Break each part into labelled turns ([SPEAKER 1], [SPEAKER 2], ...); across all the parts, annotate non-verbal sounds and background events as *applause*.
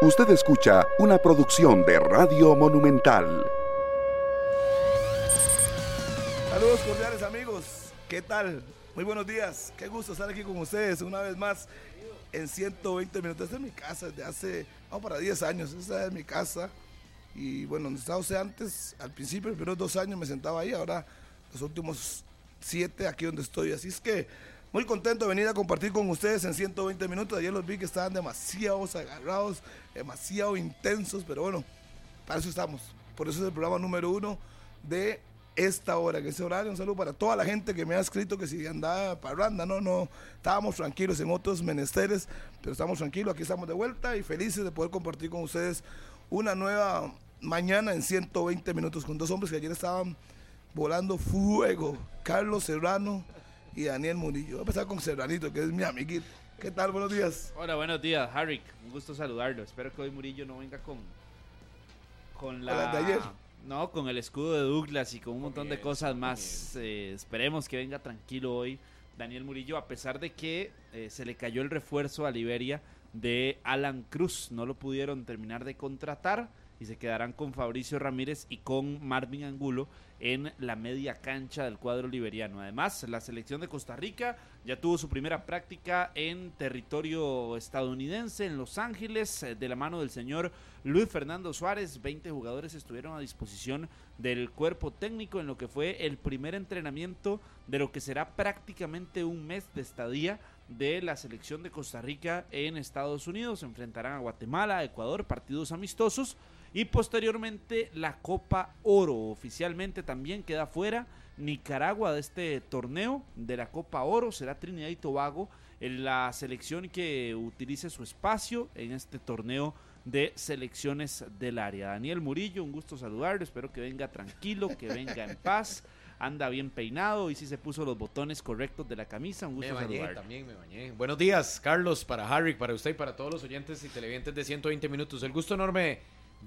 [SPEAKER 1] Usted escucha una producción de Radio Monumental.
[SPEAKER 2] Saludos cordiales amigos, ¿qué tal? Muy buenos días, qué gusto estar aquí con ustedes una vez más en 120 minutos. Esta es mi casa desde hace, vamos para 10 años, esta es mi casa. Y bueno, donde estaba usted antes, al principio, los primeros dos años me sentaba ahí, ahora los últimos siete aquí donde estoy. Así es que muy contento de venir a compartir con ustedes en 120 minutos. Ayer los vi que estaban demasiado agarrados, demasiado intensos, pero bueno, para eso estamos. Por eso es el programa número uno de esta hora, que ese horario, un saludo para toda la gente que me ha escrito que si andaba parranda, no, no, estábamos tranquilos en otros menesteres, pero estamos tranquilos, aquí estamos de vuelta y felices de poder compartir con ustedes una nueva mañana en 120 minutos con dos hombres que ayer estaban volando fuego, Carlos Serrano y Daniel Murillo. Voy a empezar con Serranito, que es mi amiguito. ¿Qué tal? Buenos días.
[SPEAKER 3] Hola, buenos días, Harrick. Un gusto saludarlo. Espero que hoy Murillo no venga con. Con la.
[SPEAKER 2] Con las de ayer.
[SPEAKER 3] No, con el escudo de Douglas y con un montón de cosas más. Eh, esperemos que venga tranquilo hoy. Daniel Murillo, a pesar de que eh, se le cayó el refuerzo a Liberia de Alan Cruz, no lo pudieron terminar de contratar y se quedarán con Fabricio Ramírez y con Marvin Angulo en la media cancha del cuadro liberiano. Además, la selección de Costa Rica ya tuvo su primera práctica en territorio estadounidense, en Los Ángeles, eh, de la mano del señor Luis Fernando Suárez. 20 jugadores estuvieron a disposición del cuerpo técnico en lo que fue el primer entrenamiento de lo que será prácticamente un mes de estadía de la selección de Costa Rica en Estados Unidos. Se enfrentarán a Guatemala, a Ecuador, partidos amistosos. Y posteriormente la Copa Oro. Oficialmente también queda fuera Nicaragua de este torneo de la Copa Oro. Será Trinidad y Tobago en la selección que utilice su espacio en este torneo de selecciones del área. Daniel Murillo, un gusto saludarlo. Espero que venga tranquilo, que venga en paz. Anda bien peinado y si se puso los botones correctos de la camisa. Un
[SPEAKER 4] Me
[SPEAKER 3] gusto
[SPEAKER 4] bañé,
[SPEAKER 3] saludarlo.
[SPEAKER 4] también me bañé. Buenos días, Carlos, para Harry, para usted y para todos los oyentes y televidentes de 120 minutos. El gusto enorme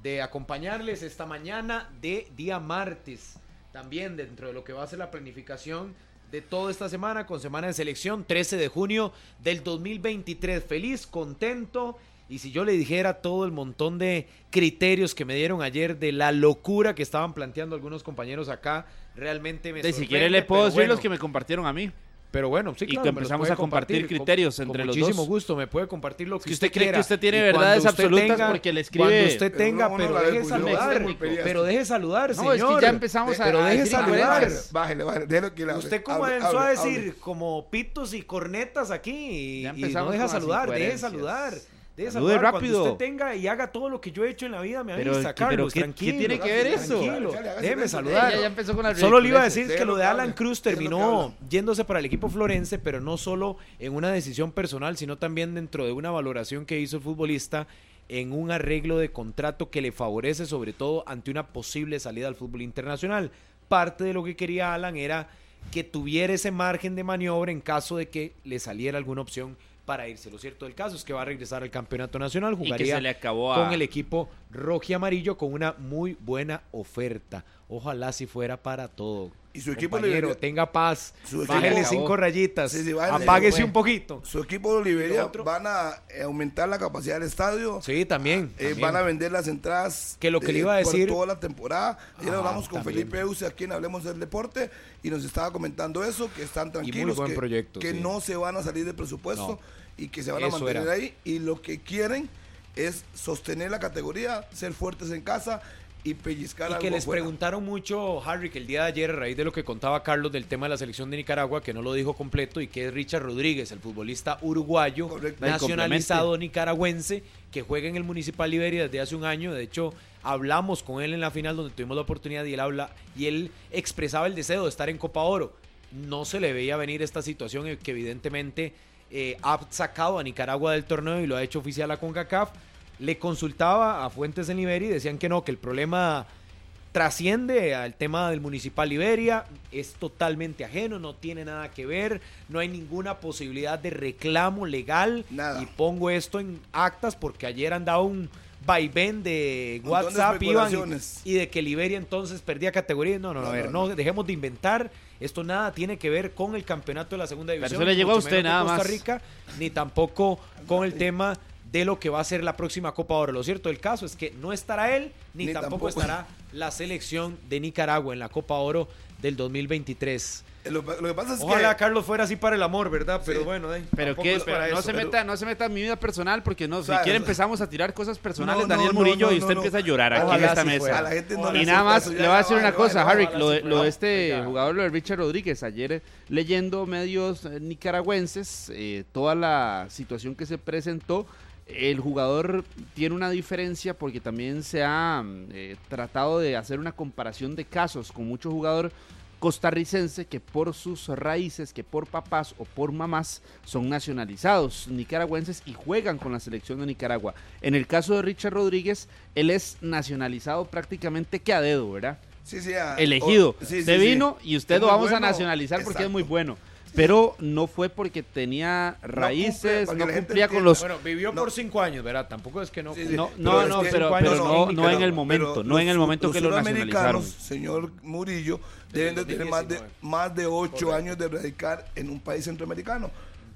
[SPEAKER 4] de acompañarles esta mañana de día martes. También dentro de lo que va a ser la planificación de toda esta semana con semana de selección 13 de junio del 2023. Feliz, contento. Y si yo le dijera todo el montón de criterios que me dieron ayer de la locura que estaban planteando algunos compañeros acá, realmente me
[SPEAKER 3] De si
[SPEAKER 4] sorprende,
[SPEAKER 3] quiere le puedo
[SPEAKER 4] pero
[SPEAKER 3] decir los
[SPEAKER 4] bueno.
[SPEAKER 3] que me compartieron a mí.
[SPEAKER 4] Pero bueno, sí,
[SPEAKER 3] Y
[SPEAKER 4] claro.
[SPEAKER 3] que
[SPEAKER 4] me los
[SPEAKER 3] empezamos
[SPEAKER 4] puede
[SPEAKER 3] a compartir
[SPEAKER 4] con-
[SPEAKER 3] criterios
[SPEAKER 4] con
[SPEAKER 3] entre los
[SPEAKER 4] Muchísimo
[SPEAKER 3] dos.
[SPEAKER 4] gusto, me puede compartir lo que,
[SPEAKER 3] Es que usted cree que
[SPEAKER 4] quiera.
[SPEAKER 3] usted tiene
[SPEAKER 4] Y
[SPEAKER 3] verdades
[SPEAKER 4] cuando usted
[SPEAKER 3] absolutas porque le escribe-
[SPEAKER 4] Cuando usted tenga,
[SPEAKER 2] Uno- uno
[SPEAKER 4] pero,
[SPEAKER 2] la
[SPEAKER 4] deje
[SPEAKER 2] vez, uno
[SPEAKER 4] saludar.
[SPEAKER 2] la vez,
[SPEAKER 4] Pero deje saludar,
[SPEAKER 3] No,
[SPEAKER 4] señor.
[SPEAKER 3] es que ya empezamos a-
[SPEAKER 4] Pero
[SPEAKER 3] a
[SPEAKER 4] deje
[SPEAKER 3] decir
[SPEAKER 4] saludar.
[SPEAKER 3] ignorancias.
[SPEAKER 2] Bájale, bájale, déjelo que le hable.
[SPEAKER 4] Usted como
[SPEAKER 2] Hable,
[SPEAKER 4] comenzó
[SPEAKER 2] hable,
[SPEAKER 4] a decir
[SPEAKER 2] hable.
[SPEAKER 4] como pitos y cornetas aquí y,
[SPEAKER 3] Ya
[SPEAKER 4] y no
[SPEAKER 3] empezamos
[SPEAKER 4] deja
[SPEAKER 3] con las
[SPEAKER 4] saludar, deje
[SPEAKER 3] incoherencias.
[SPEAKER 4] saludar. Deje
[SPEAKER 3] Salude
[SPEAKER 4] saludar
[SPEAKER 3] rápido.
[SPEAKER 4] cuando usted tenga y haga todo lo que yo he hecho en la vida, me
[SPEAKER 3] Pero,
[SPEAKER 4] avisa,
[SPEAKER 3] ¿qué- pero
[SPEAKER 4] Carlos,
[SPEAKER 3] qué- qué
[SPEAKER 4] tranquilo.
[SPEAKER 3] tiene que ver eso?
[SPEAKER 4] Tranquilo,
[SPEAKER 2] Dale, hágase
[SPEAKER 4] déjeme
[SPEAKER 2] eso.
[SPEAKER 4] saludar.
[SPEAKER 3] Ya, ya empezó con las
[SPEAKER 4] Solo le iba a
[SPEAKER 3] ridiculeces.
[SPEAKER 4] decir
[SPEAKER 2] Usted
[SPEAKER 4] que
[SPEAKER 2] no
[SPEAKER 4] lo de Alan
[SPEAKER 2] habla.
[SPEAKER 4] Cruz
[SPEAKER 2] Usted no
[SPEAKER 4] terminó
[SPEAKER 2] habla.
[SPEAKER 4] yéndose para el equipo florense, pero no solo en una decisión personal, sino también dentro de una valoración que hizo el futbolista en un arreglo de contrato que le favorece sobre todo ante una posible salida al fútbol internacional. Parte de lo que quería Alan era que tuviera ese margen de maniobra en caso de que le saliera alguna opción para irse. Lo cierto del caso es que va a regresar al campeonato nacional,
[SPEAKER 3] Y que
[SPEAKER 4] jugaría
[SPEAKER 3] se le acabó a-
[SPEAKER 4] con el equipo rojo y amarillo con una muy buena oferta. Ojalá si fuera para todo.
[SPEAKER 2] Y su equipo
[SPEAKER 4] Compañero,
[SPEAKER 2] liberó-
[SPEAKER 4] tenga paz.
[SPEAKER 2] Su equipo-
[SPEAKER 4] Bájele cinco rayitas.
[SPEAKER 2] Sí, sí, bájele.
[SPEAKER 4] Apáguese
[SPEAKER 2] Bueno.
[SPEAKER 4] un poquito.
[SPEAKER 2] Su equipo de Liberia
[SPEAKER 4] otro?
[SPEAKER 2] van a eh, aumentar la capacidad del estadio.
[SPEAKER 4] Sí, también.
[SPEAKER 2] Eh,
[SPEAKER 4] también.
[SPEAKER 2] van a vender las entradas
[SPEAKER 4] Que lo que le iba a
[SPEAKER 2] por
[SPEAKER 4] decir-
[SPEAKER 2] toda la temporada. Ayer
[SPEAKER 4] Ah,
[SPEAKER 2] hablamos con
[SPEAKER 4] también.
[SPEAKER 2] Felipe Euse aquí en Hablemos del Deporte y nos estaba comentando eso, que están tranquilos,
[SPEAKER 4] buen
[SPEAKER 2] que,
[SPEAKER 4] proyecto,
[SPEAKER 2] que
[SPEAKER 4] sí.
[SPEAKER 2] no se van a salir del presupuesto
[SPEAKER 4] No.
[SPEAKER 2] y que se van a
[SPEAKER 4] Eso
[SPEAKER 2] mantener
[SPEAKER 4] era.
[SPEAKER 2] ahí y lo que quieren es sostener la categoría, ser fuertes en casa y pellizcar
[SPEAKER 4] Y
[SPEAKER 2] algo
[SPEAKER 4] que les
[SPEAKER 2] afuera.
[SPEAKER 4] preguntaron mucho, Harry, que el día de ayer, a raíz de lo que contaba Carlos del tema de la selección de Nicaragua, que no lo dijo completo, y que es Richard Rodríguez, el futbolista uruguayo,
[SPEAKER 2] Correcto.
[SPEAKER 4] nacionalizado nicaragüense, que juega en el Municipal Liberia desde hace un año. De hecho, hablamos con él en la final donde tuvimos la oportunidad y él habla, y él expresaba el deseo de estar en Copa Oro. No se le veía venir esta situación eh, que evidentemente eh, ha sacado a Nicaragua del torneo y lo ha hecho oficial a CONCACAF. Le consultaba a fuentes en Liberia y decían que no, que el problema trasciende al tema del Municipal Liberia, es totalmente ajeno, no tiene nada que ver, no hay ninguna posibilidad de reclamo legal.
[SPEAKER 2] Nada.
[SPEAKER 4] Y pongo esto en actas porque ayer andaba un vaivén de
[SPEAKER 2] Montón de
[SPEAKER 4] WhatsApp Iván,
[SPEAKER 2] especulaciones.
[SPEAKER 4] y de que Liberia entonces perdía categoría. No, no, no,
[SPEAKER 2] No,
[SPEAKER 4] a ver,
[SPEAKER 2] no,
[SPEAKER 4] no, dejemos de inventar. Esto nada tiene que ver con el campeonato de la segunda división.
[SPEAKER 3] eso le llegó a
[SPEAKER 4] mucho
[SPEAKER 3] usted
[SPEAKER 4] menos
[SPEAKER 3] nada
[SPEAKER 4] con Costa
[SPEAKER 3] más.
[SPEAKER 4] Rica, ni tampoco con el tema de lo que va a ser la próxima Copa Oro. Lo cierto del caso es que no estará él, ni,
[SPEAKER 2] Ni
[SPEAKER 4] tampoco,
[SPEAKER 2] tampoco.
[SPEAKER 4] estará la selección de Nicaragua en la Copa Oro del 2023.
[SPEAKER 2] Lo, lo que pasa es
[SPEAKER 4] Ojalá
[SPEAKER 2] que.
[SPEAKER 4] Carlos fuera así para el amor, ¿verdad? Pero bueno, eh,
[SPEAKER 3] Pero
[SPEAKER 4] tampoco
[SPEAKER 3] qué,
[SPEAKER 4] es para
[SPEAKER 3] pero no
[SPEAKER 4] eso.
[SPEAKER 3] se
[SPEAKER 4] Pero-
[SPEAKER 3] meta, no se meta en mi vida personal porque no,
[SPEAKER 2] O sea,
[SPEAKER 3] si quiere
[SPEAKER 2] o sea,
[SPEAKER 3] empezamos a tirar cosas personales
[SPEAKER 2] no,
[SPEAKER 3] Daniel
[SPEAKER 2] no,
[SPEAKER 3] Murillo
[SPEAKER 2] no,
[SPEAKER 3] y usted
[SPEAKER 2] no,
[SPEAKER 3] empieza a
[SPEAKER 2] no.
[SPEAKER 3] llorar aquí en
[SPEAKER 4] Ojalá
[SPEAKER 3] esta
[SPEAKER 4] sí
[SPEAKER 3] mesa.
[SPEAKER 4] fuera.
[SPEAKER 2] A la gente no
[SPEAKER 4] Ojalá
[SPEAKER 2] le
[SPEAKER 3] Y
[SPEAKER 2] asusta
[SPEAKER 3] nada más,
[SPEAKER 2] eso,
[SPEAKER 3] le
[SPEAKER 2] ya,
[SPEAKER 3] voy a decir
[SPEAKER 2] vale,
[SPEAKER 3] una cosa,
[SPEAKER 2] vale,
[SPEAKER 3] Harry,
[SPEAKER 2] vale,
[SPEAKER 3] lo de,
[SPEAKER 2] sí,
[SPEAKER 3] lo de
[SPEAKER 2] vamos.
[SPEAKER 3] este
[SPEAKER 4] venga.
[SPEAKER 3] jugador, lo de Richard Rodríguez, ayer eh, leyendo medios eh, nicaragüenses, eh, toda la situación que se presentó, el jugador tiene una diferencia porque también se ha mm, eh, tratado de hacer una comparación de casos con mucho jugador costarricense que por sus raíces, que por papás o por mamás son nacionalizados nicaragüenses y juegan con la selección de Nicaragua. En el caso de Richard Rodríguez, él es nacionalizado prácticamente que a dedo, ¿verdad?
[SPEAKER 2] Sí, sí, ah,
[SPEAKER 3] elegido.
[SPEAKER 2] o- sí,
[SPEAKER 3] se
[SPEAKER 2] sí, sí.
[SPEAKER 3] vino y usted
[SPEAKER 2] Es
[SPEAKER 3] lo
[SPEAKER 2] muy
[SPEAKER 3] vamos
[SPEAKER 2] bueno.
[SPEAKER 3] a nacionalizar porque es muy
[SPEAKER 2] Exacto.
[SPEAKER 3] bueno. Pero no fue porque tenía raíces,
[SPEAKER 2] para que
[SPEAKER 3] no,
[SPEAKER 2] la gente
[SPEAKER 3] cumplía con
[SPEAKER 2] entienda.
[SPEAKER 3] los...
[SPEAKER 4] Bueno, vivió
[SPEAKER 2] No.
[SPEAKER 4] por cinco años, ¿verdad? Tampoco es que no.
[SPEAKER 2] Sí, sí.
[SPEAKER 3] No,
[SPEAKER 2] Pero
[SPEAKER 3] no,
[SPEAKER 2] es
[SPEAKER 3] no,
[SPEAKER 2] que
[SPEAKER 3] pero,
[SPEAKER 2] cinco
[SPEAKER 3] pero
[SPEAKER 2] años en
[SPEAKER 3] no, no en el
[SPEAKER 2] Nicaragua,
[SPEAKER 3] momento,
[SPEAKER 2] pero
[SPEAKER 3] no en el
[SPEAKER 2] los-
[SPEAKER 3] momento
[SPEAKER 2] los
[SPEAKER 3] que lo nacionalizaron.
[SPEAKER 2] sudamericanos, Señor Murillo, deben de tener más de,
[SPEAKER 4] 2019.
[SPEAKER 2] más de ocho años de radicar en un país centroamericano.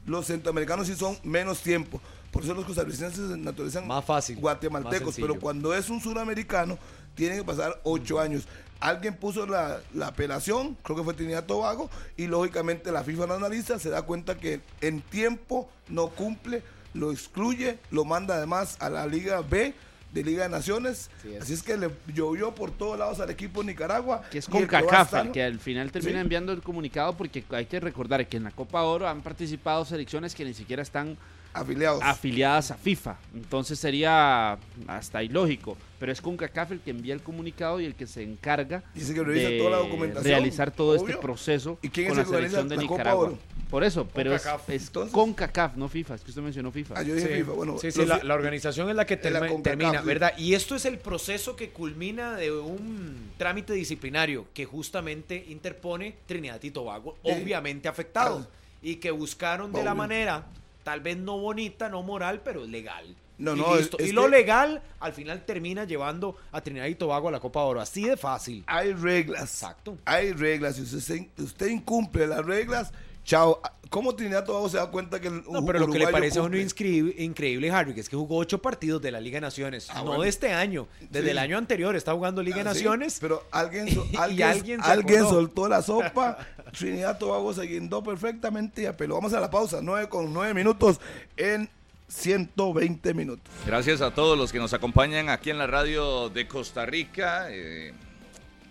[SPEAKER 2] Los centroamericanos sí son menos tiempo. Por eso los costarricenses se naturalizan
[SPEAKER 4] Más fácil,
[SPEAKER 2] guatemaltecos.
[SPEAKER 4] más sencillo.
[SPEAKER 2] pero cuando es un suramericano, tienen que pasar ocho años. Alguien puso la, la apelación, creo que fue Trinidad y Tobago, y lógicamente la FIFA lo analiza, se da cuenta que en tiempo no cumple, lo excluye, lo manda además a la Liga B de Liga de Naciones. Así es que le llovió por todos lados al equipo de Nicaragua.
[SPEAKER 3] Que es
[SPEAKER 2] y
[SPEAKER 3] con
[SPEAKER 2] el que va a
[SPEAKER 3] CACAF,
[SPEAKER 2] estar-
[SPEAKER 3] el que al final termina
[SPEAKER 2] Sí.
[SPEAKER 3] enviando el comunicado porque hay que recordar que en la Copa Oro han participado selecciones que ni siquiera están
[SPEAKER 2] Afiliados.
[SPEAKER 3] afiliadas a FIFA. Entonces sería hasta ilógico. Pero es con CACAF el que envía el comunicado y el que se encarga
[SPEAKER 2] Dice que revisa toda la documentación,
[SPEAKER 3] realizar todo este
[SPEAKER 2] obvio.
[SPEAKER 3] proceso
[SPEAKER 2] ¿Y quién es el
[SPEAKER 3] con la
[SPEAKER 2] que organiza
[SPEAKER 3] selección de
[SPEAKER 2] la Copa
[SPEAKER 3] Nicaragua.
[SPEAKER 2] Oro?
[SPEAKER 3] Por eso, pero es,
[SPEAKER 4] CACAF.
[SPEAKER 3] es
[SPEAKER 2] Entonces-
[SPEAKER 3] con CACAF, no FIFA. Es que usted mencionó FIFA.
[SPEAKER 2] Ah, yo dije FIFA, bueno.
[SPEAKER 4] sí, sí,
[SPEAKER 2] los-
[SPEAKER 4] la, la organización es la que
[SPEAKER 2] es la
[SPEAKER 4] termi-
[SPEAKER 2] CONCACAF,
[SPEAKER 4] termina,
[SPEAKER 2] sí.
[SPEAKER 4] ¿verdad? Y esto es el proceso que culmina de un trámite disciplinario que justamente interpone Trinidad y Tobago,
[SPEAKER 2] Sí.
[SPEAKER 4] obviamente afectados,
[SPEAKER 2] Claro.
[SPEAKER 4] y que buscaron de la
[SPEAKER 2] Obvio.
[SPEAKER 4] manera, tal vez no bonita, no moral, pero legal.
[SPEAKER 2] No,
[SPEAKER 4] y
[SPEAKER 2] no, es-
[SPEAKER 4] listo.
[SPEAKER 2] es
[SPEAKER 4] y lo
[SPEAKER 2] que-
[SPEAKER 4] legal al final termina llevando a Trinidad y Tobago a la Copa Oro, así de fácil.
[SPEAKER 2] hay reglas.
[SPEAKER 4] Exacto.
[SPEAKER 2] Hay reglas. Si usted, se- usted incumple las reglas, chao. ¿Cómo Trinidad y Tobago se da cuenta que el
[SPEAKER 4] No,
[SPEAKER 2] u-
[SPEAKER 4] pero lo que le
[SPEAKER 2] uruguayo
[SPEAKER 4] parece a uno
[SPEAKER 2] cumple?
[SPEAKER 4] inscri- increíble, Harry, que es que jugó ocho partidos de la Liga de Naciones.
[SPEAKER 2] Ah,
[SPEAKER 4] no
[SPEAKER 2] bueno.
[SPEAKER 4] de este año. Desde
[SPEAKER 2] Sí.
[SPEAKER 4] el año anterior está jugando Liga de
[SPEAKER 2] Ah, sí,
[SPEAKER 4] Naciones.
[SPEAKER 2] pero
[SPEAKER 4] *laughs*
[SPEAKER 2] alguien, so-
[SPEAKER 4] Y
[SPEAKER 2] alguien,
[SPEAKER 4] alguien
[SPEAKER 2] alguien,
[SPEAKER 4] se acordó.
[SPEAKER 2] soltó la sopa. *laughs* Trinidad y Tobago se guindó perfectamente y apeló. Vamos a la pausa. 9 con 9 minutos en 120 minutos.
[SPEAKER 5] Gracias a todos los que nos acompañan aquí en la radio de Costa Rica. Eh,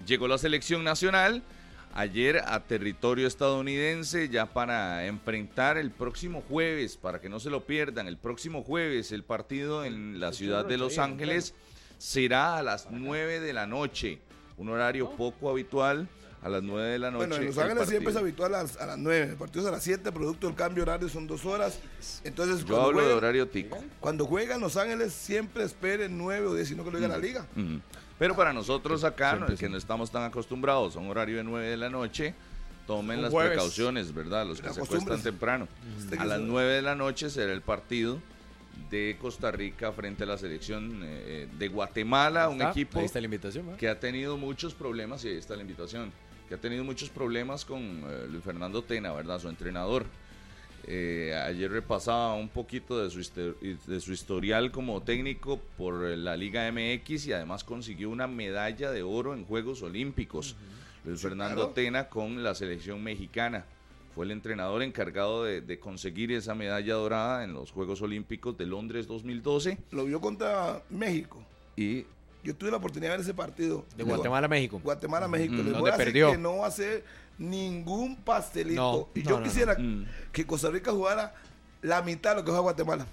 [SPEAKER 5] llegó la selección nacional ayer a territorio estadounidense ya para enfrentar el próximo jueves, para que no se lo pierdan, el próximo jueves el partido en la ciudad de Los Ángeles será a las 9 de la noche, un horario poco habitual. A las 9 de la noche.
[SPEAKER 2] Oh. Bueno, en Los
[SPEAKER 5] el
[SPEAKER 2] Ángeles siempre es
[SPEAKER 5] partido.
[SPEAKER 2] habitual a las, a las 9. El partido es a las 7, producto del cambio horario son dos horas. Entonces,
[SPEAKER 5] Yo
[SPEAKER 2] cuando
[SPEAKER 5] hablo de
[SPEAKER 2] juegan,
[SPEAKER 5] horario tico.
[SPEAKER 2] cuando juegan Los Ángeles, siempre esperen 9 o 10, sino que lo diga
[SPEAKER 5] Mm.
[SPEAKER 2] la liga.
[SPEAKER 5] Ujú. Pero para nosotros acá, no, que no estamos tan acostumbrados a un horario de 9 de la noche, tomen
[SPEAKER 4] Un
[SPEAKER 5] las
[SPEAKER 4] jueves.
[SPEAKER 5] precauciones, ¿verdad? Los que
[SPEAKER 2] La
[SPEAKER 5] se
[SPEAKER 2] costumbre.
[SPEAKER 5] acuestan temprano.
[SPEAKER 2] Usted
[SPEAKER 5] A
[SPEAKER 2] que
[SPEAKER 5] las
[SPEAKER 2] sabe.
[SPEAKER 5] 9 de la noche será el partido de Costa Rica frente a la selección eh, de Guatemala, un
[SPEAKER 4] Ah,
[SPEAKER 5] equipo
[SPEAKER 4] Ahí está la invitación. ¿verdad?
[SPEAKER 5] que ha tenido muchos problemas, y ahí está la invitación, que ha tenido muchos problemas con eh, Luis Fernando Tena, ¿verdad? Su entrenador. Eh, ayer repasaba un poquito de su, histo- de su historial como técnico por eh, la Liga MX y además consiguió una medalla de oro en Juegos Olímpicos. Luis Fernando
[SPEAKER 2] claro.
[SPEAKER 5] Tena con la selección mexicana. Fue el entrenador encargado de, de conseguir esa medalla dorada en los Juegos Olímpicos de Londres 2012
[SPEAKER 2] Lo vio contra México.
[SPEAKER 5] y
[SPEAKER 2] Yo tuve la oportunidad de ver ese partido.
[SPEAKER 4] De Guatemala a México.
[SPEAKER 2] Guatemala, México.
[SPEAKER 5] Mm,
[SPEAKER 2] Les
[SPEAKER 4] donde
[SPEAKER 2] voy a decir
[SPEAKER 4] perdió.
[SPEAKER 2] que no va a ser ningún pastelito.
[SPEAKER 4] No,
[SPEAKER 2] y
[SPEAKER 4] no, Mm.
[SPEAKER 2] yo
[SPEAKER 4] no,
[SPEAKER 2] quisiera
[SPEAKER 5] no.
[SPEAKER 2] que Costa Rica jugara la mitad de lo que juega Guatemala.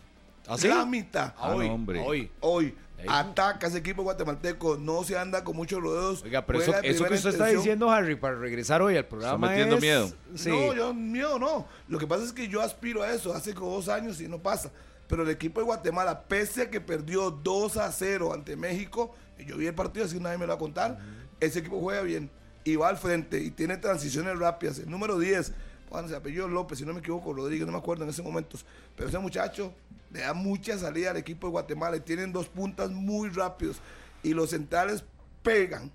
[SPEAKER 4] ¿Así?
[SPEAKER 2] La mitad.
[SPEAKER 5] Ah,
[SPEAKER 4] hoy,
[SPEAKER 5] no, hombre.
[SPEAKER 4] hoy.
[SPEAKER 2] Hoy
[SPEAKER 4] Ahí.
[SPEAKER 2] ataca ese equipo guatemalteco, no se anda con muchos rodeos.
[SPEAKER 4] Oiga, pero eso,
[SPEAKER 2] juega de
[SPEAKER 4] eso que
[SPEAKER 2] primera
[SPEAKER 4] usted está
[SPEAKER 2] intención.
[SPEAKER 4] diciendo, Harry, para regresar hoy al programa.
[SPEAKER 5] metiendo
[SPEAKER 4] es-
[SPEAKER 5] miedo.
[SPEAKER 4] Sí.
[SPEAKER 2] No, yo miedo no. Lo que pasa es que yo aspiro a eso hace como dos años y no pasa. Pero el equipo de Guatemala, pese a que perdió 2 a 0 ante México, y yo vi el partido, así que nadie me lo va a contar. Ese equipo juega bien y va al frente y tiene transiciones rápidas. El número 10, cuando se apellido López, si no me equivoco, Rodríguez, no me acuerdo en ese momento. Pero ese muchacho le da mucha salida al equipo de Guatemala y tienen dos puntas muy rápidos. Y los centrales pegan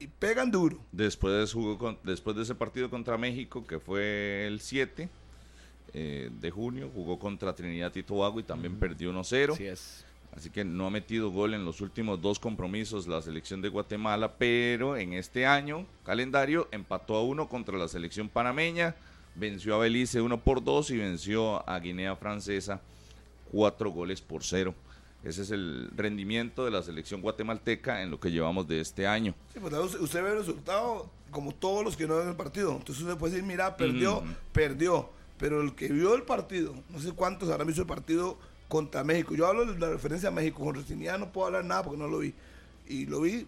[SPEAKER 2] y pegan duro.
[SPEAKER 5] Después jugó con- después de ese partido contra México, que fue el 7, eh, de junio, jugó contra Trinidad y Tobago y también perdió 1-0.
[SPEAKER 2] Así es.
[SPEAKER 5] Así que no ha metido gol en los últimos dos compromisos la selección de Guatemala, pero en este año, calendario, empató a uno contra la selección panameña, venció a Belice 1 por 2 y venció a Guinea Francesa 4 goles por 0. Ese es el rendimiento de la selección guatemalteca en lo que llevamos de este año.
[SPEAKER 2] Sí, pues, usted- usted ve el resultado como todos los que no ven el partido. Entonces usted puede decir, mira, perdió, perdió. Pero el que vio el partido, no sé cuántos habrán visto el partido contra México. Yo hablo de la referencia a México. Con Trinidad no puedo hablar nada porque no lo vi. Y lo vi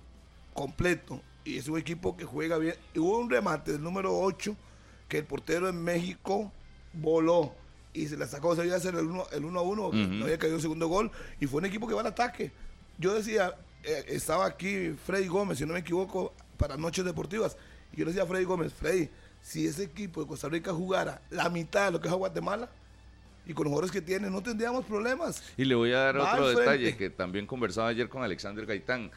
[SPEAKER 2] completo. Y es un equipo que juega bien. Y hubo un remate del número 8 que el portero en México voló y se la sacó. Se iba a hacer el 1 el uno a 1, no había caído el segundo gol. Y fue un equipo que va al ataque. Yo decía, eh, estaba aquí Freddy Gómez, si no me equivoco, para Noches Deportivas. Y yo le decía a Freddy Gómez, Freddy, si ese equipo de Costa Rica jugara la mitad de lo que es a Guatemala y con los jugadores que tiene, no tendríamos problemas.
[SPEAKER 5] Y le voy a dar
[SPEAKER 2] Va
[SPEAKER 5] otro
[SPEAKER 2] al
[SPEAKER 5] detalle
[SPEAKER 2] frente.
[SPEAKER 5] que también conversaba ayer con Alexander Gaitán.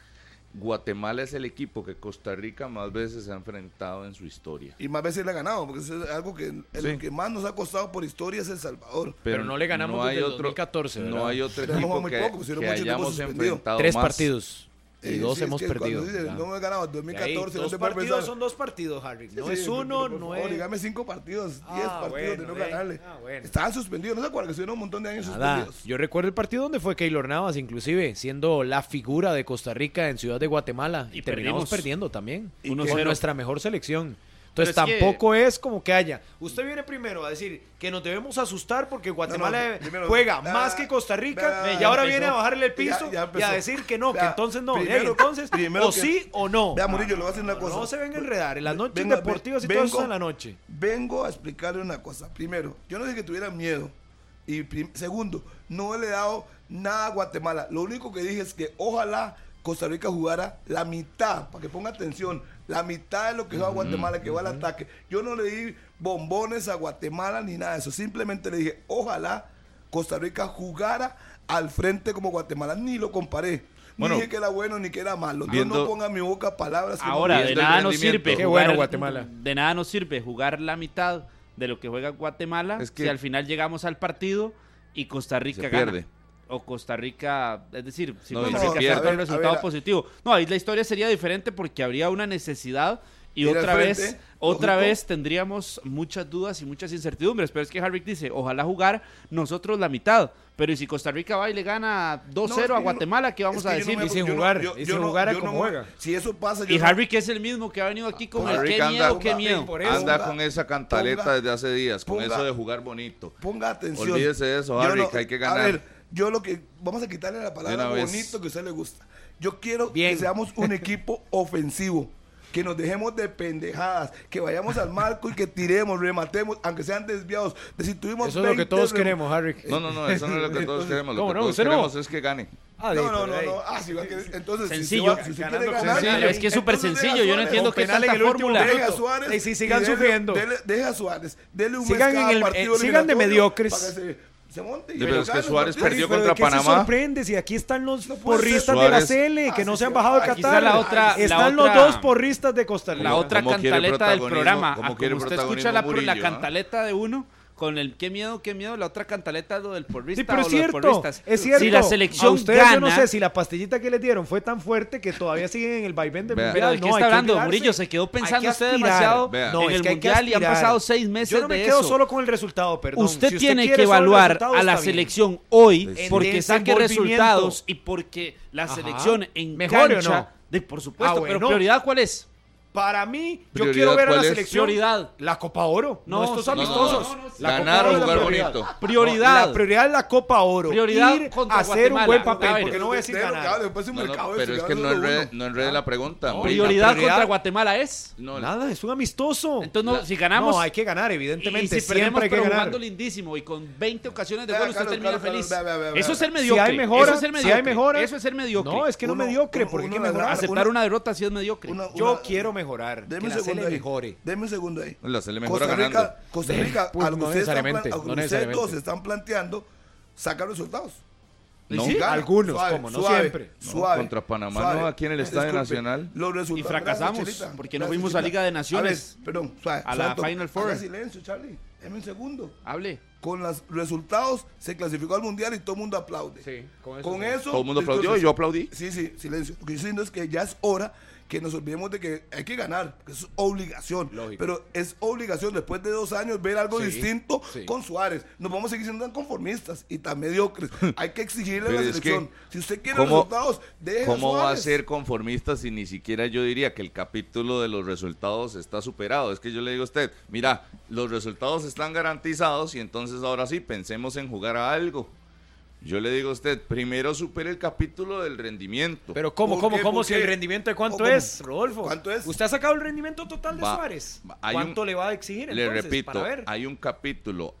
[SPEAKER 5] Guatemala es el equipo que Costa Rica más veces ha enfrentado en su historia.
[SPEAKER 2] Y más veces le ha ganado, porque eso es algo que en
[SPEAKER 5] Sí.
[SPEAKER 2] lo que más nos ha costado por historia es El Salvador.
[SPEAKER 4] Pero no le ganamos desde el 2014,
[SPEAKER 5] No
[SPEAKER 4] ¿verdad?
[SPEAKER 5] hay otro
[SPEAKER 2] Pero hemos jugado
[SPEAKER 5] equipo
[SPEAKER 2] muy
[SPEAKER 5] que,
[SPEAKER 2] poco, pusieron
[SPEAKER 5] que
[SPEAKER 2] mucho tiempo
[SPEAKER 5] hayamos
[SPEAKER 2] suspendido.
[SPEAKER 5] enfrentado
[SPEAKER 4] Tres
[SPEAKER 5] más.
[SPEAKER 4] partidos y
[SPEAKER 2] Eh,
[SPEAKER 4] dos
[SPEAKER 2] sí, es
[SPEAKER 4] hemos
[SPEAKER 2] que cuando
[SPEAKER 4] perdido.
[SPEAKER 2] dicen,
[SPEAKER 4] Ah.
[SPEAKER 2] no hemos ganado en
[SPEAKER 4] De
[SPEAKER 2] 2014,
[SPEAKER 4] ahí,
[SPEAKER 2] no
[SPEAKER 4] dos
[SPEAKER 2] te puede
[SPEAKER 4] partidos
[SPEAKER 2] pensar.
[SPEAKER 4] son dos partidos, Harry. No
[SPEAKER 2] Sí,
[SPEAKER 4] es
[SPEAKER 2] sí,
[SPEAKER 4] uno,
[SPEAKER 2] pero por
[SPEAKER 4] no
[SPEAKER 2] favor,
[SPEAKER 4] es.
[SPEAKER 2] Dígame cinco partidos, diez
[SPEAKER 4] Ah,
[SPEAKER 2] partidos
[SPEAKER 4] bueno,
[SPEAKER 2] de no
[SPEAKER 4] de ahí.
[SPEAKER 2] ganarle.
[SPEAKER 4] Ah, bueno.
[SPEAKER 2] Estaban suspendidos, ¿no se acuerdan? Que estuvieron un montón de años
[SPEAKER 4] Nada.
[SPEAKER 2] suspendidos.
[SPEAKER 4] Yo recuerdo el partido donde fue Keylor Navas, inclusive, siendo la figura de Costa Rica en Ciudad de Guatemala. Y,
[SPEAKER 3] Y
[SPEAKER 4] terminamos
[SPEAKER 3] perdimos.
[SPEAKER 4] perdiendo también.
[SPEAKER 3] Y
[SPEAKER 4] Con
[SPEAKER 3] 1-0.
[SPEAKER 4] nuestra mejor selección. Entonces
[SPEAKER 3] Pero es que-
[SPEAKER 4] tampoco es como que haya. Usted viene primero a decir que nos debemos asustar porque Guatemala
[SPEAKER 2] no, primero-
[SPEAKER 4] juega
[SPEAKER 2] Ah,
[SPEAKER 4] más que Costa Rica
[SPEAKER 2] ah,
[SPEAKER 4] y ahora
[SPEAKER 3] ya
[SPEAKER 4] viene a
[SPEAKER 3] empezó.
[SPEAKER 4] bajarle el
[SPEAKER 2] Ya- ya
[SPEAKER 4] piso y a
[SPEAKER 2] empezó.
[SPEAKER 4] decir que no, que
[SPEAKER 2] Vea,
[SPEAKER 4] entonces no.
[SPEAKER 2] primero-
[SPEAKER 4] Ey, entonces,
[SPEAKER 2] primero
[SPEAKER 4] o
[SPEAKER 2] que-
[SPEAKER 4] sí o no. Ah,
[SPEAKER 2] Vea, Murillo, le voy a decir una
[SPEAKER 4] No,
[SPEAKER 2] cosa.
[SPEAKER 4] No se venga a enredar. En las noches
[SPEAKER 2] Venga, ve-
[SPEAKER 4] deportivas y todo
[SPEAKER 2] vengo-
[SPEAKER 4] eso es en la noche.
[SPEAKER 2] Vengo a explicarle una cosa. Primero, yo no dije que tuviera miedo. Y prim- segundo, no le he dado nada a Guatemala. Lo único que dije es que ojalá Costa Rica jugara la mitad, para que ponga atención, la mitad de lo que juega Guatemala, que va al ataque. Yo no le di bombones a Guatemala ni nada de eso. Simplemente le dije, ojalá Costa Rica jugara al frente como Guatemala. Ni lo comparé.
[SPEAKER 5] Bueno,
[SPEAKER 2] ni dije que era bueno ni que era malo. Yo
[SPEAKER 5] viendo-
[SPEAKER 2] no ponga en mi boca palabras que no
[SPEAKER 3] Ahora,
[SPEAKER 5] viendo
[SPEAKER 3] de
[SPEAKER 5] el
[SPEAKER 3] nada nos
[SPEAKER 5] rendimiento.
[SPEAKER 3] sirve.
[SPEAKER 4] Qué
[SPEAKER 3] jugar-
[SPEAKER 4] bueno, Guatemala.
[SPEAKER 3] De nada nos sirve jugar la mitad de lo que juega Guatemala
[SPEAKER 5] Es que-
[SPEAKER 3] si al final llegamos al partido y Costa Rica
[SPEAKER 5] Se
[SPEAKER 3] gana.
[SPEAKER 5] pierde.
[SPEAKER 3] O Costa Rica, es decir, si
[SPEAKER 5] No,
[SPEAKER 3] Costa
[SPEAKER 5] y se
[SPEAKER 3] Rica
[SPEAKER 5] pierde.
[SPEAKER 3] saca
[SPEAKER 2] A
[SPEAKER 3] un
[SPEAKER 2] ver, a
[SPEAKER 3] resultado
[SPEAKER 2] ver, a-
[SPEAKER 3] positivo. No, ahí la historia sería diferente porque habría una necesidad y
[SPEAKER 2] Ir al
[SPEAKER 3] otra
[SPEAKER 2] frente,
[SPEAKER 3] vez, otra
[SPEAKER 2] lógico.
[SPEAKER 3] vez tendríamos muchas dudas y muchas incertidumbres. Pero es que Harvick dice, ojalá jugar nosotros la mitad. Pero ¿y si Costa Rica va y le gana
[SPEAKER 2] No,
[SPEAKER 3] 2-0
[SPEAKER 2] es que
[SPEAKER 3] a
[SPEAKER 2] yo no-
[SPEAKER 3] Guatemala, ¿qué vamos
[SPEAKER 2] es que
[SPEAKER 3] a
[SPEAKER 2] yo no
[SPEAKER 3] decir?
[SPEAKER 2] me-
[SPEAKER 4] Y sin
[SPEAKER 2] yo no-
[SPEAKER 4] jugar,
[SPEAKER 2] yo-
[SPEAKER 4] y
[SPEAKER 2] yo
[SPEAKER 4] sin
[SPEAKER 2] no-
[SPEAKER 4] jugar a
[SPEAKER 2] yo
[SPEAKER 4] como
[SPEAKER 2] no-
[SPEAKER 4] juega.
[SPEAKER 2] Si eso pasa, yo
[SPEAKER 3] Y
[SPEAKER 2] no-
[SPEAKER 3] Harvick es el mismo que ha venido aquí con el
[SPEAKER 5] Harvick
[SPEAKER 3] qué
[SPEAKER 5] anda-
[SPEAKER 3] miedo, qué miedo.
[SPEAKER 4] Por eso.
[SPEAKER 5] Anda
[SPEAKER 2] Ponga-
[SPEAKER 5] con esa cantaleta
[SPEAKER 2] ponga-
[SPEAKER 5] desde hace días, con
[SPEAKER 2] ponga-
[SPEAKER 5] eso de jugar bonito.
[SPEAKER 2] Ponga atención.
[SPEAKER 5] Olvídese de eso,
[SPEAKER 2] Yo
[SPEAKER 5] Harry, que hay que ganar.
[SPEAKER 2] A ver, yo lo que. Vamos a quitarle la
[SPEAKER 5] De
[SPEAKER 2] palabra
[SPEAKER 5] una vez.
[SPEAKER 2] bonito que a usted le gusta. Yo quiero
[SPEAKER 4] Bien.
[SPEAKER 2] que seamos
[SPEAKER 4] *laughs*
[SPEAKER 2] un equipo ofensivo. Que nos dejemos de pendejadas, que vayamos al marco y que tiremos, rematemos, aunque sean desviados. De si tuvimos
[SPEAKER 4] Eso es lo que
[SPEAKER 2] 20
[SPEAKER 4] todos
[SPEAKER 2] rem-
[SPEAKER 4] queremos, Harry.
[SPEAKER 5] No, no, no, eso no es lo que todos queremos. Lo
[SPEAKER 4] ¿Cómo
[SPEAKER 5] que
[SPEAKER 4] no?
[SPEAKER 5] todos
[SPEAKER 4] ¿Usted no?
[SPEAKER 5] queremos es que gane.
[SPEAKER 4] Ah, de-
[SPEAKER 2] No, no,
[SPEAKER 4] pero
[SPEAKER 2] no,
[SPEAKER 4] ahí.
[SPEAKER 2] no. Ah, si va a querer- entonces, si
[SPEAKER 3] Sencillo.
[SPEAKER 2] se va- si usted quiere
[SPEAKER 4] Ganando con
[SPEAKER 2] ganar,
[SPEAKER 4] sencillo.
[SPEAKER 3] Es que es súper
[SPEAKER 2] entonces
[SPEAKER 3] sencillo,
[SPEAKER 2] deja
[SPEAKER 3] yo no
[SPEAKER 2] Suárez.
[SPEAKER 3] entiendo
[SPEAKER 4] Con
[SPEAKER 3] qué es
[SPEAKER 4] penales en
[SPEAKER 3] tanta
[SPEAKER 4] el último
[SPEAKER 3] fórmula.
[SPEAKER 4] minuto.
[SPEAKER 2] Deja a Suárez.
[SPEAKER 4] Y si sigan
[SPEAKER 2] y dele-
[SPEAKER 4] sufriendo.
[SPEAKER 2] dele- deja a Suárez. Dele un
[SPEAKER 4] Sigan
[SPEAKER 2] mes cada
[SPEAKER 4] en el-
[SPEAKER 2] partido
[SPEAKER 4] eh, sigan de
[SPEAKER 2] eliminatorio
[SPEAKER 4] mediocres.
[SPEAKER 2] para que se- se monte y
[SPEAKER 5] Sí, pero
[SPEAKER 2] gane
[SPEAKER 5] es que
[SPEAKER 2] los
[SPEAKER 5] Suárez
[SPEAKER 2] partidos.
[SPEAKER 5] perdió
[SPEAKER 4] Pero
[SPEAKER 5] contra
[SPEAKER 4] ¿de qué
[SPEAKER 5] Panamá.
[SPEAKER 4] Se sorprende si aquí están los
[SPEAKER 2] puede
[SPEAKER 4] porristas
[SPEAKER 5] ser.
[SPEAKER 4] de la
[SPEAKER 5] Suárez.
[SPEAKER 4] Cele que
[SPEAKER 2] Ah,
[SPEAKER 4] no
[SPEAKER 2] sí,
[SPEAKER 4] se han
[SPEAKER 2] sí.
[SPEAKER 4] bajado de
[SPEAKER 2] Ah, quizá
[SPEAKER 4] Qatar.
[SPEAKER 3] la otra- la
[SPEAKER 4] están los
[SPEAKER 3] otra-
[SPEAKER 4] dos porristas de Costa Rica.
[SPEAKER 3] La otra
[SPEAKER 5] ¿Cómo quiere
[SPEAKER 3] cantaleta del
[SPEAKER 5] protagonismo?
[SPEAKER 3] programa.
[SPEAKER 5] ¿Cómo
[SPEAKER 3] Ah,
[SPEAKER 5] quiere
[SPEAKER 3] como usted
[SPEAKER 5] protagonismo
[SPEAKER 3] escucha la, pro- la
[SPEAKER 5] Murillo, ah?
[SPEAKER 3] cantaleta de uno con el qué miedo, qué miedo, la otra cantaleta es lo del porrista.
[SPEAKER 4] Sí, pero
[SPEAKER 3] o
[SPEAKER 4] es
[SPEAKER 3] lo de
[SPEAKER 4] cierto,
[SPEAKER 3] porristas.
[SPEAKER 4] es cierto.
[SPEAKER 3] Si la
[SPEAKER 4] A
[SPEAKER 3] selección
[SPEAKER 4] ustedes
[SPEAKER 3] gana,
[SPEAKER 4] yo no sé si la pastillita que les dieron fue tan fuerte que todavía siguen en el vaivén del
[SPEAKER 5] Vea.
[SPEAKER 4] mundial.
[SPEAKER 3] Pero de
[SPEAKER 4] No,
[SPEAKER 3] qué
[SPEAKER 4] hay que
[SPEAKER 3] está hablando,
[SPEAKER 4] olvidarse.
[SPEAKER 3] Murillo, se quedó
[SPEAKER 4] Hay que
[SPEAKER 3] pensando usted
[SPEAKER 4] aspirar.
[SPEAKER 3] demasiado
[SPEAKER 5] Vea.
[SPEAKER 3] en
[SPEAKER 4] No, es
[SPEAKER 3] el
[SPEAKER 4] que hay que
[SPEAKER 3] mundial y han
[SPEAKER 4] aspirar.
[SPEAKER 3] pasado seis meses
[SPEAKER 4] Yo no me
[SPEAKER 3] de
[SPEAKER 4] quedo
[SPEAKER 3] eso.
[SPEAKER 4] solo con el resultado, perdón.
[SPEAKER 3] usted,
[SPEAKER 4] Si
[SPEAKER 3] tiene
[SPEAKER 4] quiere
[SPEAKER 3] que
[SPEAKER 4] solo el
[SPEAKER 3] evaluar
[SPEAKER 4] resultado,
[SPEAKER 3] a la
[SPEAKER 4] está bien.
[SPEAKER 3] selección hoy
[SPEAKER 4] Tendencia,
[SPEAKER 3] porque saque
[SPEAKER 4] envolvimiento.
[SPEAKER 3] resultados y porque la
[SPEAKER 4] Ajá.
[SPEAKER 3] selección en
[SPEAKER 4] ¿Mejor o
[SPEAKER 3] cancha,
[SPEAKER 4] no?
[SPEAKER 3] de, por supuesto,
[SPEAKER 4] Ah, bueno.
[SPEAKER 3] pero prioridad cuál es?
[SPEAKER 4] Para mí, yo
[SPEAKER 5] Prioridad,
[SPEAKER 4] quiero ver a la
[SPEAKER 5] ¿cuál es?
[SPEAKER 4] selección.
[SPEAKER 3] Prioridad.
[SPEAKER 4] La Copa Oro.
[SPEAKER 3] No,
[SPEAKER 4] No, estos
[SPEAKER 3] no, no,
[SPEAKER 4] amistosos.
[SPEAKER 3] no, no, sí.
[SPEAKER 4] La Copa Oro
[SPEAKER 5] Ganar o
[SPEAKER 4] es la
[SPEAKER 5] jugar
[SPEAKER 4] prioridad.
[SPEAKER 5] bonito.
[SPEAKER 3] Prioridad.
[SPEAKER 4] La prioridad es la Copa Oro.
[SPEAKER 3] Prioridad
[SPEAKER 4] Ir
[SPEAKER 3] contra
[SPEAKER 4] a hacer un
[SPEAKER 3] Guatemala.
[SPEAKER 4] buen
[SPEAKER 3] A
[SPEAKER 4] papel,
[SPEAKER 3] ver,
[SPEAKER 4] porque no voy a decir
[SPEAKER 2] Pero,
[SPEAKER 4] ganar.
[SPEAKER 2] claro, después un
[SPEAKER 5] No, no,
[SPEAKER 2] mercado de
[SPEAKER 5] pero es
[SPEAKER 2] cigarros
[SPEAKER 5] que no
[SPEAKER 2] solo
[SPEAKER 5] enrede,
[SPEAKER 2] uno. Ah.
[SPEAKER 5] no enrede la pregunta. hombre.
[SPEAKER 3] Prioridad,
[SPEAKER 4] prioridad-
[SPEAKER 3] contra Guatemala es.
[SPEAKER 5] No,
[SPEAKER 4] Nada, es un amistoso.
[SPEAKER 3] Entonces, no, si ganamos.
[SPEAKER 4] No, hay que ganar, evidentemente.
[SPEAKER 3] Y si perdemos,
[SPEAKER 4] siempre hay que
[SPEAKER 3] pero
[SPEAKER 4] ganar.
[SPEAKER 3] jugando lindísimo y con 20 ocasiones de
[SPEAKER 2] Vea,
[SPEAKER 3] gol, usted
[SPEAKER 2] Carlos,
[SPEAKER 3] termina
[SPEAKER 2] Carlos,
[SPEAKER 3] feliz.
[SPEAKER 2] Carlos, vea, vea, vea,
[SPEAKER 3] Eso es
[SPEAKER 2] vea.
[SPEAKER 3] ser mediocre.
[SPEAKER 4] Si hay mejora,
[SPEAKER 3] eso es ser
[SPEAKER 4] si hay
[SPEAKER 3] mediocre.
[SPEAKER 4] mejora.
[SPEAKER 3] Eso es ser mediocre.
[SPEAKER 4] No, es que no
[SPEAKER 2] Uno-
[SPEAKER 4] mediocre,
[SPEAKER 2] uno-
[SPEAKER 4] porque hay
[SPEAKER 2] uno
[SPEAKER 4] que
[SPEAKER 2] la
[SPEAKER 4] mejorar.
[SPEAKER 2] gana.
[SPEAKER 3] Aceptar una derrota sí es mediocre.
[SPEAKER 2] Una-
[SPEAKER 4] Yo quiero
[SPEAKER 2] Deme
[SPEAKER 4] mejorar. que
[SPEAKER 2] un
[SPEAKER 4] la
[SPEAKER 2] segundo
[SPEAKER 4] Sele
[SPEAKER 2] ahí.
[SPEAKER 4] mejore.
[SPEAKER 2] Deme un segundo ahí.
[SPEAKER 5] La Sele mejora
[SPEAKER 2] Costa Rica,
[SPEAKER 5] ganando.
[SPEAKER 2] Costa Rica,
[SPEAKER 4] Pues,
[SPEAKER 2] a lo
[SPEAKER 4] no
[SPEAKER 2] que ustedes están
[SPEAKER 4] necesariamente,
[SPEAKER 2] plan- a lo que
[SPEAKER 4] no
[SPEAKER 2] ustedes
[SPEAKER 4] necesariamente.
[SPEAKER 2] dos están planteando, sacar resultados.
[SPEAKER 5] No,
[SPEAKER 2] Y si gana,
[SPEAKER 4] algunos, como no siempre.
[SPEAKER 5] No, contra Panamá, no, aquí en el Estadio Nacional.
[SPEAKER 2] Los resultados.
[SPEAKER 3] Y fracasamos,
[SPEAKER 2] Gracias, Chelita.
[SPEAKER 3] porque no
[SPEAKER 2] Gracias,
[SPEAKER 3] fuimos a
[SPEAKER 2] Chelita.
[SPEAKER 3] Liga de Naciones.
[SPEAKER 2] A ver, perdón, suave,
[SPEAKER 3] A la
[SPEAKER 2] suave,
[SPEAKER 3] Final Four.
[SPEAKER 2] Haga silencio, Charlie. Deme un segundo.
[SPEAKER 3] Hable.
[SPEAKER 2] con los resultados se clasificó al mundial y todo el mundo aplaude.
[SPEAKER 4] Sí, con eso
[SPEAKER 2] Con
[SPEAKER 4] sí.
[SPEAKER 2] eso.
[SPEAKER 5] Todo el mundo
[SPEAKER 2] entonces-
[SPEAKER 5] aplaudió, yo aplaudí.
[SPEAKER 2] Sí, sí, silencio. Lo que yo estoy diciendo es que ya es hora que nos olvidemos de que hay que ganar, que es obligación.
[SPEAKER 4] Lógico.
[SPEAKER 2] Pero es obligación después de dos años ver algo
[SPEAKER 4] Sí,
[SPEAKER 2] distinto
[SPEAKER 4] sí.
[SPEAKER 2] con Suárez. Nos vamos a seguir siendo tan conformistas y tan
[SPEAKER 4] *laughs*
[SPEAKER 2] mediocres. hay que exigirle a la
[SPEAKER 5] Pero es que,
[SPEAKER 2] selección. si usted quiere
[SPEAKER 5] ¿cómo-
[SPEAKER 2] resultados, deje
[SPEAKER 5] ¿Cómo va a
[SPEAKER 2] Suárez.
[SPEAKER 5] ser conformista si ni siquiera yo diría que el capítulo de los resultados está superado? Es que yo le digo a usted, mira, los resultados están garantizados y entonces ahora sí, pensemos en jugar a algo. Yo le digo a usted, primero supere el capítulo del rendimiento.
[SPEAKER 4] Pero ¿cómo,
[SPEAKER 2] ¿Por
[SPEAKER 4] cómo,
[SPEAKER 2] qué?
[SPEAKER 4] cómo?
[SPEAKER 2] ¿Por
[SPEAKER 4] Si el
[SPEAKER 2] qué?
[SPEAKER 4] rendimiento de cuánto
[SPEAKER 2] ¿Cómo?
[SPEAKER 4] es, Rodolfo.
[SPEAKER 2] ¿Cuánto es?
[SPEAKER 4] ¿Usted ha sacado el rendimiento total de
[SPEAKER 5] Va-
[SPEAKER 4] Suárez?
[SPEAKER 5] va- hay un-
[SPEAKER 4] ¿Cuánto le va a exigir
[SPEAKER 5] le
[SPEAKER 4] entonces
[SPEAKER 5] repito,
[SPEAKER 4] para ver?
[SPEAKER 5] hay un capítulo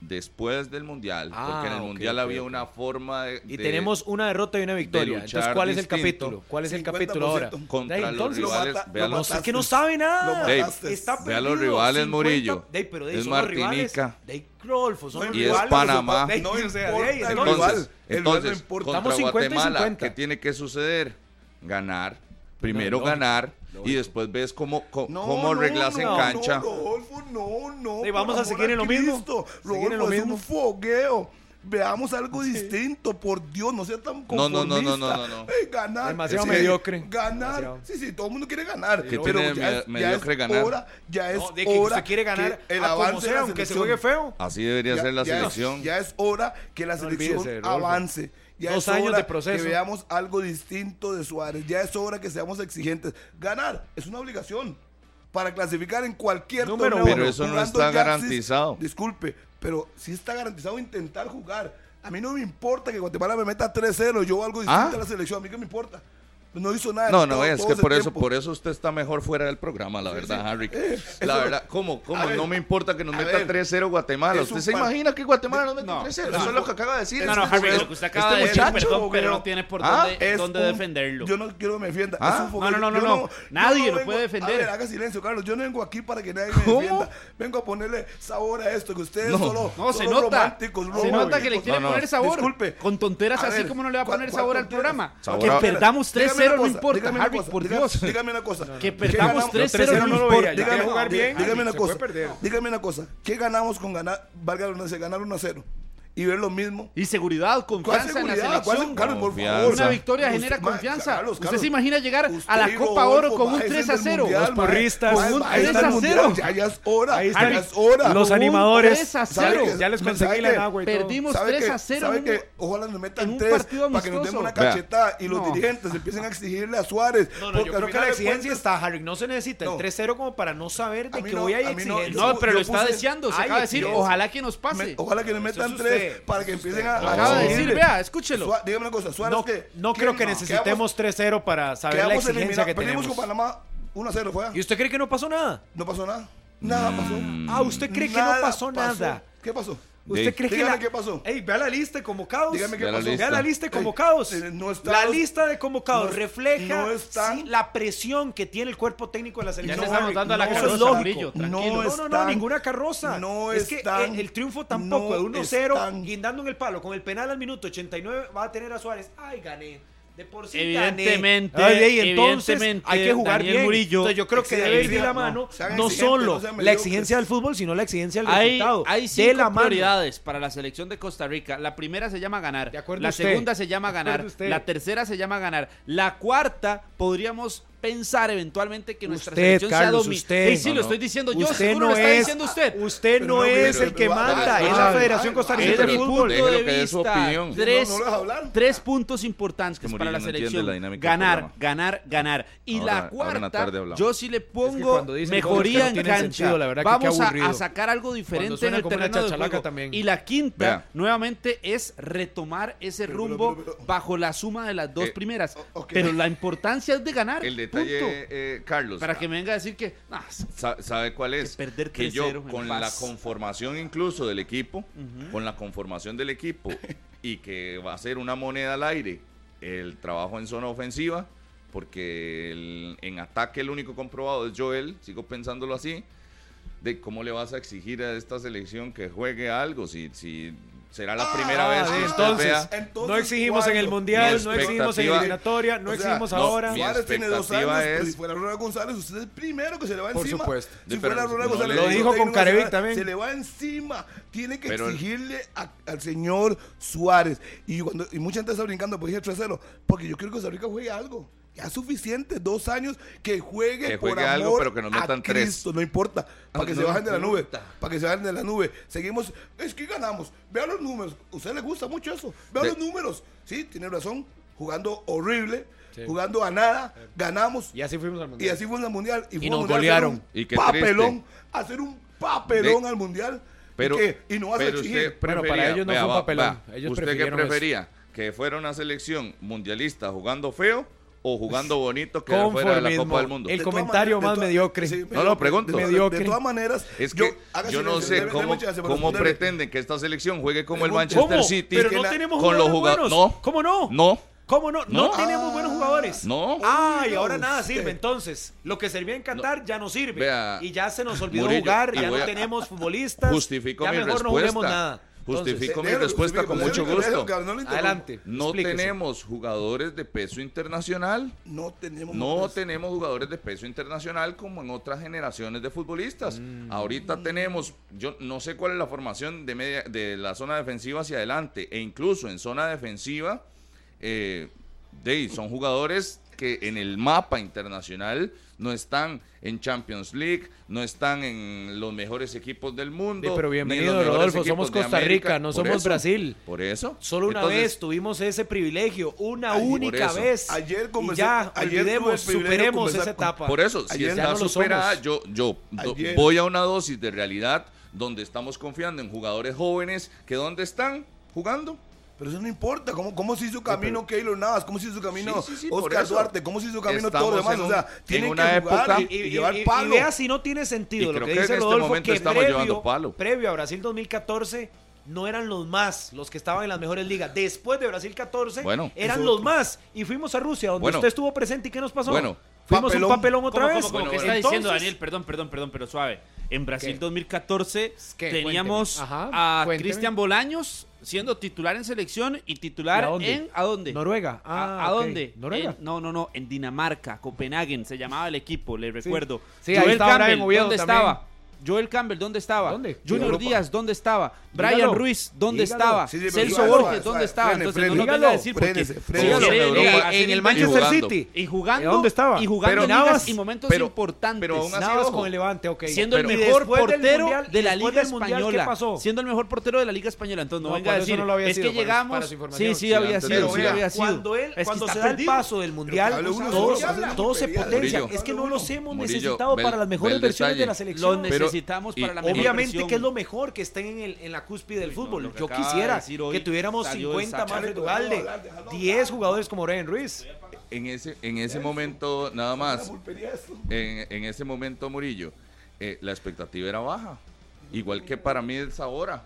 [SPEAKER 5] después del Mundial,
[SPEAKER 4] Ah,
[SPEAKER 5] porque en el
[SPEAKER 4] ok,
[SPEAKER 5] Mundial
[SPEAKER 4] ok,
[SPEAKER 5] había
[SPEAKER 4] ok.
[SPEAKER 5] una forma de...
[SPEAKER 4] Y
[SPEAKER 5] de-
[SPEAKER 4] tenemos una derrota y una victoria. Entonces,
[SPEAKER 5] luchar
[SPEAKER 4] ¿cuál es el
[SPEAKER 5] distinto
[SPEAKER 4] capítulo? ¿Cuál es el capítulo ahora?
[SPEAKER 2] 50%
[SPEAKER 5] Contra
[SPEAKER 4] Ey,
[SPEAKER 5] los
[SPEAKER 4] entonces,
[SPEAKER 2] lo
[SPEAKER 5] rivales,
[SPEAKER 2] mata-
[SPEAKER 5] vea
[SPEAKER 2] lo
[SPEAKER 5] los-
[SPEAKER 4] No,
[SPEAKER 2] mataste.
[SPEAKER 4] es que no sabe nada.
[SPEAKER 2] Lo mataste.
[SPEAKER 4] Está
[SPEAKER 5] Ve a los
[SPEAKER 4] perdido,
[SPEAKER 5] rivales,
[SPEAKER 4] 50.
[SPEAKER 5] Murillo.
[SPEAKER 4] Dey, pero dey,
[SPEAKER 5] Es
[SPEAKER 4] son los
[SPEAKER 5] Martinica.
[SPEAKER 4] rivales. Dey, Rodolfo, son
[SPEAKER 2] No,
[SPEAKER 4] los
[SPEAKER 5] y es
[SPEAKER 4] rivales.
[SPEAKER 5] Panamá.
[SPEAKER 4] Dey,
[SPEAKER 2] No
[SPEAKER 4] o sea,
[SPEAKER 2] importa
[SPEAKER 4] dey,
[SPEAKER 2] el
[SPEAKER 4] entonces,
[SPEAKER 2] rival.
[SPEAKER 5] Entonces,
[SPEAKER 2] el rival no
[SPEAKER 5] entonces
[SPEAKER 2] importa.
[SPEAKER 5] contra
[SPEAKER 4] Estamos 50 y
[SPEAKER 5] Guatemala,
[SPEAKER 4] 50.
[SPEAKER 5] ¿qué tiene que suceder? Ganar. Primero
[SPEAKER 4] lógico,
[SPEAKER 5] ganar y después ves cómo, co-
[SPEAKER 2] No,
[SPEAKER 5] cómo
[SPEAKER 2] no,
[SPEAKER 5] arreglas
[SPEAKER 2] no,
[SPEAKER 5] en
[SPEAKER 2] no,
[SPEAKER 5] cancha.
[SPEAKER 2] Rodolfo, no, no.
[SPEAKER 4] Sí, vamos
[SPEAKER 2] por
[SPEAKER 4] a seguir
[SPEAKER 2] amor
[SPEAKER 4] en lo mismo.
[SPEAKER 2] Cristo.
[SPEAKER 4] Seguir en
[SPEAKER 2] Rodolfo,
[SPEAKER 4] lo
[SPEAKER 2] es
[SPEAKER 4] mismo.
[SPEAKER 2] un fogueo. Veamos algo distinto, por Dios, no sea tan
[SPEAKER 5] No,
[SPEAKER 2] conformista.
[SPEAKER 5] no, no, no, no, no, no.
[SPEAKER 2] Eh, ganar.
[SPEAKER 4] Demasiado
[SPEAKER 2] sí,
[SPEAKER 4] mediocre.
[SPEAKER 2] Ganar.
[SPEAKER 4] Demasiado.
[SPEAKER 2] Sí, sí, todo el mundo quiere ganar.
[SPEAKER 5] ¿Qué
[SPEAKER 2] pero
[SPEAKER 5] tiene de
[SPEAKER 2] ya
[SPEAKER 5] me-
[SPEAKER 2] es,
[SPEAKER 5] mediocre
[SPEAKER 2] ya es
[SPEAKER 5] ganar?
[SPEAKER 2] hora, ya es
[SPEAKER 4] No, de que
[SPEAKER 2] hora
[SPEAKER 4] usted quiere ganar
[SPEAKER 2] que el
[SPEAKER 4] a como
[SPEAKER 2] avance de
[SPEAKER 4] sea,
[SPEAKER 2] la
[SPEAKER 4] aunque se
[SPEAKER 2] selección-
[SPEAKER 4] juega feo.
[SPEAKER 5] Así debería
[SPEAKER 2] ya-
[SPEAKER 5] ser la
[SPEAKER 2] ya es-
[SPEAKER 5] selección.
[SPEAKER 2] ya es hora que la
[SPEAKER 4] No
[SPEAKER 2] selección
[SPEAKER 4] olvídese, Rodolfo.
[SPEAKER 2] avance. Ya
[SPEAKER 4] Dos
[SPEAKER 2] es
[SPEAKER 4] años
[SPEAKER 2] hora
[SPEAKER 4] de proceso.
[SPEAKER 2] Que veamos algo distinto de Suárez. Ya es hora que seamos exigentes. Ganar es una obligación para clasificar en cualquier
[SPEAKER 4] Número
[SPEAKER 2] torneo.
[SPEAKER 4] uno.
[SPEAKER 5] Pero eso no
[SPEAKER 2] Jugando ya,
[SPEAKER 5] está
[SPEAKER 2] sí,
[SPEAKER 5] garantizado.
[SPEAKER 2] disculpe, pero sí está garantizado intentar jugar. A mí no me importa que Guatemala me meta 3-0. Yo hago distinto
[SPEAKER 5] ¿Ah?
[SPEAKER 2] a la selección. A mí que me importa. No hizo nada.
[SPEAKER 5] No,
[SPEAKER 2] en todo-
[SPEAKER 5] no, es
[SPEAKER 2] todo
[SPEAKER 5] que
[SPEAKER 2] ese
[SPEAKER 5] por eso,
[SPEAKER 2] tiempo.
[SPEAKER 5] por eso usted está mejor fuera del programa, la
[SPEAKER 2] *laughs*
[SPEAKER 5] verdad, Harry. La verdad, ¿cómo? ¿Cómo?
[SPEAKER 2] A
[SPEAKER 5] No
[SPEAKER 2] ver,
[SPEAKER 5] me importa que nos
[SPEAKER 2] a
[SPEAKER 5] meta
[SPEAKER 2] ver,
[SPEAKER 5] 3-0 Guatemala.
[SPEAKER 2] es
[SPEAKER 5] ¿Usted
[SPEAKER 2] un
[SPEAKER 5] se
[SPEAKER 2] par-
[SPEAKER 5] imagina que Guatemala nos meta
[SPEAKER 3] No,
[SPEAKER 5] 3-0?
[SPEAKER 3] no.
[SPEAKER 5] Eso es lo que acaba de decir.
[SPEAKER 3] No, no,
[SPEAKER 5] este
[SPEAKER 3] Harry,
[SPEAKER 5] muchacho.
[SPEAKER 3] lo que usted acaba de decir,
[SPEAKER 5] muchacho,
[SPEAKER 3] perdón, pero
[SPEAKER 2] creo-
[SPEAKER 3] no tiene por
[SPEAKER 5] Ah,
[SPEAKER 3] dónde,
[SPEAKER 2] es
[SPEAKER 3] dónde
[SPEAKER 2] un-
[SPEAKER 3] defenderlo.
[SPEAKER 2] Yo no quiero que me defienda.
[SPEAKER 5] Ah.
[SPEAKER 2] es un fogueo.
[SPEAKER 3] No, no, no,
[SPEAKER 2] Yo
[SPEAKER 3] no, no. Nadie
[SPEAKER 2] yo
[SPEAKER 3] lo puede defender.
[SPEAKER 2] A ver, haga silencio, Carlos. Yo no vengo aquí para que nadie
[SPEAKER 5] ¿Cómo?
[SPEAKER 2] me defienda. Vengo a ponerle sabor a esto, que ustedes
[SPEAKER 5] No.
[SPEAKER 2] solo,
[SPEAKER 3] No, se
[SPEAKER 2] solo
[SPEAKER 3] nota.
[SPEAKER 2] románticos,
[SPEAKER 3] se
[SPEAKER 2] románticos.
[SPEAKER 3] nota que le quieren
[SPEAKER 5] No, no,
[SPEAKER 3] poner sabor.
[SPEAKER 2] disculpe.
[SPEAKER 3] Con tonteras
[SPEAKER 2] A
[SPEAKER 3] así
[SPEAKER 2] ver,
[SPEAKER 3] como no le va a
[SPEAKER 2] ¿cuál-
[SPEAKER 3] poner
[SPEAKER 2] cuál
[SPEAKER 3] sabor al
[SPEAKER 2] tonteras?
[SPEAKER 3] programa.
[SPEAKER 5] Sabor
[SPEAKER 3] que
[SPEAKER 5] a-
[SPEAKER 3] perdamos
[SPEAKER 2] Dígame una
[SPEAKER 3] 3-0 no
[SPEAKER 2] cosa,
[SPEAKER 3] importa,
[SPEAKER 2] dígame una
[SPEAKER 3] Harry,
[SPEAKER 2] cosa,
[SPEAKER 3] por
[SPEAKER 2] dígame-
[SPEAKER 3] Dios.
[SPEAKER 2] Dígame una cosa.
[SPEAKER 3] Que
[SPEAKER 2] ¿Qué
[SPEAKER 3] perdamos
[SPEAKER 2] ganamos?
[SPEAKER 3] 3-0
[SPEAKER 2] 3-0
[SPEAKER 3] no
[SPEAKER 2] lo
[SPEAKER 3] importa.
[SPEAKER 2] veía,
[SPEAKER 3] Dígame-
[SPEAKER 2] quería
[SPEAKER 3] jugar
[SPEAKER 4] bien,
[SPEAKER 2] Dígame una
[SPEAKER 4] se puede
[SPEAKER 2] cosa.
[SPEAKER 4] perder.
[SPEAKER 2] Dígame una cosa. ¿Qué ganamos con ganar, valga la redundancia, ganar 1-0 y ver lo mismo?
[SPEAKER 3] Y
[SPEAKER 2] ¿Cuál
[SPEAKER 3] seguridad, confianza en la
[SPEAKER 2] seguridad? ¿Cuál
[SPEAKER 3] selección.
[SPEAKER 2] Carlos, por
[SPEAKER 5] Confianza.
[SPEAKER 2] favor?
[SPEAKER 3] Una victoria
[SPEAKER 2] Usted-
[SPEAKER 3] genera
[SPEAKER 2] ma-
[SPEAKER 3] confianza.
[SPEAKER 2] Carlos,
[SPEAKER 3] ¿Usted
[SPEAKER 2] Carlos,
[SPEAKER 3] se imagina llegar a
[SPEAKER 2] usted
[SPEAKER 3] la
[SPEAKER 2] y
[SPEAKER 3] Copa
[SPEAKER 2] Rodolfo
[SPEAKER 3] Oro con un
[SPEAKER 2] Baez en el
[SPEAKER 3] 3 a 0?
[SPEAKER 2] Mundial,
[SPEAKER 4] Los
[SPEAKER 2] ma-
[SPEAKER 4] porristas.
[SPEAKER 2] Con un
[SPEAKER 4] Ahí
[SPEAKER 2] 3
[SPEAKER 4] está el
[SPEAKER 2] a 0.
[SPEAKER 3] Mundial.
[SPEAKER 2] Ya, ya es hora.
[SPEAKER 4] Ahí está.
[SPEAKER 2] Ya es hora.
[SPEAKER 4] Los
[SPEAKER 3] Con un
[SPEAKER 4] animadores.
[SPEAKER 3] 3 a
[SPEAKER 2] ¿Sabe
[SPEAKER 3] 0.
[SPEAKER 2] qué?
[SPEAKER 4] Ya les
[SPEAKER 2] ¿Sabe
[SPEAKER 4] conseguí la
[SPEAKER 2] qué?
[SPEAKER 4] enagua y todo.
[SPEAKER 3] Perdimos
[SPEAKER 2] ¿Sabe
[SPEAKER 3] 3
[SPEAKER 2] qué?
[SPEAKER 3] a 0.
[SPEAKER 2] ¿Sabe
[SPEAKER 3] en
[SPEAKER 2] que
[SPEAKER 3] un-
[SPEAKER 2] Ojalá nos
[SPEAKER 3] en
[SPEAKER 2] metan
[SPEAKER 3] un
[SPEAKER 2] tres
[SPEAKER 3] partido
[SPEAKER 2] para que nos den
[SPEAKER 3] amistoso.
[SPEAKER 2] una
[SPEAKER 5] Vea.
[SPEAKER 2] cachetada y los
[SPEAKER 3] No.
[SPEAKER 2] dirigentes empiecen a exigirle a Suárez.
[SPEAKER 4] No, no, yo
[SPEAKER 2] al
[SPEAKER 4] creo que
[SPEAKER 2] final
[SPEAKER 4] la
[SPEAKER 2] de
[SPEAKER 4] exigencia
[SPEAKER 2] cuentas-
[SPEAKER 4] está, Harry. No se necesita
[SPEAKER 2] No.
[SPEAKER 4] el 3-0 como para no saber de
[SPEAKER 2] A mí
[SPEAKER 4] que
[SPEAKER 2] no,
[SPEAKER 4] hoy hay
[SPEAKER 2] a mí no,
[SPEAKER 4] exigencia.
[SPEAKER 2] yo-
[SPEAKER 3] No, pero lo
[SPEAKER 2] yo
[SPEAKER 3] está
[SPEAKER 2] puse-
[SPEAKER 3] deseando. Se
[SPEAKER 4] Ay,
[SPEAKER 3] acaba de decir,
[SPEAKER 4] Dios.
[SPEAKER 3] ojalá que nos
[SPEAKER 2] Me-
[SPEAKER 3] pase.
[SPEAKER 2] ojalá que nos metan
[SPEAKER 4] es
[SPEAKER 2] tres
[SPEAKER 4] usted.
[SPEAKER 2] para que empiecen a.
[SPEAKER 3] Acaba de
[SPEAKER 2] exigirle.
[SPEAKER 3] decir, vea, escúchelo.
[SPEAKER 2] Sua- Dígame una cosa, Suárez.
[SPEAKER 4] No,
[SPEAKER 2] ¿qué?
[SPEAKER 4] no
[SPEAKER 2] ¿Qué?
[SPEAKER 4] creo que
[SPEAKER 2] Quedamos-
[SPEAKER 4] necesitemos 3-0 para saber la
[SPEAKER 2] quedamos
[SPEAKER 4] exigencia
[SPEAKER 2] eliminados.
[SPEAKER 4] que
[SPEAKER 2] Perdimos
[SPEAKER 4] tenemos.
[SPEAKER 2] con Panamá 1-0, fue.
[SPEAKER 4] ¿Y usted cree que no pasó nada?
[SPEAKER 2] No pasó nada. Nada pasó.
[SPEAKER 4] Ah, ¿usted cree que no
[SPEAKER 2] Nada
[SPEAKER 4] pasó nada?
[SPEAKER 2] ¿Qué pasó?
[SPEAKER 5] Dey.
[SPEAKER 4] ¿Usted cree que
[SPEAKER 2] Dígame
[SPEAKER 4] la...
[SPEAKER 2] qué pasó.
[SPEAKER 4] Ey, vea la lista de convocados.
[SPEAKER 2] Dígame qué
[SPEAKER 5] Vea la
[SPEAKER 2] pasó.
[SPEAKER 5] lista.
[SPEAKER 4] Vea la lista de
[SPEAKER 2] Ey,
[SPEAKER 4] convocados.
[SPEAKER 2] eh, no está-
[SPEAKER 4] la lista de convocados
[SPEAKER 2] no es-
[SPEAKER 4] refleja
[SPEAKER 2] no están-
[SPEAKER 4] sí, la presión que tiene el cuerpo técnico de la selección.
[SPEAKER 2] se está notando a la
[SPEAKER 4] eso es
[SPEAKER 2] carroza,
[SPEAKER 4] lógico.
[SPEAKER 3] Murillo, tranquilo.
[SPEAKER 4] No,
[SPEAKER 2] No
[SPEAKER 4] no, no,
[SPEAKER 2] están-
[SPEAKER 4] ninguna carroza.
[SPEAKER 2] no
[SPEAKER 4] es que
[SPEAKER 2] están-
[SPEAKER 4] el, el triunfo tampoco
[SPEAKER 2] no
[SPEAKER 4] de 1-0,
[SPEAKER 2] están.
[SPEAKER 4] guindando en el palo, con el penal al minuto 89 va a tener a Suárez. Ay, gané. De por sí
[SPEAKER 3] Evidentemente,
[SPEAKER 4] gané. Ay, ey, entonces
[SPEAKER 3] evidentemente,
[SPEAKER 4] hay que jugar
[SPEAKER 3] Daniel
[SPEAKER 4] bien.
[SPEAKER 3] Murillo
[SPEAKER 4] Entonces, yo creo que
[SPEAKER 2] exige-
[SPEAKER 4] debe ir de la
[SPEAKER 2] no,
[SPEAKER 4] mano,
[SPEAKER 2] sean
[SPEAKER 4] no
[SPEAKER 2] exigentes,
[SPEAKER 4] solo
[SPEAKER 2] no sean
[SPEAKER 4] la
[SPEAKER 2] mediocres.
[SPEAKER 4] exigencia del fútbol, sino la exigencia del
[SPEAKER 3] Hay,
[SPEAKER 4] resultado.
[SPEAKER 3] hay
[SPEAKER 4] de la
[SPEAKER 3] cinco
[SPEAKER 4] mano.
[SPEAKER 3] prioridades para la selección de Costa Rica. La primera se llama ganar.
[SPEAKER 4] De acuerdo
[SPEAKER 3] la
[SPEAKER 4] usted.
[SPEAKER 3] segunda se llama
[SPEAKER 4] De acuerdo
[SPEAKER 3] ganar.
[SPEAKER 4] usted.
[SPEAKER 3] La tercera se llama ganar. La cuarta podríamos pensar eventualmente que nuestra
[SPEAKER 4] Usted,
[SPEAKER 3] selección
[SPEAKER 4] Carlos,
[SPEAKER 3] sea domi-
[SPEAKER 4] usted.
[SPEAKER 3] Ey, sí,
[SPEAKER 5] No,
[SPEAKER 3] lo
[SPEAKER 5] no.
[SPEAKER 3] estoy diciendo yo,
[SPEAKER 4] Usted
[SPEAKER 3] seguro
[SPEAKER 4] no
[SPEAKER 3] lo está
[SPEAKER 4] es-
[SPEAKER 3] diciendo usted.
[SPEAKER 4] Usted
[SPEAKER 2] Pero
[SPEAKER 4] no
[SPEAKER 2] no,
[SPEAKER 4] es
[SPEAKER 2] pero-
[SPEAKER 4] el que
[SPEAKER 2] pero-
[SPEAKER 4] manda,
[SPEAKER 2] pero-
[SPEAKER 4] es la
[SPEAKER 2] pero-
[SPEAKER 4] Federación
[SPEAKER 2] pero-
[SPEAKER 4] Costarricense
[SPEAKER 3] Desde
[SPEAKER 4] de
[SPEAKER 5] pero-
[SPEAKER 3] mi
[SPEAKER 4] Fútbol.
[SPEAKER 5] déjelo
[SPEAKER 3] punto de
[SPEAKER 5] que dé su
[SPEAKER 3] vista,
[SPEAKER 5] opinión.
[SPEAKER 3] tres,
[SPEAKER 2] No, no lo deja hablar.
[SPEAKER 3] tres puntos importantes
[SPEAKER 5] que Murillo
[SPEAKER 3] para la
[SPEAKER 5] no entiende
[SPEAKER 3] selección.
[SPEAKER 5] la dinámica del
[SPEAKER 3] ganar,
[SPEAKER 5] programa.
[SPEAKER 3] ganar, ganar. Y
[SPEAKER 5] Ahora-
[SPEAKER 3] la
[SPEAKER 5] ahora en la
[SPEAKER 3] cuarta,
[SPEAKER 5] tarde hablamos.
[SPEAKER 3] yo sí le pongo
[SPEAKER 4] cuando dicen
[SPEAKER 3] mejoría
[SPEAKER 4] cosas que no
[SPEAKER 3] en
[SPEAKER 4] tienen
[SPEAKER 3] cancha.
[SPEAKER 4] sentido, la verdad que qué
[SPEAKER 3] Vamos a- a,
[SPEAKER 4] aburrido.
[SPEAKER 3] sacar algo diferente en
[SPEAKER 4] suena
[SPEAKER 3] el
[SPEAKER 4] como una
[SPEAKER 3] terreno de
[SPEAKER 4] chachalaca
[SPEAKER 3] juego.
[SPEAKER 4] también.
[SPEAKER 3] Y la quinta,
[SPEAKER 5] Vea.
[SPEAKER 3] nuevamente, es retomar ese
[SPEAKER 2] Pero,
[SPEAKER 3] rumbo
[SPEAKER 2] pero, pero, pero.
[SPEAKER 3] bajo la suma de las dos
[SPEAKER 5] Eh,
[SPEAKER 3] primeras.
[SPEAKER 2] o- ok.
[SPEAKER 3] Pero la importancia es de ganar.
[SPEAKER 5] El
[SPEAKER 3] punto.
[SPEAKER 5] detalle, eh, Carlos.
[SPEAKER 3] Para que me venga a decir que... ah,
[SPEAKER 5] Sa- ¿Sabe cuál es?
[SPEAKER 3] Que perder
[SPEAKER 5] que
[SPEAKER 3] 3-0
[SPEAKER 5] yo,
[SPEAKER 3] en
[SPEAKER 5] con
[SPEAKER 3] paz.
[SPEAKER 5] la conformación incluso del equipo, con la conformación del equipo y que va a ser una moneda al aire el trabajo en zona ofensiva, porque el- en ataque el único comprobado es Joel, sigo pensándolo así, de cómo le vas a exigir a esta selección que juegue algo si, si será la primera vez que usted
[SPEAKER 4] entonces,
[SPEAKER 5] vea.
[SPEAKER 2] Ah, Entonces,
[SPEAKER 4] no exigimos en el
[SPEAKER 2] ¿cuándo?
[SPEAKER 4] Mundial,
[SPEAKER 5] Mi
[SPEAKER 4] no exigimos en
[SPEAKER 5] expectativa-
[SPEAKER 4] eliminatoria, no
[SPEAKER 2] O sea,
[SPEAKER 4] exigimos
[SPEAKER 5] no,
[SPEAKER 4] ahora.
[SPEAKER 5] mi
[SPEAKER 2] Suárez tiene dos
[SPEAKER 5] expectativa
[SPEAKER 2] años, pero
[SPEAKER 5] es-
[SPEAKER 2] si fuera Ronald González, usted es el primero que se le va
[SPEAKER 6] Por
[SPEAKER 2] encima.
[SPEAKER 6] supuesto.
[SPEAKER 2] Si
[SPEAKER 5] Sí,
[SPEAKER 2] fuera
[SPEAKER 5] pero
[SPEAKER 2] Ronald
[SPEAKER 5] no
[SPEAKER 2] González,
[SPEAKER 5] le- Lo
[SPEAKER 2] el
[SPEAKER 4] dijo con
[SPEAKER 2] técnico nacional,
[SPEAKER 4] Carevic también.
[SPEAKER 2] Se le va encima. Tiene que
[SPEAKER 5] Pero-
[SPEAKER 2] exigirle a- al señor Suárez. Y, cuando, y mucha gente está brincando, pues dije 3-0, porque yo quiero que Costa Rica juegue algo. Ya es suficiente, dos años que juegue,
[SPEAKER 5] Que
[SPEAKER 2] por
[SPEAKER 5] juegue algo,
[SPEAKER 2] amor
[SPEAKER 5] pero que nos metan
[SPEAKER 2] a
[SPEAKER 5] tres.
[SPEAKER 2] Cristo, no importa, para que
[SPEAKER 5] no
[SPEAKER 2] se bajen de la nube,
[SPEAKER 5] importa.
[SPEAKER 2] para que se bajen de la nube. Seguimos, es que ganamos. Vean los números, a usted le gusta mucho eso. Vean
[SPEAKER 5] De-
[SPEAKER 2] los números, sí, tiene razón, jugando horrible, jugando a nada, ganamos
[SPEAKER 4] Y así fuimos al
[SPEAKER 2] y
[SPEAKER 4] Mundial.
[SPEAKER 2] así fue en el mundial. Y, fue
[SPEAKER 4] nos
[SPEAKER 2] un mundial
[SPEAKER 4] golearon.
[SPEAKER 2] hacer un
[SPEAKER 5] Y qué
[SPEAKER 2] papelón,
[SPEAKER 5] triste.
[SPEAKER 2] hacer un papelón
[SPEAKER 5] De-
[SPEAKER 2] al mundial.
[SPEAKER 5] Pero,
[SPEAKER 2] y, que- y no vas a
[SPEAKER 5] pero
[SPEAKER 2] exigir.
[SPEAKER 5] usted
[SPEAKER 4] Bueno,
[SPEAKER 5] prefería,
[SPEAKER 4] para ellos no
[SPEAKER 5] vea,
[SPEAKER 4] fue un
[SPEAKER 5] va,
[SPEAKER 4] papelón,
[SPEAKER 5] va,
[SPEAKER 4] ellos
[SPEAKER 5] ¿Usted qué
[SPEAKER 4] prefirieron eso.
[SPEAKER 5] prefería? ¿Que fuera una selección mundialista jugando feo o jugando bonito que fuera de la
[SPEAKER 4] Pues, Conformismo.
[SPEAKER 5] Copa del Mundo?
[SPEAKER 4] El
[SPEAKER 2] De
[SPEAKER 4] comentario
[SPEAKER 2] todas
[SPEAKER 4] más
[SPEAKER 2] maneras-
[SPEAKER 4] mediocre.
[SPEAKER 2] sí,
[SPEAKER 4] No,
[SPEAKER 5] lo pregunto.
[SPEAKER 2] De, de-
[SPEAKER 4] Mediocre.
[SPEAKER 2] de todas maneras,
[SPEAKER 5] Es que yo,
[SPEAKER 2] haga
[SPEAKER 5] no
[SPEAKER 2] silencio,
[SPEAKER 5] sé
[SPEAKER 2] deme-
[SPEAKER 5] cómo,
[SPEAKER 2] deme chance, por
[SPEAKER 5] cómo
[SPEAKER 2] favor, deme-
[SPEAKER 5] pretenden que esta selección juegue como el
[SPEAKER 2] ¿Cómo?
[SPEAKER 5] Manchester
[SPEAKER 4] ¿Cómo?
[SPEAKER 5] City
[SPEAKER 4] Pero
[SPEAKER 5] que
[SPEAKER 4] no
[SPEAKER 5] la-
[SPEAKER 4] tenemos
[SPEAKER 5] con los
[SPEAKER 4] jugadores
[SPEAKER 5] jugadores.
[SPEAKER 4] buenos.
[SPEAKER 5] No,
[SPEAKER 4] ¿Cómo no?
[SPEAKER 5] No,
[SPEAKER 4] ¿Cómo no? No,
[SPEAKER 5] No. Ah,
[SPEAKER 4] tenemos buenos jugadores.
[SPEAKER 5] no.
[SPEAKER 4] Ay,
[SPEAKER 2] Oiga
[SPEAKER 4] ahora nada
[SPEAKER 2] usted.
[SPEAKER 4] sirve. Entonces, lo que servía en Qatar ya no sirve.
[SPEAKER 5] Vea,
[SPEAKER 4] y ya se nos olvidó
[SPEAKER 5] Murillo,
[SPEAKER 4] jugar,
[SPEAKER 5] y
[SPEAKER 4] ya
[SPEAKER 5] voy
[SPEAKER 4] no
[SPEAKER 5] a-
[SPEAKER 4] tenemos futbolistas.
[SPEAKER 5] Justifico
[SPEAKER 4] ya
[SPEAKER 5] mi
[SPEAKER 4] mejor no
[SPEAKER 5] respuesta.
[SPEAKER 4] juguemos nada. Entonces,
[SPEAKER 5] Justifico mi
[SPEAKER 2] Déjelo,
[SPEAKER 5] respuesta
[SPEAKER 2] déjelo,
[SPEAKER 5] con
[SPEAKER 2] déjelo,
[SPEAKER 5] mucho
[SPEAKER 2] déjelo,
[SPEAKER 5] gusto. Ah.
[SPEAKER 2] que no lo interrumpa.
[SPEAKER 4] adelante.
[SPEAKER 5] No
[SPEAKER 4] explíquese.
[SPEAKER 5] tenemos jugadores de peso internacional.
[SPEAKER 2] No tenemos.
[SPEAKER 5] No tenemos jugadores de peso internacional como en otras generaciones de futbolistas.
[SPEAKER 4] Mm.
[SPEAKER 5] Ahorita tenemos, yo no sé cuál es la formación de, media, de la zona defensiva hacia adelante, e incluso en zona defensiva, eh, de, ahí, son jugadores que en el mapa internacional no están en Champions League, no están en los mejores equipos del mundo.
[SPEAKER 4] Sí, pero
[SPEAKER 5] ni en los
[SPEAKER 4] bienvenido,
[SPEAKER 5] mejores
[SPEAKER 4] Rodolfo,
[SPEAKER 5] equipos
[SPEAKER 4] somos
[SPEAKER 5] de
[SPEAKER 4] Costa
[SPEAKER 5] América.
[SPEAKER 4] Rica, no
[SPEAKER 5] Por
[SPEAKER 4] somos
[SPEAKER 5] eso,
[SPEAKER 4] Brasil.
[SPEAKER 5] Por eso.
[SPEAKER 4] Solo una
[SPEAKER 5] Entonces,
[SPEAKER 4] vez tuvimos ese privilegio, una
[SPEAKER 2] Ay, por
[SPEAKER 4] única
[SPEAKER 5] eso.
[SPEAKER 4] vez.
[SPEAKER 2] Ayer
[SPEAKER 4] Y
[SPEAKER 2] conversé-
[SPEAKER 4] ya,
[SPEAKER 2] ayer tuve
[SPEAKER 4] olvidemos,
[SPEAKER 2] el privilegio de
[SPEAKER 4] superemos
[SPEAKER 2] conversar
[SPEAKER 4] esa
[SPEAKER 2] con-
[SPEAKER 4] etapa.
[SPEAKER 5] Por eso, si
[SPEAKER 2] Ayer
[SPEAKER 5] está
[SPEAKER 4] ya no lo
[SPEAKER 5] superada,
[SPEAKER 4] somos.
[SPEAKER 5] yo, yo do-
[SPEAKER 2] Ayer.
[SPEAKER 5] voy a una dosis de realidad donde estamos confiando en jugadores jóvenes que dónde están jugando.
[SPEAKER 2] Pero eso no importa. ¿Cómo, cómo se hizo camino Keylor Navas? ¿Cómo se hizo camino
[SPEAKER 5] Sí, sí, sí, por
[SPEAKER 2] Oscar
[SPEAKER 5] eso.
[SPEAKER 2] Duarte? ¿Cómo se hizo camino todo
[SPEAKER 5] Estamos
[SPEAKER 2] lo demás?
[SPEAKER 5] en
[SPEAKER 2] O
[SPEAKER 5] un-
[SPEAKER 2] sea,
[SPEAKER 5] en
[SPEAKER 2] tienen
[SPEAKER 5] una
[SPEAKER 2] que jugar
[SPEAKER 5] época-
[SPEAKER 2] y, y llevar
[SPEAKER 4] Ah, y- y
[SPEAKER 2] palo.
[SPEAKER 4] vea si no tiene sentido lo
[SPEAKER 5] Y creo
[SPEAKER 4] que
[SPEAKER 5] que
[SPEAKER 4] dice
[SPEAKER 5] en este
[SPEAKER 4] Rodolfo,
[SPEAKER 5] momento
[SPEAKER 4] que
[SPEAKER 5] estamos
[SPEAKER 4] previo,
[SPEAKER 5] llevando palo.
[SPEAKER 4] previo a Brasil 2014 no eran los más los que estaban en las mejores ligas. Después de Brasil 14
[SPEAKER 5] Bueno.
[SPEAKER 4] eran
[SPEAKER 2] Eso-
[SPEAKER 4] los más y fuimos a Rusia donde
[SPEAKER 5] Bueno.
[SPEAKER 4] usted estuvo presente y qué nos pasó.
[SPEAKER 5] Bueno.
[SPEAKER 4] fuimos
[SPEAKER 2] Papelón.
[SPEAKER 4] un papelón otra
[SPEAKER 3] ¿Cómo,
[SPEAKER 4] vez.
[SPEAKER 3] cómo, cómo?
[SPEAKER 5] Bueno,
[SPEAKER 3] ¿Qué
[SPEAKER 5] bueno.
[SPEAKER 3] está diciendo
[SPEAKER 4] Entonces-
[SPEAKER 3] Daniel? Perdón, perdón, perdón, pero suave. En Brasil
[SPEAKER 6] ¿Qué?
[SPEAKER 3] 2014
[SPEAKER 6] ¿Qué?
[SPEAKER 3] teníamos
[SPEAKER 6] Cuénteme. Ajá,
[SPEAKER 3] a
[SPEAKER 6] cuénteme.
[SPEAKER 3] Cristian Bolaños siendo titular en selección y titular
[SPEAKER 4] ¿Y a dónde?
[SPEAKER 3] en ¿a dónde?
[SPEAKER 4] Noruega. Ah,
[SPEAKER 3] ¿A, a
[SPEAKER 4] ok.
[SPEAKER 3] dónde?
[SPEAKER 4] Noruega.
[SPEAKER 3] En- no, no, no, en Dinamarca, Copenhagen, se llamaba el equipo, le recuerdo.
[SPEAKER 6] Sí, ahí estaba Brian Oviedo
[SPEAKER 3] ¿dónde
[SPEAKER 6] también.
[SPEAKER 3] estaba? Joel Campbell, ¿dónde estaba?
[SPEAKER 6] ¿Dónde?
[SPEAKER 3] Junior
[SPEAKER 6] Europa.
[SPEAKER 3] Díaz, ¿dónde estaba? Brian
[SPEAKER 4] Dígalo.
[SPEAKER 3] Ruiz, ¿dónde
[SPEAKER 4] Dígalo.
[SPEAKER 3] estaba?
[SPEAKER 2] Sí, sí, pero
[SPEAKER 3] Celso
[SPEAKER 2] dígalo,
[SPEAKER 3] Borges,
[SPEAKER 2] suave,
[SPEAKER 3] ¿dónde
[SPEAKER 2] suave,
[SPEAKER 3] estaba?
[SPEAKER 2] frene,
[SPEAKER 3] Entonces
[SPEAKER 2] frene.
[SPEAKER 3] no nos venga a
[SPEAKER 4] Dígalo,
[SPEAKER 3] decir porque
[SPEAKER 2] frénese,
[SPEAKER 3] si
[SPEAKER 2] frénese.
[SPEAKER 3] quiere
[SPEAKER 5] Todos en
[SPEAKER 3] venir a
[SPEAKER 5] Europa.
[SPEAKER 3] hacer
[SPEAKER 4] en el
[SPEAKER 3] inventario-
[SPEAKER 4] Manchester
[SPEAKER 5] Y jugando.
[SPEAKER 4] City.
[SPEAKER 3] y jugando.
[SPEAKER 4] ¿Eh, dónde estaba?
[SPEAKER 3] Y jugando
[SPEAKER 5] Pero-
[SPEAKER 3] en ligas
[SPEAKER 4] Navas.
[SPEAKER 3] y momentos
[SPEAKER 5] Pero-
[SPEAKER 3] importantes.
[SPEAKER 5] pero aún así,
[SPEAKER 4] Navas
[SPEAKER 5] ojo.
[SPEAKER 4] con el Levante, ok.
[SPEAKER 3] siendo el
[SPEAKER 5] pero-
[SPEAKER 3] mejor
[SPEAKER 4] Después del
[SPEAKER 3] portero
[SPEAKER 4] Mundial-
[SPEAKER 3] de la
[SPEAKER 4] después
[SPEAKER 3] Liga
[SPEAKER 4] del Mundial,
[SPEAKER 3] Española.
[SPEAKER 4] ¿qué pasó?
[SPEAKER 3] Siendo el mejor portero de la Liga Española. Entonces no,
[SPEAKER 4] No,
[SPEAKER 3] venga a
[SPEAKER 4] por eso
[SPEAKER 3] decir.
[SPEAKER 4] no lo había
[SPEAKER 3] es
[SPEAKER 4] sido,
[SPEAKER 3] que
[SPEAKER 4] para-
[SPEAKER 3] llegamos.
[SPEAKER 6] para su información.
[SPEAKER 3] Sí, sí, había
[SPEAKER 5] Sí,
[SPEAKER 3] sido.
[SPEAKER 5] antes
[SPEAKER 3] Sí,
[SPEAKER 5] de-
[SPEAKER 3] había sido.
[SPEAKER 4] Cuando él,
[SPEAKER 3] Es que
[SPEAKER 4] cuando
[SPEAKER 3] está
[SPEAKER 4] se da el
[SPEAKER 3] perdido.
[SPEAKER 4] paso del mundial, pues,
[SPEAKER 2] hable uno,
[SPEAKER 4] todos,
[SPEAKER 2] Murillo, hable.
[SPEAKER 4] todos se
[SPEAKER 2] Murillo,
[SPEAKER 4] potencian.
[SPEAKER 5] Murillo,
[SPEAKER 4] Es que no los hemos
[SPEAKER 5] Murillo,
[SPEAKER 4] necesitado
[SPEAKER 5] ve el-
[SPEAKER 4] para las
[SPEAKER 5] ve
[SPEAKER 4] mejores
[SPEAKER 5] el
[SPEAKER 4] versiones de
[SPEAKER 5] detalle.
[SPEAKER 4] la
[SPEAKER 3] Los
[SPEAKER 4] selección.
[SPEAKER 5] Pero-
[SPEAKER 3] necesitamos
[SPEAKER 5] y
[SPEAKER 3] para la mejor
[SPEAKER 4] Obviamente
[SPEAKER 3] versión.
[SPEAKER 4] que es lo mejor que estén en, el- en la cúspide del fútbol.
[SPEAKER 3] lo que
[SPEAKER 4] Yo
[SPEAKER 3] acaba de
[SPEAKER 4] quisiera
[SPEAKER 3] decir hoy
[SPEAKER 4] que tuviéramos
[SPEAKER 3] salió
[SPEAKER 4] 50 más
[SPEAKER 3] exactamente.
[SPEAKER 4] de Dugalde,
[SPEAKER 2] Déjalo hablar, déjalo
[SPEAKER 4] 10 jugadores como Brian Ruiz.
[SPEAKER 5] En ese, en ese momento, nada más,
[SPEAKER 2] Pulpería esto.
[SPEAKER 5] en, en ese momento, Murillo, eh, la expectativa era baja. Igual que para mí es ahora.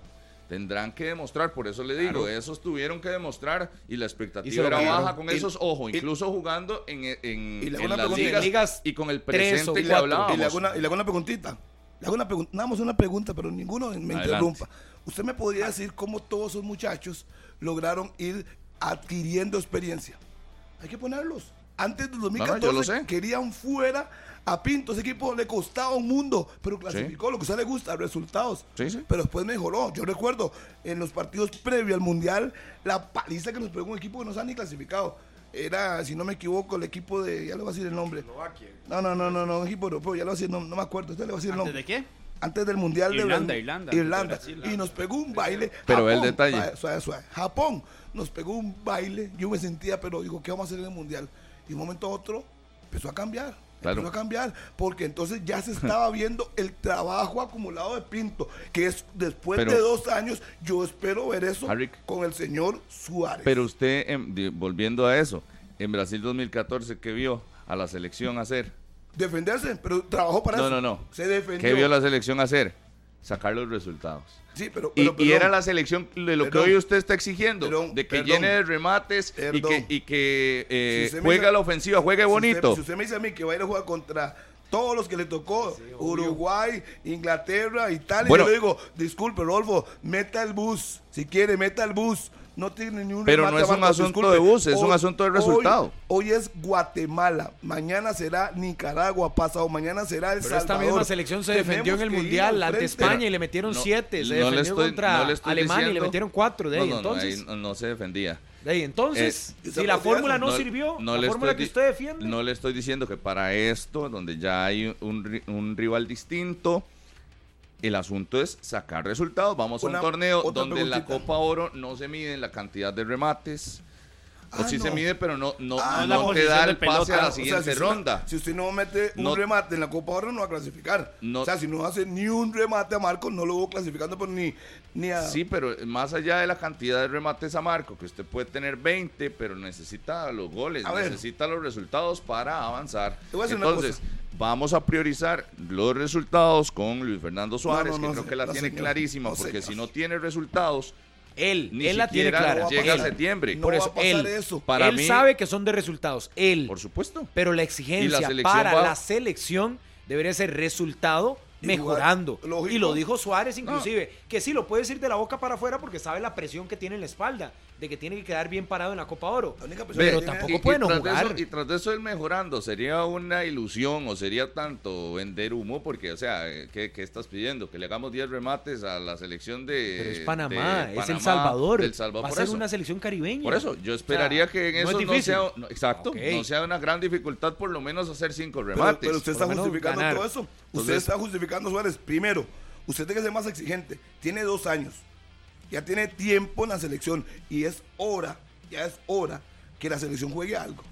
[SPEAKER 5] Tendrán que demostrar, por eso le digo, esos tuvieron que demostrar y la
[SPEAKER 4] Y se
[SPEAKER 5] expectativa
[SPEAKER 4] lo
[SPEAKER 5] era
[SPEAKER 4] ganaron.
[SPEAKER 5] baja con
[SPEAKER 2] Y-
[SPEAKER 5] esos, ojo,
[SPEAKER 2] y-
[SPEAKER 5] incluso jugando en, en,
[SPEAKER 2] y le hago
[SPEAKER 5] en
[SPEAKER 2] una
[SPEAKER 5] las
[SPEAKER 2] pregunta,
[SPEAKER 5] ligas,
[SPEAKER 4] en ligas
[SPEAKER 5] y con el
[SPEAKER 4] tres o
[SPEAKER 5] presente que le
[SPEAKER 4] cuatro.
[SPEAKER 5] hablábamos.
[SPEAKER 2] Y le hago una, y le hago una preguntita. Le hago una pregun- nada más una pregunta, pero ninguno me
[SPEAKER 5] Adelante.
[SPEAKER 2] interrumpa. ¿Usted me podría decir cómo todos esos muchachos lograron ir adquiriendo experiencia? Hay que ponerlos. Antes del
[SPEAKER 5] yo
[SPEAKER 2] 2014
[SPEAKER 5] lo sé.
[SPEAKER 2] querían fuera a Pinto. Ese equipo le costaba un mundo, pero clasificó lo que a usted le gusta, resultados.
[SPEAKER 5] Sí, sí.
[SPEAKER 2] Pero después mejoró. Yo recuerdo en los partidos previos al Mundial, la paliza que nos pegó un equipo que no se ha ni clasificado. Era, si no me equivoco, el equipo de. Ya le voy a decir el nombre. No, no, no, no, no, un equipo europeo, ya lo hacía, no, no me acuerdo, usted le va a decir el
[SPEAKER 3] ¿Antes
[SPEAKER 2] nombre.
[SPEAKER 3] de qué?
[SPEAKER 2] Antes del Mundial de
[SPEAKER 3] Irlanda,
[SPEAKER 2] Brasil-
[SPEAKER 3] Irlanda,
[SPEAKER 2] Irlanda.
[SPEAKER 3] Brasil, ah.
[SPEAKER 2] Y nos pegó un baile.
[SPEAKER 5] Pero ve el detalle.
[SPEAKER 2] Suave, suave, suave. Japón nos pegó un baile. Yo me sentía, pero digo, ¿qué vamos a hacer en el Mundial? Y de un momento a otro empezó a cambiar.
[SPEAKER 5] Claro.
[SPEAKER 2] Empezó a cambiar. Porque entonces ya se estaba viendo el trabajo acumulado de Pinto. Que es después
[SPEAKER 5] Pero-
[SPEAKER 2] de dos años, yo espero ver eso
[SPEAKER 5] Harry-
[SPEAKER 2] con el señor Suárez.
[SPEAKER 5] Pero usted, em, de- volviendo a eso, en Brasil 2014, ¿qué vio a la selección hacer?
[SPEAKER 2] Defenderse, pero trabajó para
[SPEAKER 5] No,
[SPEAKER 2] eso.
[SPEAKER 5] no, no.
[SPEAKER 2] Se defendió.
[SPEAKER 5] ¿Qué vio la selección hacer? Sacar los resultados.
[SPEAKER 2] Sí, pero,
[SPEAKER 5] Y,
[SPEAKER 2] pero,
[SPEAKER 5] y era
[SPEAKER 2] perdón.
[SPEAKER 5] la selección de lo
[SPEAKER 2] Perdón.
[SPEAKER 5] que hoy usted está exigiendo,
[SPEAKER 2] Perdón,
[SPEAKER 5] de que
[SPEAKER 2] perdón.
[SPEAKER 5] llene de remates y
[SPEAKER 2] Perdón.
[SPEAKER 5] que, y que eh,
[SPEAKER 2] Si usted me
[SPEAKER 5] juegue
[SPEAKER 2] dice-
[SPEAKER 5] a la ofensiva, juegue
[SPEAKER 2] Si
[SPEAKER 5] bonito.
[SPEAKER 2] usted- Si usted, me dice a mí que va a ir a jugar contra Todos los que le tocó, Uruguay, Inglaterra, Italia.
[SPEAKER 5] Bueno.
[SPEAKER 2] yo le digo, disculpe, Rolfo, meta el bus. Si quiere, meta el bus. No tiene ni un
[SPEAKER 5] Pero
[SPEAKER 2] remate
[SPEAKER 5] no es un
[SPEAKER 2] abajo,
[SPEAKER 5] asunto
[SPEAKER 2] disculpe.
[SPEAKER 5] de bus, es un asunto de
[SPEAKER 2] hoy-
[SPEAKER 5] resultado.
[SPEAKER 2] Hoy, es Guatemala, mañana será Nicaragua, pasado mañana será El
[SPEAKER 4] Pero esta
[SPEAKER 2] Salvador.
[SPEAKER 4] misma selección se
[SPEAKER 2] Tenemos
[SPEAKER 4] defendió en el
[SPEAKER 2] que ir
[SPEAKER 4] Mundial
[SPEAKER 2] al
[SPEAKER 4] ante
[SPEAKER 2] frente.
[SPEAKER 4] España y le metieron
[SPEAKER 5] No,
[SPEAKER 4] siete. Se
[SPEAKER 5] no le
[SPEAKER 4] defendió
[SPEAKER 5] estoy-
[SPEAKER 4] contra
[SPEAKER 5] no le estoy
[SPEAKER 4] Alemania y le
[SPEAKER 5] diciendo-
[SPEAKER 4] metieron cuatro. De ahí,
[SPEAKER 5] No, no, no, ahí
[SPEAKER 4] entonces,
[SPEAKER 5] no- no se defendía.
[SPEAKER 4] de ahí, entonces
[SPEAKER 2] Eh,
[SPEAKER 4] si la fórmula no,
[SPEAKER 5] le-
[SPEAKER 4] sirvió,
[SPEAKER 5] no
[SPEAKER 4] la
[SPEAKER 5] le
[SPEAKER 4] fórmula que
[SPEAKER 5] estoy di-
[SPEAKER 4] usted defiende,
[SPEAKER 5] No le estoy diciendo que para esto, donde ya hay un, ri- un rival distinto, el asunto es sacar resultados. Vamos
[SPEAKER 2] Una-
[SPEAKER 5] a un torneo
[SPEAKER 2] otra
[SPEAKER 5] donde en la
[SPEAKER 2] preguntita.
[SPEAKER 5] Copa Oro no se mide la cantidad de remates.
[SPEAKER 2] Ah,
[SPEAKER 5] o sí se
[SPEAKER 2] no.
[SPEAKER 5] mide, pero no, no,
[SPEAKER 2] Ah,
[SPEAKER 5] no
[SPEAKER 2] no,
[SPEAKER 5] te
[SPEAKER 3] posición
[SPEAKER 5] da
[SPEAKER 3] de
[SPEAKER 5] el pase
[SPEAKER 3] pelota.
[SPEAKER 5] a
[SPEAKER 2] Claro,
[SPEAKER 5] la
[SPEAKER 2] o sea,
[SPEAKER 5] siguiente
[SPEAKER 2] si usted-
[SPEAKER 5] ronda.
[SPEAKER 2] si usted no mete un
[SPEAKER 5] No-
[SPEAKER 2] remate en la Copa Oro, no va a clasificar.
[SPEAKER 5] No-
[SPEAKER 2] o sea, si no hace ni un remate a Marcos, no lo hubo clasificando por ni, ni a.
[SPEAKER 5] Sí, pero más allá de la cantidad de remates a Marco, que usted puede tener 20, pero necesita los goles,
[SPEAKER 2] A ver.
[SPEAKER 5] necesita los resultados para avanzar.
[SPEAKER 2] Te voy a decir una
[SPEAKER 5] Entonces, vamos a priorizar los resultados con Luis Fernando Suárez,
[SPEAKER 2] No, no, no,
[SPEAKER 5] que creo
[SPEAKER 2] se-
[SPEAKER 5] que la
[SPEAKER 2] no,
[SPEAKER 5] tiene
[SPEAKER 2] señor.
[SPEAKER 5] clarísima,
[SPEAKER 2] No,
[SPEAKER 5] porque
[SPEAKER 2] señor.
[SPEAKER 5] si no tiene resultados,
[SPEAKER 4] él,
[SPEAKER 5] ni
[SPEAKER 4] él la tiene
[SPEAKER 5] siquiera
[SPEAKER 4] clara.
[SPEAKER 5] llega
[SPEAKER 4] él.
[SPEAKER 5] a septiembre.
[SPEAKER 2] No
[SPEAKER 4] Por
[SPEAKER 2] va
[SPEAKER 4] eso,
[SPEAKER 2] a pasar
[SPEAKER 4] él,
[SPEAKER 2] eso.
[SPEAKER 5] Para
[SPEAKER 4] él
[SPEAKER 5] mí-
[SPEAKER 4] sabe que son de resultados. Él.
[SPEAKER 5] Por supuesto.
[SPEAKER 4] Pero la exigencia
[SPEAKER 5] selección
[SPEAKER 4] para
[SPEAKER 5] va-
[SPEAKER 4] la selección debería ser resultado
[SPEAKER 2] Igual,
[SPEAKER 4] mejorando.
[SPEAKER 2] lógico.
[SPEAKER 4] Y lo dijo Suárez inclusive, que sí, lo puede decir de la boca para afuera porque sabe la presión que tiene en la espalda, de que tiene que quedar bien parado en la Copa Oro.
[SPEAKER 2] La única persona
[SPEAKER 5] Ve,
[SPEAKER 4] Pero
[SPEAKER 2] que Pues, tiene-
[SPEAKER 4] tampoco puede no
[SPEAKER 5] tras de
[SPEAKER 4] jugar.
[SPEAKER 5] eso- y tras de eso ir mejorando, sería una ilusión o sería tanto vender humo, porque, o sea, eh, ¿qué, qué estás pidiendo? Que le hagamos 10 remates a la selección de.
[SPEAKER 4] Pero es
[SPEAKER 5] eh, de
[SPEAKER 4] Panamá, es El
[SPEAKER 5] Panamá,
[SPEAKER 4] Salvador.
[SPEAKER 5] del Salvador,
[SPEAKER 4] Va a
[SPEAKER 5] por
[SPEAKER 4] ser
[SPEAKER 5] eso.
[SPEAKER 4] una selección caribeña.
[SPEAKER 5] Por eso, yo esperaría
[SPEAKER 4] O sea,
[SPEAKER 5] que en
[SPEAKER 4] no
[SPEAKER 5] eso
[SPEAKER 4] es
[SPEAKER 5] no
[SPEAKER 4] difícil.
[SPEAKER 5] sea, no- exacto,
[SPEAKER 4] Ok.
[SPEAKER 5] no sea una gran dificultad por lo menos hacer cinco
[SPEAKER 2] Pero-
[SPEAKER 5] remates.
[SPEAKER 2] Pero, usted está
[SPEAKER 4] Por lo menos
[SPEAKER 2] justificando
[SPEAKER 4] ganar.
[SPEAKER 2] todo eso. usted
[SPEAKER 5] Entonces-
[SPEAKER 2] está justificando Suárez. Primero, usted tiene que ser más exigente. Tiene dos años. Ya tiene tiempo en la selección. Y es hora, ya es hora que la selección juegue algo.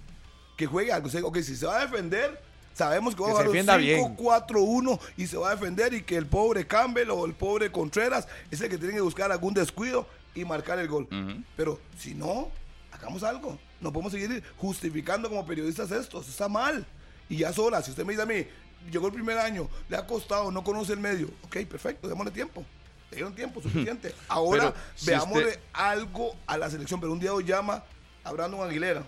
[SPEAKER 2] Que juegue algo. O sea, ok, si se va a defender, sabemos que va a
[SPEAKER 4] Que se
[SPEAKER 2] jugar
[SPEAKER 4] defienda
[SPEAKER 2] un
[SPEAKER 4] bien.
[SPEAKER 2] 5-4-1 y se va a defender. Y que el pobre Campbell o el pobre Contreras es el que tiene que buscar algún descuido y marcar el gol.
[SPEAKER 5] Ujú.
[SPEAKER 2] Pero si no, hagamos algo. No podemos seguir justificando como periodistas esto. Eso está mal. Y ya sola, si usted me dice a mí, llegó el primer año, le ha costado, no conoce el medio. Ok, perfecto, démosle tiempo. Le dieron tiempo suficiente. Ahora
[SPEAKER 5] Pero si
[SPEAKER 2] veámosle
[SPEAKER 5] usted-
[SPEAKER 2] algo a la selección. Pero un día lo llama a Brandon Aguilera.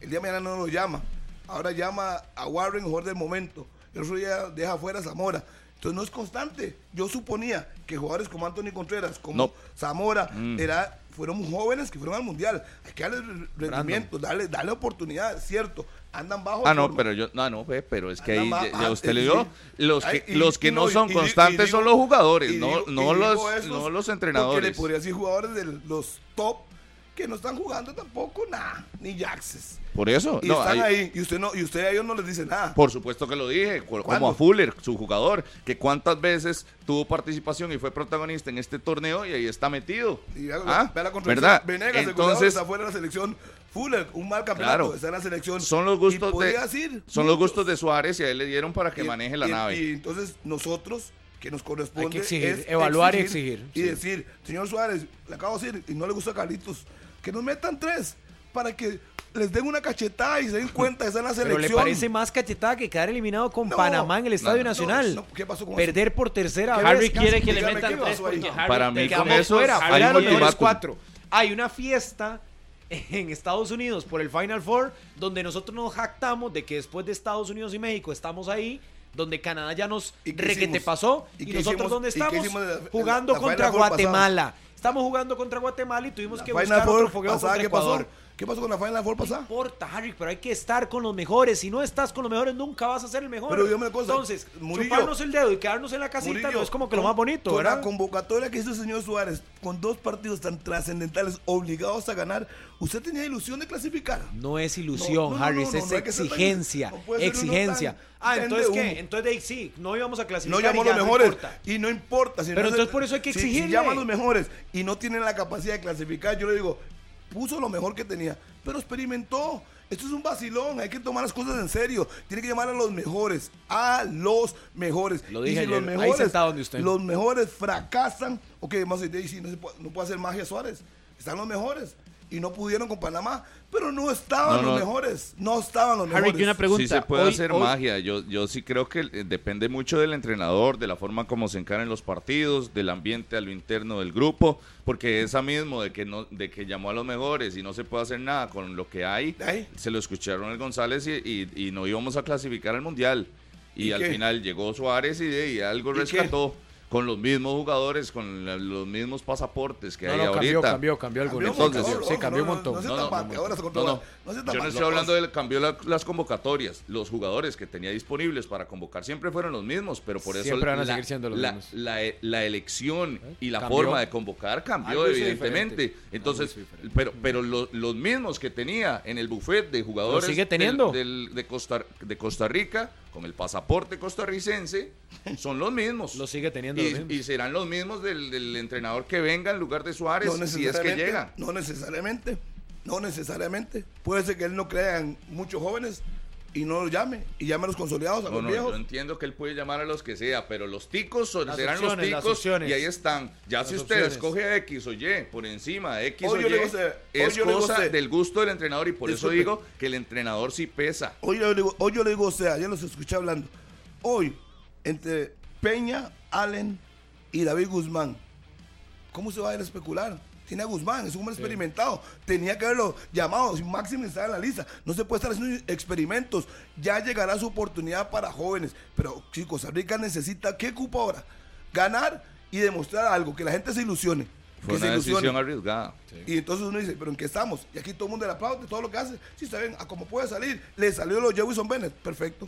[SPEAKER 2] El día de mañana no lo llama. Ahora llama a Warren, jugador del momento. El otro día deja fuera a Zamora. Entonces no es constante. Yo suponía que jugadores como Anthony Contreras, como
[SPEAKER 5] No. Mm.
[SPEAKER 2] Zamora, era, fueron jóvenes que fueron al mundial. Hay que darle rendimiento, darle, darle oportunidad, cierto. Andan bajo. de
[SPEAKER 5] Ah, no,
[SPEAKER 2] forma.
[SPEAKER 5] pero yo, no, no, ve, pero es que
[SPEAKER 2] Nada
[SPEAKER 5] ahí
[SPEAKER 2] más,
[SPEAKER 5] ya, ya
[SPEAKER 2] ah,
[SPEAKER 5] usted
[SPEAKER 2] eh,
[SPEAKER 5] le dio.
[SPEAKER 2] sí.
[SPEAKER 5] Los que,
[SPEAKER 2] Ay, y-
[SPEAKER 5] los que
[SPEAKER 2] y
[SPEAKER 5] no
[SPEAKER 2] y
[SPEAKER 5] son
[SPEAKER 2] di- y
[SPEAKER 5] constantes
[SPEAKER 2] digo-
[SPEAKER 5] son los jugadores,
[SPEAKER 2] y
[SPEAKER 5] no,
[SPEAKER 2] digo-
[SPEAKER 5] no,
[SPEAKER 2] y digo
[SPEAKER 5] los,
[SPEAKER 2] esos
[SPEAKER 5] no
[SPEAKER 2] Porque
[SPEAKER 5] los
[SPEAKER 2] le
[SPEAKER 5] entrenadores.
[SPEAKER 2] podría decir jugadores de los top que no están jugando tampoco nada, ni Jaxes.
[SPEAKER 5] Por eso,
[SPEAKER 2] Y
[SPEAKER 5] no,
[SPEAKER 2] están
[SPEAKER 5] ahí-
[SPEAKER 2] ahí, y usted no, y usted a ellos no les dice nada.
[SPEAKER 5] Por supuesto que lo dije, cu-
[SPEAKER 2] ¿Cuándo?
[SPEAKER 5] como a Fuller, su jugador, que cuántas veces tuvo participación y fue protagonista en este torneo y ahí está metido.
[SPEAKER 2] Y vea,
[SPEAKER 5] Ah,
[SPEAKER 2] vea la controversia.
[SPEAKER 5] ¿Verdad?
[SPEAKER 2] Venegas, el goleador,
[SPEAKER 5] Entonces,
[SPEAKER 2] está fuera de la selección. Fuller, un mal campeonato,
[SPEAKER 5] Claro.
[SPEAKER 2] está en la selección.
[SPEAKER 5] son los
[SPEAKER 2] Y
[SPEAKER 5] gustos de
[SPEAKER 2] podría decir
[SPEAKER 5] son los
[SPEAKER 2] muchos.
[SPEAKER 5] gustos de Suárez y a él le dieron para que
[SPEAKER 2] Y-
[SPEAKER 5] maneje la
[SPEAKER 2] y-
[SPEAKER 5] nave.
[SPEAKER 2] Y entonces nosotros, que nos corresponde,
[SPEAKER 4] Hay que exigir,
[SPEAKER 2] es
[SPEAKER 4] evaluar y exigir,
[SPEAKER 2] Y
[SPEAKER 4] sí.
[SPEAKER 2] decir, señor Suárez, le acabo de decir, y no le gusta a Carlitos, que nos metan tres para que les den una cachetada y se den cuenta que está en la
[SPEAKER 4] Pero
[SPEAKER 2] selección.
[SPEAKER 4] le parece más cachetada que quedar eliminado con
[SPEAKER 2] No,
[SPEAKER 4] Panamá en el Estadio
[SPEAKER 5] no, no,
[SPEAKER 4] Nacional.
[SPEAKER 2] no, ¿qué pasó con eso?
[SPEAKER 4] Perder por tercera vez.
[SPEAKER 3] Harry
[SPEAKER 4] casi.
[SPEAKER 3] quiere que le
[SPEAKER 2] dígame,
[SPEAKER 3] metan
[SPEAKER 2] ¿qué
[SPEAKER 3] tres
[SPEAKER 2] pasó ahí?
[SPEAKER 3] porque Harry
[SPEAKER 5] Para mí
[SPEAKER 3] te
[SPEAKER 5] con
[SPEAKER 3] quedamos
[SPEAKER 5] eso-
[SPEAKER 3] fuera.
[SPEAKER 4] fuera,
[SPEAKER 5] hay
[SPEAKER 4] fuera
[SPEAKER 5] un
[SPEAKER 4] los mejores
[SPEAKER 5] ultimátum.
[SPEAKER 4] cuatro. Hay una fiesta en Estados Unidos por el Final Four donde nosotros nos jactamos de que después de Estados Unidos y México estamos ahí donde Canadá ya nos
[SPEAKER 2] ¿Y qué
[SPEAKER 4] requete
[SPEAKER 2] hicimos?
[SPEAKER 4] pasó
[SPEAKER 2] ¿Y
[SPEAKER 4] y,
[SPEAKER 2] qué
[SPEAKER 4] nosotros
[SPEAKER 2] hicimos?
[SPEAKER 4] dónde
[SPEAKER 2] ¿Y qué
[SPEAKER 4] estamos
[SPEAKER 2] hicimos de la-
[SPEAKER 4] jugando
[SPEAKER 2] la Final
[SPEAKER 4] contra
[SPEAKER 2] Four pasada?
[SPEAKER 4] Guatemala. Estamos jugando contra Guatemala y tuvimos
[SPEAKER 2] La
[SPEAKER 4] que
[SPEAKER 2] Final
[SPEAKER 4] buscar otro
[SPEAKER 2] Four
[SPEAKER 4] fogueo
[SPEAKER 2] pasada,
[SPEAKER 4] contra
[SPEAKER 2] ¿qué
[SPEAKER 4] Ecuador.
[SPEAKER 2] pasó? ¿Qué pasó con la Final Four
[SPEAKER 4] No
[SPEAKER 2] pasada?
[SPEAKER 4] importa, Harry, pero hay que estar con los mejores. Si no estás con los mejores, nunca vas a ser el mejor.
[SPEAKER 2] Pero dígame una cosa,
[SPEAKER 4] Entonces,
[SPEAKER 2] Murillo-
[SPEAKER 4] chuparnos el dedo y quedarnos en la casita no es como que lo
[SPEAKER 2] con-
[SPEAKER 4] más bonito,
[SPEAKER 2] con
[SPEAKER 4] ¿verdad?
[SPEAKER 2] La convocatoria que hizo el señor Suárez, con dos partidos tan trascendentales, obligados a ganar, ¿usted tenía ilusión de clasificar?
[SPEAKER 4] No es ilusión,
[SPEAKER 2] No, no,
[SPEAKER 4] Harris,
[SPEAKER 2] no, no,
[SPEAKER 4] es
[SPEAKER 2] no hay que ser tan-
[SPEAKER 4] exigencia.
[SPEAKER 2] no puede ser uno
[SPEAKER 4] exigencia.
[SPEAKER 2] tan-
[SPEAKER 4] ah,
[SPEAKER 2] tan
[SPEAKER 4] entonces
[SPEAKER 2] de
[SPEAKER 4] qué?
[SPEAKER 2] humo.
[SPEAKER 4] Entonces de ahí sí, no íbamos a
[SPEAKER 2] no
[SPEAKER 4] clasificar.
[SPEAKER 2] llamó a
[SPEAKER 4] y ya
[SPEAKER 2] los
[SPEAKER 4] no
[SPEAKER 2] mejores
[SPEAKER 4] importa.
[SPEAKER 2] y no importa. si
[SPEAKER 4] Pero
[SPEAKER 2] no se-
[SPEAKER 4] entonces por eso hay que
[SPEAKER 2] si- Si
[SPEAKER 4] exigirle.
[SPEAKER 2] llaman los mejores y no tienen la capacidad de clasificar, yo le digo, puso lo mejor que tenía, pero experimentó. Esto es un vacilón, hay que tomar las cosas en serio. Tiene que llamar a los mejores, a los mejores.
[SPEAKER 4] Lo dije
[SPEAKER 2] y si
[SPEAKER 4] ayer,
[SPEAKER 2] los
[SPEAKER 4] ahí
[SPEAKER 2] mejores,
[SPEAKER 4] sentado donde usted.
[SPEAKER 2] Los mejores fracasan. Ok, más y si no, se puede, no puede hacer magia Suárez. Están los mejores. Y no pudieron con Panamá, pero no estaban
[SPEAKER 5] No, no.
[SPEAKER 2] los mejores. No estaban los
[SPEAKER 3] Harry,
[SPEAKER 2] mejores.
[SPEAKER 3] que una pregunta.
[SPEAKER 5] Sí se puede
[SPEAKER 3] Hoy-
[SPEAKER 5] hacer
[SPEAKER 3] hoy-
[SPEAKER 5] magia. Yo, yo sí creo que eh, depende mucho del entrenador, de la forma como se encaran los partidos, del ambiente a lo interno del grupo, porque esa mismo de que no, de que llamó a los mejores y no se puede hacer nada con lo que hay,
[SPEAKER 2] Ay.
[SPEAKER 5] se lo escucharon el González y, y- y no íbamos a clasificar al mundial. Y,
[SPEAKER 2] ¿Y
[SPEAKER 5] al
[SPEAKER 2] qué?
[SPEAKER 5] final llegó Suárez y, de- y algo
[SPEAKER 2] qué?
[SPEAKER 5] rescató con los mismos jugadores, con la- los mismos pasaportes que
[SPEAKER 4] No,
[SPEAKER 5] hay
[SPEAKER 4] no, cambió,
[SPEAKER 5] ahorita.
[SPEAKER 4] cambió, cambió algo.
[SPEAKER 2] Cambió un
[SPEAKER 5] Entonces,
[SPEAKER 2] montón,
[SPEAKER 4] sí,
[SPEAKER 2] ojo,
[SPEAKER 4] cambió un
[SPEAKER 2] no, no,
[SPEAKER 4] montón.
[SPEAKER 2] No, se
[SPEAKER 5] No, no,
[SPEAKER 2] tapan, que ahora se controla.
[SPEAKER 5] no, no.
[SPEAKER 2] No se
[SPEAKER 5] Yo
[SPEAKER 2] tapan,
[SPEAKER 5] no estoy
[SPEAKER 2] loco.
[SPEAKER 5] hablando de cambió la- las convocatorias. Los jugadores que tenía disponibles para convocar siempre fueron los mismos, pero por eso
[SPEAKER 4] Siempre van a
[SPEAKER 5] la,
[SPEAKER 4] seguir siendo los
[SPEAKER 5] la-
[SPEAKER 4] mismos. ¿Eh?
[SPEAKER 5] la e- la elección y la
[SPEAKER 4] Cambió.
[SPEAKER 5] forma de convocar cambió
[SPEAKER 6] Algo hizo
[SPEAKER 5] evidentemente.
[SPEAKER 6] diferente.
[SPEAKER 5] Entonces,
[SPEAKER 6] Algo hizo diferente.
[SPEAKER 5] pero pero lo- los mismos que tenía en el buffet de jugadores
[SPEAKER 4] Lo sigue
[SPEAKER 5] del-
[SPEAKER 4] teniendo.
[SPEAKER 5] del- de Costa de Costa Rica con el
[SPEAKER 4] *laughs*
[SPEAKER 5] pasaporte costarricense son los mismos.
[SPEAKER 4] Lo sigue teniendo. lo mismo.
[SPEAKER 5] y, y serán los mismos del, del entrenador que venga en lugar de Suárez
[SPEAKER 2] No
[SPEAKER 5] si es que
[SPEAKER 2] necesariamente,
[SPEAKER 5] llega.
[SPEAKER 2] No necesariamente. No necesariamente. Puede ser que él no crea en muchos jóvenes y no los llame. Y llame a los consolidados, a
[SPEAKER 5] No,
[SPEAKER 2] los
[SPEAKER 5] no,
[SPEAKER 2] viejos.
[SPEAKER 5] yo entiendo que él puede llamar a los que sea, pero los ticos son-
[SPEAKER 4] Las
[SPEAKER 5] serán
[SPEAKER 4] opciones, las
[SPEAKER 5] los ticos
[SPEAKER 4] opciones.
[SPEAKER 5] y ahí están. Ya si
[SPEAKER 4] Las
[SPEAKER 5] usted
[SPEAKER 4] opciones.
[SPEAKER 5] escoge a X o Y por encima de X
[SPEAKER 2] Hoy
[SPEAKER 5] o
[SPEAKER 2] yo
[SPEAKER 5] Y,
[SPEAKER 2] le digo a usted, hoy
[SPEAKER 5] es
[SPEAKER 2] yo le digo a
[SPEAKER 5] cosa
[SPEAKER 2] usted.
[SPEAKER 5] del gusto del entrenador y por
[SPEAKER 2] Disculpe.
[SPEAKER 5] eso digo que el entrenador sí pesa.
[SPEAKER 2] Hoy yo le digo, hoy yo le digo o sea, ya los escuché hablando. Hoy, entre Peña, Allen y David Guzmán, ¿cómo se va a ir a especular? Tiene a Guzmán, es un hombre experimentado. Tenía que haberlo llamado. Máximo está en la lista. No se puede estar haciendo experimentos. Ya llegará su oportunidad para jóvenes. Pero si Costa Rica necesita, ¿qué ocupa ahora? Ganar y demostrar algo, que la gente se ilusione.
[SPEAKER 5] Fue
[SPEAKER 2] que se
[SPEAKER 5] una
[SPEAKER 2] ilusione.
[SPEAKER 5] decisión arriesgada.
[SPEAKER 2] Y entonces uno dice, ¿pero en qué estamos? Y aquí todo el mundo le aplaude todo lo que hace. Sí, está bien, a como puede salir. Le salió lo de Wilson Bennett, perfecto.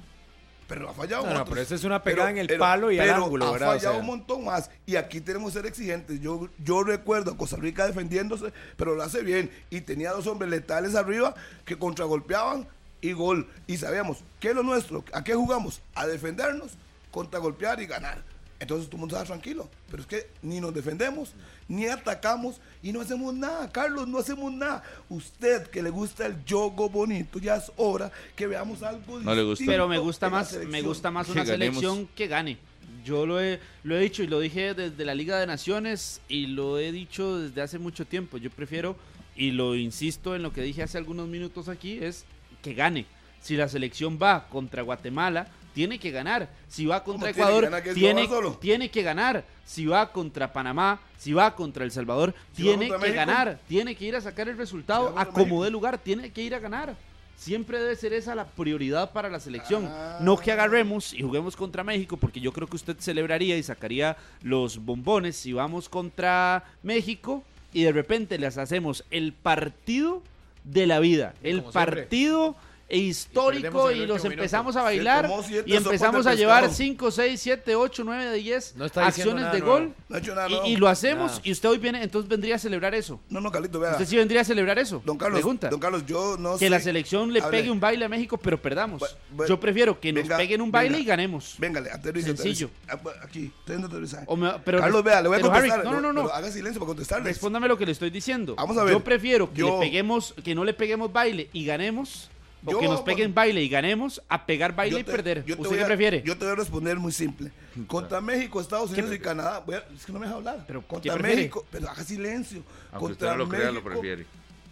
[SPEAKER 2] Pero ha fallado
[SPEAKER 4] No, no,
[SPEAKER 2] otros.
[SPEAKER 4] pero esa es una pegada en el palo y al
[SPEAKER 2] pero
[SPEAKER 4] ángulo,
[SPEAKER 2] Ha
[SPEAKER 4] ¿verdad? O
[SPEAKER 2] fallado
[SPEAKER 4] sea.
[SPEAKER 2] un montón más. Y aquí tenemos que ser exigentes. Yo, yo recuerdo a Costa Rica defendiéndose, pero lo hace bien. Y tenía dos hombres letales arriba que contragolpeaban y gol. Y sabíamos, ¿qué es lo nuestro? ¿A qué jugamos? A defendernos, contragolpear y ganar. Entonces todo el mundo estaba tranquilo. Pero es que ni nos defendemos, ni atacamos y no hacemos nada. Carlos, no hacemos nada. Usted que le gusta el yogo bonito, ya es hora que veamos algo
[SPEAKER 5] No le gusta.
[SPEAKER 2] distinto
[SPEAKER 5] Pero
[SPEAKER 3] pero me gusta
[SPEAKER 2] en la
[SPEAKER 3] más me
[SPEAKER 2] selección.
[SPEAKER 3] gusta más
[SPEAKER 5] Que
[SPEAKER 3] una
[SPEAKER 5] ganemos.
[SPEAKER 3] selección que gane yo lo he, lo he dicho y lo dije desde la Liga de Naciones y lo he dicho desde hace mucho tiempo yo prefiero y lo insisto en lo que dije hace algunos minutos aquí es que gane si la selección va contra Guatemala tiene que ganar si va contra
[SPEAKER 2] ¿Cómo tiene que
[SPEAKER 3] Ecuador
[SPEAKER 2] ganar? ¿Que es
[SPEAKER 3] tiene,
[SPEAKER 2] global solo?
[SPEAKER 3] tiene que ganar si va contra Panamá si va contra El Salvador
[SPEAKER 2] Si va
[SPEAKER 3] tiene que
[SPEAKER 2] contra México.
[SPEAKER 3] ganar tiene que ir a sacar el resultado
[SPEAKER 2] Si va
[SPEAKER 3] a
[SPEAKER 2] contra
[SPEAKER 3] como
[SPEAKER 2] México.
[SPEAKER 3] dé lugar tiene que ir a ganar Siempre debe ser esa la prioridad para la selección.
[SPEAKER 2] Ah.
[SPEAKER 3] No que agarremos y juguemos contra México, porque yo creo que usted celebraría y sacaría los bombones si vamos contra México y de repente les hacemos el partido de la vida, el
[SPEAKER 4] como siempre.
[SPEAKER 3] partido histórico
[SPEAKER 4] perdemos en
[SPEAKER 3] y,
[SPEAKER 4] el
[SPEAKER 3] los
[SPEAKER 4] último
[SPEAKER 3] empezamos
[SPEAKER 4] minuto.
[SPEAKER 3] a bailar
[SPEAKER 2] Se tomó siete
[SPEAKER 3] y empezamos
[SPEAKER 2] sopas de
[SPEAKER 3] a llevar
[SPEAKER 2] pescado.
[SPEAKER 3] 5, 6, 7, 8, 9, 10
[SPEAKER 4] No está diciendo
[SPEAKER 3] acciones
[SPEAKER 4] nada
[SPEAKER 3] de
[SPEAKER 4] nuevo.
[SPEAKER 3] gol
[SPEAKER 2] No ha hecho nada.
[SPEAKER 3] y,
[SPEAKER 2] no.
[SPEAKER 3] y lo hacemos
[SPEAKER 4] Nada.
[SPEAKER 3] y usted hoy viene, entonces vendría a celebrar eso.
[SPEAKER 2] No, no, Carlito, vea.
[SPEAKER 3] Usted sí vendría a celebrar eso.
[SPEAKER 2] Don Carlos,
[SPEAKER 3] Pregunta
[SPEAKER 2] don Carlos, yo no
[SPEAKER 3] que
[SPEAKER 2] sé-
[SPEAKER 3] la selección le
[SPEAKER 2] Hable.
[SPEAKER 3] pegue un baile a México, pero perdamos.
[SPEAKER 2] Bu- bu-
[SPEAKER 3] Yo prefiero que
[SPEAKER 2] venga,
[SPEAKER 3] nos peguen un baile
[SPEAKER 2] venga.
[SPEAKER 3] y ganemos.
[SPEAKER 2] Véngale, aterriza,
[SPEAKER 3] Sencillo.
[SPEAKER 2] aterriza. Ah, Aquí, estoy dando aterrizaje.
[SPEAKER 3] O me- pero-
[SPEAKER 2] Carlos, vea, le voy a
[SPEAKER 3] pero, Harry,
[SPEAKER 2] contestar.
[SPEAKER 3] no, no, no, no.
[SPEAKER 2] pero haga silencio para contestarle.
[SPEAKER 3] Respóndame lo que le estoy diciendo.
[SPEAKER 2] Vamos a ver.
[SPEAKER 3] Yo prefiero que, le
[SPEAKER 2] Yo-
[SPEAKER 3] peguemos, que no le peguemos baile y ganemos, o
[SPEAKER 2] Yo-
[SPEAKER 3] que nos peguen baile y ganemos, a pegar baile
[SPEAKER 2] Yo
[SPEAKER 3] y
[SPEAKER 2] te-
[SPEAKER 3] perder.
[SPEAKER 2] yo te
[SPEAKER 3] ¿Usted
[SPEAKER 2] voy
[SPEAKER 3] qué
[SPEAKER 2] a-
[SPEAKER 3] prefiere?
[SPEAKER 2] Yo te voy a responder muy
[SPEAKER 5] *laughs*
[SPEAKER 2] simple. Contra México, Estados Unidos y Canadá. voy a- es que no me deja hablar.
[SPEAKER 3] Pero, ¿qué
[SPEAKER 2] contra
[SPEAKER 3] prefiere?
[SPEAKER 2] México, pero haga silencio.
[SPEAKER 5] Aunque usted
[SPEAKER 2] contra
[SPEAKER 5] no lo crea, lo
[SPEAKER 2] México-
[SPEAKER 5] prefiere.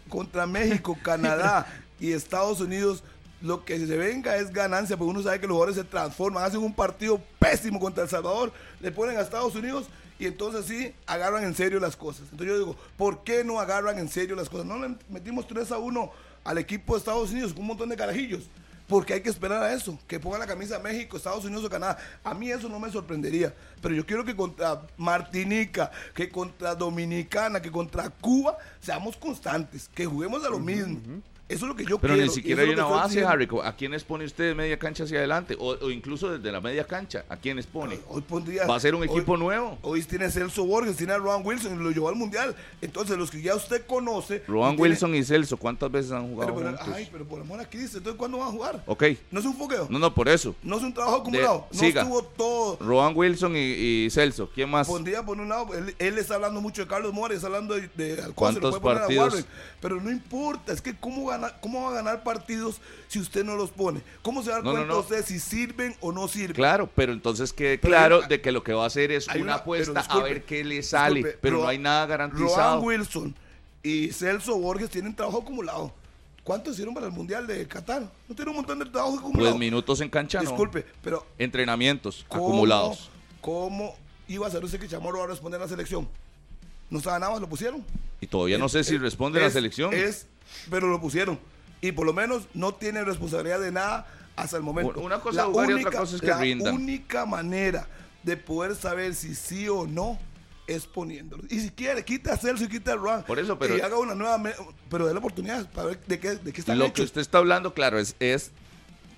[SPEAKER 2] Contra México, Canadá y Estados Unidos. Lo que se venga es ganancia, porque uno sabe que los jugadores se transforman, hacen un partido pésimo contra El Salvador, le ponen a Estados Unidos y entonces sí agarran en serio las cosas. Entonces yo digo, ¿por qué no agarran en serio las cosas? No le metimos 3 a 1 al equipo de Estados Unidos con un montón de carajillos. Porque hay que esperar a eso, que ponga la camisa México, Estados Unidos o Canadá. A mí eso no me sorprendería. Pero yo quiero que contra Martinica, que contra Dominicana, que contra Cuba, seamos constantes, que juguemos a lo mismo. Eso es lo que yo
[SPEAKER 5] Pero
[SPEAKER 2] quiero.
[SPEAKER 5] ni
[SPEAKER 2] y
[SPEAKER 5] siquiera
[SPEAKER 2] eso
[SPEAKER 5] hay
[SPEAKER 2] es lo
[SPEAKER 5] una
[SPEAKER 2] que estoy
[SPEAKER 5] base,
[SPEAKER 2] diciendo.
[SPEAKER 5] Harry. ¿A quiénes pone usted de media cancha hacia adelante? O, o incluso desde la media cancha, ¿a quiénes pone?
[SPEAKER 2] Hoy pondría-
[SPEAKER 5] ¿Va a ser un
[SPEAKER 2] hoy-
[SPEAKER 5] equipo nuevo?
[SPEAKER 2] Hoy tiene a Celso Borges, tiene a Roan Wilson, lo llevó al Mundial. Entonces, los que ya usted conoce.
[SPEAKER 5] Roan
[SPEAKER 2] tiene-
[SPEAKER 5] Wilson y Celso, ¿cuántas veces han jugado
[SPEAKER 2] Pero, pero-
[SPEAKER 5] juntos?
[SPEAKER 2] ay, pero por amor a Cristo, entonces, ¿cuándo van a jugar?
[SPEAKER 5] Ok,
[SPEAKER 2] No es un foqueo.
[SPEAKER 5] no,
[SPEAKER 2] No,
[SPEAKER 5] no, por eso.
[SPEAKER 2] es un trabajo acumulado. no
[SPEAKER 5] siga.
[SPEAKER 2] estuvo todo.
[SPEAKER 5] Roan Wilson y, y Celso, ¿quién más?
[SPEAKER 2] Pondría por un lado, él, él está hablando mucho de Carlos Mora, está hablando de, de Alcón,
[SPEAKER 5] ¿Cuántos
[SPEAKER 2] se lo puede poner a
[SPEAKER 5] partidos?
[SPEAKER 2] Warren, pero no importa, es que cómo, gana, cómo va a ganar partidos si usted no los pone. ¿Cómo se da
[SPEAKER 5] No, no,
[SPEAKER 2] cuenta
[SPEAKER 5] no.
[SPEAKER 2] usted si sirven o no sirven?
[SPEAKER 5] Claro, pero entonces quede
[SPEAKER 2] Pero
[SPEAKER 5] claro
[SPEAKER 2] hay-
[SPEAKER 5] de que lo que va a hacer es
[SPEAKER 2] hay
[SPEAKER 5] una,
[SPEAKER 2] una-
[SPEAKER 5] apuesta
[SPEAKER 2] pero disculpe,
[SPEAKER 5] a ver qué le sale,
[SPEAKER 2] Disculpe,
[SPEAKER 5] pero no
[SPEAKER 2] Roa-
[SPEAKER 5] hay nada
[SPEAKER 2] Roan
[SPEAKER 5] garantizado.
[SPEAKER 2] Wilson y Celso Borges tienen trabajo acumulado. ¿Cuántos hicieron para el Mundial de Qatar? No tiene un montón de trabajo acumulado.
[SPEAKER 5] Pues minutos en cancha, no.
[SPEAKER 2] Disculpe, pero
[SPEAKER 5] Entrenamientos
[SPEAKER 2] ¿Cómo-
[SPEAKER 5] acumulados.
[SPEAKER 2] ¿Cómo iba a ser usted que Chamorro va a responder a la selección? No estaba nada más, lo pusieron.
[SPEAKER 5] Y todavía no sé si responde la
[SPEAKER 2] Es-
[SPEAKER 5] selección.
[SPEAKER 2] Es, pero lo pusieron. Y por lo menos no tiene responsabilidad de nada hasta el momento.
[SPEAKER 5] Una cosa es jugar y otra cosa es que
[SPEAKER 2] la
[SPEAKER 5] rindan.
[SPEAKER 2] única manera de poder saber si sí o no es poniéndolo. Y si quiere, quita a Celso y quita a Ruan.
[SPEAKER 5] Por eso, pero-
[SPEAKER 2] Y haga una nueva. me- Pero dé la oportunidad para ver de qué, de qué están
[SPEAKER 5] Lo que
[SPEAKER 2] hechos.
[SPEAKER 5] usted está hablando, claro, es, es-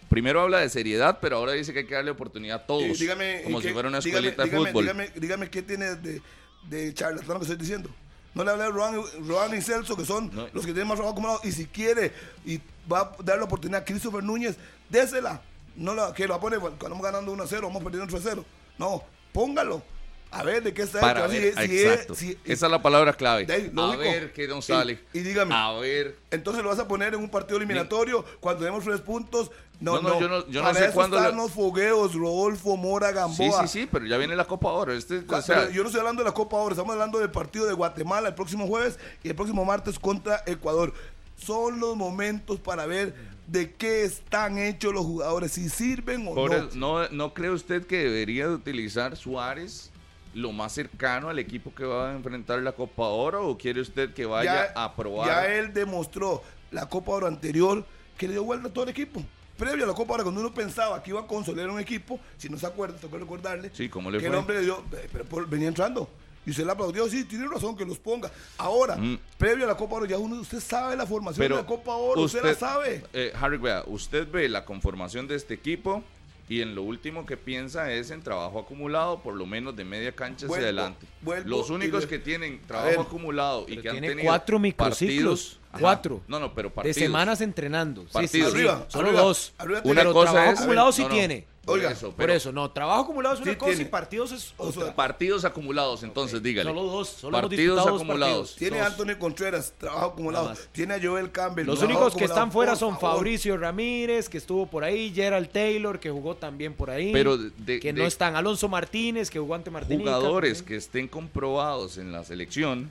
[SPEAKER 5] primero habla de seriedad, pero ahora dice que hay que darle oportunidad a
[SPEAKER 2] Eh,
[SPEAKER 5] todos,
[SPEAKER 2] dígame,
[SPEAKER 5] como
[SPEAKER 2] ¿en qué-
[SPEAKER 5] si fuera una
[SPEAKER 2] dígame-
[SPEAKER 5] escuelita
[SPEAKER 2] dígame-
[SPEAKER 5] de fútbol.
[SPEAKER 2] Dígame, dígame qué tiene de, de charlatán que estoy diciendo. No le hablé a Roan, Roan y Celso, que son
[SPEAKER 5] No.
[SPEAKER 2] los que tienen más trabajo acumulado. Y si quiere y va a dar la oportunidad a Christopher Núñez, désela. No la, que la pone cuando vamos ganando 1 0, vamos perdiendo 3 0. No, póngalo. A ver de qué está
[SPEAKER 5] Para
[SPEAKER 2] hecho.
[SPEAKER 5] ver,
[SPEAKER 2] Así es, si es-
[SPEAKER 5] exacto.
[SPEAKER 2] si-
[SPEAKER 5] Esa es la palabra clave.
[SPEAKER 2] De ahí, lo
[SPEAKER 5] a
[SPEAKER 2] único.
[SPEAKER 5] ver qué
[SPEAKER 2] Y-
[SPEAKER 5] nos sale.
[SPEAKER 2] y dígame.
[SPEAKER 5] A ver.
[SPEAKER 2] Entonces lo vas a poner en un partido eliminatorio cuando tenemos tres puntos. No,
[SPEAKER 5] No,
[SPEAKER 2] no,
[SPEAKER 5] no, yo no- yo no
[SPEAKER 2] Para
[SPEAKER 5] sé
[SPEAKER 2] eso
[SPEAKER 5] cuándo la-
[SPEAKER 2] están los fogueos, Rodolfo, Mora,
[SPEAKER 5] Sí,
[SPEAKER 2] Gamboa.
[SPEAKER 5] sí, sí, pero ya viene la Copa Oro. Este,
[SPEAKER 2] Cu-
[SPEAKER 5] o sea,
[SPEAKER 2] pero yo no estoy hablando de la Copa ahora, estamos hablando del partido de Guatemala el próximo jueves y el próximo martes contra Ecuador. Son los momentos para ver de qué están hechos los jugadores, si sirven o
[SPEAKER 5] por
[SPEAKER 2] no.
[SPEAKER 5] el- no. no cree usted que debería de utilizar Suárez lo más cercano al equipo que va a enfrentar la Copa Oro o quiere usted que vaya a probar?
[SPEAKER 2] ya él demostró la Copa Oro anterior que le dio vuelta a todo el equipo. Previo a la Copa Oro, cuando uno pensaba que iba a consolidar un equipo, si no se acuerda, tengo que recordarle
[SPEAKER 5] Sí, ¿cómo le
[SPEAKER 2] que
[SPEAKER 5] fue?
[SPEAKER 2] el hombre le dio, eh, pero por- venía entrando. Y usted le aplaudió, sí, tiene razón que los ponga. Ahora,
[SPEAKER 5] Mm.
[SPEAKER 2] previo a la Copa Oro, ya uno, usted sabe la formación de la Copa Oro, usted, la sabe.
[SPEAKER 5] eh, Harry, vea, usted ve la conformación de este equipo y en lo último que piensa es en trabajo acumulado, por lo menos de media cancha
[SPEAKER 2] Vuelvo,
[SPEAKER 5] hacia adelante.
[SPEAKER 2] vuelvo
[SPEAKER 5] Los
[SPEAKER 2] y
[SPEAKER 5] únicos
[SPEAKER 2] le-
[SPEAKER 5] que tienen
[SPEAKER 2] ver,
[SPEAKER 5] trabajo acumulado y
[SPEAKER 4] pero
[SPEAKER 5] que han
[SPEAKER 4] tiene
[SPEAKER 5] tenido
[SPEAKER 4] cuatro microciclos,
[SPEAKER 5] partidos, ajá,
[SPEAKER 4] cuatro.
[SPEAKER 5] No, no, pero
[SPEAKER 4] De
[SPEAKER 5] partidos.
[SPEAKER 4] semanas entrenando. Sí, Sí, sí,
[SPEAKER 5] Partidos.
[SPEAKER 2] Arriba,
[SPEAKER 4] Solo
[SPEAKER 2] arriba,
[SPEAKER 4] dos.
[SPEAKER 2] arriba
[SPEAKER 5] Una
[SPEAKER 4] pero
[SPEAKER 5] cosa
[SPEAKER 4] trabajo
[SPEAKER 5] es-
[SPEAKER 4] acumulado sí
[SPEAKER 5] no, no,
[SPEAKER 4] tiene.
[SPEAKER 5] por
[SPEAKER 2] Oiga,
[SPEAKER 5] eso,
[SPEAKER 4] Por
[SPEAKER 5] pero
[SPEAKER 4] eso, no. Trabajo acumulado es una
[SPEAKER 2] Sí
[SPEAKER 4] cosa
[SPEAKER 2] tiene.
[SPEAKER 4] y partidos es
[SPEAKER 2] O sea,
[SPEAKER 4] otra.
[SPEAKER 5] Partidos acumulados, entonces, dígale.
[SPEAKER 4] Solo dos, solo hemos
[SPEAKER 5] partidos
[SPEAKER 4] disputado dos
[SPEAKER 5] acumulados.
[SPEAKER 4] partidos.
[SPEAKER 2] Tiene a
[SPEAKER 4] Dos.
[SPEAKER 2] Anthony Contreras, trabajo acumulado.
[SPEAKER 4] Nada más.
[SPEAKER 2] Tiene a Joel Campbell.
[SPEAKER 4] Los
[SPEAKER 2] trabajo
[SPEAKER 4] únicos que
[SPEAKER 2] acumulado.
[SPEAKER 4] están fuera
[SPEAKER 2] Por
[SPEAKER 4] son
[SPEAKER 2] favor.
[SPEAKER 4] Fabricio Ramírez, que estuvo por ahí, Gerald Taylor, que jugó también por ahí.
[SPEAKER 5] Pero de-
[SPEAKER 4] que
[SPEAKER 5] de-
[SPEAKER 4] no están. Alonso Martínez, que jugó ante Martínez.
[SPEAKER 5] Jugadores que estén comprobados en la selección.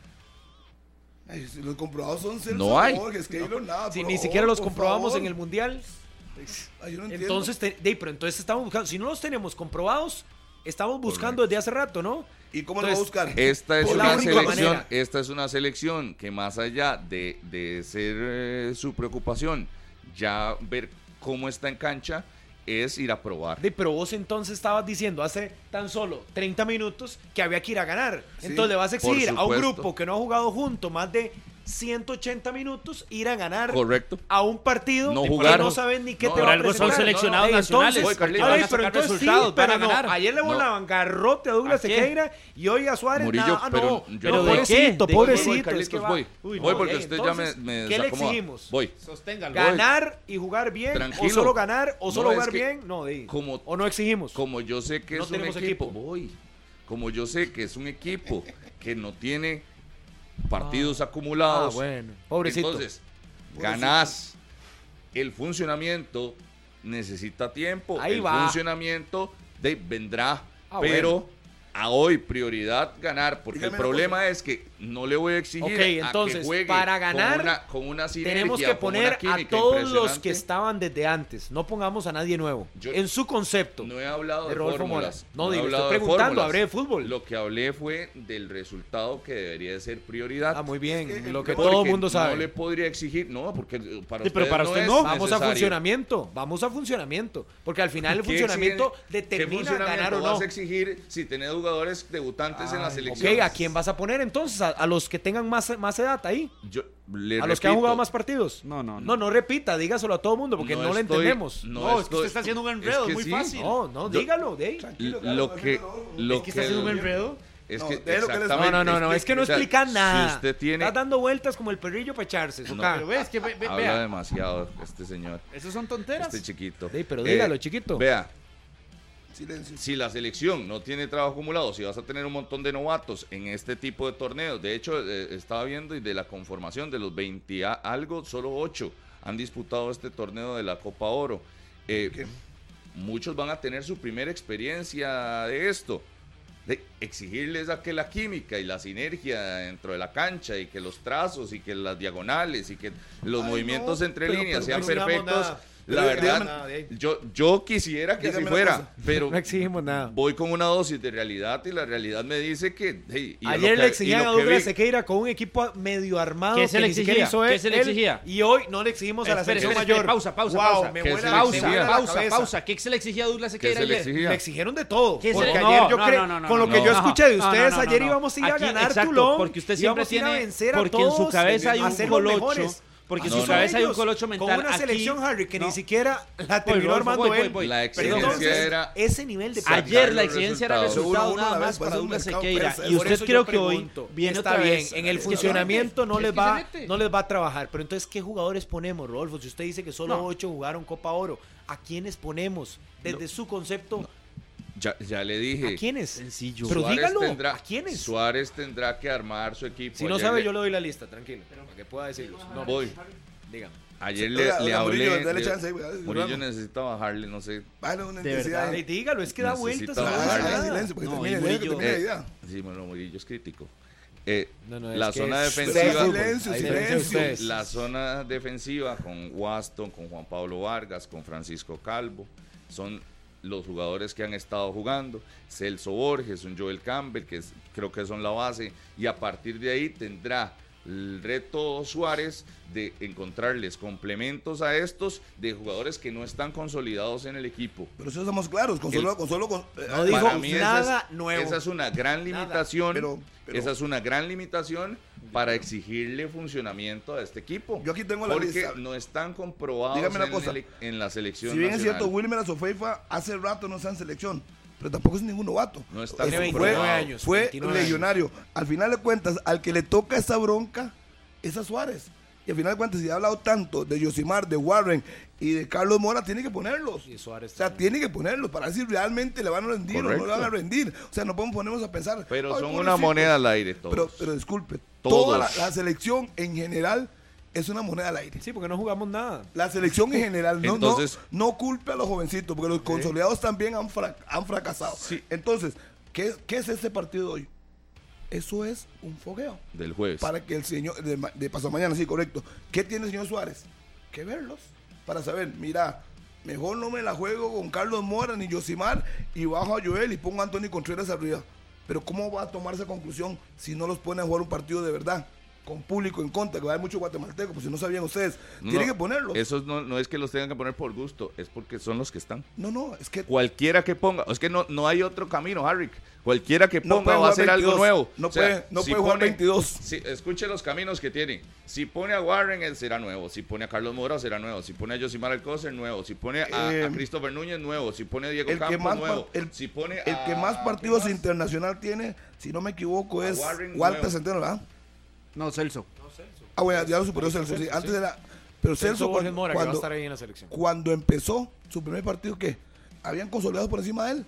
[SPEAKER 2] Ay, si los comprobados son Celso
[SPEAKER 5] No hay.
[SPEAKER 2] Borges, Keylor Nava,
[SPEAKER 4] Si
[SPEAKER 2] Ah, por
[SPEAKER 4] ni
[SPEAKER 2] favor,
[SPEAKER 4] siquiera los
[SPEAKER 2] por
[SPEAKER 4] comprobamos
[SPEAKER 2] favor.
[SPEAKER 4] en el Mundial.
[SPEAKER 2] Ay, yo no entiendo.
[SPEAKER 4] Entonces, te- de, pero entonces estamos buscando. Si no los tenemos comprobados, estamos buscando desde hace rato, ¿no?
[SPEAKER 2] ¿Y cómo lo va a
[SPEAKER 4] entonces,
[SPEAKER 2] buscar?
[SPEAKER 5] Esta es,
[SPEAKER 4] Por la
[SPEAKER 5] una
[SPEAKER 4] única
[SPEAKER 5] selección,
[SPEAKER 4] manera.
[SPEAKER 5] esta es una selección que más allá de, de ser eh, su preocupación, ya ver cómo está en cancha, es ir a probar.
[SPEAKER 4] De, pero vos entonces estabas diciendo hace tan solo 30 minutos que había que ir a ganar.
[SPEAKER 2] Sí,
[SPEAKER 4] entonces le vas a
[SPEAKER 5] por
[SPEAKER 4] exigir a un
[SPEAKER 5] supuesto.
[SPEAKER 4] grupo que no ha jugado junto más de 180 minutos ir a ganar
[SPEAKER 5] Correcto.
[SPEAKER 4] a un partido
[SPEAKER 5] No
[SPEAKER 4] que
[SPEAKER 5] jugaron.
[SPEAKER 4] no saben ni qué
[SPEAKER 5] No,
[SPEAKER 4] te
[SPEAKER 5] por
[SPEAKER 4] va a
[SPEAKER 5] algo son
[SPEAKER 4] presentar.
[SPEAKER 5] seleccionados
[SPEAKER 4] Ey,
[SPEAKER 6] nacionales,
[SPEAKER 4] entonces-
[SPEAKER 5] porque
[SPEAKER 4] Ey,
[SPEAKER 5] van a
[SPEAKER 6] sacar
[SPEAKER 4] pero entonces
[SPEAKER 6] resultados,
[SPEAKER 4] sí, pero
[SPEAKER 6] van a
[SPEAKER 4] no.
[SPEAKER 6] ganar.
[SPEAKER 4] Ayer le
[SPEAKER 5] No.
[SPEAKER 4] volaban garrote a Douglas
[SPEAKER 6] ¿A qué?
[SPEAKER 4] Cequeira y hoy a Suárez.
[SPEAKER 5] Murillo,
[SPEAKER 4] nada, ah,
[SPEAKER 5] pero
[SPEAKER 4] no,
[SPEAKER 5] yo-
[SPEAKER 4] pero
[SPEAKER 6] ¿Pero de
[SPEAKER 4] pobrecito,
[SPEAKER 6] qué? ¿De
[SPEAKER 4] pobrecito.
[SPEAKER 5] voy,
[SPEAKER 4] es
[SPEAKER 5] Carlitos,
[SPEAKER 4] que va-
[SPEAKER 5] voy.
[SPEAKER 4] Uy,
[SPEAKER 5] voy
[SPEAKER 4] no,
[SPEAKER 5] porque
[SPEAKER 4] ey,
[SPEAKER 5] usted ya me,
[SPEAKER 4] entonces,
[SPEAKER 5] me
[SPEAKER 4] ¿Qué le
[SPEAKER 5] desacomoda.
[SPEAKER 4] exigimos?
[SPEAKER 5] Voy.
[SPEAKER 3] Sosténgalo.
[SPEAKER 4] ¿Ganar y jugar bien? ¿O
[SPEAKER 5] Tranquilo.
[SPEAKER 4] solo ganar o solo
[SPEAKER 5] No, es
[SPEAKER 4] jugar
[SPEAKER 5] que
[SPEAKER 4] bien? No, di.
[SPEAKER 5] como-
[SPEAKER 4] ¿O no exigimos?
[SPEAKER 5] Como yo sé que
[SPEAKER 4] No
[SPEAKER 5] es un
[SPEAKER 4] tenemos
[SPEAKER 5] equipo,
[SPEAKER 4] equipo.
[SPEAKER 5] voy. Como yo sé que es un equipo que no tiene partidos acumulados,
[SPEAKER 4] Ah. Pobrecito.
[SPEAKER 5] Entonces, ganás. El funcionamiento necesita tiempo.
[SPEAKER 4] Ahí
[SPEAKER 5] el
[SPEAKER 4] va.
[SPEAKER 5] funcionamiento de, vendrá.
[SPEAKER 4] Ah,
[SPEAKER 5] pero a hoy, prioridad ganar. Porque
[SPEAKER 2] Dígame
[SPEAKER 5] el
[SPEAKER 2] una
[SPEAKER 5] problema es que no le voy a exigir
[SPEAKER 4] Ok,
[SPEAKER 5] a
[SPEAKER 4] entonces,
[SPEAKER 5] que juegue
[SPEAKER 4] para
[SPEAKER 5] con
[SPEAKER 4] ganar,
[SPEAKER 5] una- con una sinergia,
[SPEAKER 4] Tenemos que
[SPEAKER 5] con una
[SPEAKER 4] poner a
[SPEAKER 5] química
[SPEAKER 4] todos los que
[SPEAKER 5] impresionante.
[SPEAKER 4] estaban desde antes. No pongamos a nadie nuevo.
[SPEAKER 5] Yo-
[SPEAKER 4] en su concepto.
[SPEAKER 5] No he hablado
[SPEAKER 4] De
[SPEAKER 5] de,
[SPEAKER 4] Rodolfo
[SPEAKER 5] fórmulas.
[SPEAKER 4] Mora. No,
[SPEAKER 5] he
[SPEAKER 4] digo, estoy
[SPEAKER 5] hablado de
[SPEAKER 4] preguntando,
[SPEAKER 5] fórmulas.
[SPEAKER 4] hablé de fútbol.
[SPEAKER 5] Lo que hablé fue del resultado que debería de ser prioridad.
[SPEAKER 4] Ah, muy
[SPEAKER 2] Es que-
[SPEAKER 4] bien. Lo que
[SPEAKER 5] Porque
[SPEAKER 4] todo el mundo
[SPEAKER 5] No
[SPEAKER 4] sabe.
[SPEAKER 5] le podría exigir, no, porque eh, para
[SPEAKER 6] Sí, pero
[SPEAKER 5] ustedes
[SPEAKER 6] para
[SPEAKER 5] no
[SPEAKER 6] usted
[SPEAKER 5] es
[SPEAKER 6] no.
[SPEAKER 4] Vamos a
[SPEAKER 5] necesario.
[SPEAKER 4] funcionamiento. Vamos a funcionamiento. Porque al final el
[SPEAKER 5] *laughs* ¿Qué
[SPEAKER 4] funcionamiento
[SPEAKER 5] exigen-
[SPEAKER 4] determina
[SPEAKER 5] ¿Qué funcionamiento
[SPEAKER 4] ganar o no.
[SPEAKER 5] vas a exigir si tenés jugadores debutantes en la selección?
[SPEAKER 4] Ok, ¿a quién vas a poner entonces? ¿A, a los que tengan más, más edad ahí?
[SPEAKER 5] Yo le
[SPEAKER 4] ¿A los que han
[SPEAKER 5] repito,
[SPEAKER 4] jugado más partidos?
[SPEAKER 3] No, no, no.
[SPEAKER 4] No, no repita, dígaselo a todo el mundo porque no, le
[SPEAKER 5] estoy-
[SPEAKER 4] entendemos.
[SPEAKER 5] No,
[SPEAKER 6] No, es que
[SPEAKER 5] estoy-
[SPEAKER 6] usted está haciendo un enredo,
[SPEAKER 5] que
[SPEAKER 6] muy
[SPEAKER 5] sí.
[SPEAKER 6] fácil.
[SPEAKER 4] No, no,
[SPEAKER 5] Yo-
[SPEAKER 4] dígalo, de ahí.
[SPEAKER 5] L- Lo que. Lo
[SPEAKER 6] Es que está haciendo un enredo.
[SPEAKER 5] Es
[SPEAKER 2] No,
[SPEAKER 5] que,
[SPEAKER 2] de lo que les-
[SPEAKER 5] exactamente,
[SPEAKER 4] No, no, no, no, es que no
[SPEAKER 5] o sea,
[SPEAKER 4] explica nada.
[SPEAKER 5] Si usted tiene.
[SPEAKER 4] Está dando vueltas como el perrillo para echarse.
[SPEAKER 5] No,
[SPEAKER 4] Zucca.
[SPEAKER 6] Pero ves que ve- ve-
[SPEAKER 5] habla
[SPEAKER 6] vea,
[SPEAKER 5] demasiado este señor.
[SPEAKER 6] esas son tonteras.
[SPEAKER 5] Este chiquito. Eh,
[SPEAKER 4] Sí, pero dígalo, chiquito.
[SPEAKER 5] Vea,
[SPEAKER 2] Silencio.
[SPEAKER 5] si la selección no tiene trabajo acumulado, si vas a tener un montón de novatos en este tipo de torneos, de hecho eh, estaba viendo y de la conformación de los 20 a- algo, solo 8 han disputado este torneo de la Copa Oro. Eh, muchos van a tener su primera experiencia de esto. De exigirles a que la química y la sinergia dentro de la cancha y que los trazos y que las diagonales y que los
[SPEAKER 2] Ay,
[SPEAKER 5] movimientos
[SPEAKER 2] no,
[SPEAKER 5] entre
[SPEAKER 4] pero- pero
[SPEAKER 5] líneas sean
[SPEAKER 4] no digamos
[SPEAKER 5] perfectos
[SPEAKER 4] nada.
[SPEAKER 5] La
[SPEAKER 2] Dígame-
[SPEAKER 5] verdad, yo, yo quisiera que así
[SPEAKER 2] Dígame una
[SPEAKER 5] fuera,
[SPEAKER 2] cosa.
[SPEAKER 4] *laughs*
[SPEAKER 5] pero
[SPEAKER 4] No exigimos nada.
[SPEAKER 5] voy con una dosis de realidad y la realidad me dice que... hey, y lo
[SPEAKER 4] Ayer
[SPEAKER 5] que-
[SPEAKER 4] le
[SPEAKER 5] y
[SPEAKER 4] exigían
[SPEAKER 5] lo
[SPEAKER 4] a
[SPEAKER 5] que
[SPEAKER 4] Douglas
[SPEAKER 5] vi-
[SPEAKER 4] Sequeira con un equipo medio armado.
[SPEAKER 3] ¿Qué se
[SPEAKER 4] que
[SPEAKER 3] le
[SPEAKER 4] ni siquiera
[SPEAKER 3] exigía?
[SPEAKER 4] hizo
[SPEAKER 3] ¿Qué
[SPEAKER 4] él-
[SPEAKER 3] se le
[SPEAKER 4] él,
[SPEAKER 3] exigía?
[SPEAKER 4] Y hoy no le exigimos a la
[SPEAKER 3] Espere,
[SPEAKER 4] selección
[SPEAKER 3] espere,
[SPEAKER 4] mayor.
[SPEAKER 3] espere, pausa, pausa,
[SPEAKER 4] Wow,
[SPEAKER 3] pausa.
[SPEAKER 4] me
[SPEAKER 5] ¿Qué
[SPEAKER 4] vuela
[SPEAKER 5] se
[SPEAKER 4] la-
[SPEAKER 5] le
[SPEAKER 4] me
[SPEAKER 3] Pausa,
[SPEAKER 4] vuela
[SPEAKER 5] exigía?
[SPEAKER 4] la
[SPEAKER 3] pausa,
[SPEAKER 4] cabeza.
[SPEAKER 3] pausa. ¿Qué se le exigía a Douglas
[SPEAKER 5] ¿Qué
[SPEAKER 3] Sequeira
[SPEAKER 5] se le
[SPEAKER 3] ayer?
[SPEAKER 5] exigía?
[SPEAKER 4] Me exigieron de todo.
[SPEAKER 3] ¿Qué se
[SPEAKER 4] Porque
[SPEAKER 3] le-
[SPEAKER 4] ayer
[SPEAKER 3] No,
[SPEAKER 4] yo
[SPEAKER 3] no,
[SPEAKER 4] creo,
[SPEAKER 3] no, no, no,
[SPEAKER 4] con lo
[SPEAKER 5] no,
[SPEAKER 4] que
[SPEAKER 5] no,
[SPEAKER 4] yo
[SPEAKER 5] no.
[SPEAKER 4] escuché de
[SPEAKER 3] No,
[SPEAKER 4] ustedes,
[SPEAKER 3] no, no,
[SPEAKER 4] ayer
[SPEAKER 3] no.
[SPEAKER 4] íbamos a ir a
[SPEAKER 3] Aquí-
[SPEAKER 4] ganar
[SPEAKER 3] exacto,
[SPEAKER 4] Tulón.
[SPEAKER 3] Porque usted siempre
[SPEAKER 4] íbamos a ir a
[SPEAKER 3] tiene.
[SPEAKER 4] vencer a
[SPEAKER 3] porque en su
[SPEAKER 4] todos,
[SPEAKER 3] cabeza
[SPEAKER 4] a
[SPEAKER 3] hay un
[SPEAKER 4] ser los
[SPEAKER 3] colocho.
[SPEAKER 4] mejores.
[SPEAKER 3] Porque en
[SPEAKER 5] No,
[SPEAKER 3] su
[SPEAKER 5] no.
[SPEAKER 3] cabeza hay un
[SPEAKER 4] Ellos,
[SPEAKER 3] colocho mental.
[SPEAKER 4] Con una
[SPEAKER 3] aquí-
[SPEAKER 4] selección, Harry, que
[SPEAKER 3] No.
[SPEAKER 4] ni siquiera la
[SPEAKER 3] Voy,
[SPEAKER 4] terminó
[SPEAKER 3] voy,
[SPEAKER 4] armando
[SPEAKER 3] voy,
[SPEAKER 4] él.
[SPEAKER 3] voy, voy.
[SPEAKER 5] La
[SPEAKER 4] Pero
[SPEAKER 5] exigencia
[SPEAKER 4] entonces,
[SPEAKER 5] era...
[SPEAKER 4] ese nivel de
[SPEAKER 5] Sacar
[SPEAKER 3] Ayer la
[SPEAKER 5] los
[SPEAKER 3] exigencia era
[SPEAKER 5] resultados.
[SPEAKER 3] resultado
[SPEAKER 2] Seguro,
[SPEAKER 3] nada
[SPEAKER 2] una
[SPEAKER 3] más
[SPEAKER 2] vez,
[SPEAKER 3] para
[SPEAKER 2] parece un
[SPEAKER 3] Douglas
[SPEAKER 2] mercado
[SPEAKER 3] Sequeira.
[SPEAKER 2] persa,
[SPEAKER 3] Y
[SPEAKER 2] por
[SPEAKER 3] usted
[SPEAKER 2] eso
[SPEAKER 3] creo que hoy viene
[SPEAKER 4] está
[SPEAKER 3] otra
[SPEAKER 4] bien,
[SPEAKER 3] vez.
[SPEAKER 4] en el
[SPEAKER 3] Es que
[SPEAKER 4] funcionamiento no
[SPEAKER 6] es
[SPEAKER 4] les
[SPEAKER 6] que
[SPEAKER 4] va
[SPEAKER 6] se mete.
[SPEAKER 4] no les va a trabajar, pero entonces qué jugadores ponemos, Rodolfo? Si usted dice que solo
[SPEAKER 3] No.
[SPEAKER 4] ocho jugaron Copa Oro, ¿a quiénes ponemos? Desde su concepto,
[SPEAKER 5] Ya, ya le dije.
[SPEAKER 4] ¿a quiénes?
[SPEAKER 3] Sencillo.
[SPEAKER 4] Pero dígalo,
[SPEAKER 5] tendrá,
[SPEAKER 4] ¿a quiénes?
[SPEAKER 5] Suárez tendrá que armar su equipo.
[SPEAKER 4] Si no
[SPEAKER 5] Ayer
[SPEAKER 4] sabe,
[SPEAKER 5] le-
[SPEAKER 4] yo le doy la lista, tranquilo, para que pueda decirlos. No,
[SPEAKER 5] Voy.
[SPEAKER 4] dígame.
[SPEAKER 5] Ayer
[SPEAKER 2] Oiga,
[SPEAKER 5] le,
[SPEAKER 2] oiga,
[SPEAKER 5] le hablé.
[SPEAKER 2] Murillo, dale
[SPEAKER 5] de-
[SPEAKER 2] chance ahí, oiga,
[SPEAKER 5] Murillo
[SPEAKER 2] luego.
[SPEAKER 5] necesita bajarle, no sé.
[SPEAKER 2] Vale, una
[SPEAKER 3] De
[SPEAKER 2] intensidad.
[SPEAKER 3] verdad.
[SPEAKER 4] Ay, ¿eh? dígalo, es que da
[SPEAKER 5] Necesito
[SPEAKER 4] vueltas. a la
[SPEAKER 5] bajarle.
[SPEAKER 2] Ah,
[SPEAKER 4] jugada.
[SPEAKER 2] silencio, porque
[SPEAKER 3] No,
[SPEAKER 2] termine,
[SPEAKER 3] y
[SPEAKER 2] deje que
[SPEAKER 3] Murillo-
[SPEAKER 2] termine la idea.
[SPEAKER 5] Eh, sí, bueno, Murillo es crítico. Eh,
[SPEAKER 4] No, no, es
[SPEAKER 5] la
[SPEAKER 4] que
[SPEAKER 5] zona
[SPEAKER 4] es-
[SPEAKER 5] defensiva.
[SPEAKER 4] Ustedes,
[SPEAKER 2] Silencio,
[SPEAKER 4] a diferencia de
[SPEAKER 2] silencio.
[SPEAKER 4] ustedes.
[SPEAKER 5] La zona defensiva con Waston, con Juan Pablo Vargas, con Francisco Calvo, son los jugadores que han estado jugando. Celso Borges, un Joel Campbell, que es- creo que son la base, y a partir de ahí tendrá el reto Suárez de encontrarles complementos a estos de jugadores que no están consolidados en el equipo.
[SPEAKER 2] Pero si somos claros, con solo,
[SPEAKER 5] El-
[SPEAKER 2] con solo con, eh,
[SPEAKER 4] No dijo
[SPEAKER 5] Para mí esa es-
[SPEAKER 4] nada nuevo.
[SPEAKER 5] Esa es una gran
[SPEAKER 4] Nada.
[SPEAKER 5] limitación.
[SPEAKER 2] Pero- pero-
[SPEAKER 5] esa es una gran limitación para exigirle funcionamiento a este equipo.
[SPEAKER 2] Yo aquí tengo la
[SPEAKER 5] porque
[SPEAKER 2] lista.
[SPEAKER 5] no están comprobados
[SPEAKER 2] Dígame una
[SPEAKER 5] en,
[SPEAKER 2] cosa.
[SPEAKER 5] el- en la selección.
[SPEAKER 2] Si bien es
[SPEAKER 5] nacional.
[SPEAKER 2] cierto, Wilmer Azofeifa hace rato no está en selección, pero tampoco es ningún novato.
[SPEAKER 5] No está
[SPEAKER 2] Eso
[SPEAKER 4] Tiene
[SPEAKER 2] fue,
[SPEAKER 4] 29 años,
[SPEAKER 2] Fue
[SPEAKER 4] 29
[SPEAKER 2] legionario. Al final de cuentas, al que le toca esa bronca es a Suárez. Y al final de cuentas, si ha hablado tanto de Yosimar, de Warren y de Carlos Mora, tiene que ponerlos.
[SPEAKER 4] Y Suárez
[SPEAKER 2] o sea,
[SPEAKER 4] también.
[SPEAKER 2] tiene que ponerlos para ver si realmente le van a rendir o no le
[SPEAKER 5] Correcto.
[SPEAKER 2] van a rendir. O sea, no podemos ponernos a pensar.
[SPEAKER 5] Pero
[SPEAKER 2] "Ay,
[SPEAKER 5] son una
[SPEAKER 2] pobrecitos".
[SPEAKER 5] moneda al aire todos.
[SPEAKER 2] Pero, pero disculpe,
[SPEAKER 5] Todos.
[SPEAKER 2] toda la, la selección en general es una moneda al aire.
[SPEAKER 4] Sí, porque no jugamos nada.
[SPEAKER 2] La selección en general no,
[SPEAKER 5] Entonces-
[SPEAKER 2] no, no culpe a los jovencitos, porque los consolidados también han, fra- han fracasado. Entonces, ¿qué, qué es este partido de hoy? Eso es un fogueo.
[SPEAKER 5] del jueves.
[SPEAKER 2] Para que el señor, de, ma- de pasado mañana, sí, correcto. ¿Qué tiene el señor Suárez? Que verlos. Para saber, mira, mejor no me la juego con Carlos Mora ni Yosimar y bajo a Joel y pongo a Anthony Contreras arriba. Pero ¿cómo va a tomar esa conclusión si no los ponen a jugar un partido de verdad? Con público en contra, que va a haber mucho guatemalteco, pues si no sabían ustedes,
[SPEAKER 5] No,
[SPEAKER 2] tienen que ponerlos.
[SPEAKER 5] Esos no, no es que los tengan que poner por gusto, es porque son los que están.
[SPEAKER 2] No, no, es que
[SPEAKER 5] Cualquiera que ponga, es que no, no hay otro camino, Harry. Cualquiera que
[SPEAKER 2] No puede
[SPEAKER 5] ponga va
[SPEAKER 2] jugar
[SPEAKER 5] a hacer algo
[SPEAKER 2] 22,
[SPEAKER 5] nuevo.
[SPEAKER 2] no puede- no puede jugar 22.
[SPEAKER 5] si- escuche los caminos que tiene. Si pone a Warren, él será nuevo. Si pone a Carlos Mora, será nuevo. Si pone a Josimar Alcócer, nuevo. Si pone a, a
[SPEAKER 2] Eh,
[SPEAKER 5] Christopher Núñez, nuevo. Si pone a Diego
[SPEAKER 2] el que
[SPEAKER 5] Campos,
[SPEAKER 2] más,
[SPEAKER 5] nuevo.
[SPEAKER 2] par- el,
[SPEAKER 5] si pone
[SPEAKER 2] el
[SPEAKER 5] a-
[SPEAKER 2] que más
[SPEAKER 5] ¿qué
[SPEAKER 2] partidos
[SPEAKER 5] más?
[SPEAKER 2] internacional tiene, si no me equivoco,
[SPEAKER 5] A
[SPEAKER 2] es
[SPEAKER 5] Warren
[SPEAKER 2] Walter
[SPEAKER 5] nuevo.
[SPEAKER 2] Centeno, ¿verdad?
[SPEAKER 3] No, Celso.
[SPEAKER 2] Ah, bueno, ya lo superó Celso, sí. Antes era. Pero Celso,
[SPEAKER 4] Celso Borges
[SPEAKER 2] cuando,
[SPEAKER 4] Mora, que va a
[SPEAKER 2] cuando,
[SPEAKER 4] estar ahí en la selección.
[SPEAKER 2] cuando empezó su primer partido, ¿qué? Habían consolidado por encima de él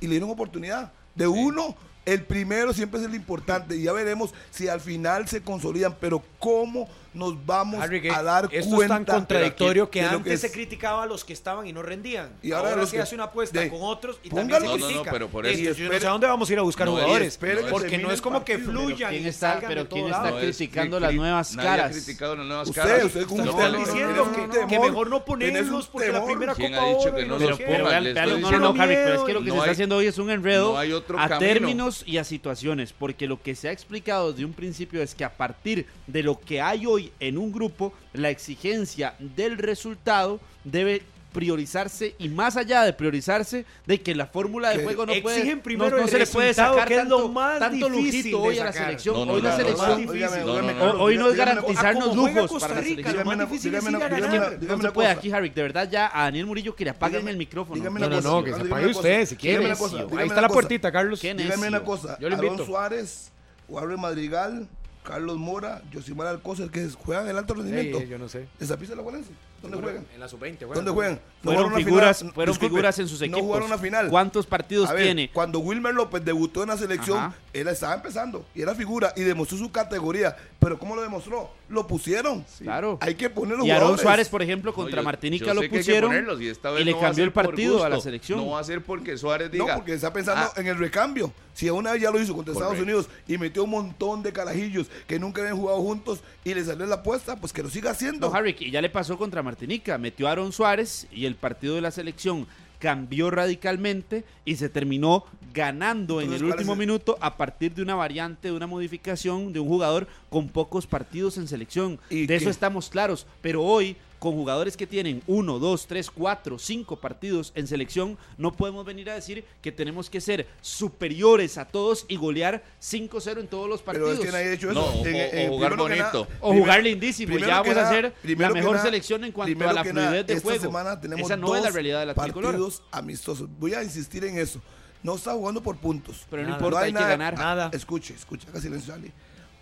[SPEAKER 2] y le dieron oportunidad. De uno, el primero siempre es el importante y ya veremos si al final se consolidan. Pero ¿cómo nos vamos
[SPEAKER 4] Harry, que
[SPEAKER 2] a dar
[SPEAKER 4] esto
[SPEAKER 2] cuenta?
[SPEAKER 4] es tan contradictorio que
[SPEAKER 2] de lo
[SPEAKER 4] antes
[SPEAKER 2] es?
[SPEAKER 4] se criticaba a los que estaban y no rendían.
[SPEAKER 2] Y
[SPEAKER 4] Y
[SPEAKER 2] ahora
[SPEAKER 4] ahora,
[SPEAKER 2] los
[SPEAKER 4] se
[SPEAKER 2] que-
[SPEAKER 4] hace una apuesta
[SPEAKER 2] de-
[SPEAKER 4] con otros y
[SPEAKER 2] Póngalo.
[SPEAKER 4] también
[SPEAKER 5] No,
[SPEAKER 4] se
[SPEAKER 5] no, no,
[SPEAKER 4] critica.
[SPEAKER 5] pero por
[SPEAKER 4] Es-
[SPEAKER 5] eso-
[SPEAKER 4] yo no sé a dónde vamos a ir a buscar
[SPEAKER 5] No, y
[SPEAKER 4] jugadores.
[SPEAKER 2] espere que
[SPEAKER 4] Porque no
[SPEAKER 2] termine
[SPEAKER 4] es como
[SPEAKER 2] el
[SPEAKER 4] que
[SPEAKER 2] partido.
[SPEAKER 4] fluyan
[SPEAKER 3] ¿Quién
[SPEAKER 4] y
[SPEAKER 3] está,
[SPEAKER 4] salgan de
[SPEAKER 3] pero
[SPEAKER 4] todo
[SPEAKER 3] quién está
[SPEAKER 4] lado.
[SPEAKER 5] es
[SPEAKER 3] criticando
[SPEAKER 5] cri-
[SPEAKER 3] las
[SPEAKER 5] cri-
[SPEAKER 3] nuevas
[SPEAKER 5] nadie ha
[SPEAKER 3] caras?
[SPEAKER 5] criticado las nuevas
[SPEAKER 2] Usted,
[SPEAKER 5] caras.
[SPEAKER 2] usted como
[SPEAKER 5] No,
[SPEAKER 2] usted,
[SPEAKER 5] no, no,
[SPEAKER 4] Están
[SPEAKER 5] no,
[SPEAKER 4] diciendo
[SPEAKER 2] no,
[SPEAKER 4] que,
[SPEAKER 2] no, no,
[SPEAKER 4] que
[SPEAKER 2] no.
[SPEAKER 4] mejor no
[SPEAKER 2] Tenés un
[SPEAKER 4] ponerlos porque la
[SPEAKER 2] temor.
[SPEAKER 4] primera
[SPEAKER 5] ¿Quién
[SPEAKER 4] Copa
[SPEAKER 5] ha dicho
[SPEAKER 4] Oro
[SPEAKER 5] que
[SPEAKER 4] y
[SPEAKER 5] no
[SPEAKER 4] sé
[SPEAKER 5] los
[SPEAKER 4] qué.
[SPEAKER 5] pongan?
[SPEAKER 3] Pero vean,
[SPEAKER 5] les
[SPEAKER 3] vean,
[SPEAKER 5] estoy
[SPEAKER 3] no, no, no,
[SPEAKER 4] diciendo
[SPEAKER 3] Harry, pero es
[SPEAKER 4] miedo.
[SPEAKER 3] que lo que
[SPEAKER 5] pues, No
[SPEAKER 3] se
[SPEAKER 5] hay-
[SPEAKER 3] está haciendo hoy es un enredo
[SPEAKER 5] no hay otro
[SPEAKER 3] a
[SPEAKER 5] camino.
[SPEAKER 3] términos y a situaciones, porque lo que se ha explicado desde un principio es que a partir de lo que hay hoy en un grupo, la exigencia del resultado debe priorizarse y más allá de priorizarse de que la fórmula de
[SPEAKER 2] Que
[SPEAKER 3] juego no puede
[SPEAKER 4] exigen
[SPEAKER 3] no-
[SPEAKER 4] primero
[SPEAKER 3] no,
[SPEAKER 4] el
[SPEAKER 3] se le puede
[SPEAKER 4] resultado,
[SPEAKER 3] sacar
[SPEAKER 4] que es lo
[SPEAKER 3] tanto,
[SPEAKER 4] más
[SPEAKER 3] tanto
[SPEAKER 4] difícil
[SPEAKER 3] lujito
[SPEAKER 4] de
[SPEAKER 3] hoy a la
[SPEAKER 4] sacar.
[SPEAKER 3] selección
[SPEAKER 5] No, no,
[SPEAKER 3] hoy la
[SPEAKER 5] no, no,
[SPEAKER 3] selección
[SPEAKER 4] no.
[SPEAKER 2] Óigame,
[SPEAKER 5] No,
[SPEAKER 2] óigame,
[SPEAKER 5] no,
[SPEAKER 2] Carlos,
[SPEAKER 3] o- hoy no es
[SPEAKER 2] dígame una cosa.
[SPEAKER 4] Ah, como
[SPEAKER 3] garantizarnos
[SPEAKER 4] juega
[SPEAKER 3] lujos
[SPEAKER 4] Costa
[SPEAKER 3] para la
[SPEAKER 4] Rica,
[SPEAKER 3] selección
[SPEAKER 4] lo más
[SPEAKER 2] Dígame una-
[SPEAKER 4] difícil es
[SPEAKER 2] dígame
[SPEAKER 4] ir
[SPEAKER 2] una-
[SPEAKER 4] ganando.
[SPEAKER 2] dígame una-
[SPEAKER 3] no
[SPEAKER 2] dígame
[SPEAKER 3] se puede
[SPEAKER 2] cosa.
[SPEAKER 3] aquí, Harry. De verdad, ya a Daniel Murillo que le apaguen el micrófono.
[SPEAKER 2] dígame
[SPEAKER 4] No,
[SPEAKER 2] una
[SPEAKER 4] no,
[SPEAKER 2] cosa,
[SPEAKER 4] no, que se
[SPEAKER 2] dígame
[SPEAKER 4] apague
[SPEAKER 2] una cosa,
[SPEAKER 4] usted si
[SPEAKER 2] dígame
[SPEAKER 4] quiere.
[SPEAKER 2] una
[SPEAKER 3] sí,
[SPEAKER 2] cosa, dígame
[SPEAKER 4] Ahí
[SPEAKER 2] una
[SPEAKER 4] está la
[SPEAKER 2] cosa.
[SPEAKER 4] puertita, Carlos.
[SPEAKER 3] ¿Quién
[SPEAKER 2] Dígame
[SPEAKER 3] necio.
[SPEAKER 2] una cosa.
[SPEAKER 4] Yo lo
[SPEAKER 2] Aaron
[SPEAKER 4] invito.
[SPEAKER 2] Suárez, Warren Madrigal, Carlos Mora, Josimar Alcócer, que juegan el alto rendimiento.
[SPEAKER 4] Ey, yo no sé.
[SPEAKER 2] ¿Desapisa la Juelense? ¿Dónde juegan?
[SPEAKER 4] En la sub-20, juegan.
[SPEAKER 2] ¿Dónde juegan? No
[SPEAKER 3] Fueron,
[SPEAKER 2] jugaron una
[SPEAKER 3] figuras,
[SPEAKER 2] final.
[SPEAKER 3] fueron
[SPEAKER 2] Disculpe,
[SPEAKER 3] figuras en sus equipos.
[SPEAKER 2] No jugaron una final.
[SPEAKER 3] ¿Cuántos partidos
[SPEAKER 2] A ver,
[SPEAKER 3] tiene?
[SPEAKER 2] Cuando Wilmer López debutó en la selección,
[SPEAKER 3] Ajá.
[SPEAKER 2] él estaba empezando y era figura y demostró su categoría. Pero ¿cómo lo demostró? Lo pusieron.
[SPEAKER 3] Claro.
[SPEAKER 2] Hay que poner los
[SPEAKER 3] Y Aarón
[SPEAKER 2] jugadores.
[SPEAKER 3] Suárez, por ejemplo,
[SPEAKER 5] No,
[SPEAKER 3] contra
[SPEAKER 5] yo-
[SPEAKER 3] Martinica
[SPEAKER 5] yo
[SPEAKER 3] lo
[SPEAKER 5] sé que hay que
[SPEAKER 3] pusieron
[SPEAKER 5] ponerlos y, esta vez
[SPEAKER 3] le
[SPEAKER 5] no va a
[SPEAKER 3] cambió
[SPEAKER 5] ser
[SPEAKER 3] el
[SPEAKER 5] por
[SPEAKER 3] partido a la
[SPEAKER 5] gusto.
[SPEAKER 3] selección.
[SPEAKER 5] No va a ser porque Suárez diga.
[SPEAKER 2] No, porque está pensando
[SPEAKER 5] "Ah,
[SPEAKER 2] en el recambio. Si una vez ya lo hizo contra Estados
[SPEAKER 5] Correcto.
[SPEAKER 2] Unidos y metió un montón de carajillos que nunca habían jugado juntos y le salió la apuesta, pues que lo siga haciendo.
[SPEAKER 3] No, Harry, y ya le pasó contra Martinica. Metió a Aaron Suárez y el partido de la selección cambió radicalmente y se terminó ganando en
[SPEAKER 2] Entonces,
[SPEAKER 3] el
[SPEAKER 2] ¿cuál
[SPEAKER 3] último
[SPEAKER 2] es el-
[SPEAKER 3] minuto a partir de una variante, de una modificación de un jugador con pocos partidos en selección.
[SPEAKER 2] ¿Y qué?
[SPEAKER 3] De eso estamos claros. Pero hoy, con jugadores que tienen uno, dos, tres, cuatro, cinco partidos en selección, no podemos venir a decir que tenemos que ser superiores a todos y golear 5-0 en todos los
[SPEAKER 2] Pero
[SPEAKER 3] partidos.
[SPEAKER 2] es que nadie ha hecho eso.
[SPEAKER 5] No, o- o jugar
[SPEAKER 2] primero que
[SPEAKER 5] bonito.
[SPEAKER 3] O
[SPEAKER 2] primero-
[SPEAKER 3] jugar lindísimo,
[SPEAKER 2] primero
[SPEAKER 3] ya
[SPEAKER 2] que
[SPEAKER 3] vamos a
[SPEAKER 2] nada-
[SPEAKER 3] ser la
[SPEAKER 2] primero que
[SPEAKER 3] mejor
[SPEAKER 2] nada-
[SPEAKER 3] selección en cuanto
[SPEAKER 2] primero
[SPEAKER 3] a la
[SPEAKER 2] que
[SPEAKER 3] fluidez de
[SPEAKER 2] esta
[SPEAKER 3] juego.
[SPEAKER 2] semana tenemos
[SPEAKER 3] Esa no es la
[SPEAKER 2] dos
[SPEAKER 3] realidad de la tricolor.
[SPEAKER 2] partidos amistosos. Voy a insistir en eso. No está jugando por puntos.
[SPEAKER 3] Pero no
[SPEAKER 4] Nada.
[SPEAKER 3] importa,
[SPEAKER 2] No
[SPEAKER 3] hay, que
[SPEAKER 2] nada-
[SPEAKER 3] ganar.
[SPEAKER 4] nada.
[SPEAKER 2] Ah, Escuche, escuche, acá silencio Ali.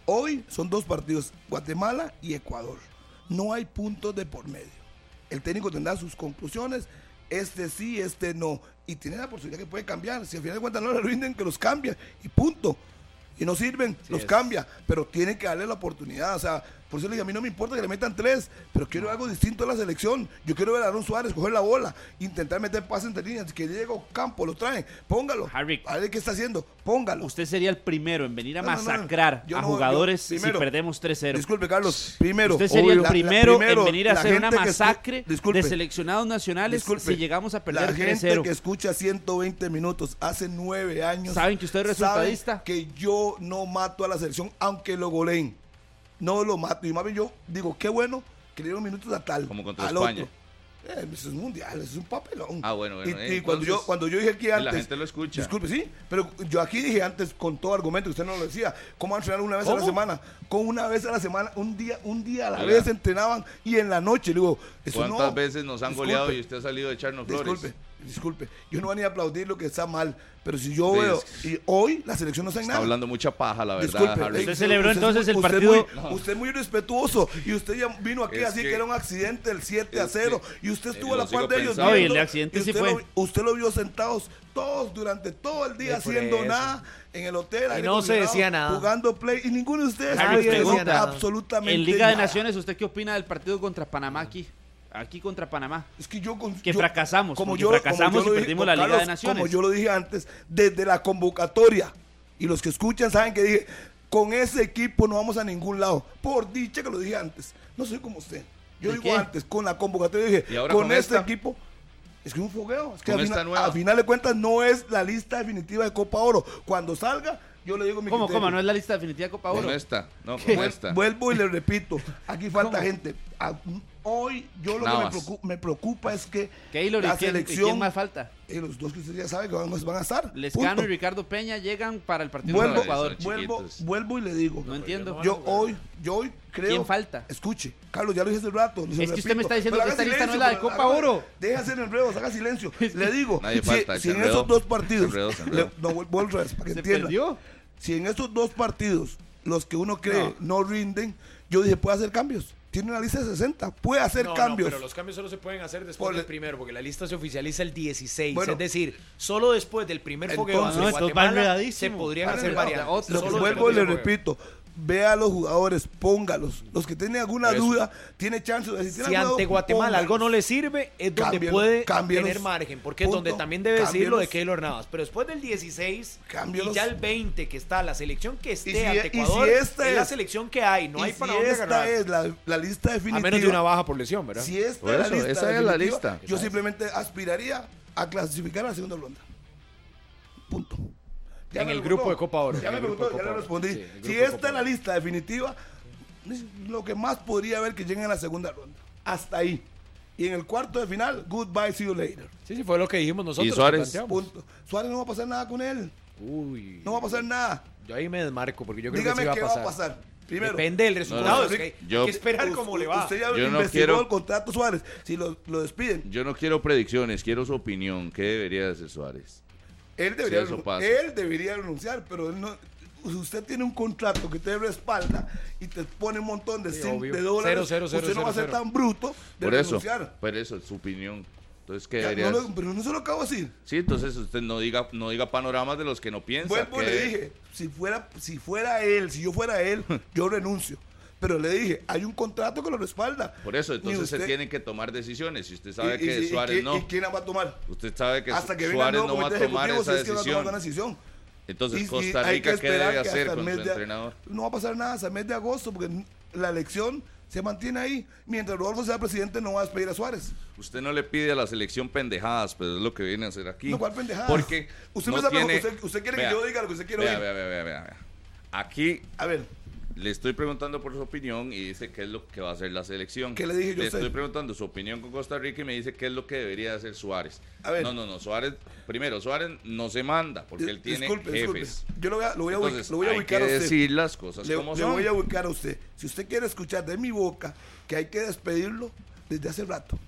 [SPEAKER 2] Hoy son dos partidos, Guatemala y Ecuador. No hay puntos de por medio. El técnico tendrá sus conclusiones, este sí, este no. Y tiene la posibilidad que puede cambiar. Si al final de cuentas no le rinden, que los cambia y punto. Y no sirven, los cambia. Pero tiene que darle la oportunidad. O sea, por eso le digo, a mí no me importa que le metan tres, pero quiero algo distinto a la selección. Yo quiero ver a Aaron Suárez coger la bola, intentar meter pases entre líneas. Que Diego Campo lo traen, póngalo.
[SPEAKER 3] Harry.
[SPEAKER 2] A ver qué está haciendo, póngalo.
[SPEAKER 3] Usted sería el primero en venir a
[SPEAKER 2] No, no, no, no.
[SPEAKER 3] masacrar
[SPEAKER 2] Yo
[SPEAKER 3] a
[SPEAKER 2] no,
[SPEAKER 3] jugadores
[SPEAKER 2] yo- primero.
[SPEAKER 3] si perdemos 3-0.
[SPEAKER 2] Disculpe, Carlos. Primero,
[SPEAKER 3] Usted sería el
[SPEAKER 2] la- la-
[SPEAKER 3] primero,
[SPEAKER 2] primero,
[SPEAKER 3] en venir a
[SPEAKER 2] la
[SPEAKER 3] hacer una
[SPEAKER 2] gente que escu-
[SPEAKER 3] masacre
[SPEAKER 2] disculpe,
[SPEAKER 3] de seleccionados nacionales
[SPEAKER 2] disculpe.
[SPEAKER 3] si llegamos a
[SPEAKER 2] La
[SPEAKER 3] perder
[SPEAKER 2] gente que
[SPEAKER 3] 3-0.
[SPEAKER 2] escucha 120 minutos hace nueve años.
[SPEAKER 3] Saben que usted es
[SPEAKER 2] saben
[SPEAKER 3] resultadista.
[SPEAKER 2] Que yo no mato a la selección, aunque lo goleen. No lo mato. Y más bien yo digo, qué bueno que le dieron minutos a tal.
[SPEAKER 5] Como contra
[SPEAKER 2] al
[SPEAKER 5] España.
[SPEAKER 2] otro. Eh, eso es mundial, eso es un papelón.
[SPEAKER 5] Ah, bueno, bueno,
[SPEAKER 2] Y,
[SPEAKER 5] eh,
[SPEAKER 2] y cuando,
[SPEAKER 5] entonces,
[SPEAKER 2] yo, cuando yo dije aquí
[SPEAKER 5] la
[SPEAKER 2] antes.
[SPEAKER 5] gente lo escucha.
[SPEAKER 2] Disculpe, sí. Pero yo aquí dije antes con todo argumento, usted no lo decía. ¿Cómo entrenar una vez a la
[SPEAKER 4] ¿Cómo?
[SPEAKER 2] semana? Con una vez a la semana, un día, un día a la
[SPEAKER 5] Oiga.
[SPEAKER 2] vez entrenaban y en la noche. Le digo, eso no.
[SPEAKER 5] ¿Cuántas veces nos han goleado
[SPEAKER 2] Disculpe.
[SPEAKER 5] y usted ha salido de echarnos flores?
[SPEAKER 2] Disculpe, disculpe. Yo no voy a ni a aplaudir lo que está mal, pero si yo
[SPEAKER 5] Sí,
[SPEAKER 2] veo.
[SPEAKER 5] es
[SPEAKER 2] Y hoy la selección no está en
[SPEAKER 5] Está
[SPEAKER 2] nada.
[SPEAKER 5] hablando mucha paja, la verdad,
[SPEAKER 2] Disculpe,
[SPEAKER 5] Harry.
[SPEAKER 2] eh,
[SPEAKER 3] Usted celebró
[SPEAKER 2] es
[SPEAKER 3] entonces
[SPEAKER 2] muy-
[SPEAKER 3] el
[SPEAKER 2] usted es
[SPEAKER 3] partido-
[SPEAKER 2] muy- Usted es muy irrespetuoso y usted ya vino aquí
[SPEAKER 5] Es
[SPEAKER 2] así que,
[SPEAKER 5] que-
[SPEAKER 2] era un accidente del 7 a
[SPEAKER 5] es que- eh,
[SPEAKER 2] 0 y usted estuvo a
[SPEAKER 5] lo
[SPEAKER 2] la par
[SPEAKER 5] sigo
[SPEAKER 2] de ellos.
[SPEAKER 5] pensando.
[SPEAKER 3] No, y el de accidente
[SPEAKER 2] y
[SPEAKER 3] sí
[SPEAKER 2] usted
[SPEAKER 3] fue.
[SPEAKER 2] Lo, vi- usted lo vio sentados todos durante todo el día
[SPEAKER 4] Sí, por
[SPEAKER 2] haciendo
[SPEAKER 4] eso.
[SPEAKER 2] nada en el hotel. aire
[SPEAKER 4] no se
[SPEAKER 2] acondicionado,
[SPEAKER 4] decía nada.
[SPEAKER 2] Jugando play y ninguno de ustedes
[SPEAKER 3] Harry,
[SPEAKER 2] sabe
[SPEAKER 3] pregunta,
[SPEAKER 2] nada, absolutamente
[SPEAKER 3] En Liga de
[SPEAKER 2] nada.
[SPEAKER 3] Naciones, ¿usted qué opina del partido contra Panamá aquí? Aquí contra Panamá.
[SPEAKER 2] Es que yo con-
[SPEAKER 3] Que
[SPEAKER 2] yo-
[SPEAKER 3] fracasamos, porque fracasamos
[SPEAKER 2] lo
[SPEAKER 3] y perdimos
[SPEAKER 2] con
[SPEAKER 3] la Liga de Naciones.
[SPEAKER 2] Como yo lo dije antes, desde la convocatoria, y los que escuchan saben que dije, con ese equipo no vamos a ningún lado. Por dicha que lo dije antes, no soy como usted. Yo
[SPEAKER 3] ¿De
[SPEAKER 2] digo
[SPEAKER 3] qué?
[SPEAKER 2] antes, con la convocatoria dije,
[SPEAKER 5] ¿Y ahora
[SPEAKER 2] con,
[SPEAKER 5] con
[SPEAKER 2] este
[SPEAKER 5] esta?
[SPEAKER 2] equipo. Es que es un fogueo. Es que
[SPEAKER 5] Con
[SPEAKER 2] al
[SPEAKER 5] esta
[SPEAKER 2] final,
[SPEAKER 5] nueva.
[SPEAKER 2] al final de cuentas no es la lista definitiva de Copa Oro. Cuando salga, yo le digo mi
[SPEAKER 3] ¿Cómo,
[SPEAKER 2] criterio.
[SPEAKER 3] cómo? ¿No es la lista definitiva de Copa
[SPEAKER 5] Con
[SPEAKER 3] Oro?
[SPEAKER 5] esta, no, con
[SPEAKER 2] Vuel-
[SPEAKER 5] esta.
[SPEAKER 2] Vuelvo y le repito, aquí falta gente. A- Hoy yo lo que me
[SPEAKER 5] Navas.
[SPEAKER 2] preocu- me preocupa es que
[SPEAKER 3] Keylor, ¿y
[SPEAKER 2] la
[SPEAKER 3] quién- y
[SPEAKER 2] selección
[SPEAKER 3] quién más falta?
[SPEAKER 2] y los dos que usted ya sabe que van, van a estar.
[SPEAKER 3] Lescano
[SPEAKER 2] punto.
[SPEAKER 3] y Ricardo Peña llegan para el partido
[SPEAKER 2] Vuelvo,
[SPEAKER 3] contra Ecuador.
[SPEAKER 5] Eso,
[SPEAKER 2] vuelvo,
[SPEAKER 5] chiquitos.
[SPEAKER 2] vuelvo y le digo.
[SPEAKER 3] No entiendo.
[SPEAKER 2] Yo hoy, yo hoy creo.
[SPEAKER 3] ¿Quién falta?
[SPEAKER 2] Escuche, Carlos, ya lo dije hace rato. Es
[SPEAKER 3] que usted me está diciendo que esta lista no es la de Copa Oro.
[SPEAKER 2] Deja hacer enredos, haga
[SPEAKER 3] *laughs*
[SPEAKER 2] silencio. Le digo,
[SPEAKER 5] Nadie
[SPEAKER 2] si,
[SPEAKER 5] falta,
[SPEAKER 2] si
[SPEAKER 5] se
[SPEAKER 2] en
[SPEAKER 5] enredó.
[SPEAKER 2] esos dos
[SPEAKER 5] Se
[SPEAKER 2] partidos.
[SPEAKER 5] enredó, se
[SPEAKER 2] le-
[SPEAKER 5] enredó.
[SPEAKER 2] no, vuel- vuelvo otra vez, para que
[SPEAKER 3] Se
[SPEAKER 2] entienda.
[SPEAKER 3] perdió.
[SPEAKER 2] Si en esos dos partidos, los que uno cree no, rinden, yo dije, puede hacer cambios. Tiene una lista de 60, puede hacer
[SPEAKER 4] No, no,
[SPEAKER 2] cambios.
[SPEAKER 4] pero los cambios solo se pueden hacer después
[SPEAKER 2] Por-
[SPEAKER 4] del primero, porque la lista se oficializa el 16.
[SPEAKER 2] Bueno.
[SPEAKER 4] es decir, solo después del primer fogueo
[SPEAKER 2] Entonces-
[SPEAKER 4] de
[SPEAKER 3] No, esto va
[SPEAKER 4] Guatemala se
[SPEAKER 3] enredadísimo.
[SPEAKER 4] podrían
[SPEAKER 3] Va
[SPEAKER 4] hacer
[SPEAKER 3] enredado.
[SPEAKER 4] variantes.
[SPEAKER 3] Otro.
[SPEAKER 2] Lo
[SPEAKER 4] Solo
[SPEAKER 2] que
[SPEAKER 4] después
[SPEAKER 2] vuelvo y
[SPEAKER 4] del
[SPEAKER 2] le
[SPEAKER 4] fogueo.
[SPEAKER 2] repito, ve a los jugadores, póngalos. Los que tienen alguna
[SPEAKER 5] Eso.
[SPEAKER 2] duda, tiene chance. de- Si, tiene
[SPEAKER 4] Si
[SPEAKER 2] alguna
[SPEAKER 4] ante
[SPEAKER 2] duda,
[SPEAKER 4] Guatemala
[SPEAKER 2] póngalos.
[SPEAKER 4] algo no le sirve, es donde
[SPEAKER 2] Cámbialo,
[SPEAKER 4] puede
[SPEAKER 2] cámbialos.
[SPEAKER 4] tener margen, porque
[SPEAKER 2] Punto.
[SPEAKER 4] es donde también debe decir lo de
[SPEAKER 2] Cámbialos.
[SPEAKER 4] Keylor Navas. Pero después del 16
[SPEAKER 2] Cámbialos.
[SPEAKER 4] y ya el 20 que está la selección que esté
[SPEAKER 2] si-
[SPEAKER 4] ante
[SPEAKER 2] y si
[SPEAKER 4] Ecuador,
[SPEAKER 2] esta
[SPEAKER 4] es la
[SPEAKER 2] es-
[SPEAKER 4] selección que hay, no
[SPEAKER 2] Y
[SPEAKER 4] hay para
[SPEAKER 2] si
[SPEAKER 4] dónde
[SPEAKER 2] esta
[SPEAKER 4] agarrar.
[SPEAKER 2] es la, la lista definitiva.
[SPEAKER 4] A menos de una baja por lesión, ¿verdad?
[SPEAKER 2] Si esta
[SPEAKER 5] Por
[SPEAKER 2] es la
[SPEAKER 5] eso,
[SPEAKER 2] lista
[SPEAKER 5] esa es la
[SPEAKER 2] definitiva,
[SPEAKER 5] lista.
[SPEAKER 2] Yo simplemente aspiraría a clasificar a la segunda ronda. Punto.
[SPEAKER 4] En
[SPEAKER 2] me
[SPEAKER 4] el
[SPEAKER 2] preguntó.
[SPEAKER 4] grupo de Copa Oro.
[SPEAKER 2] Ya me
[SPEAKER 4] En el grupo
[SPEAKER 2] preguntó,
[SPEAKER 4] de
[SPEAKER 2] ya le
[SPEAKER 4] Copa Oro.
[SPEAKER 2] respondí.
[SPEAKER 4] Sí, el grupo
[SPEAKER 2] si
[SPEAKER 4] de
[SPEAKER 2] esta
[SPEAKER 4] Copa
[SPEAKER 2] es la
[SPEAKER 4] Oro.
[SPEAKER 2] lista definitiva, es lo que más podría haber que lleguen a la segunda ronda. Hasta ahí. Y en el cuarto de final, goodbye, see you later.
[SPEAKER 4] Sí, sí, fue lo que dijimos nosotros.
[SPEAKER 5] ¿Y
[SPEAKER 4] que
[SPEAKER 5] Suárez?
[SPEAKER 4] planteamos.
[SPEAKER 2] Punto. Suárez no va a pasar nada con él.
[SPEAKER 4] Uy.
[SPEAKER 2] No va a pasar nada.
[SPEAKER 4] Yo ahí me desmarco porque yo creo
[SPEAKER 2] Dígame
[SPEAKER 4] que sí
[SPEAKER 2] qué
[SPEAKER 4] va a pasar.
[SPEAKER 2] Primero,
[SPEAKER 4] Depende del
[SPEAKER 5] No,
[SPEAKER 4] resultado.
[SPEAKER 5] no,
[SPEAKER 4] es que hay-
[SPEAKER 5] yo-
[SPEAKER 4] hay que esperar
[SPEAKER 2] us-
[SPEAKER 4] cómo le va.
[SPEAKER 2] Usted ya
[SPEAKER 5] Yo no
[SPEAKER 2] investigó
[SPEAKER 5] quiero-
[SPEAKER 2] el contrato Suárez. Si lo, lo despiden,
[SPEAKER 5] Yo no quiero predicciones, quiero su opinión. ¿Qué debería hacer Suárez?
[SPEAKER 2] él debería,
[SPEAKER 5] eso
[SPEAKER 2] renun-
[SPEAKER 5] pasa.
[SPEAKER 2] él debería renunciar, pero él no. Usted tiene un contrato que te respalda y te pone un montón de,
[SPEAKER 4] Sí,
[SPEAKER 2] cin-
[SPEAKER 4] obvio.
[SPEAKER 2] de dólares.
[SPEAKER 4] Cero, cero, cero,
[SPEAKER 2] usted no va a ser
[SPEAKER 4] cero, cero.
[SPEAKER 2] tan bruto de
[SPEAKER 5] Por eso,
[SPEAKER 2] renunciar.
[SPEAKER 5] por eso, su opinión. Entonces, ¿qué
[SPEAKER 2] Ya,
[SPEAKER 5] debería
[SPEAKER 2] no lo-
[SPEAKER 5] hacer?
[SPEAKER 2] pero no se lo acabo de decir.
[SPEAKER 5] Sí, entonces usted no diga, no diga panoramas de los que no piensa.
[SPEAKER 2] Vuelvo y
[SPEAKER 5] ¿qué?
[SPEAKER 2] le dije, si fuera, si fuera él, si yo fuera
[SPEAKER 5] *laughs*
[SPEAKER 2] él, yo renuncio. Pero le dije, hay un contrato que lo respalda.
[SPEAKER 5] Por eso,
[SPEAKER 2] Ni
[SPEAKER 5] entonces se
[SPEAKER 2] usted-
[SPEAKER 5] tienen que tomar decisiones. Si usted
[SPEAKER 2] y-
[SPEAKER 5] sabe
[SPEAKER 2] y-
[SPEAKER 5] que
[SPEAKER 2] y- y
[SPEAKER 5] Suárez
[SPEAKER 2] quién-
[SPEAKER 5] no,
[SPEAKER 2] ¿Y quién la va a tomar?
[SPEAKER 5] usted sabe que,
[SPEAKER 2] hasta que venga el
[SPEAKER 5] Suárez
[SPEAKER 2] nuevo
[SPEAKER 5] no va a
[SPEAKER 2] comité
[SPEAKER 5] tomar
[SPEAKER 2] ejecutivo,
[SPEAKER 5] esa
[SPEAKER 2] si es que va a tomar
[SPEAKER 5] decisión.
[SPEAKER 2] una decisión.
[SPEAKER 5] Entonces,
[SPEAKER 2] Y- y
[SPEAKER 5] Costa
[SPEAKER 2] hay que
[SPEAKER 5] Rica, ¿qué
[SPEAKER 2] esperar
[SPEAKER 5] debe
[SPEAKER 2] que
[SPEAKER 5] hacer
[SPEAKER 2] hasta el
[SPEAKER 5] con su
[SPEAKER 2] mes de-
[SPEAKER 5] entrenador?
[SPEAKER 2] No va a pasar nada hasta el mes de agosto porque la elección se mantiene ahí. Mientras Rodolfo sea presidente, no va a despedir a Suárez.
[SPEAKER 5] Usted no le pide a la selección pendejadas, pero es lo que viene a hacer aquí.
[SPEAKER 2] No, ¿cuál pendejadas?
[SPEAKER 5] Porque
[SPEAKER 2] Usted
[SPEAKER 5] no
[SPEAKER 2] me está pregun-
[SPEAKER 5] tiene-
[SPEAKER 2] usted- usted quiere que yo diga lo que usted quiere
[SPEAKER 5] vea,
[SPEAKER 2] oír.
[SPEAKER 5] Vea, vea, vea, vea, vea. Aquí
[SPEAKER 2] A ver,
[SPEAKER 5] le estoy preguntando por su opinión y dice qué es lo que va a hacer la selección.
[SPEAKER 2] ¿Qué le dije yo a
[SPEAKER 5] Le
[SPEAKER 2] usted?
[SPEAKER 5] estoy preguntando su opinión con Costa Rica y me dice qué es lo que debería hacer Suárez.
[SPEAKER 2] A ver.
[SPEAKER 5] No, no, no. Suárez, primero, Suárez no se manda porque
[SPEAKER 2] di-
[SPEAKER 5] él tiene
[SPEAKER 2] disculpe, disculpe.
[SPEAKER 5] jefes.
[SPEAKER 2] Yo lo voy a, lo voy a ubic-
[SPEAKER 5] Entonces,
[SPEAKER 2] lo voy a
[SPEAKER 5] hay
[SPEAKER 2] ubicar
[SPEAKER 5] que
[SPEAKER 2] a usted.
[SPEAKER 5] decir las cosas
[SPEAKER 2] le,
[SPEAKER 5] como
[SPEAKER 2] le
[SPEAKER 5] son.
[SPEAKER 2] voy a ubicar a usted. Si usted quiere escuchar de mi boca que hay que despedirlo desde hace rato,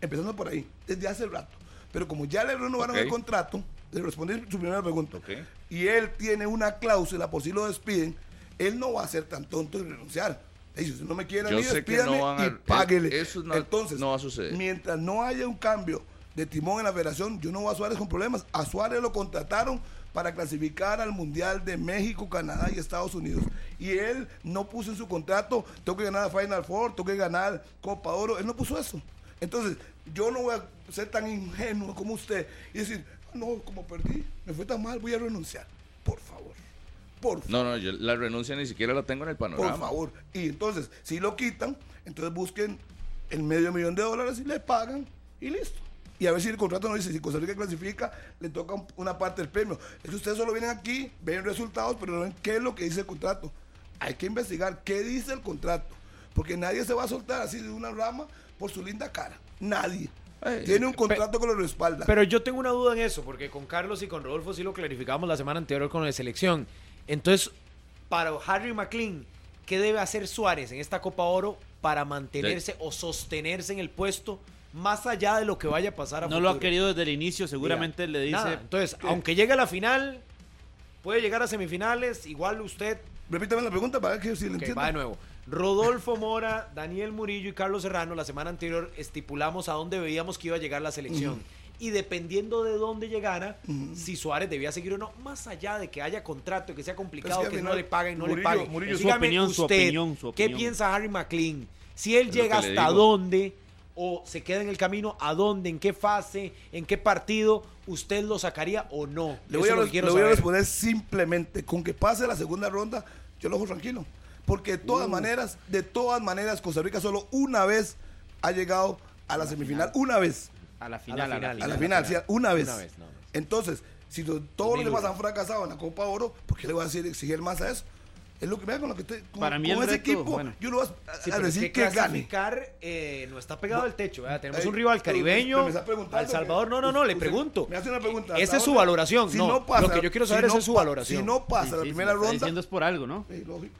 [SPEAKER 2] empezando por ahí, desde hace rato. Pero como ya le renovaron
[SPEAKER 5] Ok.
[SPEAKER 2] el contrato, le respondí su primera pregunta.
[SPEAKER 5] Ok.
[SPEAKER 2] Y él tiene una cláusula por si lo despiden, él no va a ser tan tonto y renunciar. Le dice, si no me quiere a
[SPEAKER 5] Yo
[SPEAKER 2] mí,
[SPEAKER 5] sé que
[SPEAKER 2] despídame
[SPEAKER 5] no van a-
[SPEAKER 2] y páguele.
[SPEAKER 5] eso no-
[SPEAKER 2] Entonces,
[SPEAKER 5] no va a suceder.
[SPEAKER 2] mientras no haya un cambio de timón en la federación, yo no voy a Suárez con problemas. A Suárez lo contrataron para clasificar al Mundial de México, Canadá y Estados Unidos. Y él no puso en su contrato, tengo que ganar Final Four, tengo que ganar Copa Oro. Él no puso eso. Entonces, yo no voy a ser tan ingenuo como usted y decir, "Ah, no, como perdí, me fue tan mal, voy a renunciar. Por favor. Por favor.
[SPEAKER 5] No, no, yo la renuncia ni siquiera la tengo en el panorama.
[SPEAKER 2] Por favor. Y entonces, si lo quitan, entonces busquen el medio millón de dólares y le pagan y listo. Y a ver si el contrato no dice, si Costa Rica clasifica, le toca un- una parte del premio. Es que ustedes solo vienen aquí, ven resultados, pero no ven qué es lo que dice el contrato. Hay que investigar qué dice el contrato. Porque nadie se va a soltar así de una rama por su linda cara. Nadie.
[SPEAKER 5] Eh,
[SPEAKER 2] Tiene un contrato que lo respalda.
[SPEAKER 4] Pero yo tengo una duda en eso, porque con Carlos y con Rodolfo sí lo clarificamos la semana anterior con la selección. Entonces, para Harry McLean, ¿qué debe hacer Suárez en esta Copa Oro para mantenerse o sostenerse en el puesto más allá de lo que vaya a pasar a
[SPEAKER 3] No lo ha
[SPEAKER 4] futuro?
[SPEAKER 3] querido desde el inicio, seguramente
[SPEAKER 4] Mira,
[SPEAKER 3] le dice.
[SPEAKER 4] nada. Entonces, aunque llegue a la final, puede llegar a semifinales, igual usted
[SPEAKER 2] Repítame la pregunta para ver que si lo
[SPEAKER 4] Ok,
[SPEAKER 2] entiendo.
[SPEAKER 4] va de nuevo. Rodolfo Mora, Daniel Murillo y Carlos Serrano, la semana anterior estipulamos a dónde veíamos que iba a llegar la selección. Y dependiendo de dónde llegara, si Suárez debía seguir o no, más allá de que haya contrato, que sea complicado,
[SPEAKER 2] Pero es
[SPEAKER 4] que,
[SPEAKER 2] que al
[SPEAKER 4] no
[SPEAKER 2] final,
[SPEAKER 4] le paguen, no le
[SPEAKER 2] Murillo-
[SPEAKER 4] paguen.
[SPEAKER 2] Murillo, su
[SPEAKER 4] Dígame
[SPEAKER 3] opinión, su
[SPEAKER 4] usted,
[SPEAKER 3] opinión, su
[SPEAKER 4] ¿Qué
[SPEAKER 3] opinión.
[SPEAKER 4] piensa Harry McLean? Si él
[SPEAKER 5] Es lo
[SPEAKER 4] llega
[SPEAKER 5] que le
[SPEAKER 4] hasta
[SPEAKER 5] digo.
[SPEAKER 4] dónde o se queda en el camino, a dónde, en qué fase, en qué partido, usted lo sacaría o no.
[SPEAKER 2] Le voy, a,
[SPEAKER 4] Eso es lo que
[SPEAKER 2] res-
[SPEAKER 4] quiero
[SPEAKER 2] le voy a
[SPEAKER 4] saber.
[SPEAKER 2] responder simplemente, con que pase la segunda ronda, yo lo dejo tranquilo. Porque de todas maneras, de todas maneras, Costa Rica solo una vez ha llegado a la, semifinal. Una vez.
[SPEAKER 3] A la final, a la
[SPEAKER 4] final.
[SPEAKER 3] final.
[SPEAKER 2] A la final, sí, una vez.
[SPEAKER 4] Una vez, nada más.
[SPEAKER 2] Entonces, si lo- todos los demás han fracasado en la Copa Oro, ¿por qué le voy a decir exigir más a eso? Es lo que vea con lo que usted- con,
[SPEAKER 3] Para mí
[SPEAKER 2] con
[SPEAKER 3] el
[SPEAKER 2] ese
[SPEAKER 3] reto,
[SPEAKER 2] equipo,
[SPEAKER 3] bueno.
[SPEAKER 2] yo lo voy a, a
[SPEAKER 4] Sí, pero
[SPEAKER 2] decir
[SPEAKER 4] es
[SPEAKER 2] que, gane.
[SPEAKER 4] clasificar eh, no está pegado al techo. ¿verdad? Tenemos
[SPEAKER 2] Ey,
[SPEAKER 4] un rival
[SPEAKER 2] usted-
[SPEAKER 4] caribeño,
[SPEAKER 2] usted me está preguntando
[SPEAKER 4] al Salvador. No, no, no,
[SPEAKER 2] usted-
[SPEAKER 4] le
[SPEAKER 2] usted
[SPEAKER 4] pregunto.
[SPEAKER 2] Me hace una pregunta.
[SPEAKER 4] Esa es
[SPEAKER 2] ¿Hasta
[SPEAKER 4] su
[SPEAKER 2] dónde?
[SPEAKER 4] valoración.
[SPEAKER 2] Si
[SPEAKER 4] no, lo que yo quiero
[SPEAKER 2] si
[SPEAKER 4] saber
[SPEAKER 2] no
[SPEAKER 4] es su
[SPEAKER 2] pa-
[SPEAKER 4] valoración.
[SPEAKER 2] Si no pasa la primera
[SPEAKER 3] Está
[SPEAKER 2] ronda,
[SPEAKER 3] diciendo es por algo, ¿no?
[SPEAKER 2] Sí, lógico.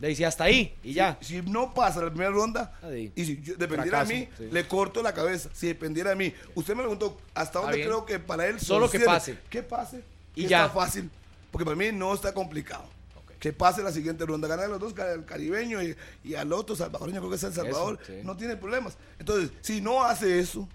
[SPEAKER 4] Le dice hasta ahí y ya.
[SPEAKER 2] Si no pasa la primera ronda,
[SPEAKER 4] Ahí.
[SPEAKER 2] y si yo- dependiera
[SPEAKER 4] Fracaso,
[SPEAKER 2] de mí,
[SPEAKER 4] sí.
[SPEAKER 2] le corto la cabeza. Si dependiera de mí, usted me preguntó hasta dónde
[SPEAKER 4] bien.
[SPEAKER 2] creo que para él
[SPEAKER 4] Solo que
[SPEAKER 2] sostiene.
[SPEAKER 4] pase.
[SPEAKER 2] Que pase.
[SPEAKER 4] Y
[SPEAKER 2] que
[SPEAKER 4] ya.
[SPEAKER 2] Está fácil. Porque para mí no está complicado. Que pase la siguiente ronda. Ganar a los dos, al caribeño y, y al otro salvadoreño, creo que es El Salvador.
[SPEAKER 4] Eso, sí.
[SPEAKER 2] No tiene problemas. Entonces, si no hace eso,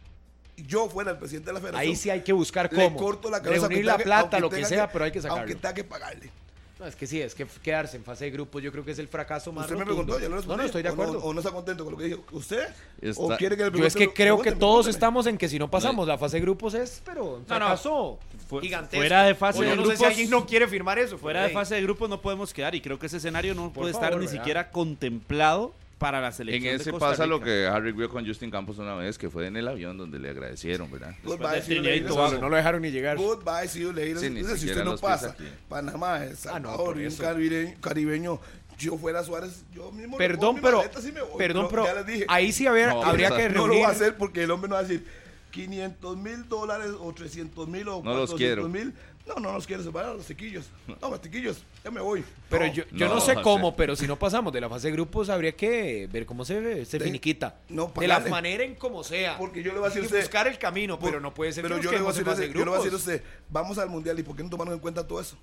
[SPEAKER 2] y yo fuera el presidente de la federación.
[SPEAKER 4] Ahí sí hay que buscar
[SPEAKER 2] le
[SPEAKER 4] cómo.
[SPEAKER 2] corto la cabeza.
[SPEAKER 4] Reunir
[SPEAKER 2] aunque
[SPEAKER 4] la
[SPEAKER 2] tenga-
[SPEAKER 4] plata,
[SPEAKER 2] aunque
[SPEAKER 4] lo que
[SPEAKER 2] tenga
[SPEAKER 4] sea, pero hay que sacarlo.
[SPEAKER 2] Aunque tenga que pagarle.
[SPEAKER 4] No, es que sí, es que f- quedarse en fase de grupos yo creo que es el fracaso más
[SPEAKER 2] Pues Usted me
[SPEAKER 4] rotundo.
[SPEAKER 2] preguntó, yo le respondí.
[SPEAKER 4] No, no, estoy de
[SPEAKER 2] ¿O
[SPEAKER 4] acuerdo.
[SPEAKER 2] ¿O no, está contento con lo que dije? ¿Usted? ¿O
[SPEAKER 5] Está-
[SPEAKER 2] quiere que le
[SPEAKER 4] Yo es
[SPEAKER 2] pregunte-
[SPEAKER 4] que creo que
[SPEAKER 2] pregúnteme,
[SPEAKER 4] todos
[SPEAKER 2] pregúnteme.
[SPEAKER 4] estamos en que si no pasamos la fase de grupos es, pero un fracaso
[SPEAKER 3] Fu-
[SPEAKER 4] gigantesco.
[SPEAKER 3] fuera de fase
[SPEAKER 4] O yo
[SPEAKER 3] de
[SPEAKER 4] no sé si
[SPEAKER 3] grupos-
[SPEAKER 4] alguien no quiere firmar eso. pues,
[SPEAKER 3] Fuera
[SPEAKER 4] pero,
[SPEAKER 3] de
[SPEAKER 4] hey,
[SPEAKER 3] fase de grupos no podemos quedar y creo que ese escenario no puede estar
[SPEAKER 4] favor,
[SPEAKER 3] ni
[SPEAKER 4] ¿verdad?
[SPEAKER 3] siquiera contemplado para la
[SPEAKER 5] En
[SPEAKER 3] selección. de
[SPEAKER 5] ese
[SPEAKER 3] Costa
[SPEAKER 5] pasa lo
[SPEAKER 3] Rica.
[SPEAKER 5] que Harry vio con Justin Campos una vez, que fue en el avión donde le agradecieron, ¿verdad?
[SPEAKER 2] Goodbye,
[SPEAKER 3] Después de
[SPEAKER 2] see you
[SPEAKER 3] Trinidad y
[SPEAKER 2] later.
[SPEAKER 3] Tobago.
[SPEAKER 4] No lo dejaron ni llegar.
[SPEAKER 2] Goodbye, see you later.
[SPEAKER 5] Sí, ni
[SPEAKER 2] Entonces, si
[SPEAKER 5] siquiera
[SPEAKER 2] usted no
[SPEAKER 5] los pies
[SPEAKER 2] pasa,
[SPEAKER 5] aquí.
[SPEAKER 2] Panamá, El Salvador
[SPEAKER 4] Ah, por
[SPEAKER 2] y un
[SPEAKER 4] eso.
[SPEAKER 2] caribeño, caribeño, yo fuera Suárez, yo mismo. le pongo
[SPEAKER 4] Perdón,
[SPEAKER 2] mi
[SPEAKER 4] pero,
[SPEAKER 2] maleta, sí me voy.
[SPEAKER 4] perdón,
[SPEAKER 2] No,
[SPEAKER 4] pero
[SPEAKER 2] ya les dije,
[SPEAKER 4] ahí sí haber-
[SPEAKER 5] No,
[SPEAKER 4] habría
[SPEAKER 5] pero
[SPEAKER 4] que
[SPEAKER 5] esa-
[SPEAKER 2] No lo
[SPEAKER 4] reunir.
[SPEAKER 2] va a hacer porque el hombre no va a decir 500 mil dólares o 300 mil o
[SPEAKER 5] No los
[SPEAKER 2] 400 mil. No, no nos quiere separar a los
[SPEAKER 4] *laughs*
[SPEAKER 2] tiquillos. No, los tiquillos, ya me voy.
[SPEAKER 4] Pero
[SPEAKER 2] No.
[SPEAKER 4] yo, yo no,
[SPEAKER 5] no,
[SPEAKER 4] sé
[SPEAKER 5] o sea-
[SPEAKER 4] cómo, pero si no pasamos de la fase de grupos, habría que ver cómo se, se
[SPEAKER 2] De-
[SPEAKER 4] finiquita.
[SPEAKER 2] no,
[SPEAKER 4] de la
[SPEAKER 2] pagarle.
[SPEAKER 4] manera en como sea.
[SPEAKER 2] Porque yo le voy a
[SPEAKER 4] Hay
[SPEAKER 2] decir
[SPEAKER 4] que
[SPEAKER 2] usted-
[SPEAKER 4] buscar el camino, pero no puede ser
[SPEAKER 2] Pero
[SPEAKER 4] que
[SPEAKER 2] yo
[SPEAKER 4] nos
[SPEAKER 2] le, voy a
[SPEAKER 4] quedemos en
[SPEAKER 2] decir,
[SPEAKER 4] fase de
[SPEAKER 2] yo le voy a decir a
[SPEAKER 4] grupos.
[SPEAKER 2] usted, vamos al mundial y ¿por qué no tomaron en cuenta todo eso?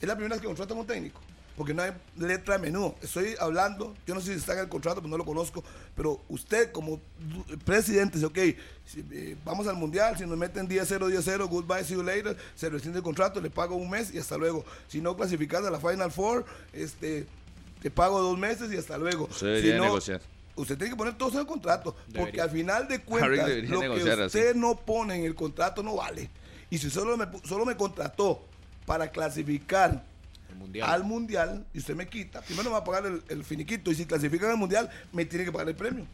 [SPEAKER 2] Es la primera vez que contratan un técnico, porque no hay letra a menudo. Estoy hablando, yo no sé si está en el contrato, pues no lo conozco, pero usted como du- presidente dice, ok, si, eh, vamos al mundial, si nos meten 10-0, 10-0, goodbye, see you later, se rescinde el contrato, le pago un mes y hasta luego. Si no clasificas a la Final Four, este, te pago dos meses y hasta luego.
[SPEAKER 5] Usted
[SPEAKER 2] Si
[SPEAKER 5] debería
[SPEAKER 2] no,
[SPEAKER 5] negociar.
[SPEAKER 2] Usted tiene que poner todo eso en el contrato, porque
[SPEAKER 4] Debería.
[SPEAKER 2] al final de
[SPEAKER 5] Harry
[SPEAKER 2] cuentas,
[SPEAKER 5] debería
[SPEAKER 2] lo que
[SPEAKER 5] negociar así.
[SPEAKER 2] usted no pone en el contrato no vale. Y si solo me, pu- solo me contrató para clasificar
[SPEAKER 4] El mundial.
[SPEAKER 2] al mundial y usted me quita, primero me va a pagar el, el finiquito y si clasifican al mundial me tiene que pagar el premio,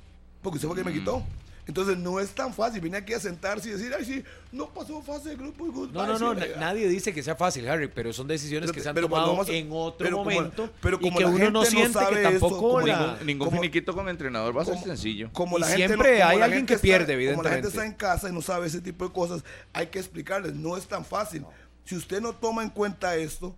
[SPEAKER 2] porque usted fue quien me
[SPEAKER 5] Mm.
[SPEAKER 2] quitó. Entonces no es tan fácil, vine aquí a sentarse y decir, ay sí, no pasó fase de grupo y
[SPEAKER 4] No, no, no, na- nadie dice que sea fácil, Harry, pero son decisiones que se han tomado en otro momento y que uno no siente que tampoco la-
[SPEAKER 5] Ningún, ningún
[SPEAKER 2] como-
[SPEAKER 5] finiquito con entrenador va a ser
[SPEAKER 2] como-
[SPEAKER 5] sencillo.
[SPEAKER 2] Como
[SPEAKER 4] Y
[SPEAKER 2] la gente
[SPEAKER 4] siempre
[SPEAKER 2] como
[SPEAKER 4] hay
[SPEAKER 2] la
[SPEAKER 4] alguien
[SPEAKER 2] gente
[SPEAKER 4] que pierde,
[SPEAKER 2] Como la gente
[SPEAKER 4] evidentemente.
[SPEAKER 2] está en casa y no sabe ese tipo de cosas, hay que explicarles. No es tan fácil. Si usted no toma en cuenta esto,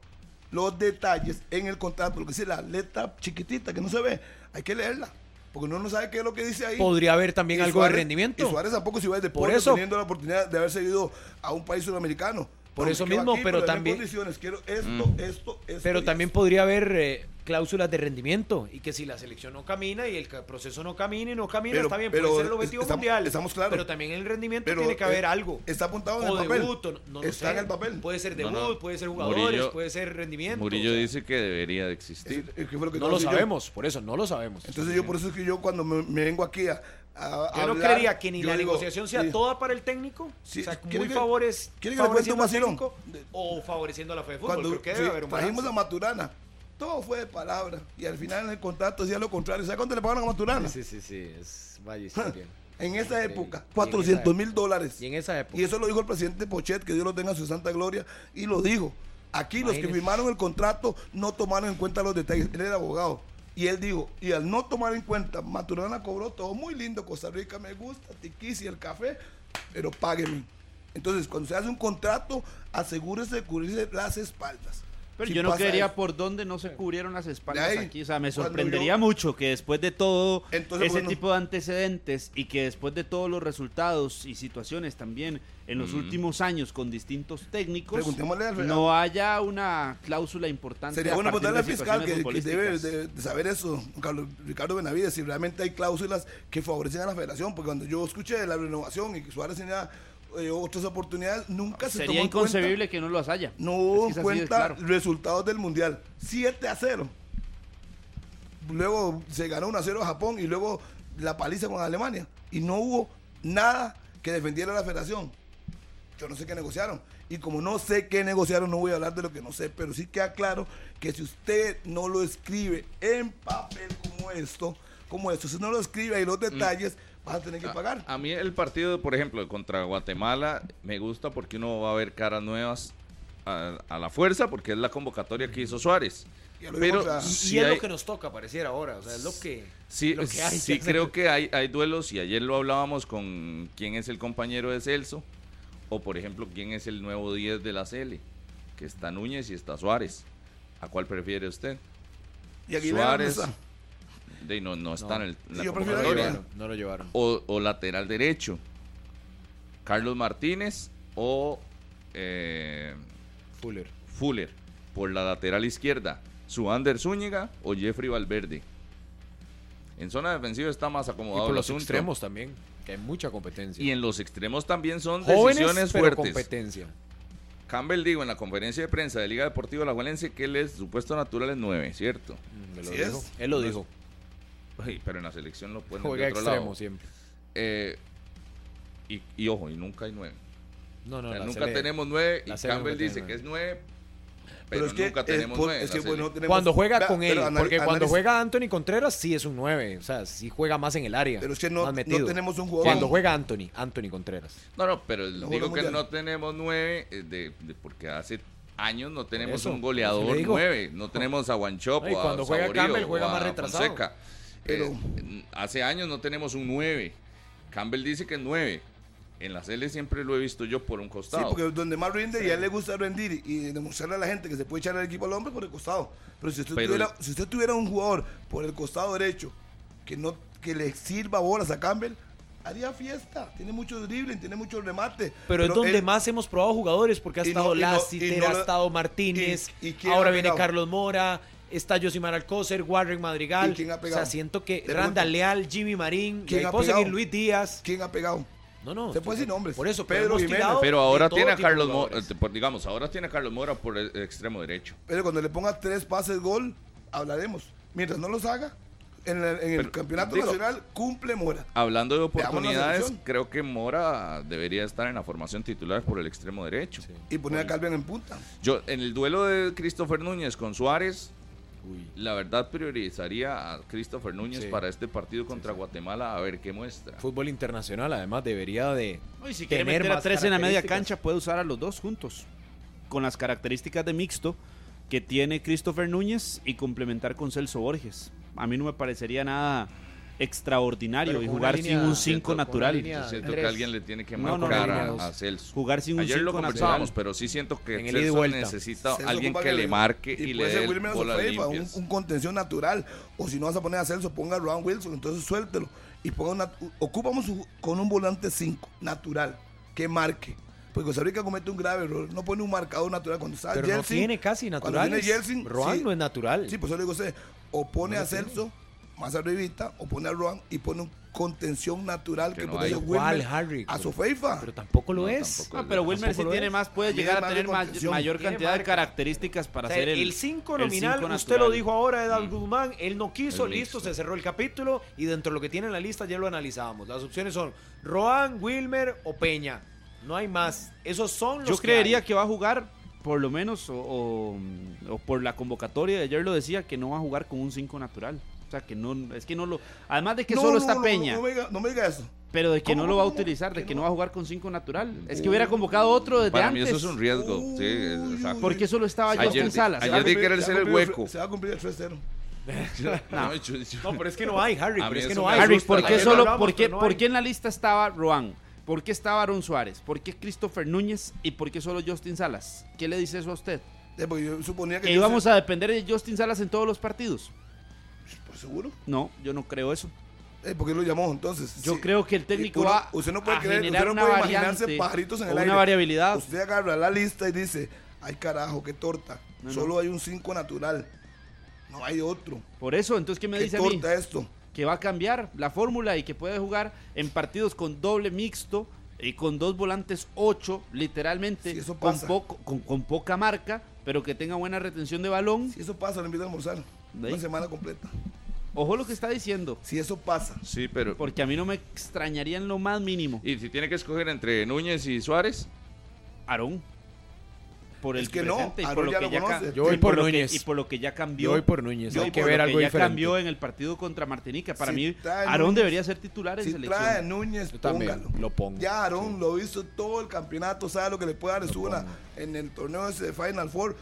[SPEAKER 2] los detalles en el contrato, lo que dice la letra chiquitita que no se ve, hay que leerla. Porque uno no sabe qué es lo que dice ahí.
[SPEAKER 4] podría haber también
[SPEAKER 2] Y
[SPEAKER 4] algo
[SPEAKER 2] Suárez-
[SPEAKER 4] de rendimiento.
[SPEAKER 2] Y Suárez tampoco se iba al deporte
[SPEAKER 4] Por eso-
[SPEAKER 2] teniendo la oportunidad de haberse ido a un país sudamericano.
[SPEAKER 4] Por
[SPEAKER 2] Aunque
[SPEAKER 4] eso
[SPEAKER 2] quedó
[SPEAKER 4] mismo, pero
[SPEAKER 2] denme
[SPEAKER 4] también-
[SPEAKER 2] condiciones, quiero esto,
[SPEAKER 5] Mm.
[SPEAKER 2] esto, esto.
[SPEAKER 4] Pero
[SPEAKER 2] y
[SPEAKER 4] también
[SPEAKER 2] esto.
[SPEAKER 4] podría haber eh, cláusulas de rendimiento y que si la selección no camina y el ca- proceso no camina y no camina,
[SPEAKER 2] Pero-
[SPEAKER 4] está bien,
[SPEAKER 2] pero
[SPEAKER 4] puede ser el objetivo
[SPEAKER 2] estamos-
[SPEAKER 4] mundial.
[SPEAKER 2] estamos claros.
[SPEAKER 4] Pero también en el rendimiento
[SPEAKER 2] Pero,
[SPEAKER 4] tiene que haber
[SPEAKER 2] eh,
[SPEAKER 4] algo.
[SPEAKER 2] Está apuntado en el
[SPEAKER 4] o
[SPEAKER 2] papel.
[SPEAKER 4] debut, o no, no lo
[SPEAKER 2] está
[SPEAKER 4] sé.
[SPEAKER 2] en el papel.
[SPEAKER 4] Puede ser
[SPEAKER 5] No,
[SPEAKER 4] debut,
[SPEAKER 5] no.
[SPEAKER 4] puede ser jugadores,
[SPEAKER 5] Murillo-
[SPEAKER 4] puede ser rendimiento.
[SPEAKER 5] Murillo
[SPEAKER 4] o sea,
[SPEAKER 5] dice que debería de
[SPEAKER 2] Es-
[SPEAKER 5] existir.
[SPEAKER 2] es que fue lo que
[SPEAKER 4] No
[SPEAKER 2] estaba
[SPEAKER 4] lo
[SPEAKER 2] diciendo yo.
[SPEAKER 4] sabemos, por eso no lo sabemos.
[SPEAKER 2] Entonces yo por eso es que yo cuando me, me vengo aquí a, a
[SPEAKER 4] yo no
[SPEAKER 2] hablar,
[SPEAKER 4] creería que ni
[SPEAKER 2] yo
[SPEAKER 4] la
[SPEAKER 2] digo,
[SPEAKER 4] negociación sea
[SPEAKER 2] sí,
[SPEAKER 4] toda para el técnico,
[SPEAKER 2] Sí,
[SPEAKER 4] o sea,
[SPEAKER 2] ¿quiere
[SPEAKER 4] muy
[SPEAKER 2] que-
[SPEAKER 4] favores,
[SPEAKER 2] quiere que le cuente un
[SPEAKER 4] favoreciendo al
[SPEAKER 2] vacilón?
[SPEAKER 4] técnico o favoreciendo a la fe de fútbol.
[SPEAKER 2] Cuando
[SPEAKER 4] Creo que debe
[SPEAKER 2] sí,
[SPEAKER 4] haber un
[SPEAKER 2] trajimos a
[SPEAKER 4] balance.
[SPEAKER 2] Maturana, todo fue de palabra y al final en el contrato decía lo contrario. ¿Sabes cuánto le pagaron a Maturana?
[SPEAKER 7] Sí, sí, sí, es
[SPEAKER 2] *laughs*
[SPEAKER 7] vaya historia.
[SPEAKER 2] En esa
[SPEAKER 7] Increíble.
[SPEAKER 2] época,
[SPEAKER 7] Y en
[SPEAKER 2] 400
[SPEAKER 7] esa
[SPEAKER 2] mil dólares.
[SPEAKER 7] época. Y en esa época.
[SPEAKER 2] Y eso lo dijo el presidente Pochet, que Dios lo tenga en su santa gloria, y lo dijo. Aquí los que
[SPEAKER 4] Imagínese.
[SPEAKER 2] firmaron el contrato no tomaron en cuenta los detalles. Él era abogado. Y él dijo, y al no tomar en cuenta, Maturana cobró todo muy lindo, Costa Rica me gusta, tiquis y el café, pero págueme. Entonces, cuando se hace un contrato, asegúrese de cubrirse las espaldas.
[SPEAKER 3] Pero
[SPEAKER 2] Si
[SPEAKER 3] yo no
[SPEAKER 2] pasa
[SPEAKER 3] creería
[SPEAKER 2] eso.
[SPEAKER 3] por dónde no se cubrieron las espaldas
[SPEAKER 2] De ahí,
[SPEAKER 3] aquí. O sea, me
[SPEAKER 2] cuando
[SPEAKER 3] sorprendería
[SPEAKER 2] yo-
[SPEAKER 3] mucho que después de todo
[SPEAKER 2] Entonces,
[SPEAKER 3] ese
[SPEAKER 2] bueno.
[SPEAKER 3] tipo de antecedentes y que después de todos los resultados y situaciones también en los últimos años con distintos técnicos,
[SPEAKER 2] Mm. Preguntémosle al-
[SPEAKER 3] no haya una cláusula importante.
[SPEAKER 2] Sería
[SPEAKER 3] a
[SPEAKER 2] bueno
[SPEAKER 3] partir
[SPEAKER 2] preguntarle
[SPEAKER 3] de
[SPEAKER 2] al fiscal que, que
[SPEAKER 3] situaciones
[SPEAKER 2] debe
[SPEAKER 3] futbolísticas.
[SPEAKER 2] de, de saber eso, don Carlos Ricardo Benavides, si realmente hay cláusulas que favorecen a la federación, porque cuando yo escuché de la renovación y que Suárez tenía eh, otras oportunidades, nunca se tomó
[SPEAKER 3] Sería
[SPEAKER 2] en cuenta-
[SPEAKER 3] inconcebible que no las haya.
[SPEAKER 2] no
[SPEAKER 3] Es
[SPEAKER 2] hubo
[SPEAKER 3] que es
[SPEAKER 2] en
[SPEAKER 3] así de
[SPEAKER 2] cuenta
[SPEAKER 3] claro.
[SPEAKER 2] resultados del Mundial. 7 a 0. Luego se ganó 1 a 0 a Japón y luego la paliza con Alemania. Y no hubo nada que defendiera a la federación. Yo no sé qué negociaron. Y como no sé qué negociaron, no voy a hablar de lo que no sé, pero sí queda claro que si usted no lo escribe en papel como esto, como esto, si no lo escribe ahí los
[SPEAKER 5] Mm.
[SPEAKER 2] detalles, vas a
[SPEAKER 5] Ah,
[SPEAKER 2] tener que pagar.
[SPEAKER 5] A, a mí el partido, por ejemplo, contra Guatemala me gusta porque uno va a ver caras nuevas a, a la fuerza porque es la convocatoria que hizo Suárez.
[SPEAKER 2] Ya lo
[SPEAKER 5] Pero
[SPEAKER 2] vimos a-
[SPEAKER 4] Y, y
[SPEAKER 5] sí
[SPEAKER 4] es
[SPEAKER 5] hay-
[SPEAKER 4] lo que nos toca, pareciera ahora. O sea, es lo que,
[SPEAKER 5] Sí,
[SPEAKER 4] lo que hay.
[SPEAKER 5] sí creo que hay, hay duelos y ayer lo hablábamos con quién es el compañero de Celso o por ejemplo quién es el nuevo 10 de la Cele, que está Núñez y está Suárez. ¿A cuál prefiere usted?
[SPEAKER 2] y Aguilera, ¿dónde
[SPEAKER 5] Suárez,
[SPEAKER 2] está?
[SPEAKER 5] De, no, no está en, el, en
[SPEAKER 2] Sí, yo
[SPEAKER 5] la
[SPEAKER 7] No
[SPEAKER 2] prefiero a
[SPEAKER 7] lo
[SPEAKER 5] convocatoria.
[SPEAKER 7] llevaron, no lo llevaron.
[SPEAKER 5] o, o lateral derecho. Carlos Martínez o eh,
[SPEAKER 7] Fuller.
[SPEAKER 5] Fuller por la lateral izquierda. Suander Zúñiga o Jeffrey Valverde. En zona defensiva está más
[SPEAKER 7] Y
[SPEAKER 5] acomodado
[SPEAKER 7] por
[SPEAKER 5] el
[SPEAKER 7] los
[SPEAKER 5] asunto.
[SPEAKER 7] extremos también, que hay mucha competencia.
[SPEAKER 5] Y en los extremos también son
[SPEAKER 7] Jóvenes,
[SPEAKER 5] decisiones
[SPEAKER 7] pero
[SPEAKER 5] fuertes.
[SPEAKER 7] competencia.
[SPEAKER 5] Campbell dijo en la conferencia de prensa de Liga Deportiva La que él es supuesto natural es 9, ¿cierto?
[SPEAKER 7] Mm, me lo
[SPEAKER 2] Sí
[SPEAKER 7] dijo.
[SPEAKER 2] es.
[SPEAKER 7] Él lo dijo.
[SPEAKER 5] Ay, pero en la selección lo pueden
[SPEAKER 7] Juega
[SPEAKER 5] de otro
[SPEAKER 7] extremo
[SPEAKER 5] lado.
[SPEAKER 7] siempre.
[SPEAKER 5] Eh, y, y ojo, y nunca hay 9.
[SPEAKER 7] No, no,
[SPEAKER 5] O sea,
[SPEAKER 7] la E.
[SPEAKER 5] nunca
[SPEAKER 7] Sele-
[SPEAKER 5] tenemos nueve y
[SPEAKER 7] la Sele
[SPEAKER 5] Campbell
[SPEAKER 7] nunca tiene
[SPEAKER 5] dice
[SPEAKER 7] nueve.
[SPEAKER 5] que es nueve, pero,
[SPEAKER 2] es que,
[SPEAKER 5] nunca
[SPEAKER 2] es
[SPEAKER 5] tenemos
[SPEAKER 2] por-
[SPEAKER 5] nueve.
[SPEAKER 2] es que,
[SPEAKER 5] la
[SPEAKER 2] bueno, no
[SPEAKER 5] serie.
[SPEAKER 2] tenemos-
[SPEAKER 7] Cuando juega
[SPEAKER 2] Vea,
[SPEAKER 7] con él,
[SPEAKER 2] pero anali-
[SPEAKER 7] porque cuando
[SPEAKER 2] analice-
[SPEAKER 7] juega Anthony Contreras sí es un 9, o sea, sí juega más en el área.
[SPEAKER 2] Pero es que no-
[SPEAKER 7] más
[SPEAKER 2] no
[SPEAKER 7] metido.
[SPEAKER 2] tenemos un jugador-
[SPEAKER 7] Cuando juega Anthony, Anthony Contreras.
[SPEAKER 5] No, no, pero el-
[SPEAKER 2] Lo jugó
[SPEAKER 5] digo que
[SPEAKER 2] mundial.
[SPEAKER 5] no tenemos nueve eh, de, de- porque hace años no tenemos
[SPEAKER 7] eso,
[SPEAKER 5] un
[SPEAKER 7] eso
[SPEAKER 5] goleador
[SPEAKER 7] le digo.
[SPEAKER 5] nueve, no tenemos a Guanchopo,
[SPEAKER 7] No, y cuando
[SPEAKER 5] a
[SPEAKER 7] juega
[SPEAKER 5] Saborío,
[SPEAKER 7] Campbell, juega
[SPEAKER 5] o a
[SPEAKER 7] más retrasado.
[SPEAKER 5] Fonseca.
[SPEAKER 2] Pero-
[SPEAKER 5] Eh, hace años no tenemos un nueve. Campbell dice que es nueve. En la L siempre lo he visto yo por un
[SPEAKER 2] Sí,
[SPEAKER 5] costado.
[SPEAKER 2] porque donde más rinde y a él le gusta rendir y demostrarle a la gente que se puede echar el equipo al hombre por el costado. Pero si usted,
[SPEAKER 5] Pero-
[SPEAKER 2] tuviera, si usted tuviera un jugador por el costado derecho que no que le sirva bolas a Campbell, haría fiesta. Tiene mucho dribbling, tiene mucho remate.
[SPEAKER 4] Pero, es donde
[SPEAKER 2] él-
[SPEAKER 4] más hemos probado jugadores, porque ha
[SPEAKER 2] Y no-
[SPEAKER 4] estado
[SPEAKER 2] y no- y
[SPEAKER 4] Lassiter,
[SPEAKER 2] no
[SPEAKER 4] ha
[SPEAKER 2] lo-
[SPEAKER 4] estado Martínez,
[SPEAKER 2] y- y quién
[SPEAKER 4] ahora
[SPEAKER 2] ha
[SPEAKER 4] viene
[SPEAKER 2] pegado.
[SPEAKER 4] Carlos Mora, está Josimar Alcócer, Warren Madrigal.
[SPEAKER 2] ¿Y quién ha
[SPEAKER 4] o
[SPEAKER 2] pegado?
[SPEAKER 4] sea, siento que
[SPEAKER 2] Te
[SPEAKER 4] Randa
[SPEAKER 2] pregunto.
[SPEAKER 4] Leal, Jimmy Marín, y
[SPEAKER 2] ¿Quién
[SPEAKER 4] ahí
[SPEAKER 2] ha
[SPEAKER 4] puedo seguir
[SPEAKER 2] pegado?
[SPEAKER 4] Luis Díaz.
[SPEAKER 2] ¿Quién ha pegado?
[SPEAKER 4] No, no.
[SPEAKER 2] Se puede
[SPEAKER 4] estoy-
[SPEAKER 2] sin nombres.
[SPEAKER 4] Por eso,
[SPEAKER 2] Pedro
[SPEAKER 4] pero, hemos
[SPEAKER 2] Jiménez. Ah,
[SPEAKER 4] tirado
[SPEAKER 5] Pero
[SPEAKER 4] de
[SPEAKER 5] ahora
[SPEAKER 4] todo
[SPEAKER 5] tiene a
[SPEAKER 4] tipo de
[SPEAKER 5] Carlos Mora,
[SPEAKER 4] jugadores.
[SPEAKER 5] eh, por- digamos, ahora tiene a Carlos Mora por el extremo derecho.
[SPEAKER 2] Pero cuando le ponga tres pases gol, hablaremos. Mientras no los haga, en, la- en el
[SPEAKER 5] Pero,
[SPEAKER 2] campeonato
[SPEAKER 5] digo-
[SPEAKER 2] nacional cumple Mora.
[SPEAKER 5] Hablando de
[SPEAKER 2] la
[SPEAKER 5] oportunidades,
[SPEAKER 2] selección.
[SPEAKER 5] creo que Mora debería estar en la formación titular por el extremo derecho.
[SPEAKER 2] Y poner a Calvin en punta.
[SPEAKER 5] Yo, en el duelo de Christopher Núñez con Suárez, la verdad priorizaría a Christopher Núñez
[SPEAKER 7] Sí.
[SPEAKER 5] para este partido contra Guatemala a ver qué muestra.
[SPEAKER 7] Fútbol internacional, además, debería de.
[SPEAKER 3] No, y si quiere
[SPEAKER 7] tener
[SPEAKER 3] meter a
[SPEAKER 7] más
[SPEAKER 3] tres en la media
[SPEAKER 7] características.
[SPEAKER 3] cancha, puede usar a los dos juntos. Con las características de mixto que tiene Christopher Núñez y complementar con Celso Borges. A mí no me parecería nada extraordinario
[SPEAKER 7] Pero
[SPEAKER 3] y
[SPEAKER 7] con una
[SPEAKER 3] jugar sin
[SPEAKER 7] línea-
[SPEAKER 3] un 5
[SPEAKER 5] con una
[SPEAKER 3] natural.
[SPEAKER 7] línea-
[SPEAKER 5] Yo siento
[SPEAKER 7] Andrés.
[SPEAKER 5] que alguien le tiene que
[SPEAKER 3] No, no,
[SPEAKER 5] marcar
[SPEAKER 7] no,
[SPEAKER 5] a-
[SPEAKER 7] no, no.
[SPEAKER 5] a, Celso.
[SPEAKER 3] Jugar sin un
[SPEAKER 5] Ayer lo
[SPEAKER 3] 5
[SPEAKER 5] conversábamos,
[SPEAKER 3] natural.
[SPEAKER 5] pero sí siento que
[SPEAKER 7] En el ida y
[SPEAKER 5] Celso
[SPEAKER 7] vuelta.
[SPEAKER 5] necesita
[SPEAKER 2] Celso
[SPEAKER 5] alguien
[SPEAKER 2] ocupa
[SPEAKER 5] que le marque y, le
[SPEAKER 2] puede
[SPEAKER 5] dé
[SPEAKER 2] ser Wilmer
[SPEAKER 5] bolas
[SPEAKER 2] Osoraifa, un,
[SPEAKER 5] limpias.
[SPEAKER 2] un contención natural. O si no vas a poner a Celso, ponga a Ron Wilson, entonces suéltelo. Y ponga una, ocupamos un- con un volante 5, natural, que marque. Porque Costa Rica comete un grave error, no pone un marcador natural cuando está
[SPEAKER 7] Pero no
[SPEAKER 2] Yeltsin,
[SPEAKER 7] tiene casi
[SPEAKER 2] cuando
[SPEAKER 7] natural.
[SPEAKER 2] viene Yeltsin,
[SPEAKER 7] Roan
[SPEAKER 2] sí.
[SPEAKER 7] no es natural.
[SPEAKER 2] Sí, pues yo le digo a usted, o pone a Celso más arribita, o pone a Roan y pone un contención natural
[SPEAKER 5] Que
[SPEAKER 2] que,
[SPEAKER 5] no
[SPEAKER 2] podría
[SPEAKER 5] hay.
[SPEAKER 2] ser
[SPEAKER 7] ¿Cuál,
[SPEAKER 2] Wilmer
[SPEAKER 7] Harry?
[SPEAKER 2] a su feifa.
[SPEAKER 7] Pero tampoco lo
[SPEAKER 5] No,
[SPEAKER 7] es.
[SPEAKER 5] tampoco.
[SPEAKER 3] No, Ah, pero Wilmer sí
[SPEAKER 7] Tampoco lo
[SPEAKER 3] tiene
[SPEAKER 7] es.
[SPEAKER 3] más, puede
[SPEAKER 2] Tiene
[SPEAKER 3] llegar a
[SPEAKER 2] más
[SPEAKER 3] tener ma-
[SPEAKER 2] contención.
[SPEAKER 3] mayor
[SPEAKER 4] Tiene
[SPEAKER 3] cantidad de
[SPEAKER 4] marca.
[SPEAKER 3] características para
[SPEAKER 4] O sea,
[SPEAKER 3] hacer el
[SPEAKER 4] el 5
[SPEAKER 3] el
[SPEAKER 4] nominal,
[SPEAKER 3] cinco
[SPEAKER 4] usted lo
[SPEAKER 3] natural.
[SPEAKER 4] dijo ahora, Edal Guzmán, él no quiso,
[SPEAKER 5] El
[SPEAKER 4] listo,
[SPEAKER 5] mixto.
[SPEAKER 4] se cerró el capítulo y dentro de lo que tiene en la lista ya lo analizábamos. Las opciones son Roan, Wilmer o Peña. No hay más. Esos son los
[SPEAKER 3] Yo
[SPEAKER 4] que
[SPEAKER 3] creería
[SPEAKER 4] hay.
[SPEAKER 3] que va a jugar, por lo menos, o, o- o por la convocatoria de ayer lo decía, que no va a jugar con un 5 natural. O sea, que no, es que no lo... Además de que
[SPEAKER 2] No,
[SPEAKER 3] solo
[SPEAKER 2] no,
[SPEAKER 3] está
[SPEAKER 2] no,
[SPEAKER 3] Peña,
[SPEAKER 2] No, no me diga, no me diga eso.
[SPEAKER 3] pero de que
[SPEAKER 2] ¿Cómo,
[SPEAKER 3] no lo va a
[SPEAKER 2] cómo, cómo?
[SPEAKER 3] utilizar, de
[SPEAKER 2] Que
[SPEAKER 3] que no
[SPEAKER 2] no.
[SPEAKER 3] va a jugar con 5 natural. Es que hubiera convocado otro desde
[SPEAKER 5] Para mí
[SPEAKER 3] antes.
[SPEAKER 5] eso es un riesgo. sí, es-
[SPEAKER 2] Uy,
[SPEAKER 5] exacto.
[SPEAKER 3] ¿Por qué solo estaba
[SPEAKER 5] Ayer
[SPEAKER 3] Justin
[SPEAKER 5] di-
[SPEAKER 3] Salas?
[SPEAKER 5] ayer di que era el
[SPEAKER 2] Ah, Se va a
[SPEAKER 5] ser el
[SPEAKER 2] cumplir
[SPEAKER 5] hueco.
[SPEAKER 2] Se va a cumplir el 3-0.
[SPEAKER 5] No, yo- yo-
[SPEAKER 4] No, pero es que no hay, Harry.
[SPEAKER 5] A
[SPEAKER 4] Pero
[SPEAKER 5] mí
[SPEAKER 4] es que
[SPEAKER 5] eso
[SPEAKER 4] no
[SPEAKER 5] me
[SPEAKER 4] hay.
[SPEAKER 3] Harry,
[SPEAKER 5] asusta.
[SPEAKER 3] ¿por
[SPEAKER 5] la
[SPEAKER 3] qué
[SPEAKER 5] gente
[SPEAKER 3] solo,
[SPEAKER 4] Hablamos,
[SPEAKER 3] por qué,
[SPEAKER 4] pero no
[SPEAKER 3] por
[SPEAKER 4] hay.
[SPEAKER 3] qué en la lista estaba Roan? ¿Por qué estaba Aaron Suárez? ¿Por qué Christopher Núñez? ¿Y por qué solo Justin Salas? ¿Qué le dice eso a usted?
[SPEAKER 2] Eh, Porque yo suponía que.
[SPEAKER 3] ¿Que
[SPEAKER 2] yo
[SPEAKER 3] íbamos
[SPEAKER 2] sé-
[SPEAKER 3] a depender de Justin Salas en todos los partidos?
[SPEAKER 2] Pues seguro.
[SPEAKER 3] No, yo no creo eso.
[SPEAKER 2] Eh, ¿Por qué lo llamó entonces?
[SPEAKER 3] Yo
[SPEAKER 2] Sí.
[SPEAKER 3] creo que el técnico
[SPEAKER 2] Uno-
[SPEAKER 3] va
[SPEAKER 2] usted no puede
[SPEAKER 3] a
[SPEAKER 2] creer, usted
[SPEAKER 3] generar
[SPEAKER 2] no
[SPEAKER 3] una
[SPEAKER 2] puede imaginarse
[SPEAKER 3] variante
[SPEAKER 2] pajaritos en
[SPEAKER 3] o
[SPEAKER 2] el
[SPEAKER 3] una
[SPEAKER 2] aire.
[SPEAKER 3] variabilidad.
[SPEAKER 2] Usted agarra la lista y dice: Ay, carajo, qué torta.
[SPEAKER 3] No, no.
[SPEAKER 2] Solo hay un 5 natural. No hay otro.
[SPEAKER 3] Por eso, entonces, ¿qué me
[SPEAKER 2] qué
[SPEAKER 3] dice a mí?
[SPEAKER 2] torta esto.
[SPEAKER 3] Que va a cambiar la fórmula y que puede jugar en partidos con doble mixto y con dos volantes 8, literalmente,
[SPEAKER 2] Sí, eso
[SPEAKER 3] con,
[SPEAKER 2] pasa.
[SPEAKER 3] poco, con, con poca marca, pero que tenga buena retención de balón.
[SPEAKER 2] Si eso pasa, le invito a almorzar.
[SPEAKER 3] Ey.
[SPEAKER 2] Una semana completa.
[SPEAKER 3] Ojo lo que está diciendo,
[SPEAKER 2] Si eso pasa.
[SPEAKER 5] *laughs* Sí, pero.
[SPEAKER 3] porque a mí no me extrañaría en lo más mínimo.
[SPEAKER 5] Y si tiene que escoger entre Núñez y Suárez,
[SPEAKER 3] Aarón. Por el
[SPEAKER 2] Es que no,
[SPEAKER 3] presente y por
[SPEAKER 2] Aarón
[SPEAKER 3] lo
[SPEAKER 2] ya
[SPEAKER 3] que
[SPEAKER 2] lo
[SPEAKER 3] ya ca-
[SPEAKER 2] conoce.
[SPEAKER 7] Yo voy
[SPEAKER 3] y
[SPEAKER 7] por
[SPEAKER 3] lo que-
[SPEAKER 7] Núñez.
[SPEAKER 3] Y por lo que ya cambió.
[SPEAKER 7] Yo voy por Núñez.
[SPEAKER 3] Yo
[SPEAKER 7] Hay que
[SPEAKER 3] por
[SPEAKER 7] ver
[SPEAKER 3] lo que
[SPEAKER 7] algo
[SPEAKER 3] ya
[SPEAKER 7] diferente.
[SPEAKER 3] cambió en el partido contra Martinica. Para
[SPEAKER 2] Si
[SPEAKER 3] mí,
[SPEAKER 2] trae
[SPEAKER 3] Aarón
[SPEAKER 2] Núñez-
[SPEAKER 3] debería ser titular en
[SPEAKER 2] Si
[SPEAKER 3] selección.
[SPEAKER 2] trae a Núñez,
[SPEAKER 7] Yo también
[SPEAKER 2] póngalo.
[SPEAKER 7] lo pongo,
[SPEAKER 2] Ya Aarón lo hizo todo el campeonato, sabe lo que le puede dar Osuna en el torneo ese de Final Four.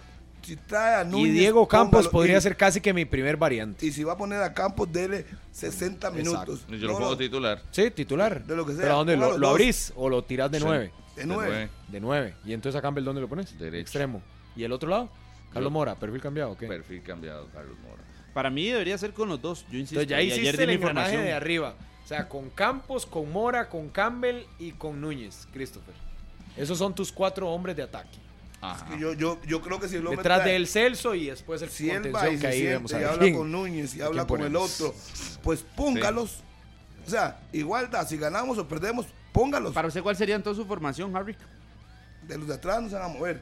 [SPEAKER 2] Si trae a Núñez.
[SPEAKER 7] y Diego Campos
[SPEAKER 2] póngalo.
[SPEAKER 7] podría
[SPEAKER 2] Y-
[SPEAKER 7] ser casi que mi primer variante.
[SPEAKER 2] Y si va a poner a Campos, dele 60 minutos.
[SPEAKER 5] yo lo
[SPEAKER 2] No,
[SPEAKER 5] puedo
[SPEAKER 2] no,
[SPEAKER 5] titular.
[SPEAKER 7] Sí, titular.
[SPEAKER 2] De lo que sea,
[SPEAKER 7] ¿Pero a dónde?
[SPEAKER 2] ponga
[SPEAKER 7] ¿Lo,
[SPEAKER 2] los
[SPEAKER 7] lo
[SPEAKER 2] dos.
[SPEAKER 7] abrís o lo tirás de
[SPEAKER 5] Sí.
[SPEAKER 7] nueve?
[SPEAKER 2] De nueve.
[SPEAKER 7] De nueve. ¿Y entonces a Campbell dónde lo pones?
[SPEAKER 5] Derecho.
[SPEAKER 7] Extremo. ¿Y el otro lado? Carlos
[SPEAKER 5] Yo-
[SPEAKER 7] Mora, perfil cambiado, ¿ok?
[SPEAKER 5] Perfil cambiado, Carlos Mora.
[SPEAKER 3] Para mí debería ser con los dos. Yo insisto,
[SPEAKER 7] Entonces ya
[SPEAKER 3] y ayer
[SPEAKER 7] hiciste
[SPEAKER 3] di
[SPEAKER 7] el
[SPEAKER 3] mi
[SPEAKER 7] engranaje
[SPEAKER 3] información.
[SPEAKER 7] de arriba. O sea, con Campos, con Mora, con Campbell y con Núñez, Christopher. Esos son tus cuatro hombres de ataque.
[SPEAKER 5] Ajá.
[SPEAKER 2] Y Yo, yo, yo creo que si el hombre
[SPEAKER 7] Detrás
[SPEAKER 2] trae-
[SPEAKER 7] del Celso y después el
[SPEAKER 2] si él va
[SPEAKER 7] contención
[SPEAKER 2] y
[SPEAKER 7] que
[SPEAKER 2] se
[SPEAKER 7] ahí
[SPEAKER 2] siente
[SPEAKER 7] vemos
[SPEAKER 2] y
[SPEAKER 7] a ver
[SPEAKER 2] habla
[SPEAKER 7] quién.
[SPEAKER 2] con Núñez y
[SPEAKER 7] a
[SPEAKER 2] habla
[SPEAKER 7] quién
[SPEAKER 2] con el
[SPEAKER 7] ponemos.
[SPEAKER 2] otro, pues póngalos. O sea, igualdad, si ganamos o perdemos, póngalos.
[SPEAKER 3] Para usted, ¿cuál sería entonces su formación, Harry?
[SPEAKER 2] De los de atrás no se van a mover.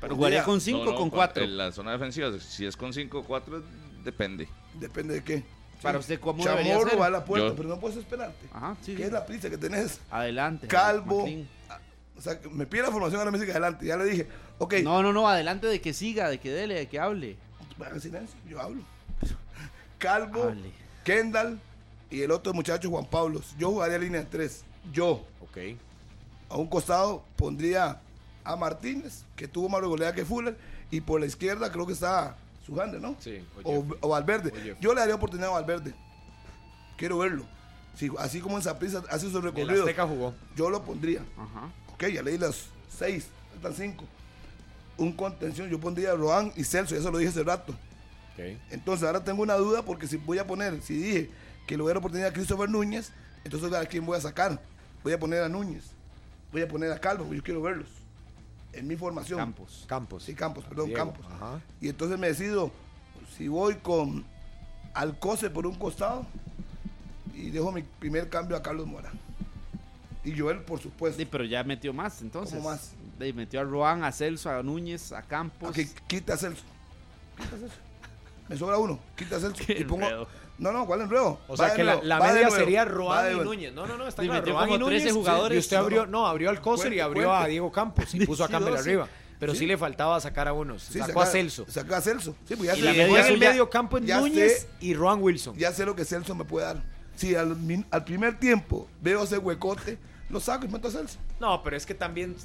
[SPEAKER 3] Pero
[SPEAKER 2] Un
[SPEAKER 3] jugaría
[SPEAKER 2] día-
[SPEAKER 3] con 5
[SPEAKER 5] No, no,
[SPEAKER 3] con
[SPEAKER 5] pa-
[SPEAKER 3] 4.
[SPEAKER 5] En la zona defensiva, si es con 5 o 4, depende.
[SPEAKER 2] Depende de qué.
[SPEAKER 3] Para usted, ¿cómo debería
[SPEAKER 2] Chamorro
[SPEAKER 3] ser?
[SPEAKER 2] va a la puerta,
[SPEAKER 5] Yo-
[SPEAKER 2] pero no puedes esperarte.
[SPEAKER 3] Ajá, sí,
[SPEAKER 2] ¿Qué
[SPEAKER 3] sí.
[SPEAKER 2] es la prisa que tenés?
[SPEAKER 3] Adelante.
[SPEAKER 2] Calvo. Ah,
[SPEAKER 3] Martín.
[SPEAKER 2] O sea, que me pide la formación ahora me dice que adelante. Ya le dije, ok,
[SPEAKER 3] No, no, no, adelante de que siga, de que dele, de que hable.
[SPEAKER 2] hagan silencio, yo hablo. *laughs* Calvo,
[SPEAKER 3] Hable.
[SPEAKER 2] Kendall y el otro muchacho Juan Pablo. Yo jugaría línea 3. Yo,
[SPEAKER 7] Ok.
[SPEAKER 2] a un costado, pondría a Martínez, que tuvo más goleada que Fuller, y por la izquierda creo que está Sujande, ¿no?
[SPEAKER 7] Sí, o
[SPEAKER 2] o,
[SPEAKER 7] Jeff.
[SPEAKER 2] o Valverde.
[SPEAKER 7] O Jeff.
[SPEAKER 2] yo le daría oportunidad a Valverde. Quiero verlo. Si- así como en Zaprisa hace su
[SPEAKER 7] El
[SPEAKER 2] recorrido,
[SPEAKER 7] Azteca jugó.
[SPEAKER 2] yo lo pondría.
[SPEAKER 3] Ajá.
[SPEAKER 2] Ok, ya leí las seis, faltan cinco. Un contención, yo pondría a Roan y Celso, ya se lo dije hace rato.
[SPEAKER 7] Ok.
[SPEAKER 2] Entonces ahora tengo una duda porque si voy a poner, si dije que le voy a dar oportunidad a Christopher Núñez, entonces ¿a quién voy a sacar? Voy a poner a Núñez, voy a poner a Calvo, porque yo quiero verlos. En mi formación.
[SPEAKER 3] Campos.
[SPEAKER 7] Campos.
[SPEAKER 2] Sí, Campos, perdón,
[SPEAKER 7] Diego,
[SPEAKER 2] Campos.
[SPEAKER 7] ajá.
[SPEAKER 2] Y entonces me decido si voy con Alcoce por un costado y dejo mi primer cambio a Carlos Mora. Y Joel, por supuesto.
[SPEAKER 3] Sí, pero ya metió más, entonces.
[SPEAKER 2] ¿Cómo más?
[SPEAKER 3] Sí, metió a Roan, a Celso, a Núñez, a Campos.
[SPEAKER 2] Ok, quita a Celso. Quita a Celso. Me sobra uno. Quita a Celso.
[SPEAKER 3] Qué
[SPEAKER 2] y pongo,
[SPEAKER 3] enredo.
[SPEAKER 2] No, no, ¿cuál enredo?
[SPEAKER 4] O
[SPEAKER 2] Va
[SPEAKER 4] sea
[SPEAKER 2] de
[SPEAKER 4] que la,
[SPEAKER 2] nuevo,
[SPEAKER 4] la
[SPEAKER 2] va de
[SPEAKER 4] media
[SPEAKER 2] nuevo,
[SPEAKER 4] sería
[SPEAKER 2] va
[SPEAKER 4] Roa
[SPEAKER 2] de
[SPEAKER 4] y
[SPEAKER 2] nuevo.
[SPEAKER 4] Núñez. No, no, no, está
[SPEAKER 3] Y
[SPEAKER 4] claro.
[SPEAKER 3] metió
[SPEAKER 4] Roa y
[SPEAKER 3] como 13
[SPEAKER 4] Núñez.
[SPEAKER 3] jugadores.
[SPEAKER 4] Y usted
[SPEAKER 2] No,
[SPEAKER 4] abrió,
[SPEAKER 2] no.
[SPEAKER 4] no, abrió al Coser y
[SPEAKER 2] Cuente,
[SPEAKER 4] abrió
[SPEAKER 2] cuente.
[SPEAKER 4] a Diego Campos y puso a
[SPEAKER 2] Sí,
[SPEAKER 4] Campbell
[SPEAKER 2] doce.
[SPEAKER 4] arriba. Pero sí.
[SPEAKER 2] Sí.
[SPEAKER 4] le faltaba sacar a unos.
[SPEAKER 2] Sí,
[SPEAKER 4] sacó
[SPEAKER 2] saca-
[SPEAKER 4] a Celso.
[SPEAKER 2] Sacó a Celso. Sí, pues ya,
[SPEAKER 3] Y
[SPEAKER 2] sé,
[SPEAKER 3] la
[SPEAKER 2] ya-
[SPEAKER 3] media
[SPEAKER 4] Juega
[SPEAKER 2] ya-
[SPEAKER 4] el
[SPEAKER 3] suya-
[SPEAKER 4] medio campo es
[SPEAKER 2] ya sé.
[SPEAKER 4] Núñez y Roan Wilson.
[SPEAKER 2] ya sé lo que Celso me puede dar. Si al, min- al primer tiempo veo ese huecote, lo saco y meto a Celso.
[SPEAKER 4] No, pero es que también,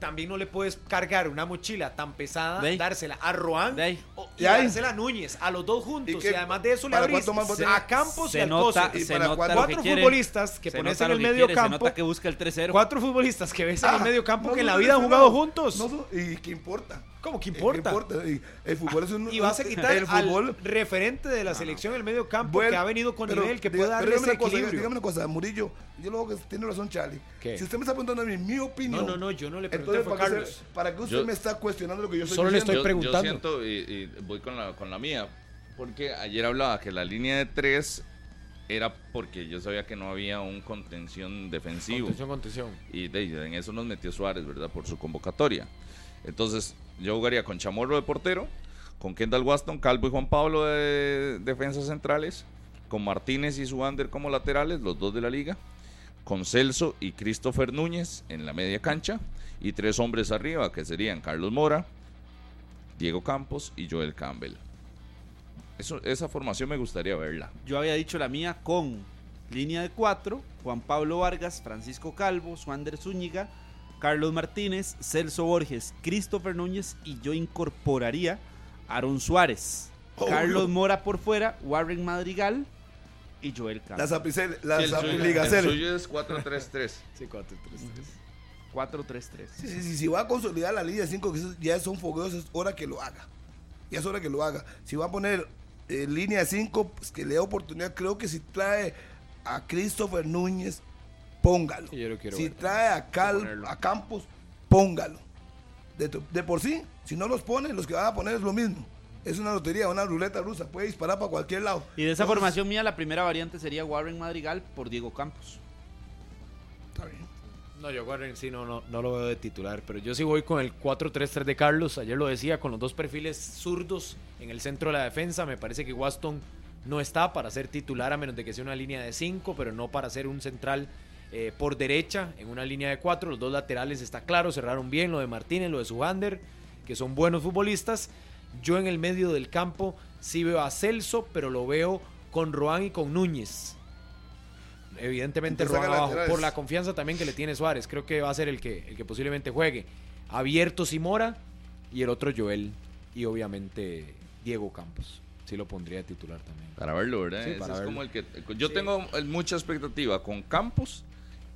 [SPEAKER 4] también no le puedes cargar una mochila tan pesada,
[SPEAKER 3] De ahí.
[SPEAKER 4] dársela a Roan
[SPEAKER 3] De ahí.
[SPEAKER 4] o- y
[SPEAKER 2] De ahí.
[SPEAKER 4] dársela a Núñez, a los dos juntos.
[SPEAKER 2] qué-
[SPEAKER 4] Y, además de eso le
[SPEAKER 2] para
[SPEAKER 4] abrís
[SPEAKER 2] cuánto más vos
[SPEAKER 4] a
[SPEAKER 2] tenés?
[SPEAKER 4] Campos y
[SPEAKER 3] Se
[SPEAKER 4] al
[SPEAKER 3] nota,
[SPEAKER 4] Coser.
[SPEAKER 2] y
[SPEAKER 3] se
[SPEAKER 2] para
[SPEAKER 3] nota
[SPEAKER 2] cuatro
[SPEAKER 3] lo que
[SPEAKER 4] Cuatro
[SPEAKER 3] quiere.
[SPEAKER 4] futbolistas que
[SPEAKER 3] Se
[SPEAKER 4] pones
[SPEAKER 3] nota
[SPEAKER 4] en
[SPEAKER 3] lo
[SPEAKER 4] el
[SPEAKER 3] que
[SPEAKER 4] medio
[SPEAKER 3] quiere, Se
[SPEAKER 4] campo.
[SPEAKER 3] nota que busca el 3-0.
[SPEAKER 4] Cuatro futbolistas que ves en el
[SPEAKER 2] Ah,
[SPEAKER 4] medio campo
[SPEAKER 2] no,
[SPEAKER 4] que en
[SPEAKER 2] no,
[SPEAKER 4] la
[SPEAKER 2] no,
[SPEAKER 4] vida han
[SPEAKER 2] no,
[SPEAKER 4] jugado
[SPEAKER 2] no.
[SPEAKER 4] juntos.
[SPEAKER 2] No, no, ¿Y qué importa?
[SPEAKER 4] ¿Cómo que
[SPEAKER 2] Eh, ¿qué
[SPEAKER 4] importa?
[SPEAKER 2] Y- El fútbol es un.
[SPEAKER 4] Y vas a quitar
[SPEAKER 2] el fútbol.
[SPEAKER 4] al referente de la selección en el medio campo
[SPEAKER 2] Bueno,
[SPEAKER 4] que ha venido con
[SPEAKER 2] pero
[SPEAKER 4] nivel, que
[SPEAKER 2] diga-
[SPEAKER 4] puede
[SPEAKER 2] pero
[SPEAKER 4] darle ese
[SPEAKER 2] dígame una cosa,
[SPEAKER 4] equilibrio.
[SPEAKER 2] Dígame una cosa, Murillo, yo luego que tiene razón Charlie.
[SPEAKER 4] ¿Qué?
[SPEAKER 2] Si usted me está preguntando a mí mi opinión.
[SPEAKER 4] No, no, no, yo no le pregunté,
[SPEAKER 2] entonces,
[SPEAKER 4] fue
[SPEAKER 2] ¿para qué
[SPEAKER 4] Carlos.
[SPEAKER 2] se- ¿Para qué usted
[SPEAKER 5] Yo-
[SPEAKER 2] me está cuestionando lo que yo estoy
[SPEAKER 4] Solo le
[SPEAKER 2] diciendo?
[SPEAKER 4] estoy
[SPEAKER 5] yo,
[SPEAKER 4] preguntando.
[SPEAKER 5] Yo siento, y, y voy con la, con la mía, porque ayer hablaba que la línea de tres era porque yo sabía que no había un contención defensivo.
[SPEAKER 7] Contención, contención.
[SPEAKER 5] Y de, ahí, en eso nos metió Suárez, ¿verdad? Por su convocatoria. Entonces, yo jugaría con Chamorro de portero, con Kendall Waston, Calvo y Juan Pablo de defensas centrales, con Martínez y Suander como laterales, los dos de la liga, con Celso y Christopher Núñez en la media cancha, y tres hombres arriba, que serían Carlos Mora, Diego Campos y Joel Campbell. Eso, esa formación me gustaría verla.
[SPEAKER 3] Yo había dicho la mía con línea de cuatro, Juan Pablo Vargas, Francisco Calvo, Suander Zúñiga, Carlos Martínez, Celso Borges, Christopher Núñez y yo incorporaría a Aaron Suárez,
[SPEAKER 7] Oh,
[SPEAKER 2] Obvio.
[SPEAKER 3] Carlos Mora por fuera, Warren Madrigal y Joel
[SPEAKER 2] Las
[SPEAKER 3] Campos.
[SPEAKER 2] apicel,
[SPEAKER 5] Sí,
[SPEAKER 2] las
[SPEAKER 5] el suyo-
[SPEAKER 2] aplicaceles.
[SPEAKER 5] el suyo es 4-3-3.
[SPEAKER 7] Sí, 4, 3, 3.
[SPEAKER 3] 4-3-3.
[SPEAKER 2] Sí, sí, sí, si va a consolidar la línea 5, que es- ya son fogueos, es hora que lo haga. Ya es hora que lo haga. Si va a poner eh, línea 5, pues que le dé oportunidad. Creo que si trae a Christopher Núñez, póngalo.
[SPEAKER 7] Sí, yo lo quiero
[SPEAKER 2] si
[SPEAKER 7] ver.
[SPEAKER 2] trae a, Cal- a Campos, póngalo. De, to- de por sí, si no los pone, los que van a poner es lo mismo. Es una lotería, una ruleta rusa. Puede disparar para cualquier lado.
[SPEAKER 3] Y de esa
[SPEAKER 2] Entonces,
[SPEAKER 3] formación mía, la primera variante sería Warren Madrigal por Diego Campos.
[SPEAKER 2] está bien.
[SPEAKER 4] No, yo Warren sí no, no, no lo veo de titular, pero yo sí voy con el 4-3-3 de Carlos. Ayer lo decía, con los dos perfiles zurdos en el centro de la defensa. Me parece que Waston no está para ser titular a menos de que sea una línea de 5, pero no para ser un central eh, por derecha en una línea de 4. Los dos laterales está claro, cerraron bien lo de Martínez, lo de Subander, que son buenos futbolistas. Yo en el medio del campo sí veo a Celso, pero lo veo con Roan y con Núñez. Evidentemente
[SPEAKER 2] Entonces,
[SPEAKER 4] Roan
[SPEAKER 2] haga
[SPEAKER 4] abajo,
[SPEAKER 2] laterales.
[SPEAKER 4] por la confianza también que le tiene Suárez. Creo que va a ser el que, el que posiblemente juegue. Abierto Simora y el otro Joel. Y obviamente Diego Campos. Sí lo pondría de titular también.
[SPEAKER 5] Para verlo, ¿verdad?
[SPEAKER 4] Sí,
[SPEAKER 5] Ese
[SPEAKER 4] para
[SPEAKER 5] es
[SPEAKER 4] verlo.
[SPEAKER 5] como el que. Yo tengo eh, mucha expectativa con Campos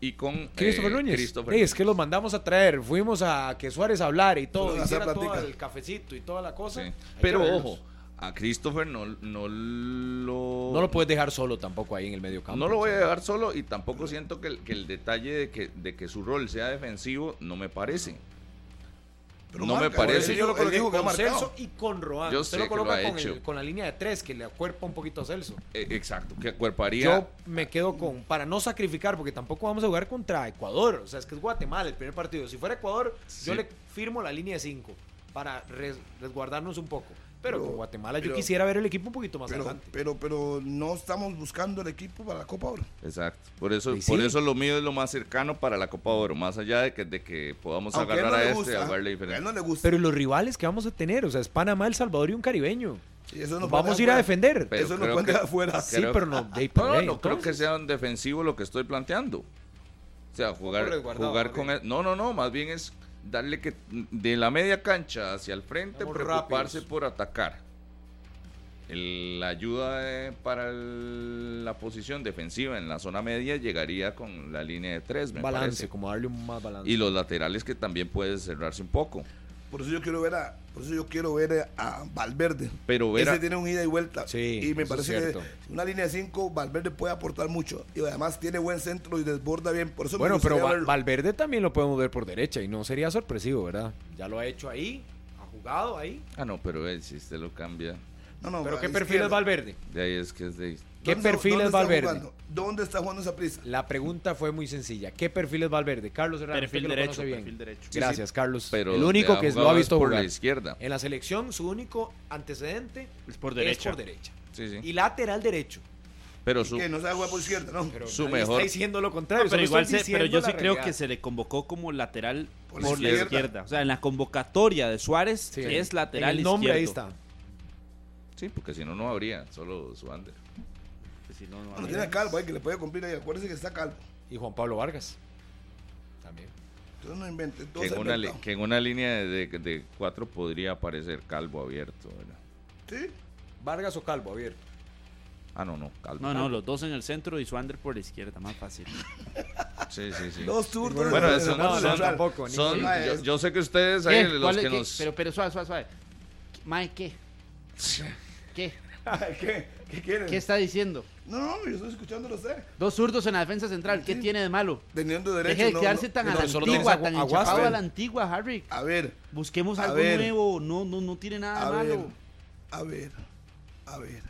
[SPEAKER 5] y con.
[SPEAKER 4] Christopher
[SPEAKER 5] eh,
[SPEAKER 4] Núñez.
[SPEAKER 5] Christopher
[SPEAKER 4] Ey, es que los mandamos a traer. Fuimos a que Suárez hablara y todo.
[SPEAKER 2] Fueron a
[SPEAKER 4] hiciera
[SPEAKER 2] hacer
[SPEAKER 4] todo
[SPEAKER 2] platica.
[SPEAKER 4] el cafecito y toda la cosa.
[SPEAKER 5] Sí.
[SPEAKER 4] Hay que
[SPEAKER 5] Pero
[SPEAKER 4] verlos.
[SPEAKER 5] ojo, a Christopher no, no lo.
[SPEAKER 4] No lo puedes dejar solo tampoco ahí en el medio campo.
[SPEAKER 5] No lo voy a dejar solo y tampoco siento que el, que el detalle de que, de que su rol sea defensivo no me parece.
[SPEAKER 2] Pero
[SPEAKER 5] No me
[SPEAKER 2] marca, ¿eh? por eso
[SPEAKER 5] parece.
[SPEAKER 2] Yo lo
[SPEAKER 4] Él
[SPEAKER 2] coloqué
[SPEAKER 4] dijo
[SPEAKER 2] como
[SPEAKER 4] con
[SPEAKER 2] marcado.
[SPEAKER 4] Celso y con Roan.
[SPEAKER 5] Yo
[SPEAKER 4] Usted
[SPEAKER 5] sé
[SPEAKER 4] lo
[SPEAKER 5] que lo
[SPEAKER 4] coloca
[SPEAKER 5] ha
[SPEAKER 4] con, el-
[SPEAKER 5] hecho.
[SPEAKER 4] con la línea de tres, que le acuerpa un poquito a Celso.
[SPEAKER 5] Eh, exacto, que acuerparía.
[SPEAKER 4] Yo me quedo con, para no sacrificar, porque tampoco vamos a jugar contra Ecuador. O sea, es que es Guatemala el primer partido. Si fuera Ecuador, yo
[SPEAKER 5] Sí.
[SPEAKER 4] le firmo la línea de 5 para res- resguardarnos un poco. Pero,
[SPEAKER 2] Pero-
[SPEAKER 4] con Guatemala yo
[SPEAKER 2] pero-
[SPEAKER 4] quisiera ver el equipo un poquito más
[SPEAKER 2] Pero,
[SPEAKER 4] adelante.
[SPEAKER 2] pero, pero no estamos buscando el equipo para la Copa ahora.
[SPEAKER 5] Exacto. Por eso,
[SPEAKER 4] Y
[SPEAKER 5] por
[SPEAKER 4] sí.
[SPEAKER 5] eso lo mío es lo más cercano para la Copa Oro. Más allá de que, de que podamos
[SPEAKER 2] Aunque a él
[SPEAKER 5] agarrar
[SPEAKER 2] no
[SPEAKER 5] a
[SPEAKER 2] le
[SPEAKER 5] este
[SPEAKER 2] gusta,
[SPEAKER 5] a verle
[SPEAKER 2] a él
[SPEAKER 5] diferente.
[SPEAKER 2] no le gusta.
[SPEAKER 4] Pero ¿y los rivales que vamos a tener, o sea, es Panamá, El Salvador y un caribeño.
[SPEAKER 2] Y eso nos
[SPEAKER 4] Nos
[SPEAKER 2] pone
[SPEAKER 4] vamos a ir a
[SPEAKER 2] afuera.
[SPEAKER 4] defender.
[SPEAKER 5] Pero
[SPEAKER 2] eso
[SPEAKER 5] creo
[SPEAKER 2] lo cuenta
[SPEAKER 5] que-
[SPEAKER 2] afuera.
[SPEAKER 4] sí,
[SPEAKER 5] creo- Ah,
[SPEAKER 4] pero no, de ahí
[SPEAKER 5] No,
[SPEAKER 4] para
[SPEAKER 5] no,
[SPEAKER 4] ahí,
[SPEAKER 5] no creo que
[SPEAKER 4] entonces.
[SPEAKER 5] sea un defensivo lo que estoy planteando. O sea, jugar,
[SPEAKER 4] resguardado,
[SPEAKER 5] jugar
[SPEAKER 4] más
[SPEAKER 5] con... el- no, no, no, más bien es darle que de la media cancha hacia el frente,
[SPEAKER 4] Vamos
[SPEAKER 5] preocuparse
[SPEAKER 4] rápidos.
[SPEAKER 5] por atacar. El- la ayuda de- para el- la posición defensiva en la zona media llegaría con la línea de tres, me
[SPEAKER 4] balance,
[SPEAKER 5] parece.
[SPEAKER 4] como darle un más balance.
[SPEAKER 5] Y los laterales que también puede cerrarse un poco.
[SPEAKER 2] Por eso yo quiero ver a, por eso yo quiero ver a Valverde.
[SPEAKER 5] Pero ver
[SPEAKER 2] Ese
[SPEAKER 5] a-
[SPEAKER 2] tiene un ida y vuelta.
[SPEAKER 4] Sí,
[SPEAKER 2] y me
[SPEAKER 4] eso es
[SPEAKER 2] parece
[SPEAKER 4] cierto.
[SPEAKER 2] que una línea de 5, Valverde puede aportar mucho. Y además tiene buen centro y desborda bien. Por eso
[SPEAKER 7] Bueno,
[SPEAKER 2] me
[SPEAKER 7] pero
[SPEAKER 2] gustaría
[SPEAKER 7] Va-
[SPEAKER 2] verlo.
[SPEAKER 7] Valverde también lo podemos ver por derecha y no sería sorpresivo, ¿verdad?
[SPEAKER 4] Ya lo ha hecho ahí, ha jugado ahí.
[SPEAKER 5] Ah, no, pero eh, si usted lo cambia,
[SPEAKER 2] No, no,
[SPEAKER 4] Pero
[SPEAKER 2] a
[SPEAKER 4] ¿qué
[SPEAKER 2] la
[SPEAKER 4] perfil
[SPEAKER 2] izquierda.
[SPEAKER 4] es Valverde?
[SPEAKER 5] de ahí es que es de...
[SPEAKER 4] ¿Qué
[SPEAKER 2] ¿Dónde-
[SPEAKER 4] perfil
[SPEAKER 2] dónde
[SPEAKER 4] es
[SPEAKER 2] está
[SPEAKER 4] Valverde?
[SPEAKER 2] jugando? ¿Dónde está jugando esa prisa?
[SPEAKER 4] La pregunta fue muy sencilla. ¿Qué perfil es Valverde? Carlos Herrera, usted
[SPEAKER 3] Perfil
[SPEAKER 4] que lo
[SPEAKER 3] derecho,
[SPEAKER 4] conoce bien.
[SPEAKER 3] perfil derecho.
[SPEAKER 4] Gracias, Carlos.
[SPEAKER 5] Pero
[SPEAKER 4] el
[SPEAKER 5] donde
[SPEAKER 4] único que lo
[SPEAKER 5] jugado
[SPEAKER 4] ha
[SPEAKER 5] es
[SPEAKER 4] visto
[SPEAKER 5] por
[SPEAKER 4] jugar.
[SPEAKER 5] la izquierda.
[SPEAKER 4] En la selección, su único antecedente
[SPEAKER 3] Es por
[SPEAKER 4] es
[SPEAKER 3] derecha.
[SPEAKER 4] por derecha.
[SPEAKER 5] Sí, sí.
[SPEAKER 4] Y lateral derecho.
[SPEAKER 5] Pero
[SPEAKER 2] Que
[SPEAKER 5] su,
[SPEAKER 2] no sea jugar por izquierda, no.
[SPEAKER 5] su
[SPEAKER 7] Nadie
[SPEAKER 5] mejor.
[SPEAKER 7] Está diciendo lo contrario.
[SPEAKER 3] pero
[SPEAKER 7] solo
[SPEAKER 3] igual
[SPEAKER 7] estoy
[SPEAKER 3] se- pero yo
[SPEAKER 7] diciendo la
[SPEAKER 3] sí creo
[SPEAKER 7] realidad.
[SPEAKER 3] que se le convocó como lateral por,
[SPEAKER 2] Por
[SPEAKER 3] la izquierda.
[SPEAKER 2] izquierda.
[SPEAKER 3] O sea, en la convocatoria de Suárez
[SPEAKER 7] Sí.
[SPEAKER 3] que es lateral
[SPEAKER 7] En el nombre
[SPEAKER 3] izquierdo.
[SPEAKER 7] ahí está.
[SPEAKER 5] Sí, porque si no, no habría. Solo su under.
[SPEAKER 3] Que si no, no
[SPEAKER 2] Bueno,
[SPEAKER 3] había.
[SPEAKER 2] tiene a calvo, ahí que le puede cumplir ahí. Acuérdense que está calvo.
[SPEAKER 7] Y Juan Pablo Vargas. También.
[SPEAKER 2] Entonces no invente.
[SPEAKER 5] Que
[SPEAKER 2] Entonces
[SPEAKER 5] en, una, li- que en una línea de, de- de cuatro podría aparecer calvo abierto. ¿verdad?
[SPEAKER 2] Sí.
[SPEAKER 7] Vargas o Calvo, Javier.
[SPEAKER 5] Ah, no, no, calvo.
[SPEAKER 3] No, no, los dos en el centro y Suander por la izquierda, más fácil.
[SPEAKER 5] Sí, sí,
[SPEAKER 2] *laughs*
[SPEAKER 5] sí.
[SPEAKER 2] Dos turnos.
[SPEAKER 5] Bueno,
[SPEAKER 2] de-
[SPEAKER 5] eso
[SPEAKER 2] de-
[SPEAKER 5] no,
[SPEAKER 2] de-
[SPEAKER 5] no,
[SPEAKER 2] de-
[SPEAKER 7] tampoco.
[SPEAKER 5] Son,
[SPEAKER 2] Ah,
[SPEAKER 5] yo,
[SPEAKER 2] es-
[SPEAKER 5] yo sé que ustedes
[SPEAKER 6] ¿Qué?
[SPEAKER 5] ahí, los
[SPEAKER 6] ¿Cuál es-
[SPEAKER 5] que
[SPEAKER 6] qué?
[SPEAKER 5] nos.
[SPEAKER 6] Pero, pero suave, suave, suave. Mae, ¿qué? ¿Qué?
[SPEAKER 2] *laughs* ¿Qué? ¿Qué quieren?
[SPEAKER 6] ¿Qué está diciendo?
[SPEAKER 2] No, no, yo estoy escuchándolo a usted.
[SPEAKER 6] Dos zurdos en la defensa central. ¿Qué
[SPEAKER 2] Sí.
[SPEAKER 6] tiene de malo?
[SPEAKER 2] Teniendo derecho.
[SPEAKER 6] Deje de
[SPEAKER 2] no,
[SPEAKER 6] quedarse
[SPEAKER 2] no,
[SPEAKER 6] tan a
[SPEAKER 2] no,
[SPEAKER 6] la
[SPEAKER 2] solo
[SPEAKER 6] antigua,
[SPEAKER 7] tenemos
[SPEAKER 6] tan
[SPEAKER 7] agu- aguas,
[SPEAKER 6] enchapado a
[SPEAKER 7] pero-
[SPEAKER 6] la antigua, Harry.
[SPEAKER 2] A ver,
[SPEAKER 6] Busquemos
[SPEAKER 2] a
[SPEAKER 6] algo
[SPEAKER 2] ver.
[SPEAKER 6] nuevo. No, no, no tiene nada
[SPEAKER 2] a
[SPEAKER 6] de
[SPEAKER 2] ver,
[SPEAKER 6] Ah, malo.
[SPEAKER 2] a ver, a ver.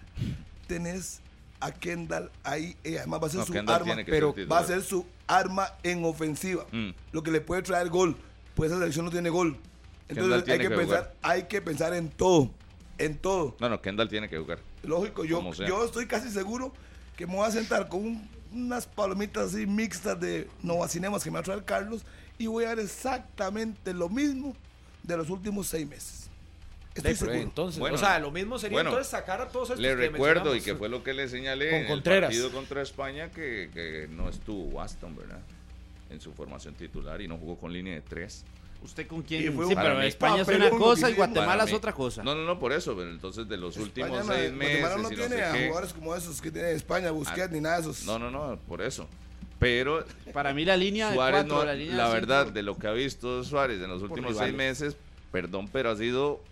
[SPEAKER 2] Tenés a Kendall ahí, eh, además va a ser
[SPEAKER 5] No,
[SPEAKER 2] su
[SPEAKER 5] Kendall
[SPEAKER 2] arma,
[SPEAKER 5] tiene que
[SPEAKER 2] pero
[SPEAKER 5] ser
[SPEAKER 2] va
[SPEAKER 5] titular.
[SPEAKER 2] a ser su arma en ofensiva,
[SPEAKER 5] Mm.
[SPEAKER 2] lo que le puede traer gol, pues esa selección no tiene gol.
[SPEAKER 5] Kendall
[SPEAKER 2] Entonces hay
[SPEAKER 5] tiene
[SPEAKER 2] que,
[SPEAKER 5] que
[SPEAKER 2] pensar,
[SPEAKER 5] jugar.
[SPEAKER 2] hay que pensar en todo, en todo.
[SPEAKER 5] No, no, Kendall tiene que jugar.
[SPEAKER 2] Lógico, yo,
[SPEAKER 5] Como sea.
[SPEAKER 2] yo estoy casi seguro que me voy a sentar con un- unas palomitas así mixtas de Nova Cinemas que me va a traer Carlos y voy a ver exactamente lo mismo de los últimos seis meses. Estoy
[SPEAKER 4] De-
[SPEAKER 2] seguro.
[SPEAKER 4] entonces,
[SPEAKER 5] Bueno,
[SPEAKER 4] o sea, lo mismo sería
[SPEAKER 5] bueno,
[SPEAKER 4] entonces sacar a todos estos
[SPEAKER 5] Le
[SPEAKER 4] Pues que
[SPEAKER 5] recuerdo, y
[SPEAKER 4] mencionamos.
[SPEAKER 5] que fue lo que le señalé
[SPEAKER 4] Con
[SPEAKER 5] en el
[SPEAKER 4] Contreras.
[SPEAKER 5] partido contra España, que, que no estuvo Aston, ¿verdad? En su formación titular y no jugó con línea de tres.
[SPEAKER 3] ¿Usted con quién?
[SPEAKER 2] Y fue un
[SPEAKER 3] Sí, pero
[SPEAKER 5] papelón
[SPEAKER 3] España es
[SPEAKER 2] lo
[SPEAKER 3] una
[SPEAKER 2] que
[SPEAKER 3] cosa y
[SPEAKER 2] hicimos.
[SPEAKER 3] Guatemala
[SPEAKER 5] Para
[SPEAKER 3] es
[SPEAKER 5] mí-
[SPEAKER 3] otra cosa.
[SPEAKER 5] No, no, no, por eso, pero entonces de los últimos
[SPEAKER 2] España no-
[SPEAKER 5] seis meses.
[SPEAKER 2] Guatemala no
[SPEAKER 5] y no
[SPEAKER 2] tiene
[SPEAKER 5] sé
[SPEAKER 2] a
[SPEAKER 5] qué. Ah,
[SPEAKER 2] jugadores como esos que tiene España, Busquets, ni nada de esos.
[SPEAKER 5] No, no, no, por eso. Pero
[SPEAKER 3] Para mí la línea
[SPEAKER 5] Suárez,
[SPEAKER 3] de cuatro,
[SPEAKER 5] no-
[SPEAKER 3] la
[SPEAKER 5] la,
[SPEAKER 3] línea de
[SPEAKER 5] verdad,
[SPEAKER 3] cinco,
[SPEAKER 5] de lo que ha visto Suárez en los últimos seis
[SPEAKER 3] rivales.
[SPEAKER 5] meses, perdón, pero ha sido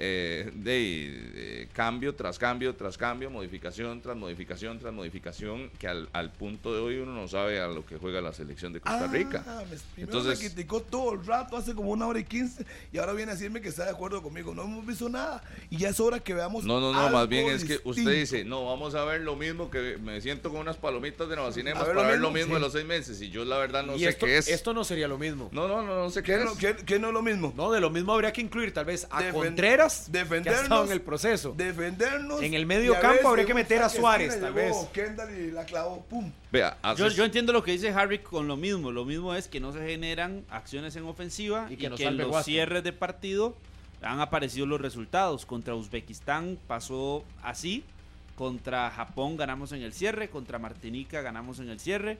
[SPEAKER 5] eh, de, eh, cambio tras cambio, tras cambio, modificación tras modificación, tras modificación, que al, al punto de hoy uno no sabe a lo que juega la selección de Costa Rica.
[SPEAKER 2] Ah, me, primero me
[SPEAKER 5] Entonces-
[SPEAKER 2] criticó todo el rato, hace como una hora y quince, y ahora viene a decirme que está de acuerdo conmigo. No hemos visto nada, y ya es hora que veamos.
[SPEAKER 5] No, no, no,
[SPEAKER 2] Pues, algo
[SPEAKER 5] más bien es que
[SPEAKER 2] distinto.
[SPEAKER 5] usted dice, no, vamos a ver lo mismo que me siento con unas palomitas de Navacinemas
[SPEAKER 2] A ver
[SPEAKER 5] para
[SPEAKER 2] lo
[SPEAKER 5] ver lo
[SPEAKER 2] mismo, sí.
[SPEAKER 5] mismo de los seis meses y yo la verdad no
[SPEAKER 7] y
[SPEAKER 5] sé
[SPEAKER 7] esto,
[SPEAKER 5] qué es.
[SPEAKER 7] esto no sería lo mismo.
[SPEAKER 5] No, no, no, no sé qué
[SPEAKER 2] ¿Qué
[SPEAKER 5] es.
[SPEAKER 2] no, qué- qué no es lo mismo?
[SPEAKER 7] No, de lo mismo habría que incluir tal vez a
[SPEAKER 2] Defen-
[SPEAKER 7] Contreras, que ha estado
[SPEAKER 2] defendernos,
[SPEAKER 7] en el proceso.
[SPEAKER 2] Defendernos.
[SPEAKER 7] En el medio
[SPEAKER 2] y a
[SPEAKER 7] campo
[SPEAKER 2] veces
[SPEAKER 7] habría que
[SPEAKER 2] un
[SPEAKER 7] meter a
[SPEAKER 2] saque
[SPEAKER 7] Suárez,
[SPEAKER 2] esquina,
[SPEAKER 7] tal
[SPEAKER 2] llegó
[SPEAKER 7] vez.
[SPEAKER 2] Kendall y la clavó, pum.
[SPEAKER 5] Vea,
[SPEAKER 7] Ah,
[SPEAKER 5] hace-
[SPEAKER 7] pues
[SPEAKER 3] Yo, yo entiendo lo que dice Harry con lo mismo. Lo mismo es que no se generan acciones en ofensiva y
[SPEAKER 7] Y
[SPEAKER 3] que,
[SPEAKER 7] que
[SPEAKER 3] en
[SPEAKER 7] nos salve
[SPEAKER 3] los
[SPEAKER 7] Guasca.
[SPEAKER 3] cierres de partido han aparecido los resultados. Contra Uzbekistán pasó así. Contra Japón ganamos en el cierre. Contra Martinica ganamos en el cierre.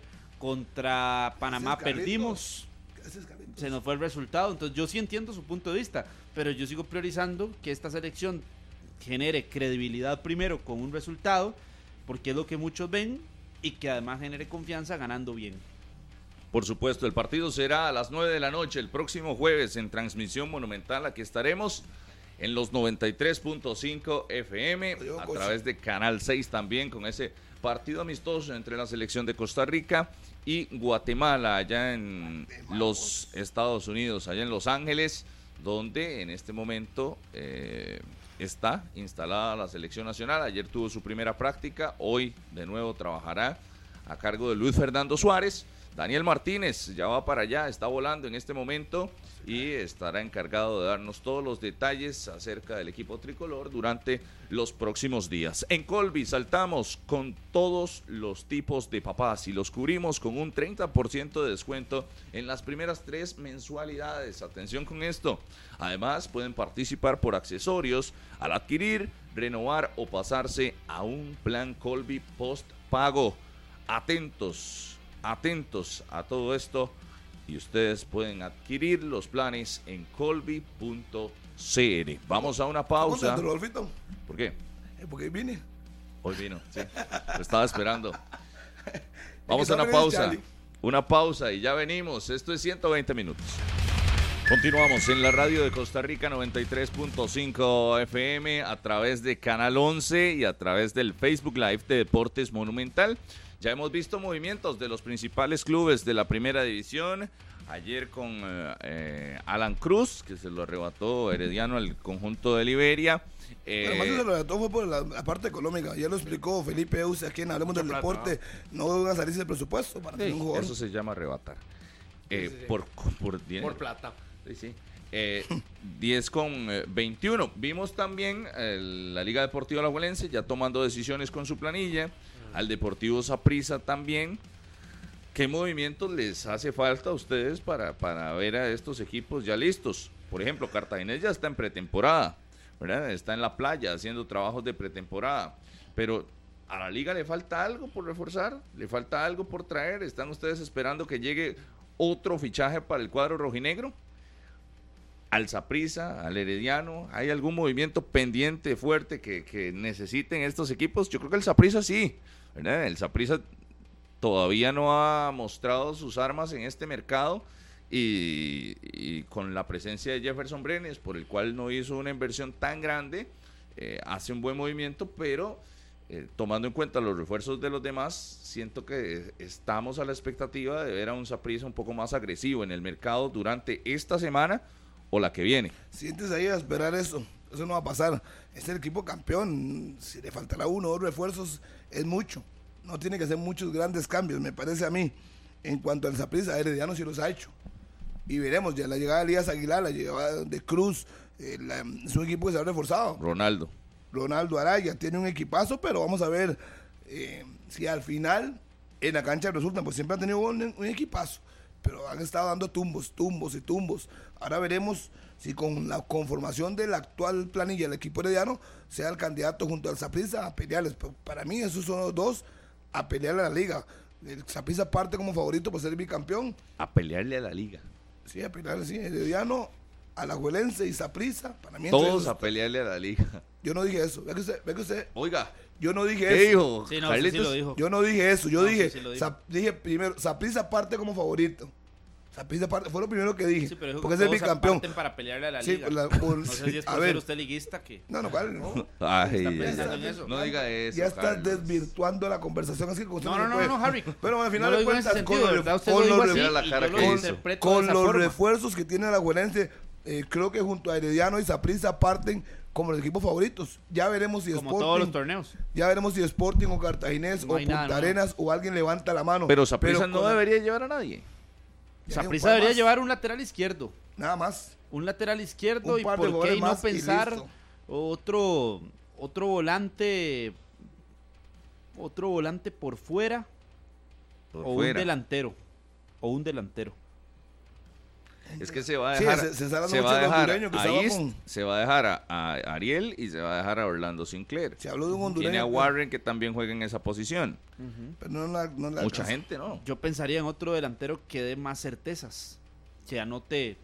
[SPEAKER 3] Contra Panamá
[SPEAKER 2] Carlitos.
[SPEAKER 3] perdimos.
[SPEAKER 2] Gracias, Carlitos.
[SPEAKER 3] Se nos fue el resultado. Entonces yo sí entiendo su punto de vista. Pero yo sigo priorizando que esta selección genere credibilidad primero con un resultado. Porque es lo que muchos ven. Y que además genere confianza ganando bien.
[SPEAKER 5] Por supuesto, el partido será a las 9 de la noche el próximo jueves en transmisión monumental. Aquí estaremos en los 93.5 FM
[SPEAKER 2] Adiós,
[SPEAKER 5] a
[SPEAKER 2] coche.
[SPEAKER 5] través de Canal 6 también con ese partido amistoso entre la selección de Costa Rica y Guatemala allá en los Estados Unidos, allá en Los Ángeles, donde en este momento eh, está instalada la selección nacional. Ayer tuvo su primera práctica, hoy de nuevo trabajará a cargo de Luis Fernando Suárez. Daniel Martínez ya va para allá, está volando en este momento y estará encargado de darnos todos los detalles acerca del equipo tricolor durante los próximos días. En Colby saltamos con todos los tipos de papás y los cubrimos con un 30% de descuento en las primeras tres mensualidades. Atención con esto. Además pueden participar por accesorios al adquirir, renovar o pasarse a un plan Colby post pago atentos, atentos a todo esto y ustedes pueden adquirir los planes en colby.cr. Vamos a una pausa.
[SPEAKER 2] Póngatelo, Rolfito,
[SPEAKER 5] ¿Por qué?
[SPEAKER 2] eh, porque vine.
[SPEAKER 5] Hoy vino,
[SPEAKER 2] *laughs*
[SPEAKER 5] sí. Lo estaba esperando. Vamos
[SPEAKER 2] que
[SPEAKER 5] a
[SPEAKER 2] sabe
[SPEAKER 5] una
[SPEAKER 2] bien,
[SPEAKER 5] pausa.
[SPEAKER 2] Charlie.
[SPEAKER 5] Una pausa y ya venimos. Esto es 120 minutos. Continuamos en la radio de Costa Rica 93.5 FM a través de Canal 11 y a través del Facebook Live de Deportes Monumental. Ya hemos visto movimientos de los principales clubes de la primera división. Ayer con eh, eh, Alan Cruz, que se lo arrebató Herediano al conjunto de Liberia.
[SPEAKER 2] Pero más
[SPEAKER 5] Eh,
[SPEAKER 2] que se lo relató fue por la, la parte económica. Ya lo explicó Felipe Euse aquí en Hablemos del Deporte. No van a salirse del presupuesto para tener un jugador.
[SPEAKER 5] Eso se llama arrebatar. Eh,
[SPEAKER 7] sí, sí.
[SPEAKER 5] Por, por dinero.
[SPEAKER 7] Por plata.
[SPEAKER 5] Sí, sí. Eh, 10 con eh, 21. Vimos también eh, la Liga Deportiva Alajuelense ya tomando decisiones con su planilla. al Deportivo Saprissa también. ¿Qué movimientos les hace falta a ustedes para, para ver a estos equipos ya listos? Por ejemplo, Cartaginés ya está en pretemporada, ¿verdad? Está en la playa haciendo trabajos de pretemporada. Pero a la liga le falta algo por reforzar, le falta algo por traer. ¿Están ustedes esperando que llegue otro fichaje para el cuadro rojinegro? Al Saprisa, al Herediano, ¿hay algún movimiento pendiente fuerte que, que necesiten estos equipos? Yo creo que el Saprisa sí, ¿verdad? El Saprisa todavía no ha mostrado sus armas en este mercado y, y con la presencia de Jefferson Brenes, por el cual no hizo una inversión tan grande, eh, hace un buen movimiento, pero eh, tomando en cuenta los refuerzos de los demás, siento que estamos a la expectativa de ver a un Saprissa un poco más agresivo en el mercado durante esta semana o la que viene.
[SPEAKER 2] Siéntese ahí a esperar eso. Eso no va a pasar. Es el equipo campeón. Si le faltará uno o dos refuerzos, es mucho. No tiene que hacer muchos grandes cambios, me parece a mí. En cuanto al Saprissa, Herediano sí los ha hecho. Y veremos, ya la llegada de Elías Aguilar, la llegada de Cruz, eh, la- es un equipo que se ha reforzado.
[SPEAKER 5] Ronaldo.
[SPEAKER 2] Ronaldo Araya tiene un equipazo, pero vamos a ver eh, si al final en la cancha resultan, pues siempre han tenido un, un equipazo, pero han estado dando tumbos, tumbos y tumbos. Ahora veremos si con la conformación de la actual planilla del equipo herediano sea el candidato junto al Saprissa a pelearles. Pa- Para mí esos son los dos a pelear a la liga. El Saprissa parte como favorito por ser bicampeón.
[SPEAKER 5] A pelearle a la liga.
[SPEAKER 2] Sí, a pelear, sí. Herediano, Alajuelense y Saprissa. Para mí entre
[SPEAKER 5] Todos
[SPEAKER 2] esos-
[SPEAKER 5] a pelearle a la liga. *laughs*
[SPEAKER 2] Yo no dije eso. Ve que usted, ve que usted,
[SPEAKER 5] Oiga,
[SPEAKER 2] yo no dije
[SPEAKER 5] ¿qué
[SPEAKER 2] eso.
[SPEAKER 3] Sí, no,
[SPEAKER 5] dijo?
[SPEAKER 3] sí, sí lo
[SPEAKER 5] Carlitos?
[SPEAKER 3] dijo.
[SPEAKER 2] Yo no dije eso, yo
[SPEAKER 3] No,
[SPEAKER 2] dije,
[SPEAKER 3] sí, sí lo dijo.
[SPEAKER 2] Sap- dije primero, Saprissa parte como favorito. Saprissa parte, fue lo primero que dije.
[SPEAKER 3] Sí, pero dijo que
[SPEAKER 2] porque es el
[SPEAKER 3] todos
[SPEAKER 2] bicampeón.
[SPEAKER 3] aparten para pelearle a la
[SPEAKER 2] Sí,
[SPEAKER 3] liga.
[SPEAKER 2] la- por-
[SPEAKER 3] *laughs* no sé si es
[SPEAKER 2] a
[SPEAKER 3] por
[SPEAKER 2] ver.
[SPEAKER 3] ser usted liguista que...
[SPEAKER 2] No, no, ¿cuál? No.
[SPEAKER 5] Ay,
[SPEAKER 3] pensando en eso.
[SPEAKER 5] no diga eso.
[SPEAKER 2] ya estás
[SPEAKER 5] Carlos.
[SPEAKER 2] desvirtuando la conversación, así que con usted
[SPEAKER 3] No, no, no,
[SPEAKER 2] puede.
[SPEAKER 3] no, Harry.
[SPEAKER 2] Pero bueno, al final
[SPEAKER 3] no lo
[SPEAKER 2] de
[SPEAKER 3] digo en ese
[SPEAKER 2] cuentas,
[SPEAKER 3] sentido,
[SPEAKER 2] con,
[SPEAKER 3] de
[SPEAKER 2] los-
[SPEAKER 3] verdad, usted
[SPEAKER 2] con
[SPEAKER 3] lo digo
[SPEAKER 2] los,
[SPEAKER 3] así
[SPEAKER 5] Mira la
[SPEAKER 3] y
[SPEAKER 5] cara
[SPEAKER 3] yo lo
[SPEAKER 5] que hizo.
[SPEAKER 3] interpreto
[SPEAKER 2] con
[SPEAKER 3] de esa
[SPEAKER 2] los
[SPEAKER 3] forma.
[SPEAKER 2] refuerzos que tiene la Juelense, eh, creo que junto a Herediano y Saprissa parten como los equipos favoritos. Ya veremos si
[SPEAKER 3] Como
[SPEAKER 2] Sporting,
[SPEAKER 3] todos los torneos.
[SPEAKER 2] ya veremos si Sporting o Cartaginés
[SPEAKER 3] No
[SPEAKER 2] o
[SPEAKER 3] hay
[SPEAKER 2] Punta
[SPEAKER 3] nada, no.
[SPEAKER 2] Arenas o alguien levanta la mano.
[SPEAKER 5] Pero Saprissa no
[SPEAKER 2] con-
[SPEAKER 5] debería llevar a nadie.
[SPEAKER 3] Saprissa
[SPEAKER 2] un par
[SPEAKER 3] debería
[SPEAKER 2] más.
[SPEAKER 3] llevar un lateral izquierdo.
[SPEAKER 2] nada más.
[SPEAKER 3] Un lateral izquierdo
[SPEAKER 2] Un
[SPEAKER 3] y
[SPEAKER 2] par de
[SPEAKER 3] por qué
[SPEAKER 2] jugadores
[SPEAKER 3] no
[SPEAKER 2] más y
[SPEAKER 3] pensar
[SPEAKER 2] listo.
[SPEAKER 3] otro otro volante otro volante por fuera
[SPEAKER 5] Por
[SPEAKER 3] o
[SPEAKER 5] fuera.
[SPEAKER 3] un delantero o un delantero.
[SPEAKER 5] Es que se va a
[SPEAKER 2] Sí,
[SPEAKER 5] dejar,
[SPEAKER 2] se- se está dando
[SPEAKER 5] se
[SPEAKER 2] mucho
[SPEAKER 5] va a
[SPEAKER 2] el
[SPEAKER 5] dejar
[SPEAKER 2] hondureño que
[SPEAKER 5] a
[SPEAKER 2] estaba
[SPEAKER 5] East,
[SPEAKER 2] con-
[SPEAKER 5] se va a dejar a, a Ariel y se va a dejar a Orlando Sinclair.
[SPEAKER 2] Se habló de un hondureño.
[SPEAKER 5] Tiene a
[SPEAKER 2] pero-
[SPEAKER 5] Warren que también juega en esa posición.
[SPEAKER 2] Pero no la, no la
[SPEAKER 5] Mucha
[SPEAKER 2] alcanza.
[SPEAKER 5] gente, ¿no?
[SPEAKER 3] Yo pensaría en otro delantero que dé más certezas, que anote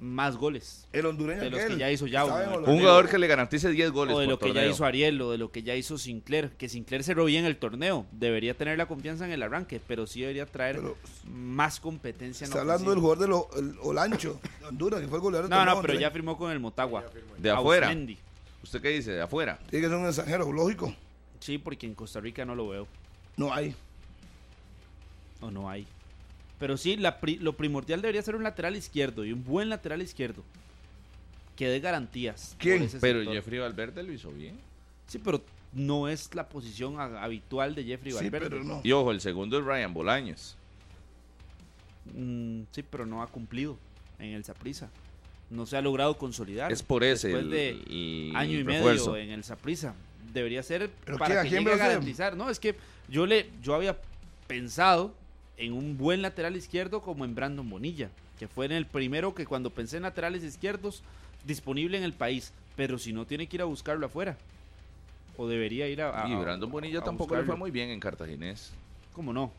[SPEAKER 3] más goles.
[SPEAKER 2] El hondureño
[SPEAKER 3] De los
[SPEAKER 2] aquel,
[SPEAKER 3] que ya hizo ya
[SPEAKER 2] estaba
[SPEAKER 3] uno,
[SPEAKER 2] en
[SPEAKER 3] ¿no?
[SPEAKER 5] Un
[SPEAKER 2] Holanda.
[SPEAKER 5] jugador que le garantice 10 goles.
[SPEAKER 3] O de
[SPEAKER 5] por
[SPEAKER 3] lo que ya
[SPEAKER 5] torneo.
[SPEAKER 3] hizo Ariel, o de lo que ya hizo Sinclair, que Sinclair cerró bien el torneo, debería tener la confianza en el arranque, pero sí debería traer
[SPEAKER 2] Pero-
[SPEAKER 3] más competencia en
[SPEAKER 2] Está
[SPEAKER 3] ofensiva.
[SPEAKER 2] hablando del jugador de lo, el Olancho, de Honduras, que fue el goleador. del
[SPEAKER 3] pues No, no,
[SPEAKER 2] torneo
[SPEAKER 3] pero ya
[SPEAKER 2] hondureño.
[SPEAKER 3] firmó con el Motagua.
[SPEAKER 5] De afuera.
[SPEAKER 3] Ausmendi.
[SPEAKER 5] ¿Usted qué dice? ¿De afuera?
[SPEAKER 2] Tiene que ser un extranjero, lógico.
[SPEAKER 3] Sí, porque en Costa Rica no lo veo,
[SPEAKER 2] No hay.
[SPEAKER 3] o no hay. Pero sí, la pri- lo primordial debería ser un lateral izquierdo, y un buen lateral izquierdo, que dé garantías. por
[SPEAKER 2] ¿Quién?
[SPEAKER 3] ese
[SPEAKER 5] Pero
[SPEAKER 3] sector.
[SPEAKER 5] Jeffrey Valverde lo hizo bien.
[SPEAKER 3] Sí, pero no es la posición ha- habitual de Jeffrey
[SPEAKER 2] Sí,
[SPEAKER 3] Valverde.
[SPEAKER 2] pero no.
[SPEAKER 5] Y ojo, el segundo es Ryan Bolaños.
[SPEAKER 3] Mm, sí, pero no ha cumplido en el Saprisa. No se ha logrado consolidar.
[SPEAKER 5] Es por ese
[SPEAKER 3] Después
[SPEAKER 5] el,
[SPEAKER 3] de
[SPEAKER 5] el
[SPEAKER 3] año y
[SPEAKER 5] refuerzo.
[SPEAKER 3] medio en el Saprisa. Debería ser
[SPEAKER 2] ¿Pero
[SPEAKER 3] para
[SPEAKER 2] qué? ¿A
[SPEAKER 3] que
[SPEAKER 2] quién
[SPEAKER 3] llegue a
[SPEAKER 2] va a ser?
[SPEAKER 3] garantizar. No, es que yo le, yo había pensado en un buen lateral izquierdo como en Brandon Bonilla, que fue en el primero que cuando pensé en laterales izquierdos disponible en el país. Pero si no tiene que ir a buscarlo afuera. O debería ir a. a-
[SPEAKER 5] Y Brandon Bonilla
[SPEAKER 3] a
[SPEAKER 5] tampoco le fue
[SPEAKER 3] buscarlo.
[SPEAKER 5] muy bien en Cartaginés.
[SPEAKER 3] ¿Cómo no?
[SPEAKER 5] No,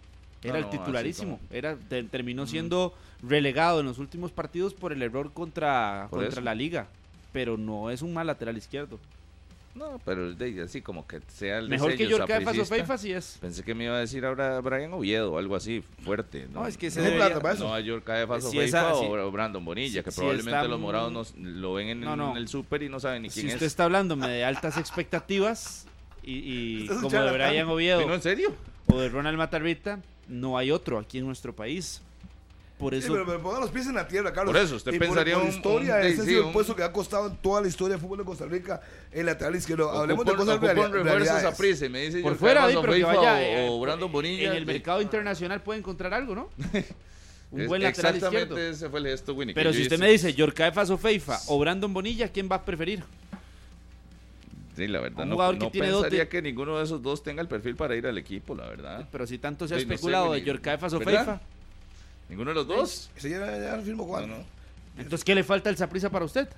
[SPEAKER 3] Era
[SPEAKER 5] no,
[SPEAKER 3] el
[SPEAKER 5] así
[SPEAKER 3] titularísimo. Era, te- terminó siendo relegado en los últimos partidos por el error contra,
[SPEAKER 5] Por
[SPEAKER 3] contra
[SPEAKER 5] eso.
[SPEAKER 3] la liga. Pero no es un mal lateral izquierdo.
[SPEAKER 5] No, pero el de así como que sea el
[SPEAKER 3] Mejor que
[SPEAKER 5] diseño
[SPEAKER 3] Yorka de Faso
[SPEAKER 5] sapricista.
[SPEAKER 3] Feifa sí es.
[SPEAKER 5] Pensé que me iba a decir ahora Brian Oviedo o algo así fuerte. No,
[SPEAKER 3] No, es que se
[SPEAKER 5] no,
[SPEAKER 3] debería-
[SPEAKER 2] plata para eso.
[SPEAKER 5] no a Yorka de Faso
[SPEAKER 3] Si esa-
[SPEAKER 5] Feifa
[SPEAKER 3] si-
[SPEAKER 5] o Brandon Bonilla,
[SPEAKER 3] si-
[SPEAKER 5] que
[SPEAKER 3] si
[SPEAKER 5] probablemente
[SPEAKER 3] está-
[SPEAKER 5] los morados nos- lo ven en,
[SPEAKER 3] No, no.
[SPEAKER 5] el súper y no saben ni
[SPEAKER 3] Si
[SPEAKER 5] quién
[SPEAKER 3] usted
[SPEAKER 5] es.
[SPEAKER 3] está hablándome de altas expectativas y, y
[SPEAKER 2] Estás
[SPEAKER 3] como de
[SPEAKER 2] charlatán.
[SPEAKER 3] Brian
[SPEAKER 5] Sí, no,
[SPEAKER 3] Oviedo
[SPEAKER 5] en serio.
[SPEAKER 3] o de Ronald Matarrita, no hay otro aquí en nuestro país. Por
[SPEAKER 2] Sí,
[SPEAKER 3] eso,
[SPEAKER 2] pero, pero ponga los pies en la tierra, Carlos.
[SPEAKER 5] Por eso, usted
[SPEAKER 2] Y
[SPEAKER 5] pensaría
[SPEAKER 2] por, por
[SPEAKER 5] un-
[SPEAKER 2] historia,
[SPEAKER 5] un-
[SPEAKER 2] ese ha
[SPEAKER 5] sí,
[SPEAKER 2] sido
[SPEAKER 5] un-
[SPEAKER 2] el puesto que ha costado en toda la historia del fútbol de Costa Rica el lateral izquierdo. Hablemos
[SPEAKER 5] Ocupa-
[SPEAKER 2] de cosas
[SPEAKER 5] ocupa un
[SPEAKER 2] reali-
[SPEAKER 5] refuerzo
[SPEAKER 2] realidades.
[SPEAKER 5] Saprissa y me dice
[SPEAKER 3] por
[SPEAKER 5] Yorka
[SPEAKER 3] fuera,
[SPEAKER 5] de
[SPEAKER 3] di,
[SPEAKER 5] Faso
[SPEAKER 3] pero que
[SPEAKER 5] Feifa
[SPEAKER 3] vaya.
[SPEAKER 5] o,
[SPEAKER 3] eh,
[SPEAKER 5] o Brandon Bonilla.
[SPEAKER 3] En el
[SPEAKER 5] di.
[SPEAKER 3] mercado internacional puede encontrar algo,
[SPEAKER 5] *laughs*
[SPEAKER 3] ¿no? Un
[SPEAKER 5] Es-
[SPEAKER 3] buen lateral
[SPEAKER 5] Exactamente
[SPEAKER 3] izquierdo.
[SPEAKER 5] ese fue el gesto, Winnie. que
[SPEAKER 3] Pero
[SPEAKER 5] yo
[SPEAKER 3] si usted
[SPEAKER 5] hice.
[SPEAKER 3] me dice Yorkaefas o Feifa o Brandon Bonilla, ¿quién va a preferir?
[SPEAKER 5] Street, la verdad.
[SPEAKER 3] Un
[SPEAKER 5] no
[SPEAKER 3] jugador que
[SPEAKER 5] no
[SPEAKER 3] tiene dos
[SPEAKER 5] pensaría
[SPEAKER 3] de-
[SPEAKER 5] que ninguno de esos dos tenga el perfil para ir al equipo, la verdad.
[SPEAKER 3] Pero si tanto se ha
[SPEAKER 5] Sí, Ah. no sé,
[SPEAKER 3] especulado de
[SPEAKER 5] ni-
[SPEAKER 3] Yorkaefas o
[SPEAKER 5] ¿verdad?
[SPEAKER 3] Feifa,
[SPEAKER 5] ¿Ninguno de los dos?
[SPEAKER 2] Ese ya, ya firmó cuatro, ¿no?
[SPEAKER 3] entonces ¿qué le falta al Saprisa para usted?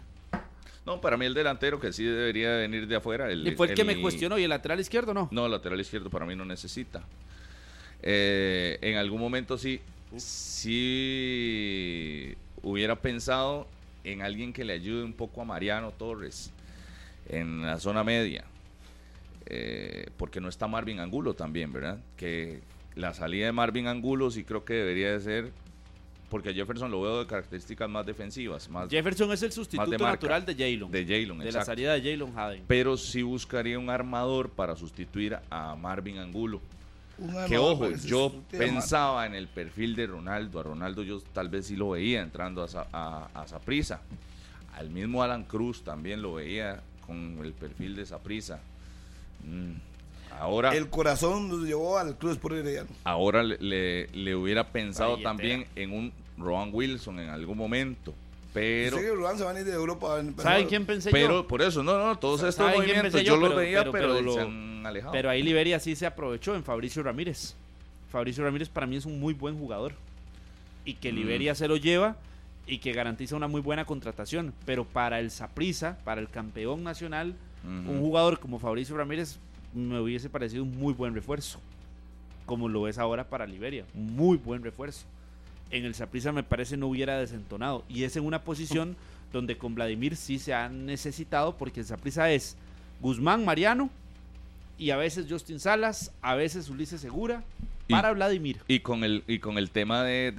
[SPEAKER 5] No, para mí el delantero que sí debería venir de afuera. El,
[SPEAKER 3] Y fue el que me cuestionó, ¿y el lateral izquierdo no?
[SPEAKER 5] No, lateral izquierdo para mí no necesita. Eh, en algún momento sí, sí hubiera pensado en alguien que le ayude un poco a Mariano Torres en la zona media. Eh, porque no está Marvin Angulo también, ¿verdad? Que la salida de Marvin Angulo sí creo que debería de ser, porque a Jefferson lo veo de características más defensivas, más
[SPEAKER 3] Jefferson es el sustituto
[SPEAKER 5] marca.
[SPEAKER 3] natural de Jalen.
[SPEAKER 5] de Jalen.
[SPEAKER 3] la
[SPEAKER 5] exacto
[SPEAKER 3] salida de Jalen Haden.
[SPEAKER 5] pero sí buscaría un armador para sustituir a Marvin Angulo.
[SPEAKER 2] Un
[SPEAKER 5] que
[SPEAKER 2] armador
[SPEAKER 5] ojo,
[SPEAKER 2] para se
[SPEAKER 5] yo
[SPEAKER 2] sustituya a Mar-
[SPEAKER 5] pensaba en el perfil de Ronaldo. A Ronaldo yo tal vez sí lo veía entrando a Sa- a a Saprissa. Al mismo Alan Cruz también lo veía con el perfil de Saprissa. Mm. Ahora,
[SPEAKER 2] El corazón nos llevó al Cruz por Herediano.
[SPEAKER 5] ahora le, le- le hubiera pensado
[SPEAKER 3] billetera.
[SPEAKER 5] también en un Ron Wilson en algún momento. Pero,
[SPEAKER 2] sé que Rubán se van a ir de Europa. en-
[SPEAKER 3] ¿Saben
[SPEAKER 2] pero-
[SPEAKER 3] quién pensé
[SPEAKER 5] pero
[SPEAKER 3] yo?
[SPEAKER 5] por eso, no, no, todos
[SPEAKER 3] ¿Saben
[SPEAKER 5] estos
[SPEAKER 3] quién
[SPEAKER 5] movimientos
[SPEAKER 3] pensé
[SPEAKER 5] yo,
[SPEAKER 3] yo?
[SPEAKER 5] los
[SPEAKER 3] Pero-
[SPEAKER 5] veía,
[SPEAKER 3] pero-
[SPEAKER 5] pero,
[SPEAKER 3] pero lo-
[SPEAKER 5] se han alejado.
[SPEAKER 3] Pero ahí Liberia sí se aprovechó en Fabricio Ramírez. Fabricio Ramírez para mí es un muy buen jugador. Y que
[SPEAKER 5] Mm.
[SPEAKER 3] Liberia se lo lleva y que garantiza una muy buena contratación. Pero para el Saprisa, para el campeón nacional,
[SPEAKER 5] Ujú.
[SPEAKER 3] un jugador como Fabricio Ramírez me hubiese parecido un muy buen refuerzo. Como lo es ahora para Liberia. Muy buen refuerzo. En el Saprisa me parece no hubiera desentonado. Y es en una
[SPEAKER 5] *laughs*
[SPEAKER 3] posición donde con Vladimir sí se ha necesitado porque el Saprisa es Guzmán Mariano y a veces Justin Salas, a veces Ulises Segura
[SPEAKER 5] Y-
[SPEAKER 3] para Vladimir.
[SPEAKER 5] Y con el, y con el tema de,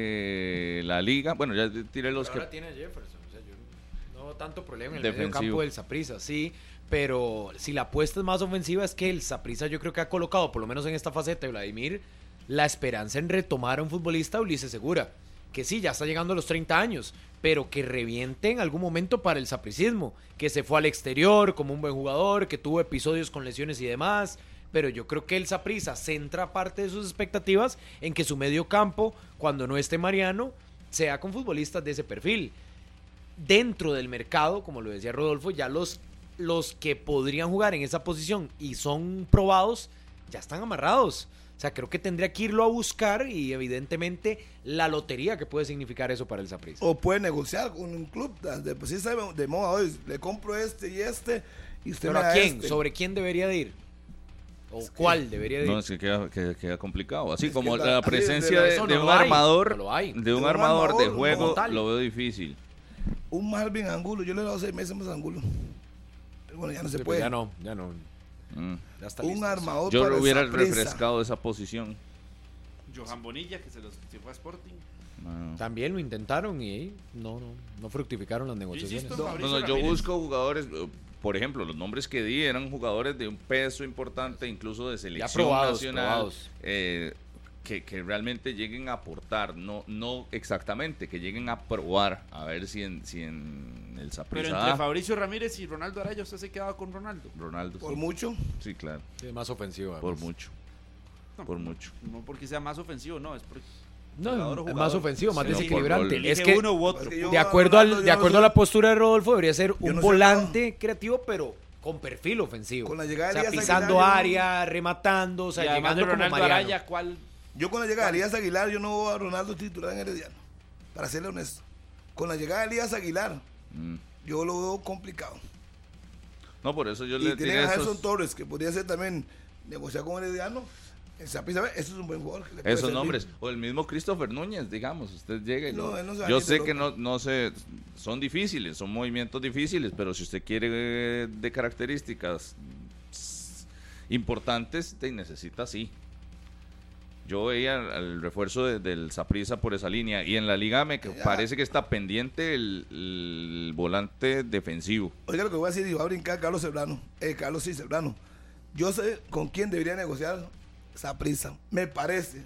[SPEAKER 5] de la liga, bueno, ya tiré los
[SPEAKER 7] Pero
[SPEAKER 5] que...
[SPEAKER 7] ahora tiene a Jefferson. O sea, yo no veo tanto problema en el
[SPEAKER 5] Defensivo.
[SPEAKER 7] medio
[SPEAKER 4] campo del Saprisa, sí, pero si la apuesta es más ofensiva es que el Saprisa yo creo que ha colocado, por lo menos en esta faceta de Vladimir, la esperanza en retomar a un futbolista Ulises Segura, que sí, ya está llegando a los 30 años, pero que reviente en algún momento para el sapricismo, que se fue al exterior como un buen jugador, que tuvo episodios con lesiones y demás. Pero yo creo que el Saprisa centra parte de sus expectativas en que su medio campo, cuando no esté Mariano, sea con futbolistas de ese perfil dentro del mercado, como lo decía Rodolfo, ya los, los que podrían jugar en esa posición y son probados, ya están amarrados. O sea, creo que tendría que irlo a buscar y evidentemente la lotería que puede significar eso para el Saprissa.
[SPEAKER 2] O puede negociar con un club. De, pues sí, está de moda hoy. Le compro este y este. Y usted
[SPEAKER 4] ¿Pero
[SPEAKER 2] me
[SPEAKER 4] a
[SPEAKER 2] da
[SPEAKER 4] quién?
[SPEAKER 2] este.
[SPEAKER 4] ¿Sobre quién debería de ir? ¿O cuál debería de ir?
[SPEAKER 5] No, es que queda, que- queda complicado. Así
[SPEAKER 2] Es
[SPEAKER 5] como
[SPEAKER 2] que
[SPEAKER 5] la,
[SPEAKER 2] la- así es,
[SPEAKER 5] presencia
[SPEAKER 2] de-
[SPEAKER 5] de,
[SPEAKER 4] eso
[SPEAKER 5] de
[SPEAKER 4] no
[SPEAKER 5] un
[SPEAKER 4] lo hay,
[SPEAKER 5] armador,
[SPEAKER 4] no lo hay.
[SPEAKER 5] de un armador de
[SPEAKER 2] armador como
[SPEAKER 5] juego,
[SPEAKER 2] tal.
[SPEAKER 5] lo veo difícil.
[SPEAKER 2] Un Malvin Angulo. Yo le he dado seis meses más a Angulo. Pero Bueno, ya no se
[SPEAKER 7] Sí, pues
[SPEAKER 2] puede.
[SPEAKER 7] Ya no, ya no.
[SPEAKER 5] Mm.
[SPEAKER 7] Ya está
[SPEAKER 2] Un
[SPEAKER 7] listo.
[SPEAKER 2] armador
[SPEAKER 5] Yo
[SPEAKER 2] para
[SPEAKER 5] lo
[SPEAKER 2] el
[SPEAKER 5] hubiera
[SPEAKER 2] Saprissa.
[SPEAKER 5] refrescado esa posición.
[SPEAKER 3] Johan Bonilla, que se, los, se fue a Sporting.
[SPEAKER 5] No,
[SPEAKER 4] También lo intentaron y eh, no, no, no fructificaron las negociaciones.
[SPEAKER 3] insisto en
[SPEAKER 5] no,
[SPEAKER 3] Fabricio
[SPEAKER 5] no, yo
[SPEAKER 3] Ramírez.
[SPEAKER 5] busco jugadores, eh, por ejemplo, los nombres que di eran jugadores de un peso importante, incluso de selección
[SPEAKER 7] probados,
[SPEAKER 5] nacional,
[SPEAKER 7] probados.
[SPEAKER 5] eh, que, que realmente lleguen a aportar, no, no exactamente, que lleguen a probar, a ver si en, si en el
[SPEAKER 3] Pero
[SPEAKER 5] Saprissa
[SPEAKER 3] entre
[SPEAKER 5] da.
[SPEAKER 3] Fabricio Ramírez y Ronaldo Araya, usted se quedaba con Ronaldo.
[SPEAKER 5] Ronaldo.
[SPEAKER 2] Por
[SPEAKER 5] sí.
[SPEAKER 2] mucho.
[SPEAKER 5] Sí, claro.
[SPEAKER 7] Sí, es más ofensivo.
[SPEAKER 5] Por
[SPEAKER 7] además.
[SPEAKER 5] mucho.
[SPEAKER 3] No,
[SPEAKER 5] Por mucho.
[SPEAKER 3] No porque sea más ofensivo, no, es porque
[SPEAKER 4] No,
[SPEAKER 3] Jugador o
[SPEAKER 4] es más
[SPEAKER 3] jugador.
[SPEAKER 4] ofensivo, más
[SPEAKER 5] Sí, no, por gol.
[SPEAKER 4] desequilibrante. Es
[SPEAKER 3] elige
[SPEAKER 4] que
[SPEAKER 3] uno u otro.
[SPEAKER 2] Es que yo
[SPEAKER 4] de acuerdo, al-
[SPEAKER 2] Ronaldo,
[SPEAKER 4] de
[SPEAKER 2] yo no
[SPEAKER 4] acuerdo a
[SPEAKER 2] sé-
[SPEAKER 4] la postura de Rodolfo, debería ser
[SPEAKER 2] no
[SPEAKER 4] un
[SPEAKER 2] sé
[SPEAKER 4] volante creativo, pero con perfil ofensivo.
[SPEAKER 2] Con la llegada de
[SPEAKER 4] o sea,
[SPEAKER 2] Elías
[SPEAKER 4] pisando
[SPEAKER 2] Aguilar,
[SPEAKER 4] área, rematando, o sea,
[SPEAKER 3] y además
[SPEAKER 4] llegando
[SPEAKER 3] de
[SPEAKER 4] como
[SPEAKER 3] Ronaldo
[SPEAKER 4] Mariano.
[SPEAKER 3] Araya, ¿cuál?
[SPEAKER 2] Yo con la llegada de Elías Aguilar, yo no veo a Ronaldo titular en Herediano. Para serle honesto. Con la llegada de Elías Aguilar,
[SPEAKER 5] Mm.
[SPEAKER 2] yo lo veo complicado.
[SPEAKER 5] No, por eso yo
[SPEAKER 2] Y
[SPEAKER 5] le
[SPEAKER 2] tiene
[SPEAKER 5] tiré
[SPEAKER 2] a Gerson
[SPEAKER 5] esos,
[SPEAKER 2] Torres, que podría ser también negociar con Herediano. El Saprissa, ese es un buen jugador. que le puede
[SPEAKER 5] esos
[SPEAKER 2] servir.
[SPEAKER 5] nombres. O el mismo Christopher Núñez, digamos. Usted llega y
[SPEAKER 2] No,
[SPEAKER 5] lo-
[SPEAKER 2] él no se va a
[SPEAKER 5] Yo
[SPEAKER 2] ir de
[SPEAKER 5] sé que no,
[SPEAKER 2] loco.
[SPEAKER 5] no sé. Son difíciles, son movimientos difíciles, pero si usted quiere eh, de características s- importantes, te necesita sí. Yo veía al- al refuerzo de- del Saprisa por esa línea. Y en la liga me que-
[SPEAKER 2] Ya.
[SPEAKER 5] parece que está pendiente el- el volante defensivo.
[SPEAKER 2] Oiga lo que voy a decir y va a brincar Carlos Cebrano. Eh, Carlos sí, Cebrano. Yo sé con quién debería negociar Saprissa. Me parece.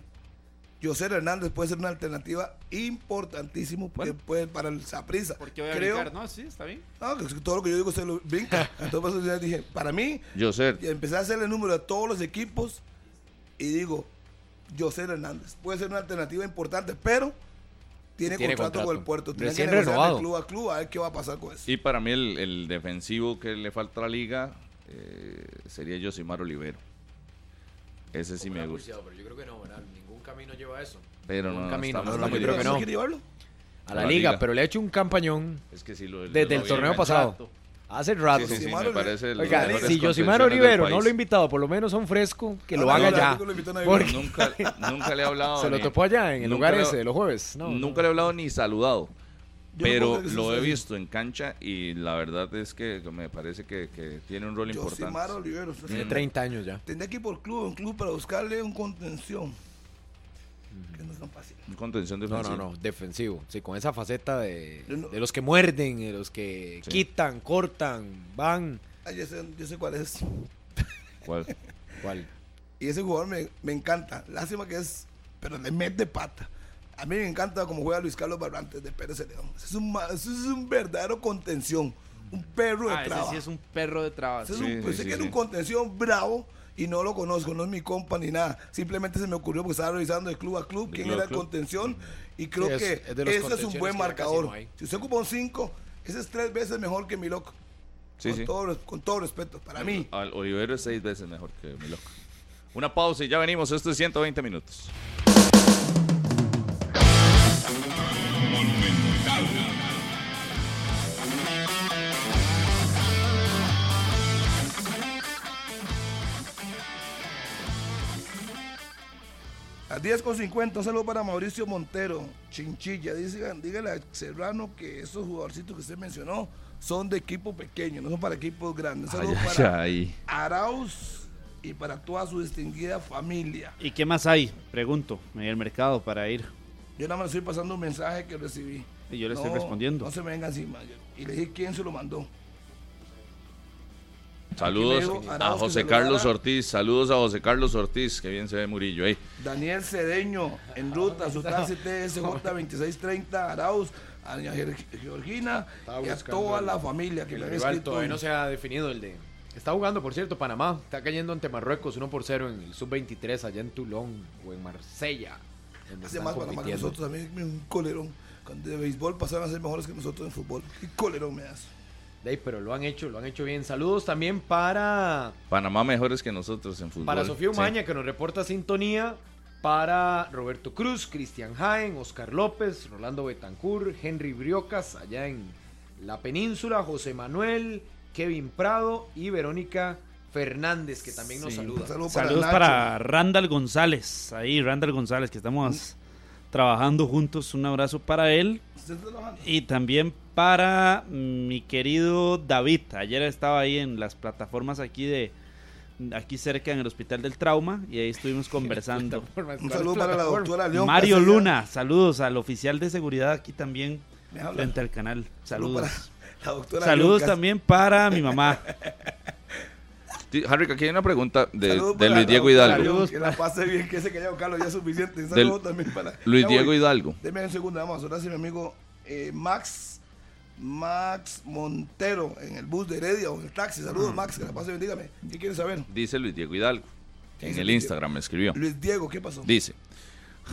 [SPEAKER 2] José Hernández puede ser una alternativa importantísimo que
[SPEAKER 5] Bueno.
[SPEAKER 2] puede para el Saprissa.
[SPEAKER 3] Porque voy a
[SPEAKER 2] Creo,
[SPEAKER 3] brincar, ¿no? Sí, está bien.
[SPEAKER 2] no, que todo lo que yo digo se lo
[SPEAKER 4] *laughs*
[SPEAKER 2] brinca. Entonces por eso yo dije, para mí,
[SPEAKER 5] Yo sé.
[SPEAKER 2] empecé a hacer el número de todos los equipos y digo, José Hernández puede ser una alternativa importante, pero tiene,
[SPEAKER 4] Tiene
[SPEAKER 2] contrato, con
[SPEAKER 4] contrato.
[SPEAKER 2] el puerto. Tiene
[SPEAKER 4] Recién
[SPEAKER 2] negociar de
[SPEAKER 4] renovado.
[SPEAKER 2] club a club a ver qué va a pasar con eso.
[SPEAKER 5] Y para mí el, el defensivo que le falta a la liga eh, sería Josimar Olivero. Ese sí me gusta.
[SPEAKER 4] Pero yo creo que no, ¿verdad? Ningún camino lleva a eso.
[SPEAKER 5] Pero no,
[SPEAKER 4] Un
[SPEAKER 5] no,
[SPEAKER 4] camino,
[SPEAKER 5] estamos
[SPEAKER 4] no,
[SPEAKER 5] muy
[SPEAKER 4] yo creo
[SPEAKER 5] bien.
[SPEAKER 4] que no.
[SPEAKER 2] quiere llevarlo?
[SPEAKER 4] A la, liga, pero le ha hecho un campañón
[SPEAKER 5] Es que sí lo-
[SPEAKER 4] desde
[SPEAKER 5] lo
[SPEAKER 4] el
[SPEAKER 5] vi
[SPEAKER 4] torneo
[SPEAKER 5] enganchado.
[SPEAKER 4] pasado. Hace rato.
[SPEAKER 5] Sí, sí, sí,
[SPEAKER 2] Josimar
[SPEAKER 5] me
[SPEAKER 2] Olivero.
[SPEAKER 5] parece de las
[SPEAKER 4] Oiga,
[SPEAKER 5] mejores
[SPEAKER 4] si Josimar
[SPEAKER 5] contenciones del
[SPEAKER 4] Olivero no lo
[SPEAKER 5] país.
[SPEAKER 4] he invitado, por lo menos a un fresco, que lo
[SPEAKER 2] Ah, No, no,
[SPEAKER 4] haga
[SPEAKER 2] no,
[SPEAKER 4] ya.
[SPEAKER 2] tampoco lo invitó a nadie.
[SPEAKER 4] Porque
[SPEAKER 5] Nunca, nunca le he hablado.
[SPEAKER 4] se lo
[SPEAKER 5] ni-
[SPEAKER 4] topó allá en el
[SPEAKER 5] nunca
[SPEAKER 4] lugar
[SPEAKER 5] le-
[SPEAKER 4] ese de los jueves. No,
[SPEAKER 5] Nunca le he hablado ni saludado.
[SPEAKER 2] Yo
[SPEAKER 5] pero
[SPEAKER 2] creo que sí
[SPEAKER 5] lo he
[SPEAKER 2] soy.
[SPEAKER 5] visto en cancha y la verdad es que me parece que, que tiene un rol importante.
[SPEAKER 2] Josimar Olivero. o sea,
[SPEAKER 4] Tiene 30 años ya.
[SPEAKER 2] Tendría que ir por club, un club para buscarle un contención. Que no es tan fácil.
[SPEAKER 5] Un contención
[SPEAKER 4] No, no,
[SPEAKER 5] defensivo.
[SPEAKER 4] no, defensivo. Sí, con esa faceta de,
[SPEAKER 2] Yo no-
[SPEAKER 4] de los que muerden, de los que
[SPEAKER 5] Sí.
[SPEAKER 4] quitan, cortan, van.
[SPEAKER 2] Ah, yo, sé, yo sé cuál es.
[SPEAKER 5] ¿Cuál?
[SPEAKER 4] ¿Cuál?
[SPEAKER 2] Y ese jugador me, me encanta. Lástima que es, pero le mete pata. A mí me encanta como juega Luis Carlos Barrantes de Pérez Celedón. Ese es un, ma- ese es un verdadero contención. Un perro de
[SPEAKER 3] Ah, ese
[SPEAKER 2] traba.
[SPEAKER 3] sí es un perro de trabas.
[SPEAKER 2] Ese es un-
[SPEAKER 5] Sí, sí,
[SPEAKER 2] pensé
[SPEAKER 5] sí,
[SPEAKER 2] que era
[SPEAKER 5] sí.
[SPEAKER 2] un contención bravo y no lo conozco, no es mi compa ni nada. Simplemente se me ocurrió porque estaba revisando de club a club
[SPEAKER 5] De
[SPEAKER 2] quién
[SPEAKER 5] club a
[SPEAKER 2] era el
[SPEAKER 5] club.
[SPEAKER 2] contención y creo
[SPEAKER 4] Sí, es-
[SPEAKER 2] que
[SPEAKER 4] es de los
[SPEAKER 2] ese es un
[SPEAKER 4] contenciones
[SPEAKER 2] buen
[SPEAKER 4] que ya casi
[SPEAKER 2] marcador.
[SPEAKER 4] no hay.
[SPEAKER 2] si usted ocupa un 5, ese es tres veces mejor que Milok.
[SPEAKER 5] Sí,
[SPEAKER 2] con,
[SPEAKER 5] sí.
[SPEAKER 2] Todo, res- con todo respeto, para mí.
[SPEAKER 5] Al Olivero es seis veces mejor que mi loco. Una pausa y ya venimos. Esto es 120 minutos.
[SPEAKER 2] A 10 con 50, un saludo para Mauricio Montero, Chinchilla. Dice, dígale a Serrano que esos jugadorcitos que usted mencionó son de equipo pequeño, no son para equipos grandes. Un saludo para Arauz y para toda su distinguida familia.
[SPEAKER 3] ¿Y qué más hay? Pregunto, en el mercado para ir.
[SPEAKER 2] Yo nada más le estoy pasando un mensaje que recibí.
[SPEAKER 3] Y yo le estoy respondiendo.
[SPEAKER 2] No se me venga encima. Yo- Y le dije quién se lo mandó.
[SPEAKER 5] Saludos
[SPEAKER 2] Aquí me dijo
[SPEAKER 5] a
[SPEAKER 2] Arauz que
[SPEAKER 5] José
[SPEAKER 2] saludara.
[SPEAKER 5] Carlos Ortiz. Saludos a José Carlos Ortiz. Que bien se ve Murillo ahí.
[SPEAKER 2] Daniel Cedeño, en
[SPEAKER 7] Ah,
[SPEAKER 2] ruta, su taxi
[SPEAKER 7] *laughs*
[SPEAKER 2] TSJ2630, Arauz, a doña Ger- Georgina
[SPEAKER 7] Estaba
[SPEAKER 2] y a
[SPEAKER 7] buscando
[SPEAKER 2] toda
[SPEAKER 7] el-
[SPEAKER 2] la familia que
[SPEAKER 7] El
[SPEAKER 2] me han
[SPEAKER 7] rival
[SPEAKER 2] escrito.
[SPEAKER 7] todavía no se ha definido el de. Está jugando, por cierto, Panamá. Está cayendo ante Marruecos 1 por 0 en el sub-23 allá en Toulon o en Marsella. donde
[SPEAKER 2] Hace
[SPEAKER 7] están
[SPEAKER 2] más para más que
[SPEAKER 7] compitiendo.
[SPEAKER 2] nosotros también, un colerón. Cuando de béisbol pasaron a ser mejores que nosotros en fútbol. ¿Qué colerón me das?
[SPEAKER 7] De ahí, pero lo han hecho, lo han hecho bien. Saludos también para,
[SPEAKER 5] Panamá mejores que nosotros en fútbol.
[SPEAKER 7] para Sofía
[SPEAKER 5] Sí.
[SPEAKER 7] Umaña, que nos reporta sintonía. Para Roberto Cruz, Cristian Jaén, Oscar López, Rolando Betancourt, Henry Briocas, allá en la península, José Manuel, Kevin Prado y Verónica Fernández, que también nos
[SPEAKER 3] Sí.
[SPEAKER 7] saluda.
[SPEAKER 2] Saludos para
[SPEAKER 3] Saludos
[SPEAKER 2] Nacho.
[SPEAKER 3] para Randall González. Ahí, Randall González, que estamos trabajando juntos. Un abrazo para él.
[SPEAKER 2] ¿Usted está trabajando?
[SPEAKER 3] Y también para mi querido David. Ayer estaba ahí en las plataformas aquí de aquí cerca en el Hospital del Trauma y ahí
[SPEAKER 4] *laughs*
[SPEAKER 3] estuvimos conversando.
[SPEAKER 2] Un saludo para la doctora León.
[SPEAKER 3] Mario
[SPEAKER 2] Casella.
[SPEAKER 3] Luna, saludos al oficial de seguridad aquí también
[SPEAKER 2] Me habla.
[SPEAKER 3] frente al canal.
[SPEAKER 2] Saludo para *laughs*
[SPEAKER 3] Saludos.
[SPEAKER 2] la doctora León
[SPEAKER 3] Saludos
[SPEAKER 2] Cas-
[SPEAKER 3] también para mi
[SPEAKER 2] *laughs*
[SPEAKER 3] mamá.
[SPEAKER 5] Sí, Harry, aquí hay una pregunta de,
[SPEAKER 2] Saludos
[SPEAKER 5] de
[SPEAKER 2] para
[SPEAKER 5] Luis
[SPEAKER 2] la
[SPEAKER 5] Diego
[SPEAKER 2] doctora
[SPEAKER 5] Hidalgo.
[SPEAKER 2] León, Que la pase bien, que ese callado Carlos ya es suficiente. Un
[SPEAKER 5] Del-
[SPEAKER 2] saludo también para
[SPEAKER 5] Luis
[SPEAKER 2] Ya
[SPEAKER 5] Diego
[SPEAKER 2] voy.
[SPEAKER 5] Hidalgo.
[SPEAKER 2] Deme un segundo, vamos a si mi amigo eh, Max Max Montero en el bus de Heredia o en el taxi. Saludos,
[SPEAKER 5] Ah.
[SPEAKER 2] Max, que la pase bien. Dígame, ¿qué quieres saber?
[SPEAKER 5] Dice Luis Diego Hidalgo. En
[SPEAKER 2] Dice
[SPEAKER 5] el
[SPEAKER 2] Luis
[SPEAKER 5] Instagram me escribió.
[SPEAKER 2] Luis Diego, ¿qué pasó?
[SPEAKER 5] Dice,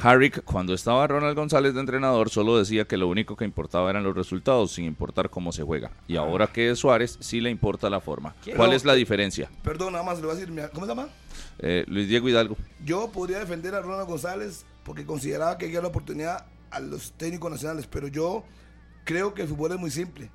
[SPEAKER 5] Harrick, cuando estaba Ronald González de entrenador, solo decía que lo único que importaba eran los resultados, sin importar cómo se juega. Y
[SPEAKER 7] Ah.
[SPEAKER 5] ahora que es Suárez, sí le importa la forma. ¿Cuál es la diferencia?
[SPEAKER 2] Perdón, nada más le voy a decir, mira, ¿cómo se llama?
[SPEAKER 5] Eh, Luis Diego Hidalgo.
[SPEAKER 2] Yo podría defender a Ronald González porque consideraba que había la oportunidad a los técnicos nacionales, pero yo creo que el fútbol es muy simple.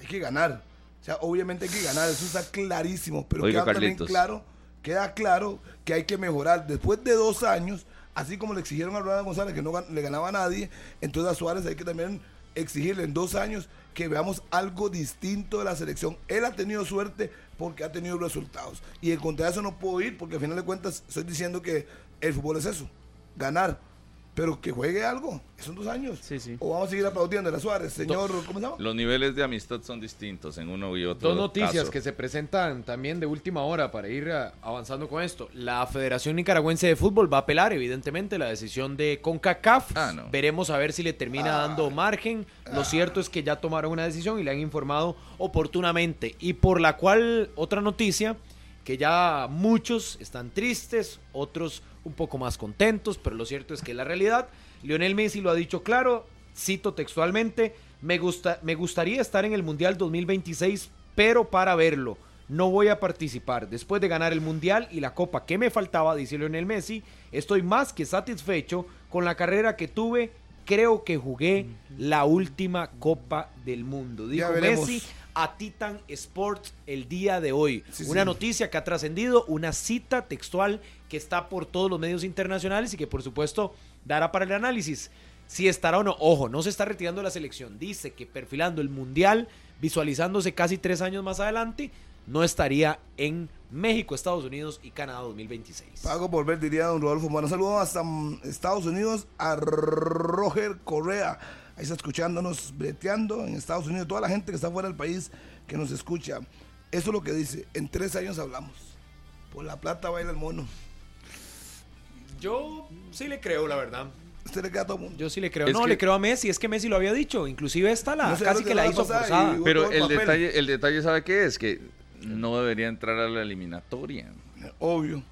[SPEAKER 2] Hay que ganar. O sea, obviamente hay que ganar, eso está clarísimo, pero
[SPEAKER 5] Oiga,
[SPEAKER 2] queda también
[SPEAKER 5] Carlitos.
[SPEAKER 2] claro, queda claro que hay que mejorar. Después de dos años, así como le exigieron a Ronald González que no gan- le ganaba a nadie, entonces a Suárez hay que también exigirle en dos años que veamos algo distinto de la selección. Él ha tenido suerte porque ha tenido resultados. Y en contra de eso no puedo ir porque al final de cuentas estoy diciendo que el fútbol es eso, ganar. Pero que juegue algo, son dos años.
[SPEAKER 3] Sí, sí.
[SPEAKER 2] O vamos a seguir aplaudiendo a la Suárez, señor, ¿cómo se llama?
[SPEAKER 5] Los niveles de amistad son distintos en uno y otro.
[SPEAKER 7] Dos noticias
[SPEAKER 5] caso.
[SPEAKER 7] que se presentan también de última hora para ir ah, avanzando con esto. La Federación Nicaragüense de Fútbol va a apelar, evidentemente, la decisión de CONCACAF.
[SPEAKER 5] Ah, no.
[SPEAKER 7] Veremos a ver si le termina dando margen. Lo cierto es que ya tomaron una decisión y le han informado oportunamente. Y por la cual, otra noticia, que ya muchos están tristes, otros un poco más contentos, pero lo cierto es que es la realidad. Lionel Messi lo ha dicho claro, cito textualmente, me, gusta, me gustaría estar en el Mundial 2026, pero para verlo.
[SPEAKER 4] no voy a participar. Después de ganar el Mundial y la Copa que me faltaba, dice Lionel Messi, estoy más que satisfecho con la carrera que tuve. Creo que jugué la última Copa del Mundo. Dijo
[SPEAKER 2] Ya veremos.
[SPEAKER 4] Messi a Titan Sports el día de hoy.
[SPEAKER 2] Sí,
[SPEAKER 4] una
[SPEAKER 2] sí.
[SPEAKER 4] noticia que ha trascendido, una cita textual que está por todos los medios internacionales y que por supuesto dará para el análisis. Si estará o no, ojo, no se está retirando de la selección. Dice que perfilando el Mundial, visualizándose casi tres años más adelante, no estaría en México, Estados Unidos y Canadá 2026.
[SPEAKER 2] Pago por ver, diría don Rodolfo. Bueno, saludos hasta mm, Estados Unidos a Roger Correa. Ahí está escuchándonos, breteando en Estados Unidos. Toda la gente que está fuera del país que nos escucha. Eso es lo que dice. En tres años hablamos. Por la plata baila el mono.
[SPEAKER 4] Yo sí le creo, la verdad.
[SPEAKER 2] Usted le queda a todo mundo.
[SPEAKER 4] Yo sí le creo.
[SPEAKER 5] Es
[SPEAKER 4] no,
[SPEAKER 5] que-
[SPEAKER 4] le creo a Messi, es que Messi lo había dicho. Inclusive esta la
[SPEAKER 2] No sé,
[SPEAKER 4] casi
[SPEAKER 2] no
[SPEAKER 4] que la
[SPEAKER 2] sé,
[SPEAKER 4] hizo
[SPEAKER 2] pasa y-
[SPEAKER 4] forzada.
[SPEAKER 5] Pero
[SPEAKER 2] todo el
[SPEAKER 5] el
[SPEAKER 2] papel.
[SPEAKER 5] detalle, el detalle, ¿sabe qué es? Que no debería entrar a la eliminatoria.
[SPEAKER 2] Obvio.